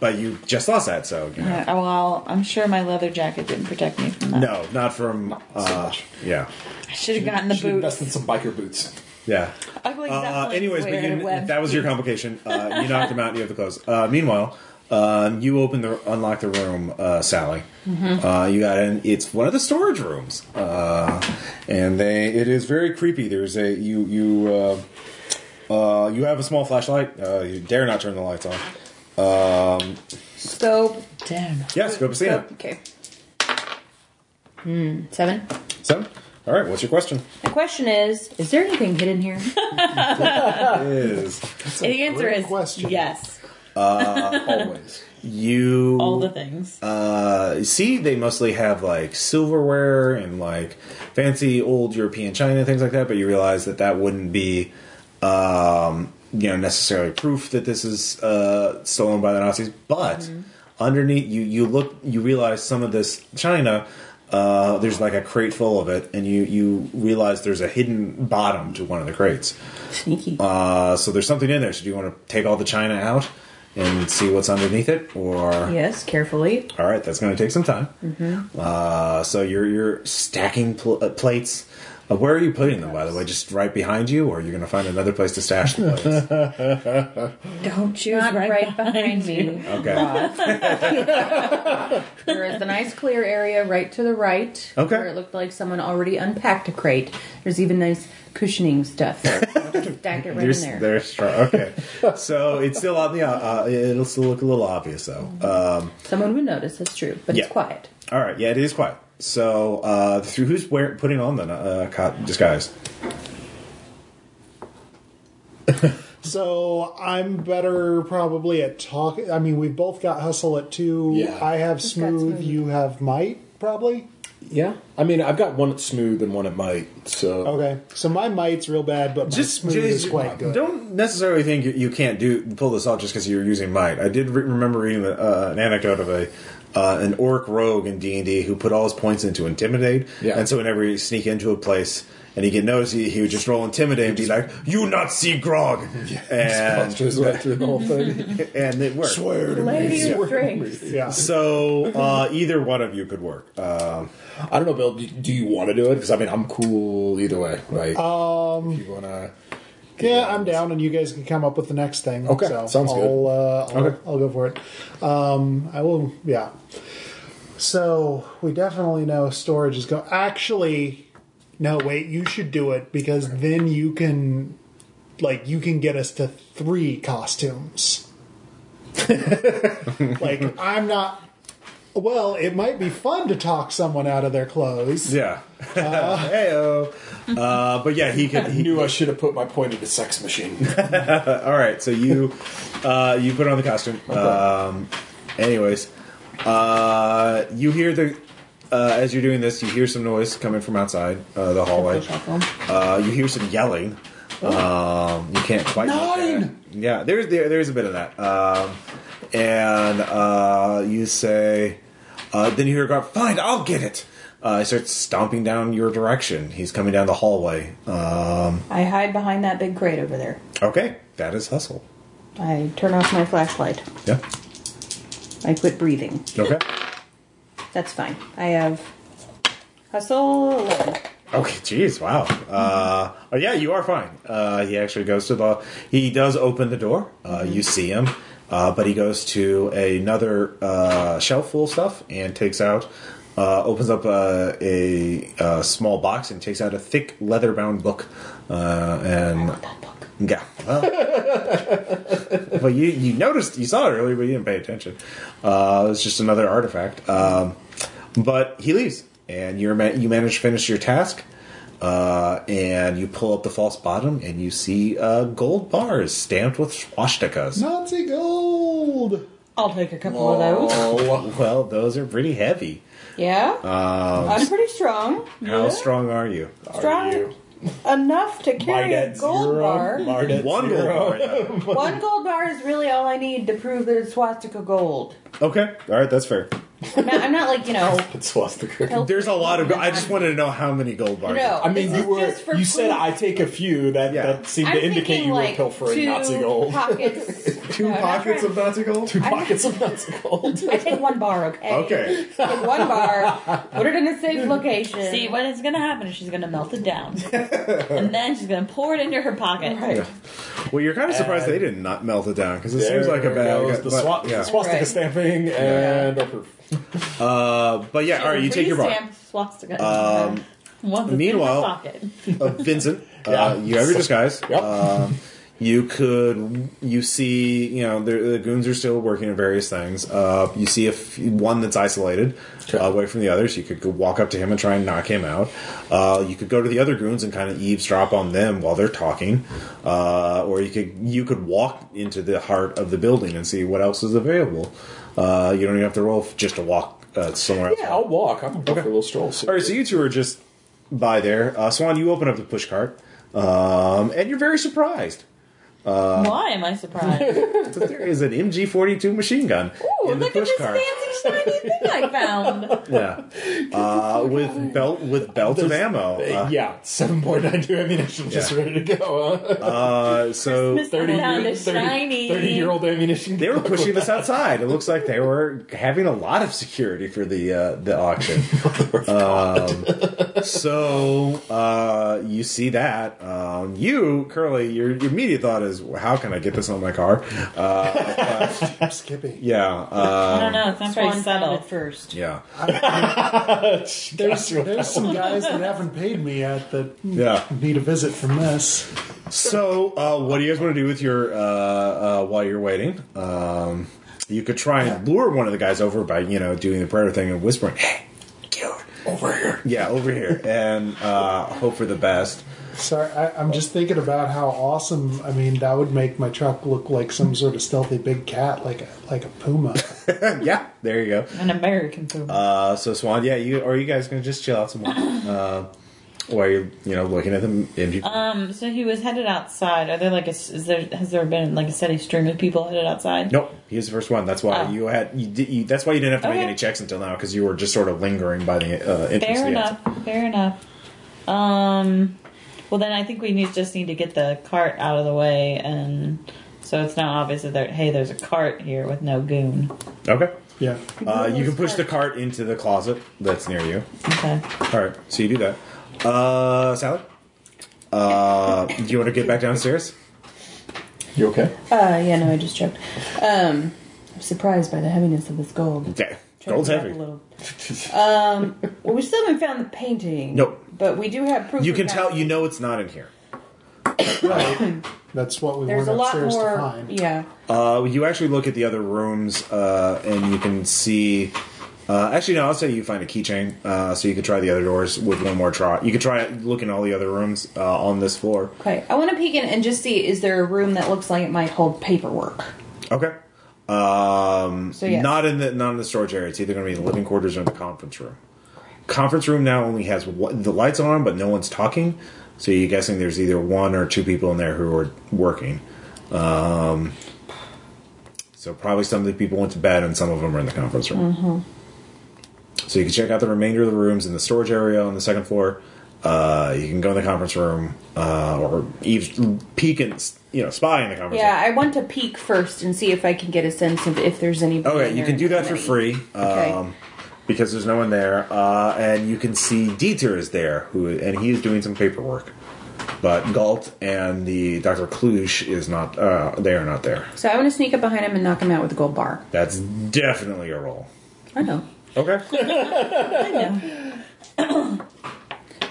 Speaker 1: but you just lost that, so you know.
Speaker 5: Yeah, uh, well, I'm sure my leather jacket didn't protect me from that.
Speaker 1: no, not from. Uh, yeah,
Speaker 5: I should have gotten the Oh,
Speaker 4: Should
Speaker 5: boots.
Speaker 4: invest in some biker boots.
Speaker 1: yeah.
Speaker 5: Ugly
Speaker 1: Uh,
Speaker 5: duckling
Speaker 1: anyways, but
Speaker 5: wear
Speaker 1: you,
Speaker 5: web
Speaker 1: that was your complication. Uh, you knocked him out. and You have the clothes. Uh, meanwhile, um, you open the unlock the room, uh, Sally.
Speaker 5: Mm-hmm.
Speaker 1: Uh, you got in. It's one of the storage rooms, uh, and they. It is very creepy. There's a you you. Uh, uh, you have a small flashlight. Uh, you dare not turn the lights on. Um,
Speaker 3: Scope.
Speaker 5: Damn.
Speaker 1: yes, go Piscina.
Speaker 5: Oh,
Speaker 3: Okay.
Speaker 5: Hmm,
Speaker 10: Seven.
Speaker 1: Seven. All right. What's your question?
Speaker 3: The question is,
Speaker 10: Is there anything hidden here?
Speaker 5: Ah.
Speaker 1: Is
Speaker 5: the answer
Speaker 6: great
Speaker 5: is
Speaker 6: question.
Speaker 5: yes.
Speaker 4: Always.
Speaker 1: you
Speaker 5: All the things.
Speaker 1: uh, see they mostly have like silverware and like fancy old European china things like that, but you realize that that wouldn't be um, you know necessarily proof that this is uh, stolen by the Nazis. But underneath you, you look, you realize some of this china. Uh, there's like a crate full of it, and you you realize there's a hidden bottom to one of the crates.
Speaker 10: Sneaky.
Speaker 1: Uh, so there's something in there. So do you want to take all the china out and see what's underneath it, or
Speaker 7: Yes, carefully.
Speaker 1: all right, that's going to take some time.
Speaker 7: Mm-hmm.
Speaker 1: Uh, so you're you're stacking pl- uh, plates. Uh, where are you putting them, by the way? Just right behind you, or you're going to find another place to stash the plates?
Speaker 10: Don't choose
Speaker 7: Not
Speaker 10: right,
Speaker 7: right
Speaker 10: behind me.
Speaker 1: Okay.
Speaker 7: There is a nice clear area right to the right
Speaker 1: Okay.
Speaker 7: where it looked like someone already unpacked a crate. There's even nice cushioning stuff there. Stack it right
Speaker 1: There's,
Speaker 7: in there.
Speaker 1: there's strong. Okay, so it's still on the. Uh, uh, it'll still look a little obvious though.
Speaker 7: Mm-hmm.
Speaker 1: Um,
Speaker 7: Someone would notice, that's true, but
Speaker 1: Yeah.
Speaker 7: it's quiet.
Speaker 1: all right, yeah, it is quiet. So uh, through who's wear putting on the uh, co- disguise?
Speaker 2: So I'm better probably at talk. I mean, we've both got hustle at two.
Speaker 6: Yeah.
Speaker 2: I have smooth. You have might probably.
Speaker 6: yeah, I mean, I've got one at smooth and one at might. So
Speaker 2: Okay, so my might's real bad, but my smooth is quite good.
Speaker 1: Don't necessarily think you, you can't do pull this off just because you're using might. I did re- remember reading uh, an anecdote of a uh, an orc rogue in D anD D who put all his points into intimidate,
Speaker 6: Yeah.
Speaker 1: and so whenever he sneak into a place. And he get noticed. He, he would just roll intimidate and be like, "You not see grog,"
Speaker 6: Just
Speaker 1: and
Speaker 6: goes right through the whole thing.
Speaker 1: and it worked.
Speaker 7: Lady of drinks.
Speaker 2: Yeah.
Speaker 1: So uh, either one of you could work. Uh,
Speaker 6: I don't know, Bill. Do, do you want to do it? Because I mean, I'm cool either way. Like, um, you wanna?
Speaker 2: Yeah, I'm down, and you guys can come up with the next thing.
Speaker 6: Okay,
Speaker 2: so
Speaker 6: sounds
Speaker 2: I'll,
Speaker 6: good.
Speaker 2: Uh, I'll,
Speaker 6: Okay.
Speaker 2: I'll go for it. Um, I will. Yeah. So we definitely know storage is going. Actually, no. Wait, you should do it because then you can, like, you can get us to three costumes. like, I'm not. Well, it might be fun to talk someone out of their clothes.
Speaker 1: yeah. Heyo. Uh, but yeah, he could.
Speaker 6: I
Speaker 1: He,
Speaker 6: knew I should have put my point into sex machine.
Speaker 1: All right, so you uh, you put on the costume. Um, anyways, uh, you hear the uh, as you're doing this, you hear some noise coming from outside uh, the hallway. Uh, you hear some yelling. Um, you can't quite. make that.
Speaker 6: Nine!
Speaker 1: Yeah, there's there, there's a bit of that. Um, and uh, you say, uh, then you hear a guard, "Fine, I'll get it." Uh, he starts stomping down your direction. He's coming down the hallway. Um,
Speaker 3: I hide behind that big crate over there.
Speaker 1: okay, that is hustle.
Speaker 3: I turn off my flashlight.
Speaker 1: Yeah.
Speaker 3: I quit breathing.
Speaker 1: Okay.
Speaker 3: That's fine. I have hustle 11.
Speaker 1: Okay, jeez, wow. Uh, oh, yeah, you are fine. Uh, he actually goes to the. He does open the door. Uh, You see him, uh, but he goes to another uh, shelf full of stuff and takes out. Uh, opens up uh, a, a small box and takes out a thick leather bound book. Uh, and yeah, well, but you you noticed you saw it earlier, but you didn't pay attention. Uh, it's just another artifact. Um, but he leaves, and you're ma- you manage to finish your task, uh, and you pull up the false bottom, and you see uh, gold bars stamped with swastikas.
Speaker 2: Nazi gold.
Speaker 3: I'll take a couple of those.
Speaker 6: Oh,
Speaker 1: Well, those are pretty heavy.
Speaker 3: Yeah? I'm pretty strong.
Speaker 1: Um, How strong are you?
Speaker 3: Strong enough to carry a gold bar.
Speaker 1: One gold bar. though.
Speaker 3: One gold bar is really all I need to prove that it's swastika gold.
Speaker 1: Okay, all right, that's fair.
Speaker 3: I'm not, I'm not like, you know,
Speaker 6: It's swastika.
Speaker 1: There's a lot of. Go- I just wanted to know how many gold bars.
Speaker 3: no.
Speaker 6: I mean,
Speaker 3: this
Speaker 6: you
Speaker 3: is
Speaker 6: were.
Speaker 3: just for
Speaker 6: You said
Speaker 3: proof.
Speaker 6: I take a few. That
Speaker 1: Yeah.
Speaker 6: that seemed
Speaker 3: I'm
Speaker 6: to indicate
Speaker 3: thinking
Speaker 6: you
Speaker 3: like
Speaker 6: were pilfering
Speaker 3: two
Speaker 6: Nazi gold.
Speaker 3: Pockets.
Speaker 1: Two pockets of Nazi gold.
Speaker 6: Two pockets of Nazi gold.
Speaker 3: I take one bar, okay?
Speaker 1: Okay.
Speaker 3: Take one bar, put it in a safe location.
Speaker 5: See, what is going to happen is she's going to melt it down. and then she's going to pour it into her pocket.
Speaker 3: Right.
Speaker 1: Well, you're kind of surprised
Speaker 6: And-
Speaker 1: they did not melt it down because it
Speaker 6: There
Speaker 1: seems like a bad.
Speaker 6: goes the,
Speaker 1: but-
Speaker 6: swa-
Speaker 1: yeah.
Speaker 6: the swastika
Speaker 3: Right.
Speaker 6: stamping and upper.
Speaker 1: Uh, but yeah, all right, you take your bar.
Speaker 5: Pre-stamped swastika. Um,
Speaker 1: meanwhile-
Speaker 5: pocket.
Speaker 1: uh, Vincent,
Speaker 6: Yeah.
Speaker 1: uh, you have your disguise.
Speaker 6: Yep.
Speaker 1: Um, you could, you see, you know, the, the goons are still working on various things. Uh, you see if one that's isolated
Speaker 6: Sure.
Speaker 1: uh, away from the others. You could go walk up to him and try and knock him out. Uh, you could go to the other goons and kind of eavesdrop on them while they're talking, uh, or you could you could walk into the heart of the building and see what else is available. Uh, you don't even have to roll f- just to walk uh, somewhere else.
Speaker 6: Yeah, I'll walk. I'm gonna go for a little stroll. see.
Speaker 1: All right, so you two are just by there. Uh, Swan, you open up the push cart, um, and you're very surprised uh,
Speaker 5: Why am I surprised?
Speaker 1: that there is an MG42 machine gun
Speaker 5: Ooh,
Speaker 1: in the
Speaker 5: look at
Speaker 1: push
Speaker 5: this
Speaker 1: cart.
Speaker 5: fancy shiny thing I found.
Speaker 1: Yeah, uh, with belt with belt of ammo.
Speaker 6: Uh,
Speaker 1: Uh,
Speaker 6: yeah, seven point nine two ammunition, just
Speaker 1: Yeah.
Speaker 6: ready to go. Huh?
Speaker 1: uh, so
Speaker 5: Miss I found a shiny.
Speaker 6: 30 year old ammunition.
Speaker 1: they were pushing this outside. It looks like they were having a lot of security for the uh, the auction.
Speaker 5: Oh
Speaker 1: um, so uh, you see that um, you Curly, your, your immediate thought is, how can I get this on my car? Uh,
Speaker 6: I'm skipping.
Speaker 1: yeah. Uh,
Speaker 5: I don't know. It's not very
Speaker 3: Swan found
Speaker 5: subtle.
Speaker 3: it first.
Speaker 1: Yeah.
Speaker 2: There's, there's some guys that haven't paid me yet that
Speaker 1: Yeah.
Speaker 2: need a visit from this.
Speaker 1: So, uh, what do you guys want to do with your uh, uh, while you're waiting? Um, you could try and lure one of the guys over by you know doing the prayer thing and whispering, "Hey, get over here!" Yeah, over here, and uh, hope for the best.
Speaker 2: Sorry, I, I'm just thinking about how awesome. I mean, that would make my truck look like some sort of stealthy big cat, like a like a puma.
Speaker 1: yeah, there you go.
Speaker 5: An American food.
Speaker 1: Uh, so, Swan, yeah, you or are you guys gonna just chill out some more uh, while you're you know looking at them? And you,
Speaker 5: Um, so he was headed outside. Are there like a s- is there has there been like a steady stream of people headed outside?
Speaker 1: nope, he was the first one. That's why
Speaker 5: Oh.
Speaker 1: you had you, did, you. That's why you didn't have to make
Speaker 5: Okay.
Speaker 1: any checks until now because you were just sort of lingering by the uh, entrance. to
Speaker 5: Fair
Speaker 1: the exit.
Speaker 5: enough. Fair enough. Um, well then I think we need just need to get the cart out of the way, and so it's not obvious that there, hey, there's a cart here with no goon.
Speaker 1: Okay.
Speaker 2: yeah,
Speaker 1: Uh, you can push the cart into the closet that's near you.
Speaker 5: Okay.
Speaker 1: All right, so you do that. Uh, Sally, uh, do you want to get back downstairs?
Speaker 6: You okay?
Speaker 11: Uh, yeah, no, I just choked. Um, I'm surprised by the heaviness of this gold.
Speaker 1: Okay, gold's
Speaker 11: Check it out a
Speaker 1: heavy.
Speaker 11: little.
Speaker 3: Um, Well, we still haven't found the painting.
Speaker 1: Nope.
Speaker 3: But we do have proof.
Speaker 1: You
Speaker 3: we
Speaker 1: can
Speaker 3: found
Speaker 1: tell. You know it's not in here.
Speaker 2: that's what we
Speaker 3: There's
Speaker 2: went
Speaker 3: a lot
Speaker 2: upstairs to
Speaker 3: more.
Speaker 2: find.
Speaker 3: Yeah.
Speaker 1: Uh, you actually look at the other rooms, uh, and you can see. Uh, actually, no. I'll say you find a keychain, uh, so you could try the other doors with one more try. You could try looking all the other rooms uh, on this floor.
Speaker 3: Okay. I want to peek in and just see is there a room that looks like it might hold paperwork?
Speaker 1: Okay. Um,
Speaker 3: So, yes.
Speaker 1: not in the not in the storage area. It's either going to be the living quarters or the conference room. Conference room now only has one, the lights are on, but no one's talking. So you're guessing there's either one or two people in there who are working. Um,
Speaker 3: Mm-hmm.
Speaker 1: so probably some of the people went to bed and some of them are in the conference room. So you can check out the remainder of the rooms in the storage area on the second floor. Uh, you can go in the conference room uh, or eaves- peek and you know spy in the conference
Speaker 3: Yeah, I want to peek first and see if I can get a sense of if there's any.
Speaker 1: Okay, you can do that for free um,
Speaker 3: Okay.
Speaker 1: because there's no one there, uh, and you can see Dieter is there, who and he is doing some paperwork. But Galt and the Doctor Kluge is not. Uh, they are not there.
Speaker 3: So I want to sneak up behind him and knock him out with a gold bar.
Speaker 1: That's definitely a roll.
Speaker 3: I know.
Speaker 1: Okay.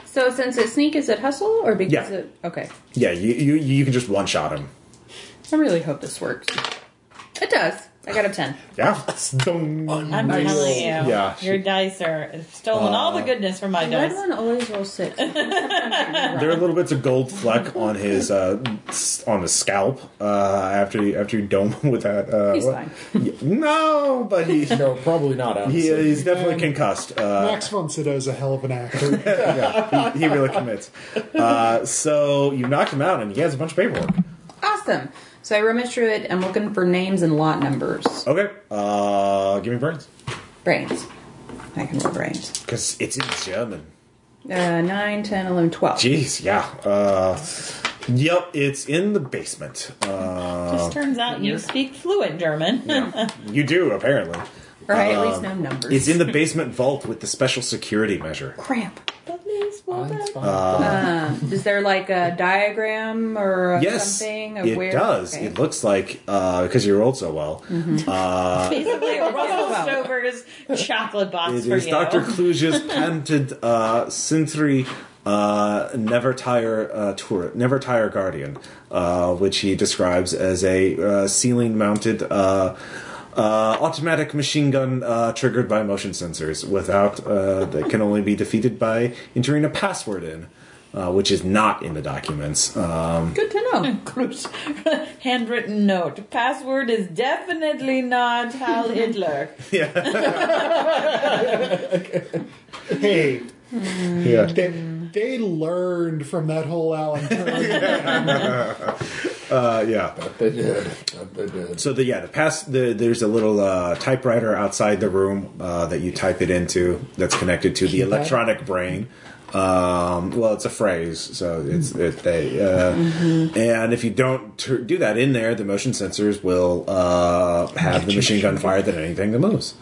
Speaker 3: So since it's sneak, is it hustle or because
Speaker 1: Yeah.
Speaker 3: it? Okay,
Speaker 1: Yeah, you you, you can just one shot him.
Speaker 3: I really hope this works. It does. I got a ten.
Speaker 1: Yeah.
Speaker 12: I'm telling you,
Speaker 1: Yeah.
Speaker 12: your dice are have stolen all the
Speaker 1: Uh,
Speaker 12: goodness from my
Speaker 3: The
Speaker 12: dice.
Speaker 3: red one always rolls six.
Speaker 1: There are little bits of gold fleck on his uh, s- on the scalp uh, after you, after you dome him with that. Uh,
Speaker 3: He's
Speaker 1: what-
Speaker 3: fine.
Speaker 1: Yeah, no, but he
Speaker 6: no probably not.
Speaker 1: He, he's definitely concussed. Uh,
Speaker 2: Max von Sydow's a hell of an actor.
Speaker 1: yeah, he, he really commits. Uh, so you knocked him out, and he has a bunch of paperwork.
Speaker 3: awesome. So I rummage through it. I'm looking for names and lot numbers.
Speaker 1: Okay, uh, give me brains
Speaker 3: Brains. I can roll brains.
Speaker 1: because it's in German.
Speaker 3: Uh, 9, 10, 11, 12.
Speaker 1: Jeez, yeah. Uh, yep, it's in the basement. Uh,
Speaker 2: Oh.
Speaker 12: Just turns out you speak fluent German.
Speaker 1: you do apparently.
Speaker 12: Or at least
Speaker 1: Um,
Speaker 12: know numbers.
Speaker 1: It's in the basement vault with the special security measure.
Speaker 3: Crap.
Speaker 1: Uh,
Speaker 3: Uh, is there like a diagram or
Speaker 1: yes,
Speaker 3: something? Of
Speaker 1: it
Speaker 3: where?
Speaker 1: does.
Speaker 3: Okay. Mm-hmm.
Speaker 1: It looks like uh, because you rolled so well. Uh,
Speaker 12: Basically, a Russell Stover's chocolate box
Speaker 1: It
Speaker 12: for
Speaker 1: is
Speaker 12: you.
Speaker 1: Dr. Kluge's patented uh, Sintry uh, Never Tire uh, Tour, Never Tire Guardian, uh, which he describes as a uh, ceiling mounted uh, uh, automatic machine gun uh, triggered by motion sensors without uh, that can only be defeated by entering a password in. Uh, which is not in the documents. Um,
Speaker 3: Good to know.
Speaker 12: Includes handwritten note. Password is definitely not Hal Hitler.
Speaker 2: hey,
Speaker 1: Yeah.
Speaker 2: they, they learned from that whole Alan
Speaker 1: uh, yeah, they did. Uh, they did. So the yeah, the past the, there's a little uh, typewriter outside the room uh, that you type it into that's connected to the
Speaker 6: Keypad?
Speaker 1: electronic brain. Um, well, it's a phrase, so it's it, they. Uh, And if you don't tur do that in there, the motion sensors will uh, have the machine gun fired at anything that moves.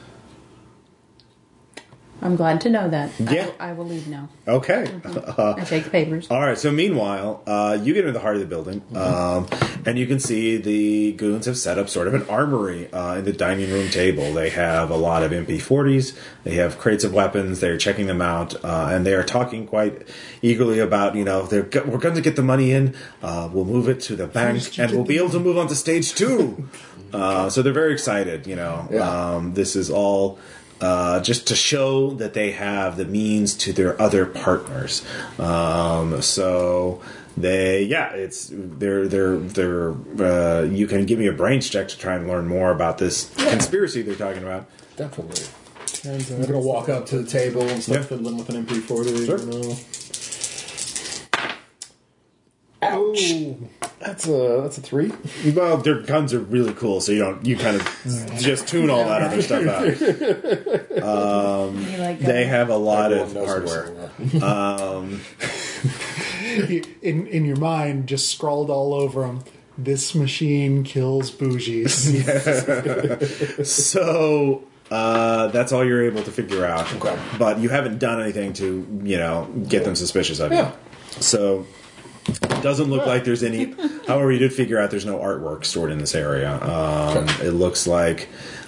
Speaker 7: I'm glad to know that. I
Speaker 1: Yeah.
Speaker 7: will- I, will leave now.
Speaker 1: Okay. Uh,
Speaker 7: I take the papers.
Speaker 1: All right. So meanwhile, uh, you get into the heart of the building, um, and you can see the goons have set up sort of an armory uh, in the dining room table. They have a lot of MP40s. They have crates of weapons. They're checking them out, uh, and they are talking quite eagerly about you know they're go- we're going to get the money in. Uh, we'll move it to the bank, and we'll be able to move on to stage two. Uh, so they're very excited. You know, um, this is all uh, just to show that they have the means to their other partners. Um, so they, yeah, it's they're they're they're. Uh, you can give me a brains check to try and learn more about this conspiracy they're talking about.
Speaker 6: Definitely. I'm gonna walk up to the table and start fiddling with an MP40.
Speaker 1: Sure.
Speaker 6: You know. Ouch! That's a that's a three.
Speaker 1: Well, their guns are really cool, so you don't you kind of just tune all that other stuff out. Um, they have a lot of hardware. Um,
Speaker 2: in in your mind, just scrawled all over them. This machine kills bougies.
Speaker 1: so uh, that's all you're able to figure out. But you haven't done anything to, you know, get them suspicious of you.
Speaker 6: Yeah.
Speaker 1: So it doesn't look like there's any. However, you did figure out there's no artwork stored in this area. Um, It looks like.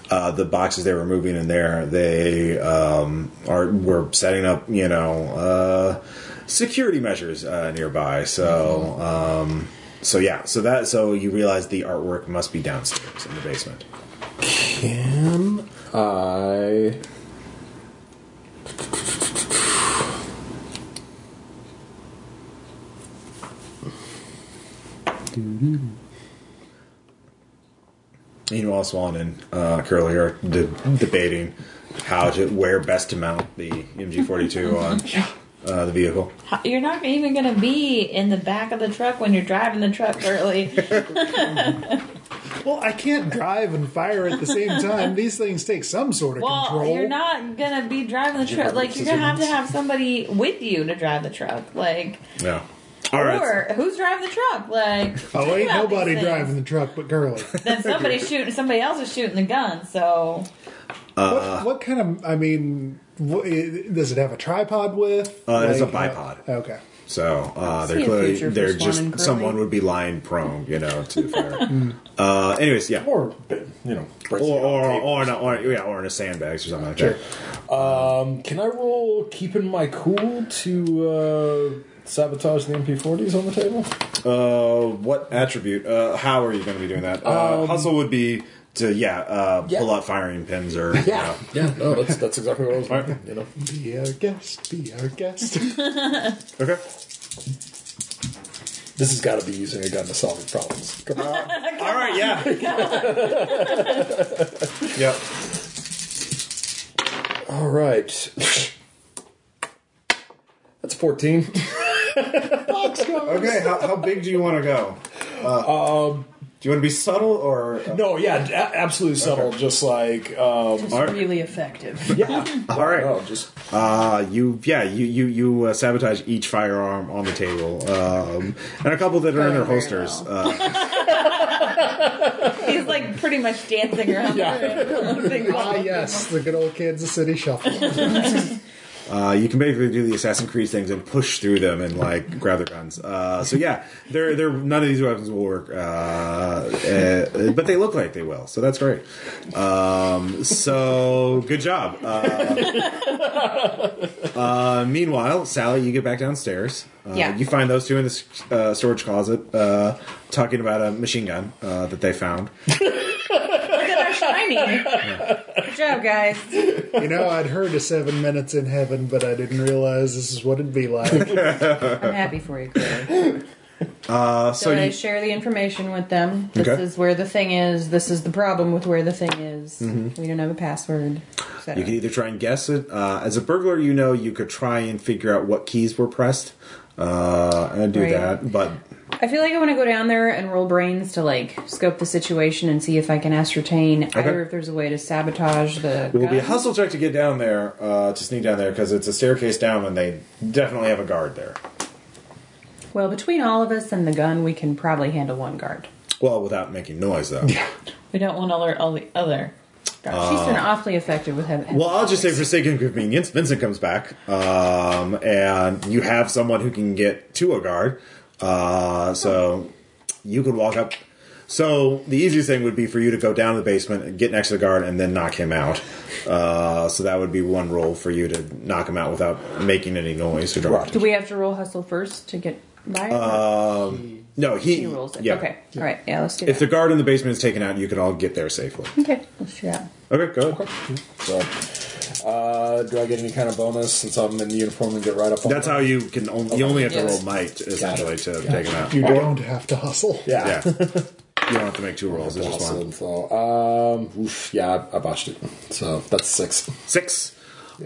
Speaker 1: Uh, the boxes they were moving in there, they um, are were setting up, you know, uh, security measures uh, nearby. So, um, so yeah, so that so you realize the artwork must be downstairs in the basement.
Speaker 6: Can I?
Speaker 1: Meanwhile, Swan and uh, Curly are de- debating how to where best to mount the MG42 on uh, the vehicle.
Speaker 12: How- You're not even going to be in the back of the truck when you're driving the truck early.
Speaker 2: Well, I can't drive and fire at the same time. These things take some sort of
Speaker 12: well,
Speaker 2: control.
Speaker 12: you're not gonna be driving the
Speaker 2: Did you
Speaker 12: truck.
Speaker 2: have
Speaker 12: Like you're gonna have to
Speaker 2: decisions?
Speaker 12: have somebody with you to drive the truck. Like,
Speaker 1: Yeah. All right.
Speaker 12: or who's driving the truck? Like,
Speaker 2: Oh,
Speaker 12: think
Speaker 2: ain't
Speaker 12: about these
Speaker 2: nobody
Speaker 12: things.
Speaker 2: driving the truck but Gurley.
Speaker 12: Then somebody's shooting. Somebody else is shooting the gun. So
Speaker 1: Uh,
Speaker 2: what, what kind of? I mean, what, does it have a tripod with?
Speaker 1: Uh, it is a
Speaker 2: Like,
Speaker 1: bipod.
Speaker 2: okay.
Speaker 1: So uh, they're
Speaker 2: See a
Speaker 1: clearly
Speaker 2: future for
Speaker 1: they're
Speaker 2: Swan and
Speaker 1: just
Speaker 2: Curly.
Speaker 1: someone would be lying prone, you know, to fire.
Speaker 2: Hmm.
Speaker 1: uh, anyways, yeah,
Speaker 6: or you know,
Speaker 1: or or or in a, or yeah, or in a sandbags or something like
Speaker 6: Sure.
Speaker 1: that.
Speaker 6: Um, can I roll keeping my cool to uh, sabotage the MP40s on the table?
Speaker 1: Uh, what attribute? Uh, how are you going to be doing that? Uh,
Speaker 6: Um,
Speaker 1: hustle would be to yeah, uh,
Speaker 6: Yeah.
Speaker 1: pull out firing pins or
Speaker 6: Yeah,
Speaker 1: you know.
Speaker 6: yeah, no, that's that's exactly what I was thinking. You know,
Speaker 2: Be our guest. Be our guest.
Speaker 1: okay.
Speaker 6: This has got to be using a gun to solve problems. Come on.
Speaker 1: all right, yeah. yep.
Speaker 6: All right. That's 14.
Speaker 1: okay, how, how big do you want to go? Uh, um, do you want to be subtle or
Speaker 6: no? Yeah, a- absolutely subtle. Just like um,
Speaker 1: Just All right.
Speaker 7: really effective.
Speaker 6: Yeah.
Speaker 1: All right.
Speaker 6: just
Speaker 1: uh, you, yeah, you you you uh, sabotage each firearm on the table, um, and a couple that are in their holsters. Uh,
Speaker 12: he's like pretty much dancing around. the room.
Speaker 2: ah, yes, the good old Kansas City shuffle.
Speaker 1: uh, you can basically do the Assassin's Creed things and push through them and like grab their guns. Uh, so yeah, they're, they're none of these weapons will work, uh, uh, but they look like they will. So that's great. Um, so good job. Uh, Uh, meanwhile, Sally, you get back downstairs. Uh,
Speaker 13: Yeah.
Speaker 1: You find those two in the s- uh, storage closet uh, talking about a machine gun uh, that they found.
Speaker 12: Look at our shiny. Good job, guys.
Speaker 2: You know, I'd heard of seven minutes in heaven, but I didn't realize this is what it'd be like.
Speaker 7: I'm happy for you.
Speaker 1: Uh,
Speaker 7: So,
Speaker 1: so
Speaker 7: I
Speaker 1: you,
Speaker 7: share the information with them. This
Speaker 1: Okay.
Speaker 7: is where the thing is. This is the problem with where the thing is.
Speaker 1: Mhm.
Speaker 7: We don't have a password.
Speaker 1: you can either try and guess it. Uh, as a burglar, you know you could try and figure out what keys were pressed uh, and do
Speaker 7: Right.
Speaker 1: that. But
Speaker 7: I feel like I want to go down there and roll brains to like scope the situation and see if I can ascertain
Speaker 1: Okay.
Speaker 7: either if there's a way to sabotage the.
Speaker 1: it will be
Speaker 7: gun.
Speaker 1: a hustle check to get down there, uh, to sneak down there, because it's a staircase down and they definitely have a guard there.
Speaker 7: Well, between all of us and the gun, we can probably handle one guard.
Speaker 1: Well, without making noise, though.
Speaker 7: We don't want to alert all the other. She's been
Speaker 1: Uh,
Speaker 7: awfully effective with heavy.
Speaker 1: Well, I'll just say for sake of convenience, Vincent comes back, um, and you have someone who can get to a guard. Uh, so you could walk up. So the easiest thing would be for you to go down to the basement, and get next to the guard, and then knock him out. Uh, so that would be one roll for you to knock him out without making any noise or drawing.
Speaker 7: Do we have to roll hustle first to get by?
Speaker 1: Um, no, he,
Speaker 7: He rolls it.
Speaker 1: Yeah.
Speaker 7: Okay. All right. Yeah, let's do
Speaker 1: If the
Speaker 7: that.
Speaker 1: guard in the basement is taken out, you could all get there safely.
Speaker 7: okay. Let's do that.
Speaker 1: Okay, go ahead.
Speaker 6: So, uh, do I get any kind of bonus since I'm in the uniform and get right up on
Speaker 1: That's how you can only, you only have to
Speaker 6: Yes.
Speaker 1: roll might essentially to
Speaker 6: Got
Speaker 1: take
Speaker 6: it.
Speaker 1: him out.
Speaker 2: you don't have to hustle.
Speaker 6: Yeah.
Speaker 1: You don't have to make two rolls. It's just one.
Speaker 6: Awesome. So, um, oof, yeah, I, I botched it. So that's six.
Speaker 1: Six.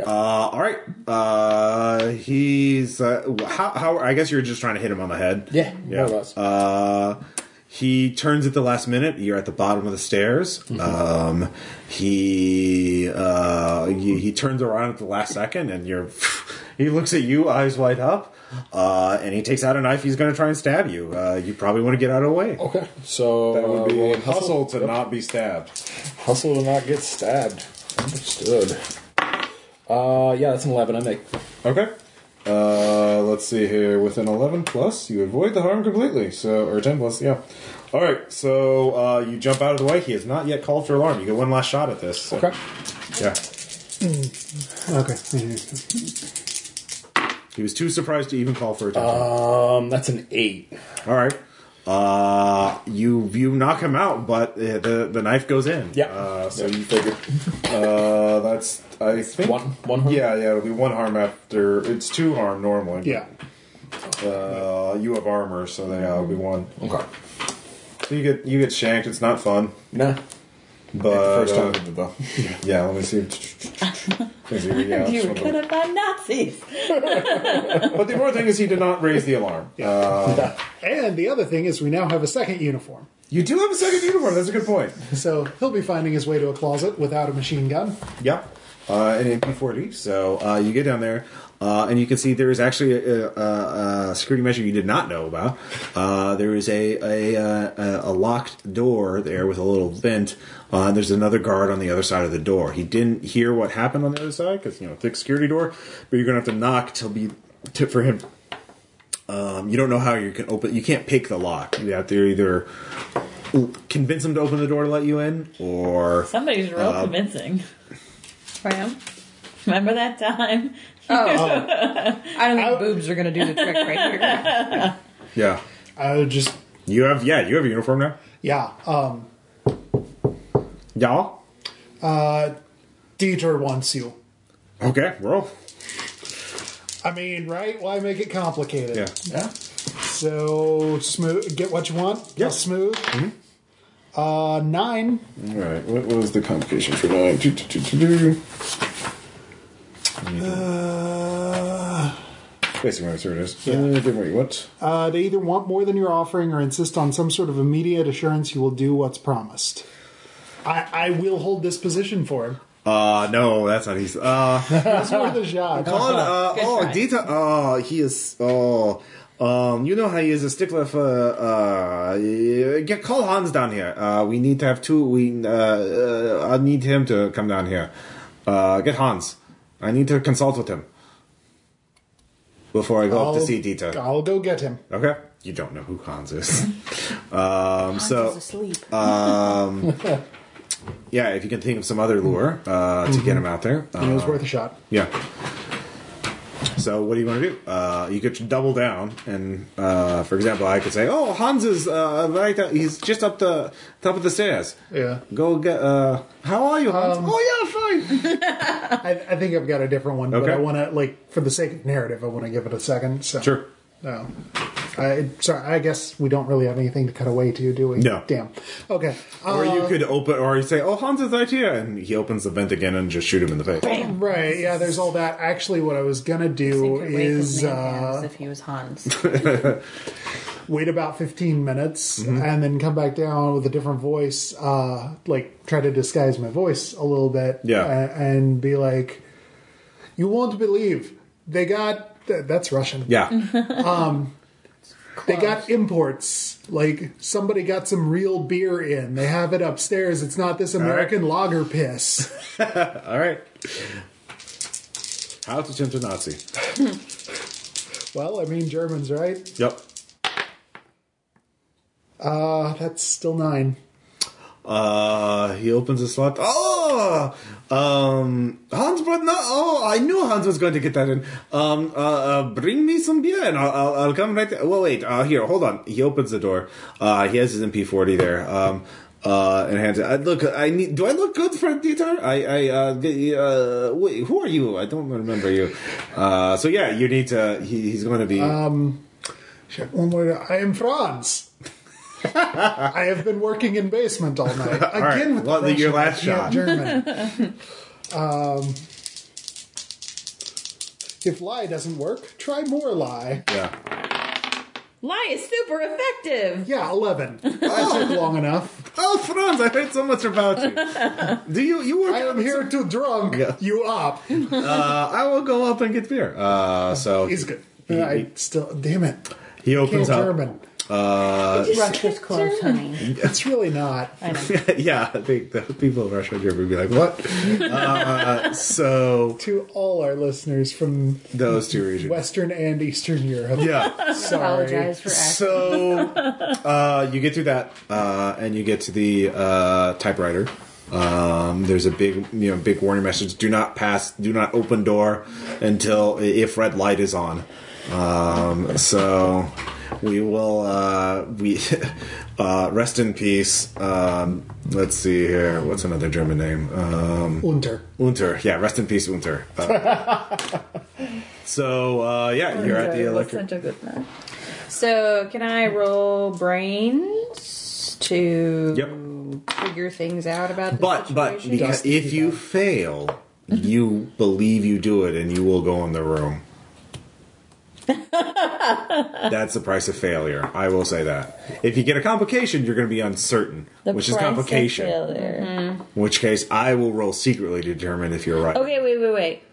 Speaker 1: Uh, all right. Uh, he's uh, how, how? I guess you're just trying to hit him on the head.
Speaker 6: Yeah,
Speaker 1: Yeah.
Speaker 6: more or less.
Speaker 1: Uh, he turns at the last minute. You're at the bottom of the stairs.
Speaker 6: Mm-hmm.
Speaker 1: Um, he, uh, he he turns around at the last second, and you're. He looks at you, eyes wide up, uh, and he takes out a knife. He's going to try and stab you. Uh, you probably want to get out of the way.
Speaker 6: Okay, so
Speaker 1: that would be
Speaker 6: uh,
Speaker 1: a
Speaker 6: we'll
Speaker 1: hustle to
Speaker 6: Yep.
Speaker 1: not be stabbed.
Speaker 6: Hustle to not get stabbed. Understood. Uh, yeah, that's an eleven. I make.
Speaker 1: Okay. Uh, let's see here. With an 11 plus, you avoid the harm completely. So, or 10 plus, yeah. All right. So uh, you jump out of the way. He has not yet called for alarm. You get one last shot at this. Okay. Yeah.
Speaker 2: Okay.
Speaker 1: He was too surprised to even call for attention.
Speaker 6: Um, that's an eight.
Speaker 1: All right. Uh, you you knock him out, but uh, the the knife goes in. Yeah. Uh, so you figure. Uh, that's I think
Speaker 6: one one harm.
Speaker 1: Yeah, yeah. It'll be one harm after it's two harm normally. but,
Speaker 2: Yeah.
Speaker 1: Uh, you have armor, so they uh, be one.
Speaker 6: Okay.
Speaker 1: So you get you get shanked. It's not fun.
Speaker 6: Nah.
Speaker 1: But
Speaker 6: First time
Speaker 1: uh,
Speaker 6: I did though.
Speaker 1: yeah, let me see. Let me see, yeah,
Speaker 12: you
Speaker 1: it's
Speaker 12: were
Speaker 1: one of
Speaker 12: cut up by
Speaker 1: the-
Speaker 12: Nazis.
Speaker 1: but the important thing is he did not raise the alarm. Uh,
Speaker 2: And the other thing is, we now have a second uniform.
Speaker 1: You do have a second uniform. That's a good point.
Speaker 2: So he'll be finding his way to a closet without a machine gun.
Speaker 1: Yeah, uh, an MP40. So uh, you get down there, uh, and you can see there is actually a, a, a security measure you did not know about. Uh, there is a a, uh, a a locked door there with a little vent. Uh, and there's another guard on the other side of the door. He didn't hear what happened on the other side because you know thick security door. But you're gonna have to knock to be to, for him. Um, you don't know how you can open. You can't pick the lock. You have to either convince him to open the door to let you in, or
Speaker 5: Somebody's real
Speaker 1: uh,
Speaker 5: convincing.
Speaker 12: I am.
Speaker 5: Remember that time?
Speaker 1: Oh.
Speaker 12: I don't think boobs are going to do the trick right here.
Speaker 1: Yeah.
Speaker 2: I would just.
Speaker 1: You have yeah. You have a uniform now.
Speaker 2: Yeah. Um,
Speaker 1: Y'all.
Speaker 2: uh, Dieter wants you.
Speaker 1: Okay. Roll.
Speaker 2: I mean, right? Why make it complicated?
Speaker 1: Yeah.
Speaker 2: Yeah. So smooth. Get what you want. Yeah. Smooth.
Speaker 1: Mm-hmm.
Speaker 2: Uh, nine.
Speaker 6: All right. What was the complication for nine? Do, do, do, do, do.
Speaker 2: Uh,
Speaker 1: Basically, that's where it is.
Speaker 2: Yeah.
Speaker 6: Uh, then wait, what?
Speaker 2: uh, they either want more than you're offering or insist on some sort of immediate assurance you will do what's promised. I, I will hold this position for him.
Speaker 1: Uh, no, that's not easy. Uh,
Speaker 2: It's worth a shot.
Speaker 1: Colin, uh,
Speaker 2: Good
Speaker 1: oh,
Speaker 2: try.
Speaker 1: Dita, oh, he is, oh, um, you know how he is a stickler for, uh, uh, get, call Hans down here. Uh, we need to have two, we, uh, uh, I need him to come down here. Uh, get Hans. I need to consult with him. Before I go up to
Speaker 2: I'll-
Speaker 1: see Dita.
Speaker 2: I'll go get him.
Speaker 1: Okay. You don't know who Hans is. um, so,
Speaker 2: is asleep.
Speaker 1: um, yeah, if you can think of some other lure uh, to
Speaker 2: Mm-hmm.
Speaker 1: get him out there, uh,
Speaker 2: it was worth a shot.
Speaker 1: yeah. So what do you want to do? Uh, you could double down, and uh, for example, I could say, "Oh, Hans is uh, right. Down, he's just up the top of the stairs.
Speaker 2: Yeah.
Speaker 1: Go get. Uh, how are you, Hans?
Speaker 2: Um,
Speaker 1: oh yeah, fine.
Speaker 2: I, I think I've got a different one, but
Speaker 1: Okay.
Speaker 2: I want to like for the sake of narrative, I want to give it a second. So.
Speaker 1: Sure.
Speaker 2: No. I, Uh, sorry, I guess we don't really have anything to cut away to, do we?
Speaker 1: No.
Speaker 2: Damn. Okay.
Speaker 1: or you
Speaker 2: Uh,
Speaker 1: could open, or you say, "Oh, Hans is right here," and he opens the vent again and just shoot him in the face.
Speaker 2: Um, Right, yeah, there's all that. Actually, what I was going to do
Speaker 7: Wake his
Speaker 2: is
Speaker 7: man hands
Speaker 2: uh,
Speaker 7: if he was Hans.
Speaker 2: wait about 15 minutes
Speaker 1: Mm-hmm.
Speaker 2: and then come back down with a different voice, uh, like try to disguise my voice a little bit.
Speaker 1: Yeah.
Speaker 2: a- And be like, you won't believe. They got. th- That's Russian.
Speaker 1: Yeah.
Speaker 2: um, they got imports. Like somebody got some real beer in. They have it upstairs. It's not this American lager piss.
Speaker 1: All right. How to tempt a Nazi?
Speaker 2: well, I mean Germans, right?
Speaker 1: Yep.
Speaker 2: Uh, that's still nine.
Speaker 1: Uh, he opens his slot. Oh, um, Hans brought no. Oh, I knew Hans was going to get that in. Um, uh, uh bring me some beer, and I'll, I'll, I'll come right. There. Well, wait. Uh, here, hold on. He opens the door. Uh, he has his MP40 there. Um, uh, and hands it. I look. I need. Do I look good for Dieter? I. I. Uh, g- uh, wait, who are you? I don't remember you. Uh, so yeah, you need to. He, he's going to be.
Speaker 2: Um, shit, one more. I am Franz. I have been working in basement all night. Again
Speaker 1: All right.
Speaker 2: with the
Speaker 1: Well, your
Speaker 2: Russian,
Speaker 1: last
Speaker 2: I can't
Speaker 1: shot.
Speaker 2: German. um, if lie doesn't work, try more lie.
Speaker 1: yeah.
Speaker 5: Lie is super effective.
Speaker 2: Yeah, eleven. I took long enough.
Speaker 1: Oh, Franz! I heard so much about you. Do you? You work?
Speaker 2: I am here too drunk. You up?
Speaker 1: uh, I will go up and get beer. Uh, so
Speaker 2: He's good. I still, damn it.
Speaker 1: He opens
Speaker 2: Can't
Speaker 1: up.
Speaker 2: German.
Speaker 1: Uh,
Speaker 7: Russia's close, honey.
Speaker 2: It's really not.
Speaker 1: yeah, I think the people in Russia would never be like, "What?" Uh, so
Speaker 2: To all our listeners from
Speaker 1: those two regions.
Speaker 2: Western and Eastern Europe.
Speaker 1: Yeah.
Speaker 2: Sorry.
Speaker 7: Apologize for acting.
Speaker 1: So uh, you get through that, uh, and you get to the uh, typewriter. Um, there's a big, you know, big warning message: "Do not pass, do not open door until if red light is on." Um, so we will uh, we uh, rest in peace. Um, let's see here. What's another German name? Um,
Speaker 2: Unter.
Speaker 1: Unter. Yeah, rest in peace, Unter. Uh, so uh, yeah, you're at the electric.
Speaker 12: Such a good man.
Speaker 10: So, can I roll brains to figure things out about this
Speaker 1: But but
Speaker 10: situation?
Speaker 1: because if you
Speaker 5: Mm-hmm.
Speaker 1: fail, you believe you do it, and you will go in the room. That's the price of failure. I will say that. If you get a complication, you're going to be uncertain,
Speaker 5: The
Speaker 1: which is
Speaker 5: price of
Speaker 1: complication.
Speaker 5: failure.
Speaker 1: In which case, I will roll secretly to determine if you're right.
Speaker 5: Okay, wait, wait, wait.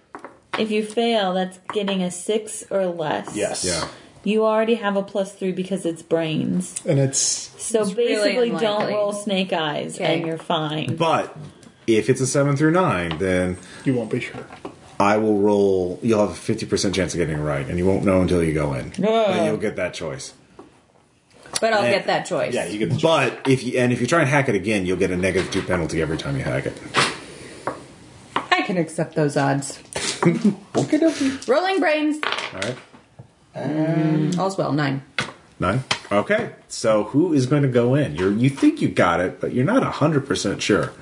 Speaker 5: If you fail, that's getting a six or less.
Speaker 1: Yeah.
Speaker 5: You already have a plus three because it's brains.
Speaker 2: And it's
Speaker 5: So
Speaker 12: It's really
Speaker 5: basically, don't
Speaker 12: unlikely.
Speaker 5: roll snake eyes and
Speaker 12: Okay.
Speaker 5: you're fine.
Speaker 1: But if it's a seven through nine, then
Speaker 2: you won't be sure.
Speaker 1: I will roll. You'll have a fifty percent chance of getting it right, and you won't know until you go in. But you'll get that choice.
Speaker 10: But I'll
Speaker 1: And-
Speaker 10: get that choice.
Speaker 1: get. The but if you and if you try and hack it again, you'll get a negative two penalty every time you hack it.
Speaker 10: I can accept those odds.
Speaker 1: Okay,
Speaker 10: Rolling brains.
Speaker 1: All right,
Speaker 10: All's well. Nine.
Speaker 1: nine. Okay, so who is going to go in? You you think you got it, but you're not hundred percent sure.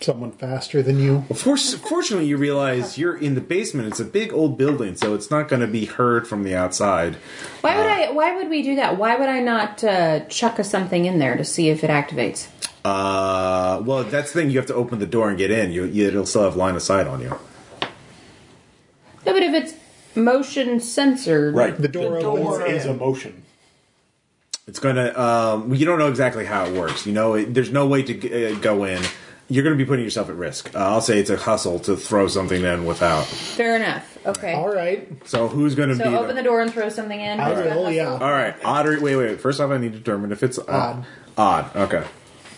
Speaker 2: Someone faster than you.
Speaker 1: Well, for, fortunately, you realize you're in the basement. It's a big old building, so it's not going to be heard from the outside.
Speaker 10: Why would I? Why would we do that? Why would I not uh, chuck a something in there to see if it activates?
Speaker 1: Uh, well, that's the thing. You have to open the door and get in. You, you it'll still have line of sight on you.
Speaker 10: No, but if it's motion censored,
Speaker 2: The door, opens. in.
Speaker 6: motion.
Speaker 1: It's gonna. Um, you don't know exactly how it works. You know, it, there's no way to g- uh, go in. You're going to be putting yourself at risk. Uh, I'll say it's a hustle to throw something in without.
Speaker 10: Fair enough. Okay.
Speaker 2: All right.
Speaker 1: So who's going to
Speaker 10: So
Speaker 1: be?
Speaker 10: open the door and throw something in.
Speaker 2: I will. Yeah.
Speaker 1: All right, odd. Or, wait, wait. First off, I need to determine if it's odd. Odd. Okay.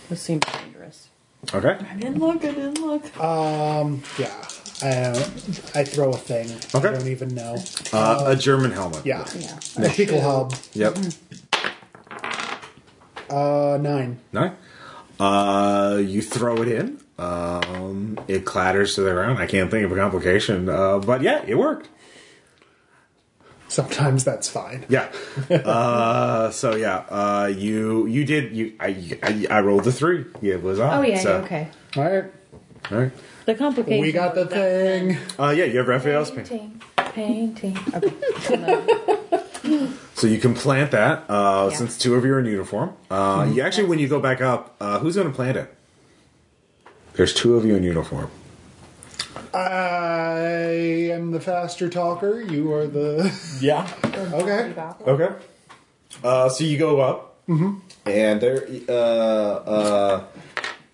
Speaker 10: This seems dangerous.
Speaker 1: Okay.
Speaker 5: I didn't look, I didn't look.
Speaker 2: Um. Yeah. Uh, I throw a thing.
Speaker 1: Okay.
Speaker 2: I don't even know.
Speaker 1: Uh, a German helmet.
Speaker 2: Yeah.
Speaker 10: Yeah.
Speaker 2: A Pickle hub.
Speaker 1: Yep.
Speaker 2: Uh, nine.
Speaker 1: No. Uh, you throw it in. Um, it clatters to the ground. I can't think of a complication. Uh, but yeah, it worked.
Speaker 2: Sometimes that's fine.
Speaker 1: Yeah. uh, so yeah, uh, you you did you I, I, I rolled the three. It was on.
Speaker 10: Oh yeah.
Speaker 1: so-
Speaker 10: yeah, Okay.
Speaker 2: All right.
Speaker 1: All right.
Speaker 5: The complication.
Speaker 2: We got the thing.
Speaker 1: Uh, yeah, you have Raphael's painting.
Speaker 10: Painting.
Speaker 1: So you can plant that uh, since two of you are in uniform. Uh,
Speaker 10: Mm-hmm.
Speaker 1: You actually, when you go back up, uh, who's going to plant it? There's two of you in uniform.
Speaker 2: I am the faster talker. You are the.
Speaker 6: Yeah.
Speaker 2: okay.
Speaker 1: Okay. Uh, so you go up, and there, uh, uh,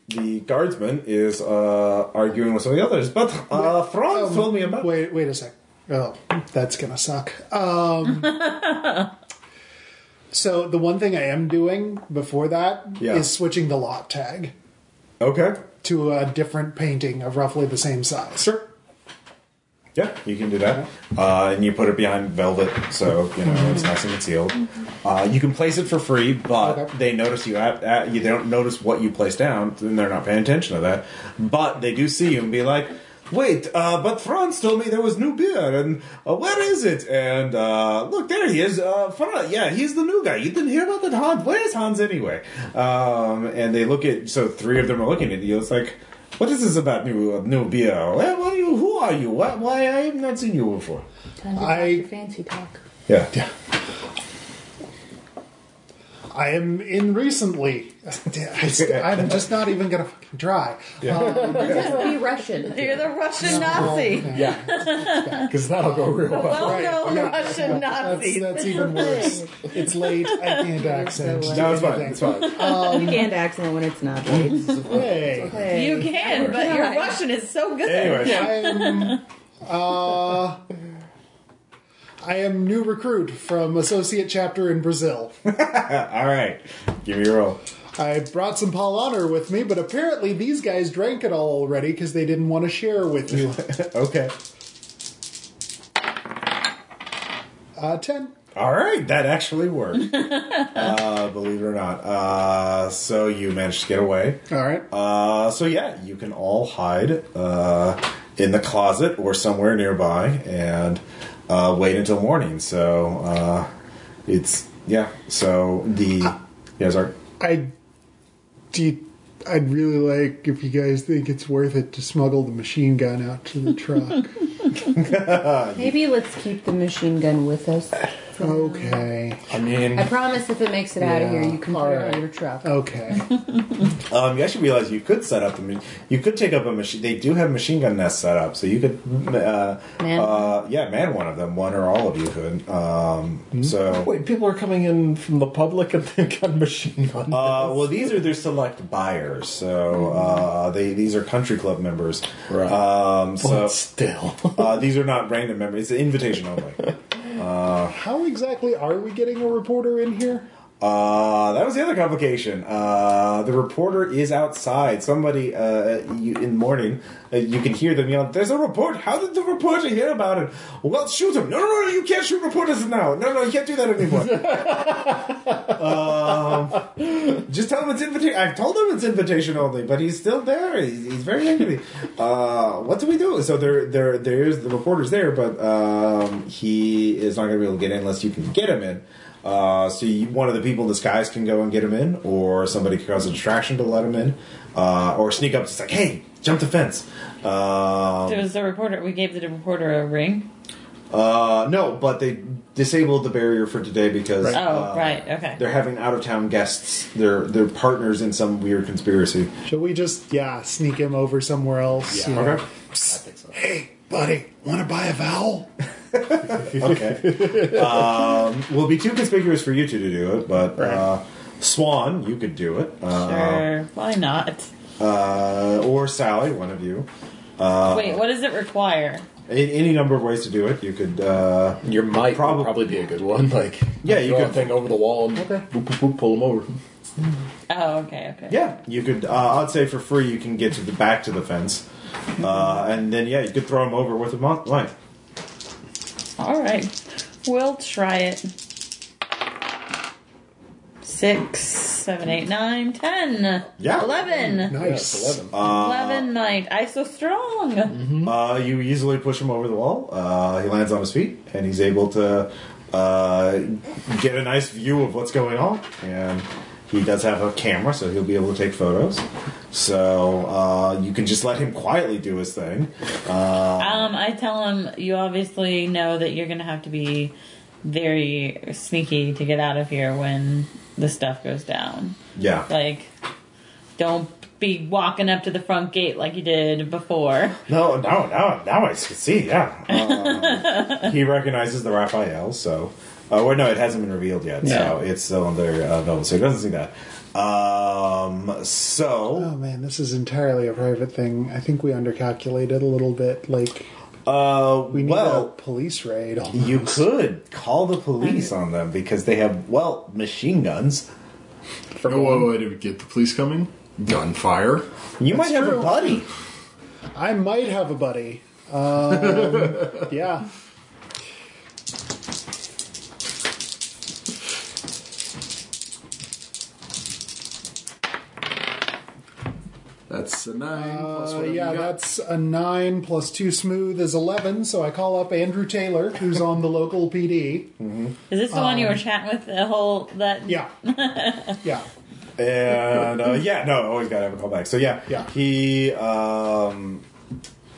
Speaker 1: the guardsman is uh, arguing with some of the others. But uh, Franz told me about.
Speaker 2: Um, Wait. Wait a sec. Oh, that's gonna suck. Um. so the one thing I am doing before that is
Speaker 1: Yeah.
Speaker 2: switching the lot tag
Speaker 1: Okay.
Speaker 2: to a different painting of roughly the same size.
Speaker 1: Sure. Yeah, you can do that, uh, and you put it behind velvet, so you know it's nice and concealed. Uh, you can place it for free, but
Speaker 2: Okay.
Speaker 1: they notice you. At, at, you they don't notice what you place down, and they're not paying attention to that. But they do see you and be like, "Wait, uh, but Franz told me there was new beer, and uh, where is it? And uh, look, there he is, uh, Franz. Yeah, he's the new guy. You didn't hear about that Hans? Where's Hans anyway?" Um, and they look at. So three of them are looking at you. It's like. What is this about new uh, new beer? Where, what are you? Who are you? Why, why I have not seen you before?
Speaker 2: I
Speaker 10: Fancy talk.
Speaker 1: Yeah, yeah.
Speaker 2: I am in recently. I, am just not even gonna fucking try. Um,
Speaker 10: Let's be Russian.
Speaker 5: You're the Russian Nazi.
Speaker 6: Because that'll go real well.
Speaker 5: Well known
Speaker 2: yeah.
Speaker 5: Russian
Speaker 2: that's,
Speaker 5: Nazi.
Speaker 2: that's even worse. It's late. I can't accent.
Speaker 1: No, it's fine. It's fine.
Speaker 10: you can't accent when it's not right.
Speaker 2: Hey.
Speaker 5: You can, but your Russian is so good.
Speaker 1: Anyway,
Speaker 2: I'm, uh, I am new recruit from associate chapter in Brazil.
Speaker 1: all right. Give me your roll.
Speaker 2: I brought some Paul Honor with me, but apparently these guys drank it all already because they didn't want to share with you.
Speaker 1: Okay.
Speaker 2: Uh, ten.
Speaker 1: All right. That actually worked. uh, believe it or not. Uh, so you managed to get away.
Speaker 2: All right.
Speaker 1: Uh, so yeah, you can all hide uh, in the closet or somewhere nearby and uh, wait until morning. So uh, it's yeah. So the yeah, sorry.
Speaker 2: I do. you- I'd really like if you guys think it's worth it to smuggle the machine gun out to the truck.
Speaker 10: Maybe let's keep the machine gun with us.
Speaker 2: Okay.
Speaker 4: I mean,
Speaker 7: I promise if it makes it out of here, you can put it on your truck.
Speaker 2: Okay.
Speaker 1: Um, you actually realize you could set up. I mean, you could take up a machine. They do have machine gun nests set up, so you could, uh,
Speaker 7: Man.
Speaker 1: uh, yeah, man, one of them, one or all of you could. Um, So
Speaker 13: Wait, people are coming in from the public and they've got machine guns.
Speaker 1: Uh, well, these are their select buyers, so uh, they these are country club members. Right.
Speaker 6: uh,
Speaker 1: Um, so
Speaker 13: But still,
Speaker 1: uh, these are not random members. It's an invitation only. Uh,
Speaker 2: How exactly are we getting a reporter in here?
Speaker 1: uh, that was the other complication. Uh, the reporter is outside. Somebody uh, you, in the morning, uh, you can hear them yell, There's a report! How did the reporter hear about it? Well, shoot him! No, no, no, you can't shoot reporters now! No, no, you can't do that anymore. um, just tell him it's invitation. I've told him it's invitation only, but he's still there. He's, he's very angry. Uh, what do we do? So there, there, there is the reporter's there, but um, he is not going to be able to get in unless you can get him in. Uh, so you, one of the people in disguise can go and get him in, or somebody can cause a distraction to let him in, uh, or sneak up just like, hey, jump the fence. Um,
Speaker 5: There was the reporter. We gave the reporter a ring.
Speaker 1: uh, no, but they disabled the barrier for today because
Speaker 5: Oh,
Speaker 1: uh,
Speaker 5: right. Okay.
Speaker 1: they're having out of town guests. They're they're partners in some weird conspiracy.
Speaker 2: Shall we just, yeah, sneak him over somewhere else? you know?
Speaker 1: Okay.
Speaker 2: Hey, buddy, want to buy a vowel?
Speaker 1: okay. Um, will be too conspicuous for you two to do it, but uh, Swan, you could do it. Uh,
Speaker 5: Sure. Why not?
Speaker 1: uh, or Sally, one of you. Uh,
Speaker 5: Wait, what does it require?
Speaker 1: a- any number of ways to do it. You could. Uh,
Speaker 6: Your might probably, probably be a good one. Like,
Speaker 1: Yeah, you
Speaker 6: throw
Speaker 1: could-
Speaker 6: a thing over the wall and boop, boop, boop, pull them over.
Speaker 5: Oh, okay, okay.
Speaker 1: yeah, you could. Uh, I'd say for free, you can get to the back to the fence, uh, and then yeah, you could throw them over with a mon- line.
Speaker 5: All right. We'll try it. Six, seven, eight, nine, ten.
Speaker 1: Yeah.
Speaker 5: Eleven.
Speaker 2: Nice.
Speaker 13: Uh,
Speaker 5: Eleven might. I so strong.
Speaker 1: Uh, you easily push him over the wall. Uh, he lands on his feet, and he's able to uh, get a nice view of what's going on. And he does have a camera, so he'll be able to take photos. So uh, you can just let him quietly do his thing. Uh,
Speaker 5: Um, I tell him you obviously know that you're gonna have to be very sneaky to get out of here when the stuff goes down.
Speaker 1: yeah.
Speaker 5: Like, don't be walking up to the front gate like you did before.
Speaker 1: No, no, no, now I can see, yeah. Um, he recognizes the Raphael, so. Uh, well, no, it hasn't been revealed yet, so it's still under uh, velvet, so he doesn't see that. Um, so.
Speaker 2: Oh man, this is entirely a private thing. I think we undercalculated a little bit. Like
Speaker 1: Uh,
Speaker 2: Oh. we need a
Speaker 1: well,
Speaker 2: police raid. almost.
Speaker 1: you could call the police on them because they have, well, machine guns.
Speaker 13: no way to get the police coming. Gunfire.
Speaker 1: You might have
Speaker 2: true.
Speaker 1: a buddy.
Speaker 2: I might have a buddy. Um, yeah.
Speaker 13: That's a nine plus
Speaker 2: Uh,
Speaker 13: whatever
Speaker 2: yeah,
Speaker 13: you got.
Speaker 2: that's a 9 plus 2 smooth is 11, so I call up Andrew Taylor, who's on the local PD.
Speaker 5: Is this the one you were chatting with the whole that?
Speaker 2: Um, Yeah. Yeah.
Speaker 1: And, uh, yeah, no, always gotta have a callback. So, yeah,
Speaker 2: Yeah.
Speaker 1: he, um,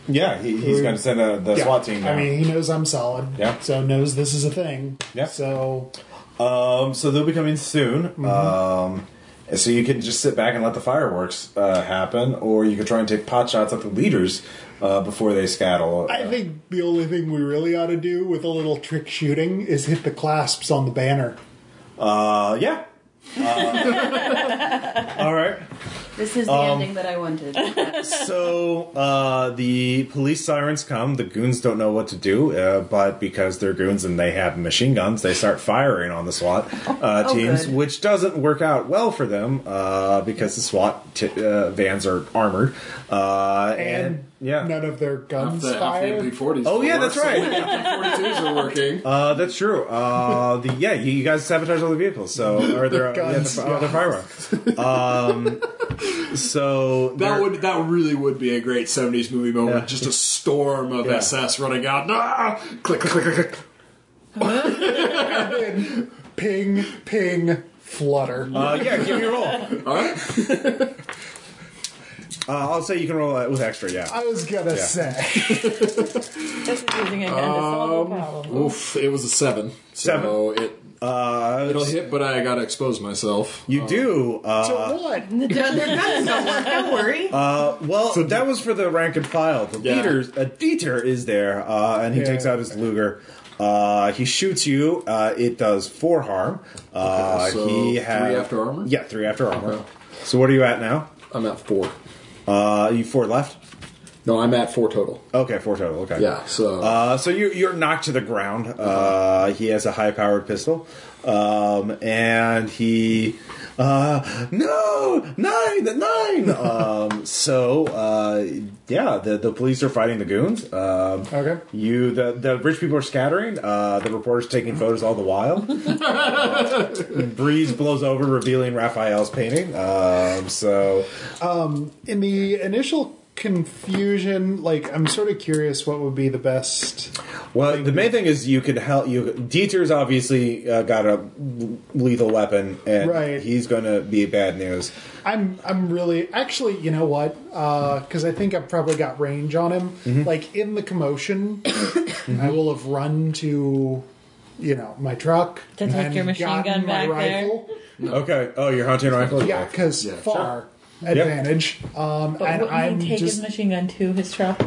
Speaker 1: yeah, he, he's gonna send a, the
Speaker 2: yeah.
Speaker 1: SWAT team
Speaker 2: I
Speaker 1: down.
Speaker 2: mean, he knows I'm solid,
Speaker 1: Yeah.
Speaker 2: so knows this is a thing.
Speaker 1: Yeah.
Speaker 2: So,
Speaker 1: um, so they'll be coming soon. Um, so you can just sit back and let the fireworks uh, happen, or you could try and take pot shots at the leaders uh, before they scaddle.
Speaker 2: I
Speaker 1: Uh,
Speaker 2: think the only thing we really ought to do with a little trick shooting is hit the clasps on the banner.
Speaker 1: Uh, yeah. Uh, all right.
Speaker 7: This is the ending that I wanted.
Speaker 1: So uh, the police sirens come. The goons don't know what to do, uh, but because they're goons and they have machine guns, they start firing on the SWAT uh,
Speaker 7: Oh,
Speaker 1: teams,
Speaker 7: good.
Speaker 1: which doesn't work out well for them uh, because the SWAT t- uh, vans are armored. Uh, and, yeah,
Speaker 2: None of their guns
Speaker 13: The
Speaker 2: fire.
Speaker 13: MP40s.
Speaker 1: Oh, yeah, that's right.
Speaker 13: MP42s are working.
Speaker 1: uh, that's true. Uh, the, yeah, you, you guys sabotage all the vehicles, so or their
Speaker 2: The
Speaker 1: uh, yeah, the,
Speaker 2: guns,
Speaker 1: fi- uh, the fireworks. Um, so
Speaker 13: That
Speaker 1: they're-
Speaker 13: would that really would be a great '70s movie moment. Just a storm of
Speaker 1: Yeah.
Speaker 13: SS running out. Ah! Click click click click. click.
Speaker 2: Ping, ping, flutter.
Speaker 1: uh, yeah, give me a roll.
Speaker 13: All right.
Speaker 1: Uh, I'll say you can roll that with extra, yeah.
Speaker 2: I was gonna
Speaker 1: Yeah.
Speaker 2: say.
Speaker 12: This is using an
Speaker 13: Um,
Speaker 12: unsolvable problem.
Speaker 13: oof, it was a seven. So
Speaker 1: Seven?
Speaker 13: it
Speaker 1: Uh,
Speaker 13: it'll hit, but I gotta expose myself.
Speaker 1: You do. Uh,
Speaker 2: what?
Speaker 10: don't work, don't worry.
Speaker 1: Uh, well, that was for the rank and file. The
Speaker 13: Yeah.
Speaker 1: leaders, uh, Dieter is there, uh, and he takes out his Luger. Uh, he shoots you. Uh, it does four harm. Uh,
Speaker 13: Okay, so
Speaker 1: he
Speaker 13: three
Speaker 1: has
Speaker 13: after armor?
Speaker 1: Yeah, three after armor.
Speaker 13: Okay.
Speaker 1: So what are you at now?
Speaker 13: I'm at four.
Speaker 1: Uh, you four left.
Speaker 13: No, I'm at four total.
Speaker 1: Okay, four total. Okay.
Speaker 13: Yeah, so
Speaker 1: Uh, so you, you're knocked to the ground. Uh, he has a high powered pistol. Um, and he. Uh, no! Nine! Nine! um, so, uh, yeah, the, the police are fighting the goons. Um,
Speaker 2: Okay.
Speaker 1: You the, the rich people are scattering. Uh, the reporters taking photos all the while. Breeze blows over, revealing Raphael's painting. Um, so
Speaker 2: In the initial confusion, like I'm sort of curious what would be the best.
Speaker 1: Well, the main thing is you could help. You Dieter's obviously uh, got a lethal weapon, and
Speaker 2: Right.
Speaker 1: he's going to be bad news.
Speaker 2: I'm I'm really actually, you know what? Because I think I've probably got range on him. Like in the commotion, I will have run to, you know, my truck
Speaker 5: To take your machine gun back there?
Speaker 2: there.
Speaker 1: Okay. Oh, you're hunting rifle.
Speaker 2: Yeah, because
Speaker 13: Yeah,
Speaker 2: far advantage. Um,
Speaker 5: But
Speaker 2: and
Speaker 5: wouldn't
Speaker 2: I'm
Speaker 5: he take
Speaker 2: just
Speaker 5: his machine gun to his truck?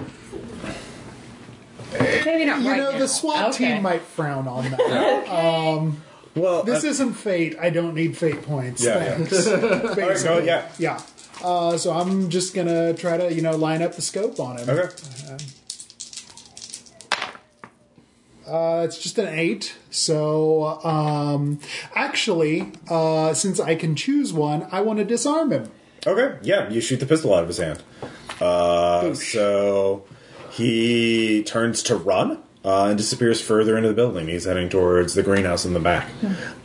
Speaker 10: Maybe not
Speaker 2: you
Speaker 10: right
Speaker 2: know
Speaker 10: now.
Speaker 2: the SWAT
Speaker 5: Okay.
Speaker 2: team might frown on that.
Speaker 1: Well,
Speaker 2: this
Speaker 1: uh,
Speaker 2: isn't fate. I don't need fate points.
Speaker 1: Yeah, yeah.
Speaker 2: Thanks.
Speaker 1: all right, go, yeah.
Speaker 2: Yeah. Uh, so I'm just gonna try to you know line up the scope on him.
Speaker 1: Okay.
Speaker 2: Uh, it's just an eight. So um, actually, uh, since I can choose one, I want to disarm him.
Speaker 1: Okay. Yeah, you shoot the pistol out of his hand. Uh, so he turns to run uh, and disappears further into the building. He's heading towards the greenhouse in the back.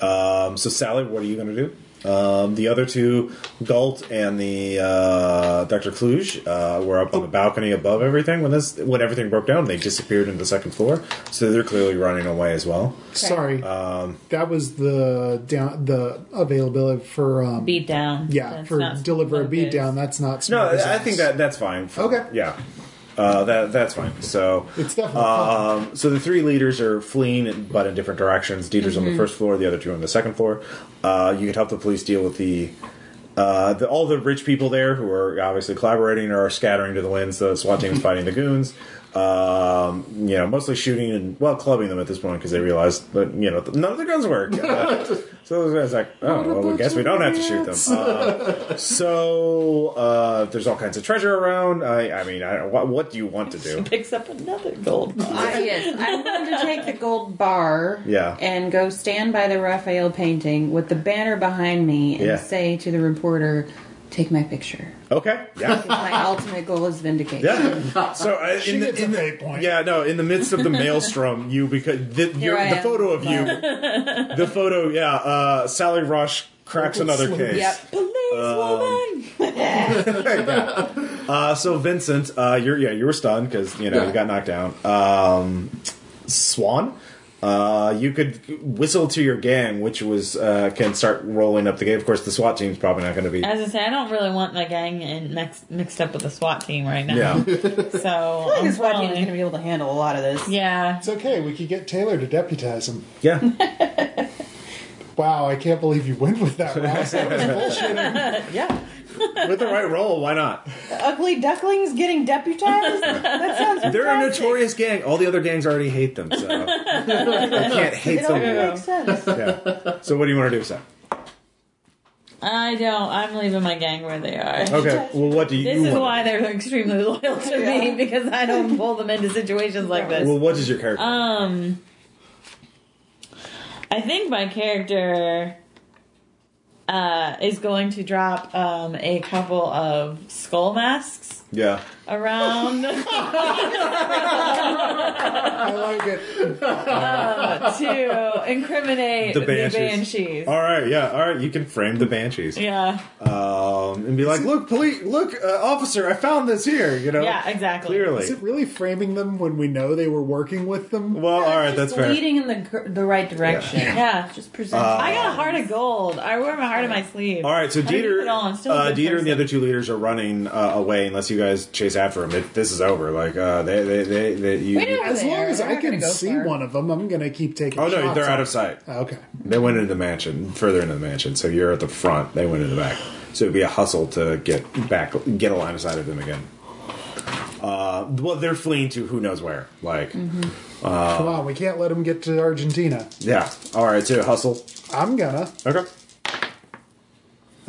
Speaker 1: Um, so, Sally, what are you going to do? Um, the other two, Galt and the uh, Dr. Kluge, uh, were up on the balcony above everything when this when everything broke down. They disappeared into the second floor, so they're clearly running away as well.
Speaker 2: Sorry, um, that was the down the availability for um,
Speaker 5: Beat down.
Speaker 2: yeah
Speaker 5: That's
Speaker 2: for
Speaker 5: not
Speaker 2: deliver a
Speaker 5: what it
Speaker 2: beat
Speaker 5: is.
Speaker 2: down. That's not
Speaker 1: No,
Speaker 2: smart
Speaker 1: I
Speaker 2: as
Speaker 1: think
Speaker 2: ass.
Speaker 1: that that's fine.
Speaker 2: Okay.
Speaker 1: Yeah. Uh, that that's fine. So
Speaker 2: It's definitely
Speaker 1: um, so the three leaders are fleeing, but in different directions. Dieter's on
Speaker 2: Mm-hmm.
Speaker 1: the first floor, the other two on the second floor. Uh, you can help the police deal with the, uh, the all the rich people there who are obviously collaborating or are scattering to the winds. The SWAT team is fighting the goons. Um, you know, mostly shooting and well clubbing them at this point because they realize that you know none of the guns work. Uh, so those guys are like, oh, well, I guess we don't have to shoot them. Uh, so uh, there's all kinds of treasure around. I, I mean, I, what, what do you want to do?
Speaker 5: Picks up another gold. bar.
Speaker 10: I, yes, I'm going to take the gold bar
Speaker 1: Yeah.
Speaker 10: and go stand by the Raphael painting with the banner behind me and
Speaker 1: Yeah.
Speaker 10: say to the reporter, take my picture.
Speaker 1: Okay, yeah.
Speaker 10: My ultimate goal is vindication.
Speaker 1: Yeah. So uh, in
Speaker 2: She
Speaker 1: the,
Speaker 2: gets
Speaker 1: in
Speaker 2: a
Speaker 1: the-
Speaker 2: fate point.
Speaker 1: yeah, no, in the midst of the maelstrom, you because the, your,
Speaker 10: I
Speaker 1: the
Speaker 10: am.
Speaker 1: photo of you, the photo, yeah, uh, Sally Rush cracks another case.
Speaker 10: Yep.
Speaker 1: Uh, so Vincent, uh, you're yeah, you were stunned because you know
Speaker 13: Yeah.
Speaker 1: you got knocked down. Um, Swan, uh, you could whistle to your gang, which was uh, can start rolling up the game. Of course, the SWAT team's probably not going to be.
Speaker 5: As I say, I don't really want my gang in mix, mixed up with the SWAT team right now.
Speaker 1: yeah,
Speaker 5: So
Speaker 9: I think SWAT
Speaker 5: I'm
Speaker 9: team is
Speaker 5: probably-
Speaker 9: going to be able to handle a lot of this.
Speaker 5: yeah.
Speaker 2: It's okay. We could get Taylor to deputize him.
Speaker 1: yeah.
Speaker 2: Wow, I can't believe you went with that, Ross. That was bullshitting.
Speaker 9: Yeah.
Speaker 1: With the right roll, why not?
Speaker 9: Ugly ducklings getting deputized? that sounds
Speaker 1: They're a
Speaker 9: fantastic.
Speaker 1: notorious gang. All the other gangs already hate them, so they can't hate
Speaker 9: It all
Speaker 1: someone.
Speaker 9: makes sense.
Speaker 1: Yeah. So what do you want to do, Sam?
Speaker 5: I don't. I'm leaving my gang where they are.
Speaker 1: Okay. Well, what do you?
Speaker 5: This is
Speaker 1: want?
Speaker 5: why they're extremely loyal to me because I don't pull them into situations like this.
Speaker 1: Well, what is your character?
Speaker 5: Um, I think my character uh, is going to drop um, a couple of skull masks
Speaker 1: yeah.
Speaker 5: around. I
Speaker 2: like it.
Speaker 5: Uh, to incriminate the banshees.
Speaker 1: All right, yeah, all right. You can frame the banshees.
Speaker 5: Yeah.
Speaker 1: Um, and be like, look, police, look, uh, officer, I found this here. You know.
Speaker 5: Yeah, exactly.
Speaker 1: Clearly.
Speaker 2: Is it really framing them when we know they were working with them?
Speaker 1: Well, all right, that's
Speaker 7: Just
Speaker 1: fair.
Speaker 7: leading in the gr- the right direction.
Speaker 1: Yeah.
Speaker 5: Yeah.
Speaker 7: just present.
Speaker 1: Uh,
Speaker 5: I got a heart of gold. I wear my heart on my sleeve.
Speaker 1: All right, so
Speaker 5: I didn't
Speaker 1: Dieter,
Speaker 5: put it on. I'm still a
Speaker 1: uh,
Speaker 5: good
Speaker 1: Dieter, and the
Speaker 5: person.
Speaker 1: other two leaders are running uh, away unless you guys chase after them. It, this is over. Like uh, they, they, they, they you.
Speaker 2: As long as I can see one of them, I'm going to keep taking.
Speaker 1: Oh no,
Speaker 2: shots
Speaker 1: they're
Speaker 2: at
Speaker 1: out of sight.
Speaker 2: them. Okay.
Speaker 1: They went into the mansion, further into the mansion. So you're at the front. They went into the back. So it'd be a hustle to get back, get a line of sight of them again. Uh, well, they're fleeing to who knows where. Like,
Speaker 5: Mm-hmm.
Speaker 1: uh,
Speaker 2: Come on, we can't let them get to Argentina.
Speaker 1: yeah. All right, so hustle.
Speaker 2: I'm gonna
Speaker 1: Okay.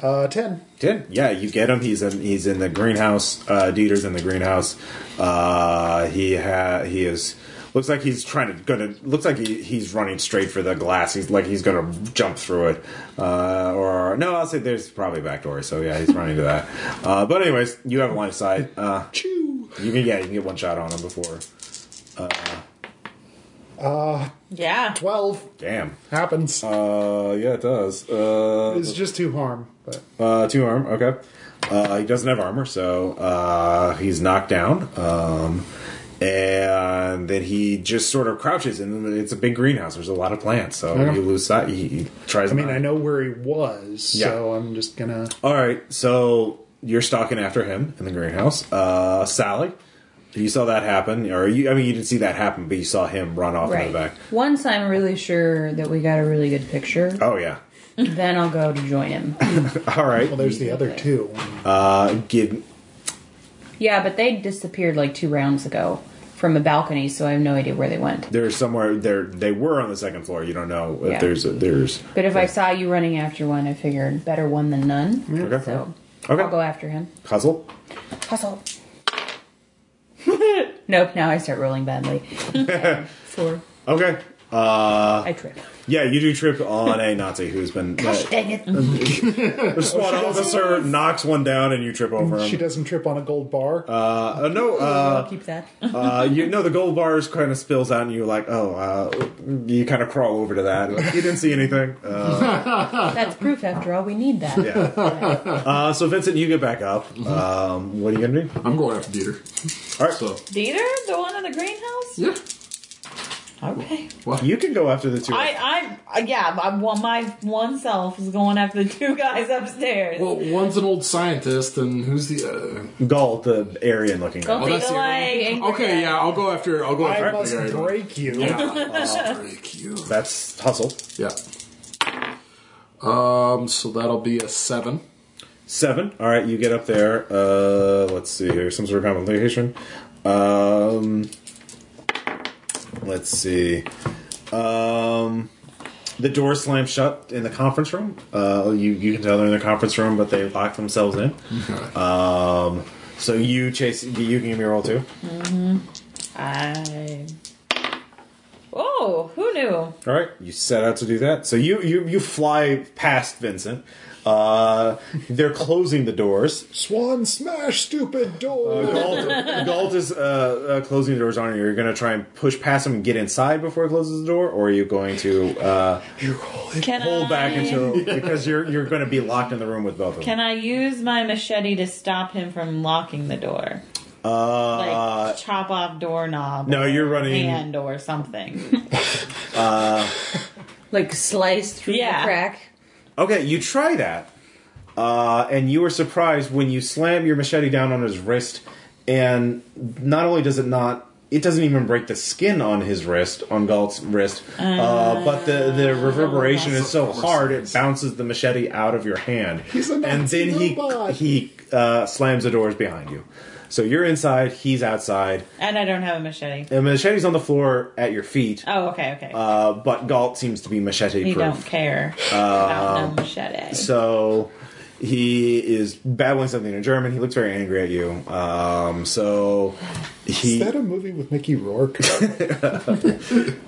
Speaker 2: uh, ten.
Speaker 1: Did yeah, you get him. He's in he's in the greenhouse. Uh, Dieter's in the greenhouse. Uh, he ha- he is looks like he's trying to gonna looks like he, he's running straight for the glass. He's like he's gonna jump through it. Uh, or no, I'll say there's probably a back door. So yeah, he's running to that. Uh, but anyways, you have a line of sight. Uh, Choo! You can yeah, you can get one shot on him before. Uh,
Speaker 2: Uh,
Speaker 5: yeah,
Speaker 2: twelve
Speaker 1: damn.
Speaker 2: happens.
Speaker 1: Uh, yeah, it does. Uh,
Speaker 2: It's just too harm, but
Speaker 1: Uh, two arm. Okay. Uh, he doesn't have armor, so uh, he's knocked down. Um, and then he just sort of crouches, and it's a big greenhouse. There's a lot of plants, so
Speaker 2: Okay.
Speaker 1: you lose sight. He, he tries.
Speaker 2: I mean,
Speaker 1: not-
Speaker 2: I know where he was,
Speaker 1: Yeah.
Speaker 2: so I'm just gonna.
Speaker 1: All right, so you're stalking after him in the greenhouse. Uh, Sally, you saw that happen, or you, I mean, you didn't see that happen, but you saw him run off in
Speaker 7: Right.
Speaker 1: the back.
Speaker 7: Once I'm really sure that we got a really good picture,
Speaker 1: Oh yeah.
Speaker 7: then I'll go to join him.
Speaker 1: All right.
Speaker 2: Well, there's the other two.
Speaker 1: Uh, give
Speaker 7: Yeah, but they disappeared like two rounds ago from a balcony, so I have no idea where they went.
Speaker 1: there's somewhere there. They were on the second floor. You don't know if
Speaker 7: Yeah.
Speaker 1: there's a, there's.
Speaker 7: But if I saw you running after one, I figured better one than none.
Speaker 1: Okay.
Speaker 7: So
Speaker 1: Okay.
Speaker 7: I'll go after him.
Speaker 1: Puzzle.
Speaker 7: Hustle. nope, now I start rolling badly. Four.
Speaker 1: Okay. Uh,
Speaker 7: I trip.
Speaker 1: Yeah, you do trip on a Nazi who's been.
Speaker 7: Gosh
Speaker 1: uh,
Speaker 7: dang it.
Speaker 1: the SWAT
Speaker 2: Oh, she doesn't-
Speaker 1: officer knocks one down and you trip over
Speaker 2: She
Speaker 1: him.
Speaker 2: doesn't trip on a gold bar.
Speaker 1: Um, Uh, uh, no,
Speaker 7: I'll
Speaker 1: uh,
Speaker 7: keep that.
Speaker 1: uh, you know the gold bars kind of spills out, and you're like, oh, uh, you kind of crawl over to that. Like, you didn't see anything. Uh,
Speaker 7: That's proof after all. We need that.
Speaker 1: yeah. Uh, so Vincent, you get back up.
Speaker 7: Mm-hmm.
Speaker 1: Um, what are you gonna do?
Speaker 13: I'm going after Dieter.
Speaker 1: All right.
Speaker 13: So
Speaker 5: Dieter, the one in the greenhouse.
Speaker 13: yeah,
Speaker 5: Okay.
Speaker 1: You can go after the two.
Speaker 5: I, I, yeah, I, well, my one self is going after the two guys upstairs.
Speaker 13: well, one's an old scientist, and who's the? Uh,
Speaker 1: Galt, the Aryan looking guy.
Speaker 5: Don't
Speaker 13: Oh,
Speaker 5: take
Speaker 13: that's the-
Speaker 5: away.
Speaker 13: okay, yeah, I'll go after. I'll go after.
Speaker 2: I must
Speaker 13: the guy.
Speaker 2: break you.
Speaker 13: Yeah, I'll break you.
Speaker 1: That's hustle.
Speaker 13: Yeah. Um. So that'll be a seven.
Speaker 1: Seven. All right, you get up there. Uh, let's see here. Some sort of complication. Um, let's see. Um, the door slams shut in the conference room. Uh, you you can tell they're in the conference room, but they lock themselves in. Um, so you chase. You can give me a roll too.
Speaker 5: I. Oh, who knew?
Speaker 1: All right, you set out to do that. So you you you fly past Vincent. Uh, they're closing the doors.
Speaker 2: Swan smash, stupid door.
Speaker 1: Uh, Galt, Galt is uh, uh, closing the doors on you. You're going to try and push past him and get inside before he closes the door, or are you going to uh,
Speaker 5: Can
Speaker 1: pull
Speaker 5: I,
Speaker 1: back into because you're you're going to be locked in the room with both of them?
Speaker 5: Uh, Can I use my machete to stop him from locking the door? Like
Speaker 1: Uh,
Speaker 5: chop off doorknob.
Speaker 1: no,
Speaker 5: or
Speaker 1: you're running-
Speaker 5: hand or something.
Speaker 7: Like slice through
Speaker 5: Yeah.
Speaker 7: the crack.
Speaker 1: okay, you try that, uh, and you are surprised when you slam your machete down on his wrist, and not only does it not. It doesn't even break the skin on his wrist, on Galt's wrist, uh, but the, the reverberation is so hard it bounces the machete out of your hand.
Speaker 2: He's a
Speaker 1: and
Speaker 2: Nazi
Speaker 1: then he
Speaker 2: robot.
Speaker 1: he uh, slams the doors behind you. So you're inside, he's outside,
Speaker 5: and I don't have a machete.
Speaker 1: and machete's on the floor at your feet.
Speaker 5: Oh, okay, okay.
Speaker 1: Uh, but Galt seems to be machete
Speaker 5: you don't
Speaker 1: proof,
Speaker 5: care
Speaker 1: um,
Speaker 5: about no machete.
Speaker 1: so he is babbling something in German. He looks very angry at you. Um, so
Speaker 2: Is
Speaker 1: he
Speaker 2: that a movie with Mickey Rourke?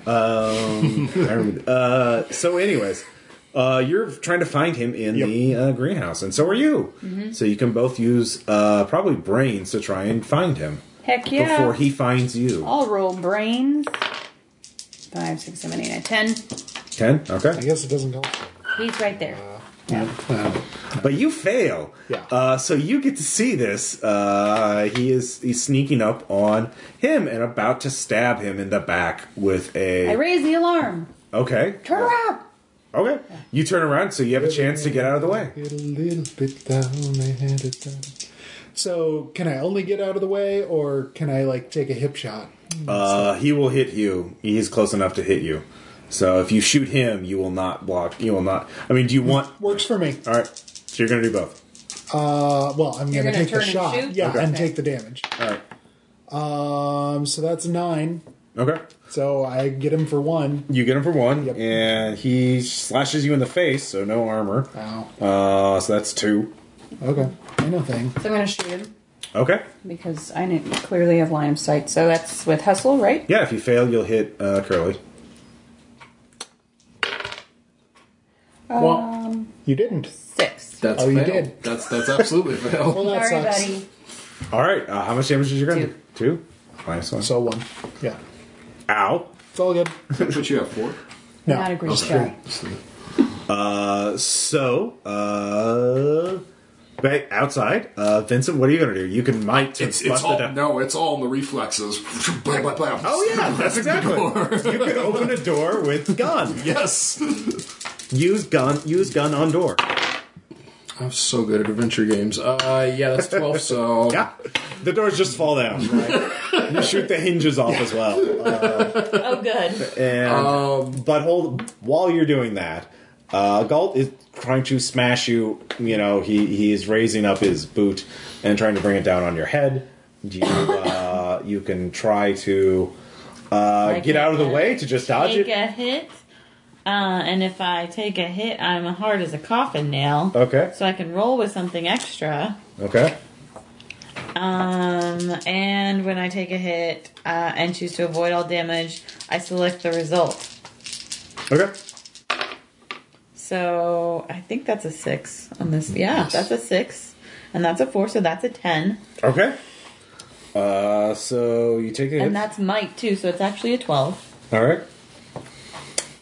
Speaker 1: I remember- uh, so anyways Uh, you're trying to find him in the uh, greenhouse, and so are you.
Speaker 3: Mm-hmm.
Speaker 1: So you can both use uh, probably brains to try and find him
Speaker 3: Heck yeah. Oh.
Speaker 1: before he finds you.
Speaker 3: I'll roll brains. Five, six, seven, eight, nine, ten.
Speaker 1: Ten. Okay. I
Speaker 2: guess it doesn't help. Uh, Um,
Speaker 3: He's right there.
Speaker 1: But you fail. Yeah. Uh, so you get to see this. Uh, he is he's sneaking up on him and about to stab him in the back with
Speaker 3: I
Speaker 1: a.
Speaker 3: raise the alarm.
Speaker 1: Okay.
Speaker 3: Turn around.
Speaker 1: Okay. You turn around, so you have a chance to get out of the way.
Speaker 2: Get a little bit down and it down. So, can I only get out of the way, or can I like take a hip shot?
Speaker 1: Uh, he will hit you. He's close enough to hit you. So if you shoot him, you will not block. You will not. I mean, do you want?
Speaker 2: Works for me.
Speaker 1: All right. So you're gonna do both.
Speaker 2: Uh, well, I'm
Speaker 1: You're
Speaker 2: going
Speaker 1: gonna
Speaker 2: to take the
Speaker 1: turn and
Speaker 2: shot,
Speaker 1: shoot?
Speaker 2: yeah,
Speaker 1: Okay.
Speaker 2: and take the damage.
Speaker 1: All right.
Speaker 2: Um, so that's nine.
Speaker 1: Okay.
Speaker 2: So I get him for one.
Speaker 1: You get him for one, and he slashes you in the face, so no armor. Wow. Uh, so that's two.
Speaker 2: Okay. I know thing.
Speaker 3: So I'm gonna shoot him
Speaker 1: Okay.
Speaker 3: because I didn't clearly have line of sight. So that's with hustle, right?
Speaker 1: Yeah, if you fail, you'll hit uh, Curly.
Speaker 2: Well-
Speaker 3: Um,
Speaker 2: You didn't.
Speaker 3: Six.
Speaker 13: That's
Speaker 2: oh, you
Speaker 13: fail.
Speaker 2: did.
Speaker 13: That's that's absolutely fail.
Speaker 2: Well, that
Speaker 3: Sorry,
Speaker 2: sucks.
Speaker 3: buddy.
Speaker 1: All right. Uh, how much damage did you get? Two. Two. Minus one.
Speaker 2: So one. Yeah.
Speaker 1: Ow.
Speaker 2: It's all good.
Speaker 13: That's what you have for.
Speaker 2: No.
Speaker 3: Not a great
Speaker 13: Okay.
Speaker 3: guy.
Speaker 1: Uh, so, uh, ba- outside, uh, Vincent, what are you gonna do? You can might to
Speaker 13: It's, it's
Speaker 1: bust
Speaker 13: all
Speaker 1: it up.
Speaker 13: no, it's all in the reflexes. Blah, blah, blah.
Speaker 1: Oh yeah, that's exactly. you can open a door with gun.
Speaker 13: Yes.
Speaker 1: Use gun. Use gun on door.
Speaker 13: I'm so good at adventure games. Uh, yeah, that's twelve. So
Speaker 1: yeah, the doors just fall down. you shoot the hinges off as well.
Speaker 12: Oh, good.
Speaker 1: And
Speaker 5: Um,
Speaker 1: but hold while you're doing that, uh, Galt is trying to smash you. You know he he is raising up his boot and trying to bring it down on your head. You uh, you can try to uh,
Speaker 5: I
Speaker 1: get out of the
Speaker 5: can't
Speaker 1: way to just dodge
Speaker 5: take
Speaker 1: it.
Speaker 5: a hit. Uh, and if I take a hit, I'm hard as a coffin nail.
Speaker 1: Okay.
Speaker 5: So I can roll with something extra.
Speaker 1: Okay.
Speaker 5: Um, and when I take a hit uh, and choose to avoid all damage, I select the result.
Speaker 1: Okay.
Speaker 5: So I think that's a six on this. Yeah, that's a six. And that's a four, so that's a ten.
Speaker 1: Okay. Uh, so you take a hit.
Speaker 5: And that's might too, so it's actually a twelve.
Speaker 1: All right.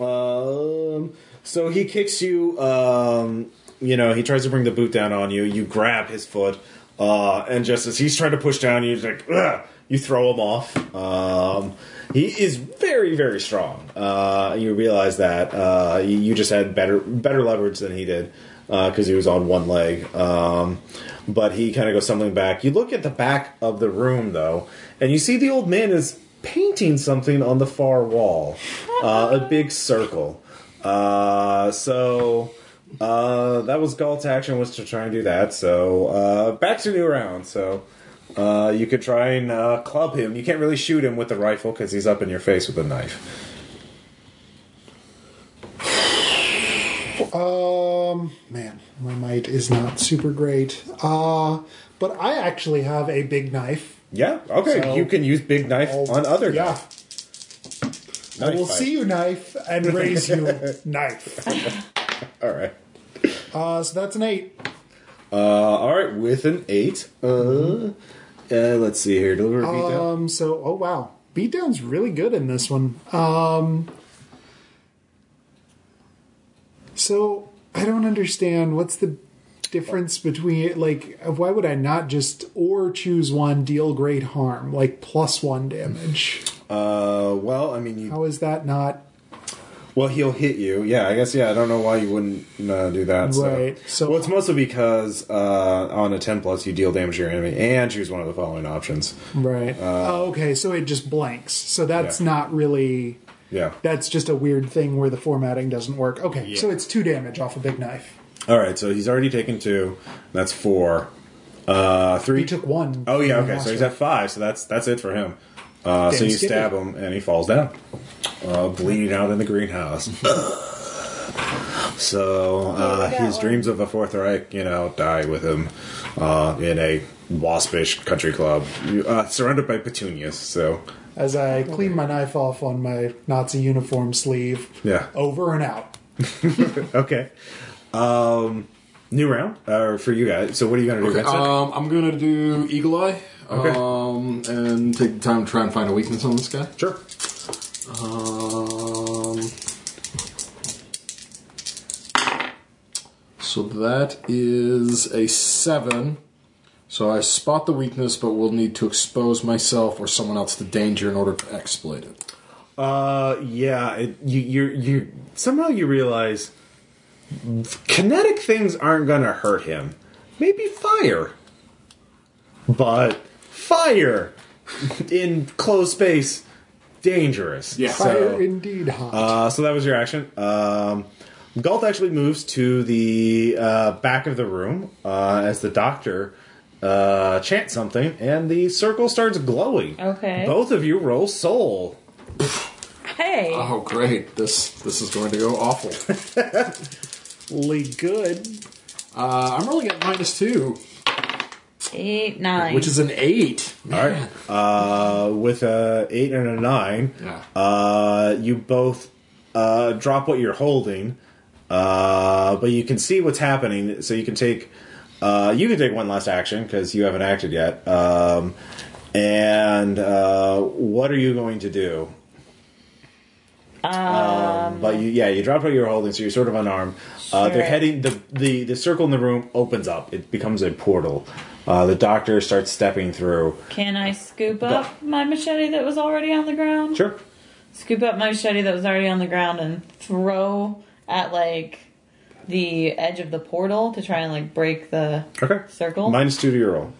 Speaker 1: Um, so he kicks you. Um, you know, he tries to bring the boot down on you. You grab his foot, uh, and just as he's trying to push down, you're like, Ugh! you throw him off. Um, he is very, very strong. Uh, you realize that uh, you, you just had better, better leverage than he did because he was on one leg. Um, but he kind of goes stumbling back. You look at the back of the room though, and you see the old man is painting something on the far wall, uh, a big circle. Uh, so uh, that was Galt's action was to try and do that. So uh, back to new round. So. Uh, you could try and uh, club him. You can't really shoot him with the rifle because he's up in your face with a knife.
Speaker 2: Um, man, my might is not super great. Uh, but I actually have a big knife.
Speaker 1: Yeah, okay.
Speaker 2: So-
Speaker 1: you can use big knife on other.
Speaker 2: Yeah.
Speaker 1: guy.
Speaker 2: I will
Speaker 1: Knife fight.
Speaker 2: see you, knife, and raise you, knife.
Speaker 1: All right.
Speaker 2: Uh, so that's an eight.
Speaker 1: Uh, all right, with an eight. Uh, uh, let's see here. Deliver a beat down.
Speaker 2: Um, so, oh wow, beatdown's really good in this one. Um, so I don't understand what's the difference between like why would I not just or choose one deal great harm like plus one damage?
Speaker 1: Uh, well, I mean, you,
Speaker 2: How is that not
Speaker 1: well, he'll hit you. Yeah, I guess. Yeah, I don't know why you wouldn't uh, do that. So.
Speaker 2: Right, so-
Speaker 1: well, it's mostly because uh, on a ten plus, you deal damage to your enemy and choose one of the following options.
Speaker 2: right? oh, okay, so it just blanks. So that's
Speaker 1: Yeah.
Speaker 2: not really.
Speaker 1: Yeah.
Speaker 2: That's just a weird thing where the formatting doesn't work. Okay, so it's two damage off a big knife.
Speaker 1: All right, so he's already taken two. That's four. Uh, three.
Speaker 2: He took one.
Speaker 1: Oh yeah,
Speaker 2: and
Speaker 1: okay.
Speaker 2: lost
Speaker 1: So he's
Speaker 2: it.
Speaker 1: at five. So that's that's it for him. Uh, so
Speaker 2: Damn
Speaker 1: you
Speaker 2: skinny.
Speaker 1: stab him and he falls down, uh, bleeding out in the greenhouse. so uh, his dreams of a Fourth Reich, you know, die with him uh, in a waspish country club, You- uh, surrounded by petunias. So
Speaker 2: As I clean my knife off on my Nazi uniform sleeve,
Speaker 1: yeah,
Speaker 2: Oh, over and out.
Speaker 1: okay. Um, new round uh, for you guys. So what are you gonna do
Speaker 6: Okay,
Speaker 1: next? round?
Speaker 6: um, I'm gonna do Eagle Eye.
Speaker 1: Okay.
Speaker 6: Um, and take the time to try and find a weakness on this guy.
Speaker 1: Sure.
Speaker 6: Um, so that is a seven. So I spot the weakness, but will need to expose myself or someone else to danger in order to exploit it.
Speaker 1: Uh, yeah, it, you, you, you, somehow you realize kinetic things aren't gonna hurt him. Maybe fire. But fire in closed space, dangerous.
Speaker 2: Yeah. Fire
Speaker 1: So,
Speaker 2: indeed hot.
Speaker 1: uh, so that was your action. Um, Galt actually moves to the uh, back of the room uh, as the doctor uh, chants something, and the circle starts glowing.
Speaker 5: Okay.
Speaker 1: Both of you roll soul.
Speaker 5: Hey.
Speaker 6: Oh, great! This this is going to go awful.
Speaker 2: Lee good.
Speaker 6: Uh, I'm rolling at minus two,
Speaker 5: Eight, nine.
Speaker 6: which is an eight.
Speaker 1: All right. Uh, with a eight and a nine,
Speaker 6: Yeah.
Speaker 1: uh, you both uh, drop what you're holding, uh, but you can see what's happening. So you can take uh, you can take one last action because you haven't acted yet. Um, and uh, what are you going to do? Um, but you, yeah, you dropped what you were holding, so you're sort of unarmed. Uh, they're
Speaker 5: Sure.
Speaker 1: heading the, the the circle in the room opens up. It becomes a portal. Uh, the doctor starts stepping through.
Speaker 5: Can I scoop up my machete that was already on the ground?
Speaker 1: Sure.
Speaker 5: Scoop up my machete that was already on the ground and throw at like the edge of the portal to try and like break the
Speaker 1: Okay.
Speaker 5: circle.
Speaker 1: Minus two to your roll.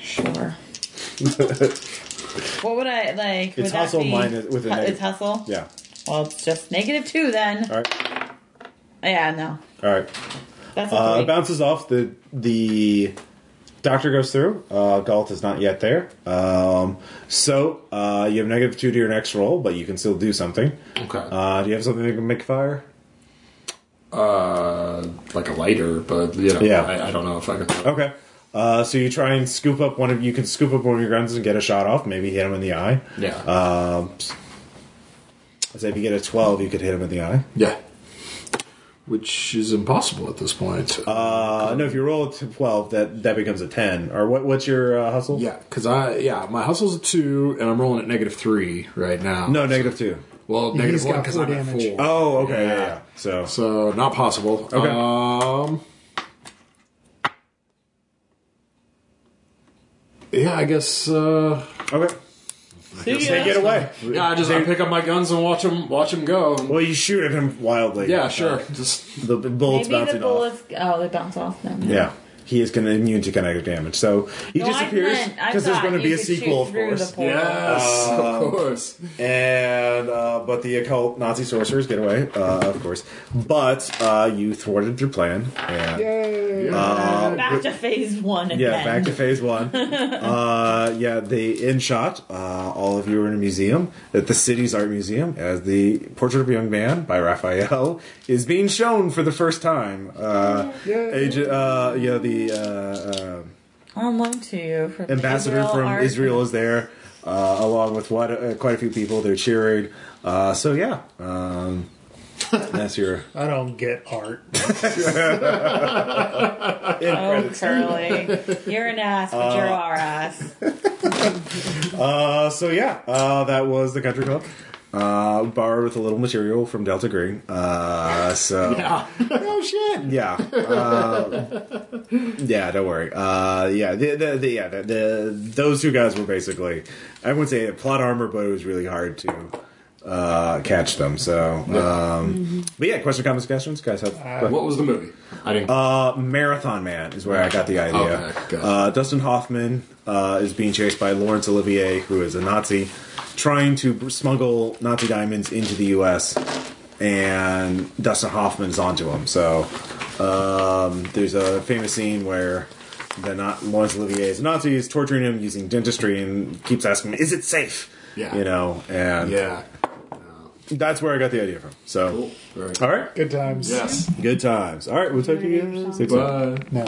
Speaker 5: Sure. what would I like?
Speaker 1: It's
Speaker 5: would that
Speaker 1: hustle
Speaker 5: be-
Speaker 1: minus- with a
Speaker 5: Hu-
Speaker 1: negative.
Speaker 5: It's hustle.
Speaker 1: Yeah.
Speaker 5: Well, it's just negative two then.
Speaker 1: All right.
Speaker 5: Yeah, no,
Speaker 1: All right.
Speaker 5: that's a
Speaker 1: Uh,
Speaker 5: three.
Speaker 1: it bounces off the the doctor goes through. Uh, Galt is not yet there. Um, so uh, you have negative two to your next roll, but you can still do something.
Speaker 6: Okay.
Speaker 1: Uh, do you have something that can make fire?
Speaker 6: Uh, like a lighter, but you know,
Speaker 1: Yeah.
Speaker 6: I, I don't know if I can.
Speaker 1: Okay. Uh, so you try and scoop up one of you can scoop up one of your guns and get a shot off. Maybe hit him in the eye.
Speaker 6: Yeah.
Speaker 1: Um, I say if you get a twelve, you could hit him in the eye.
Speaker 6: Yeah. Which is impossible at this point.
Speaker 1: Uh, no, if you roll a twelve, that that becomes a ten. Or what? What's your uh, hustle?
Speaker 6: Yeah, because I yeah my hustle's a two and I'm rolling at negative three right now.
Speaker 1: No, negative two.
Speaker 6: Well,
Speaker 2: He's
Speaker 6: negative
Speaker 2: got
Speaker 6: one because
Speaker 2: four
Speaker 6: I'm at
Speaker 2: damage.
Speaker 6: four.
Speaker 1: Oh, okay, yeah, yeah. So
Speaker 6: So not possible.
Speaker 1: Okay.
Speaker 6: Um, yeah, I guess. Uh,
Speaker 1: okay.
Speaker 5: See
Speaker 1: They
Speaker 5: ya.
Speaker 1: get away.
Speaker 6: yeah, I just I pick up my guns and watch them watch them go. and-
Speaker 1: Well, you shoot at him wildly.
Speaker 6: yeah, sure. Uh, Just
Speaker 1: The b- bullets
Speaker 5: Maybe the
Speaker 1: bouncing off.
Speaker 5: bullets. Oh, they bounce off. No.
Speaker 1: Yeah. He is gonna immune to kinetic damage, so he
Speaker 5: No, I
Speaker 1: disappears
Speaker 5: meant- I
Speaker 1: because there's
Speaker 5: thought
Speaker 1: going to
Speaker 5: you
Speaker 1: be a
Speaker 5: could shoot
Speaker 1: sequel, of
Speaker 5: through the
Speaker 1: course.
Speaker 5: portal.
Speaker 6: yes,
Speaker 1: Um,
Speaker 6: of course.
Speaker 1: And uh, but the occult Nazi sorcerers get away, uh, of course. But uh, you thwarted your plan. And,
Speaker 2: Yay.
Speaker 6: Um,
Speaker 5: Back to phase one again.
Speaker 1: Yeah, back to phase one. uh, yeah, they in shot. Uh, all of you are in a museum at the city's art museum as the Portrait of a Young Man by Raphael is being shown for the first time. Uh,
Speaker 2: Yay.
Speaker 1: agent, uh, yeah, the uh, um
Speaker 5: On loan to you from
Speaker 1: ambassador
Speaker 5: Israel
Speaker 1: from
Speaker 5: Art-
Speaker 1: Israel is there, uh, along with what, uh, quite a few people. They're cheering. Uh, so yeah, um, that's your
Speaker 2: I don't get art.
Speaker 1: end
Speaker 5: Oh,
Speaker 1: credits.
Speaker 5: Curly. You're an ass, but you're our ass.
Speaker 1: Uh, so yeah, uh, that was the country club. Uh, borrowed with a little material from Delta Green. Uh, so yeah,
Speaker 6: oh shit.
Speaker 1: yeah, uh, yeah. Don't worry. Uh, yeah, the, the, the, yeah, the, the, those two guys were basically. I wouldn't say plot armor, but it was really hard to uh, catch them. So, um, but yeah, question, comments, suggestions, guys. Have,
Speaker 6: What was the movie? I didn't.
Speaker 1: uh, Marathon Man is where I got the idea.
Speaker 6: Okay, gotcha.
Speaker 1: uh, Dustin Hoffman uh, is being chased by Laurence Olivier, who is a Nazi, trying to smuggle Nazi diamonds into the U.S. And Dustin Hoffman is onto him. So um, there's a famous scene where the not Laurence Olivier is a Nazi, is torturing him using dentistry, and keeps asking him, "Is it safe?"
Speaker 6: Yeah.
Speaker 1: You know, and
Speaker 6: yeah.
Speaker 1: that's where I got the idea from. So,
Speaker 6: Cool. All right.
Speaker 1: all right,
Speaker 2: Good times.
Speaker 6: Yes.
Speaker 1: good times. All right, we'll talk to you. in Six months.
Speaker 6: Bye.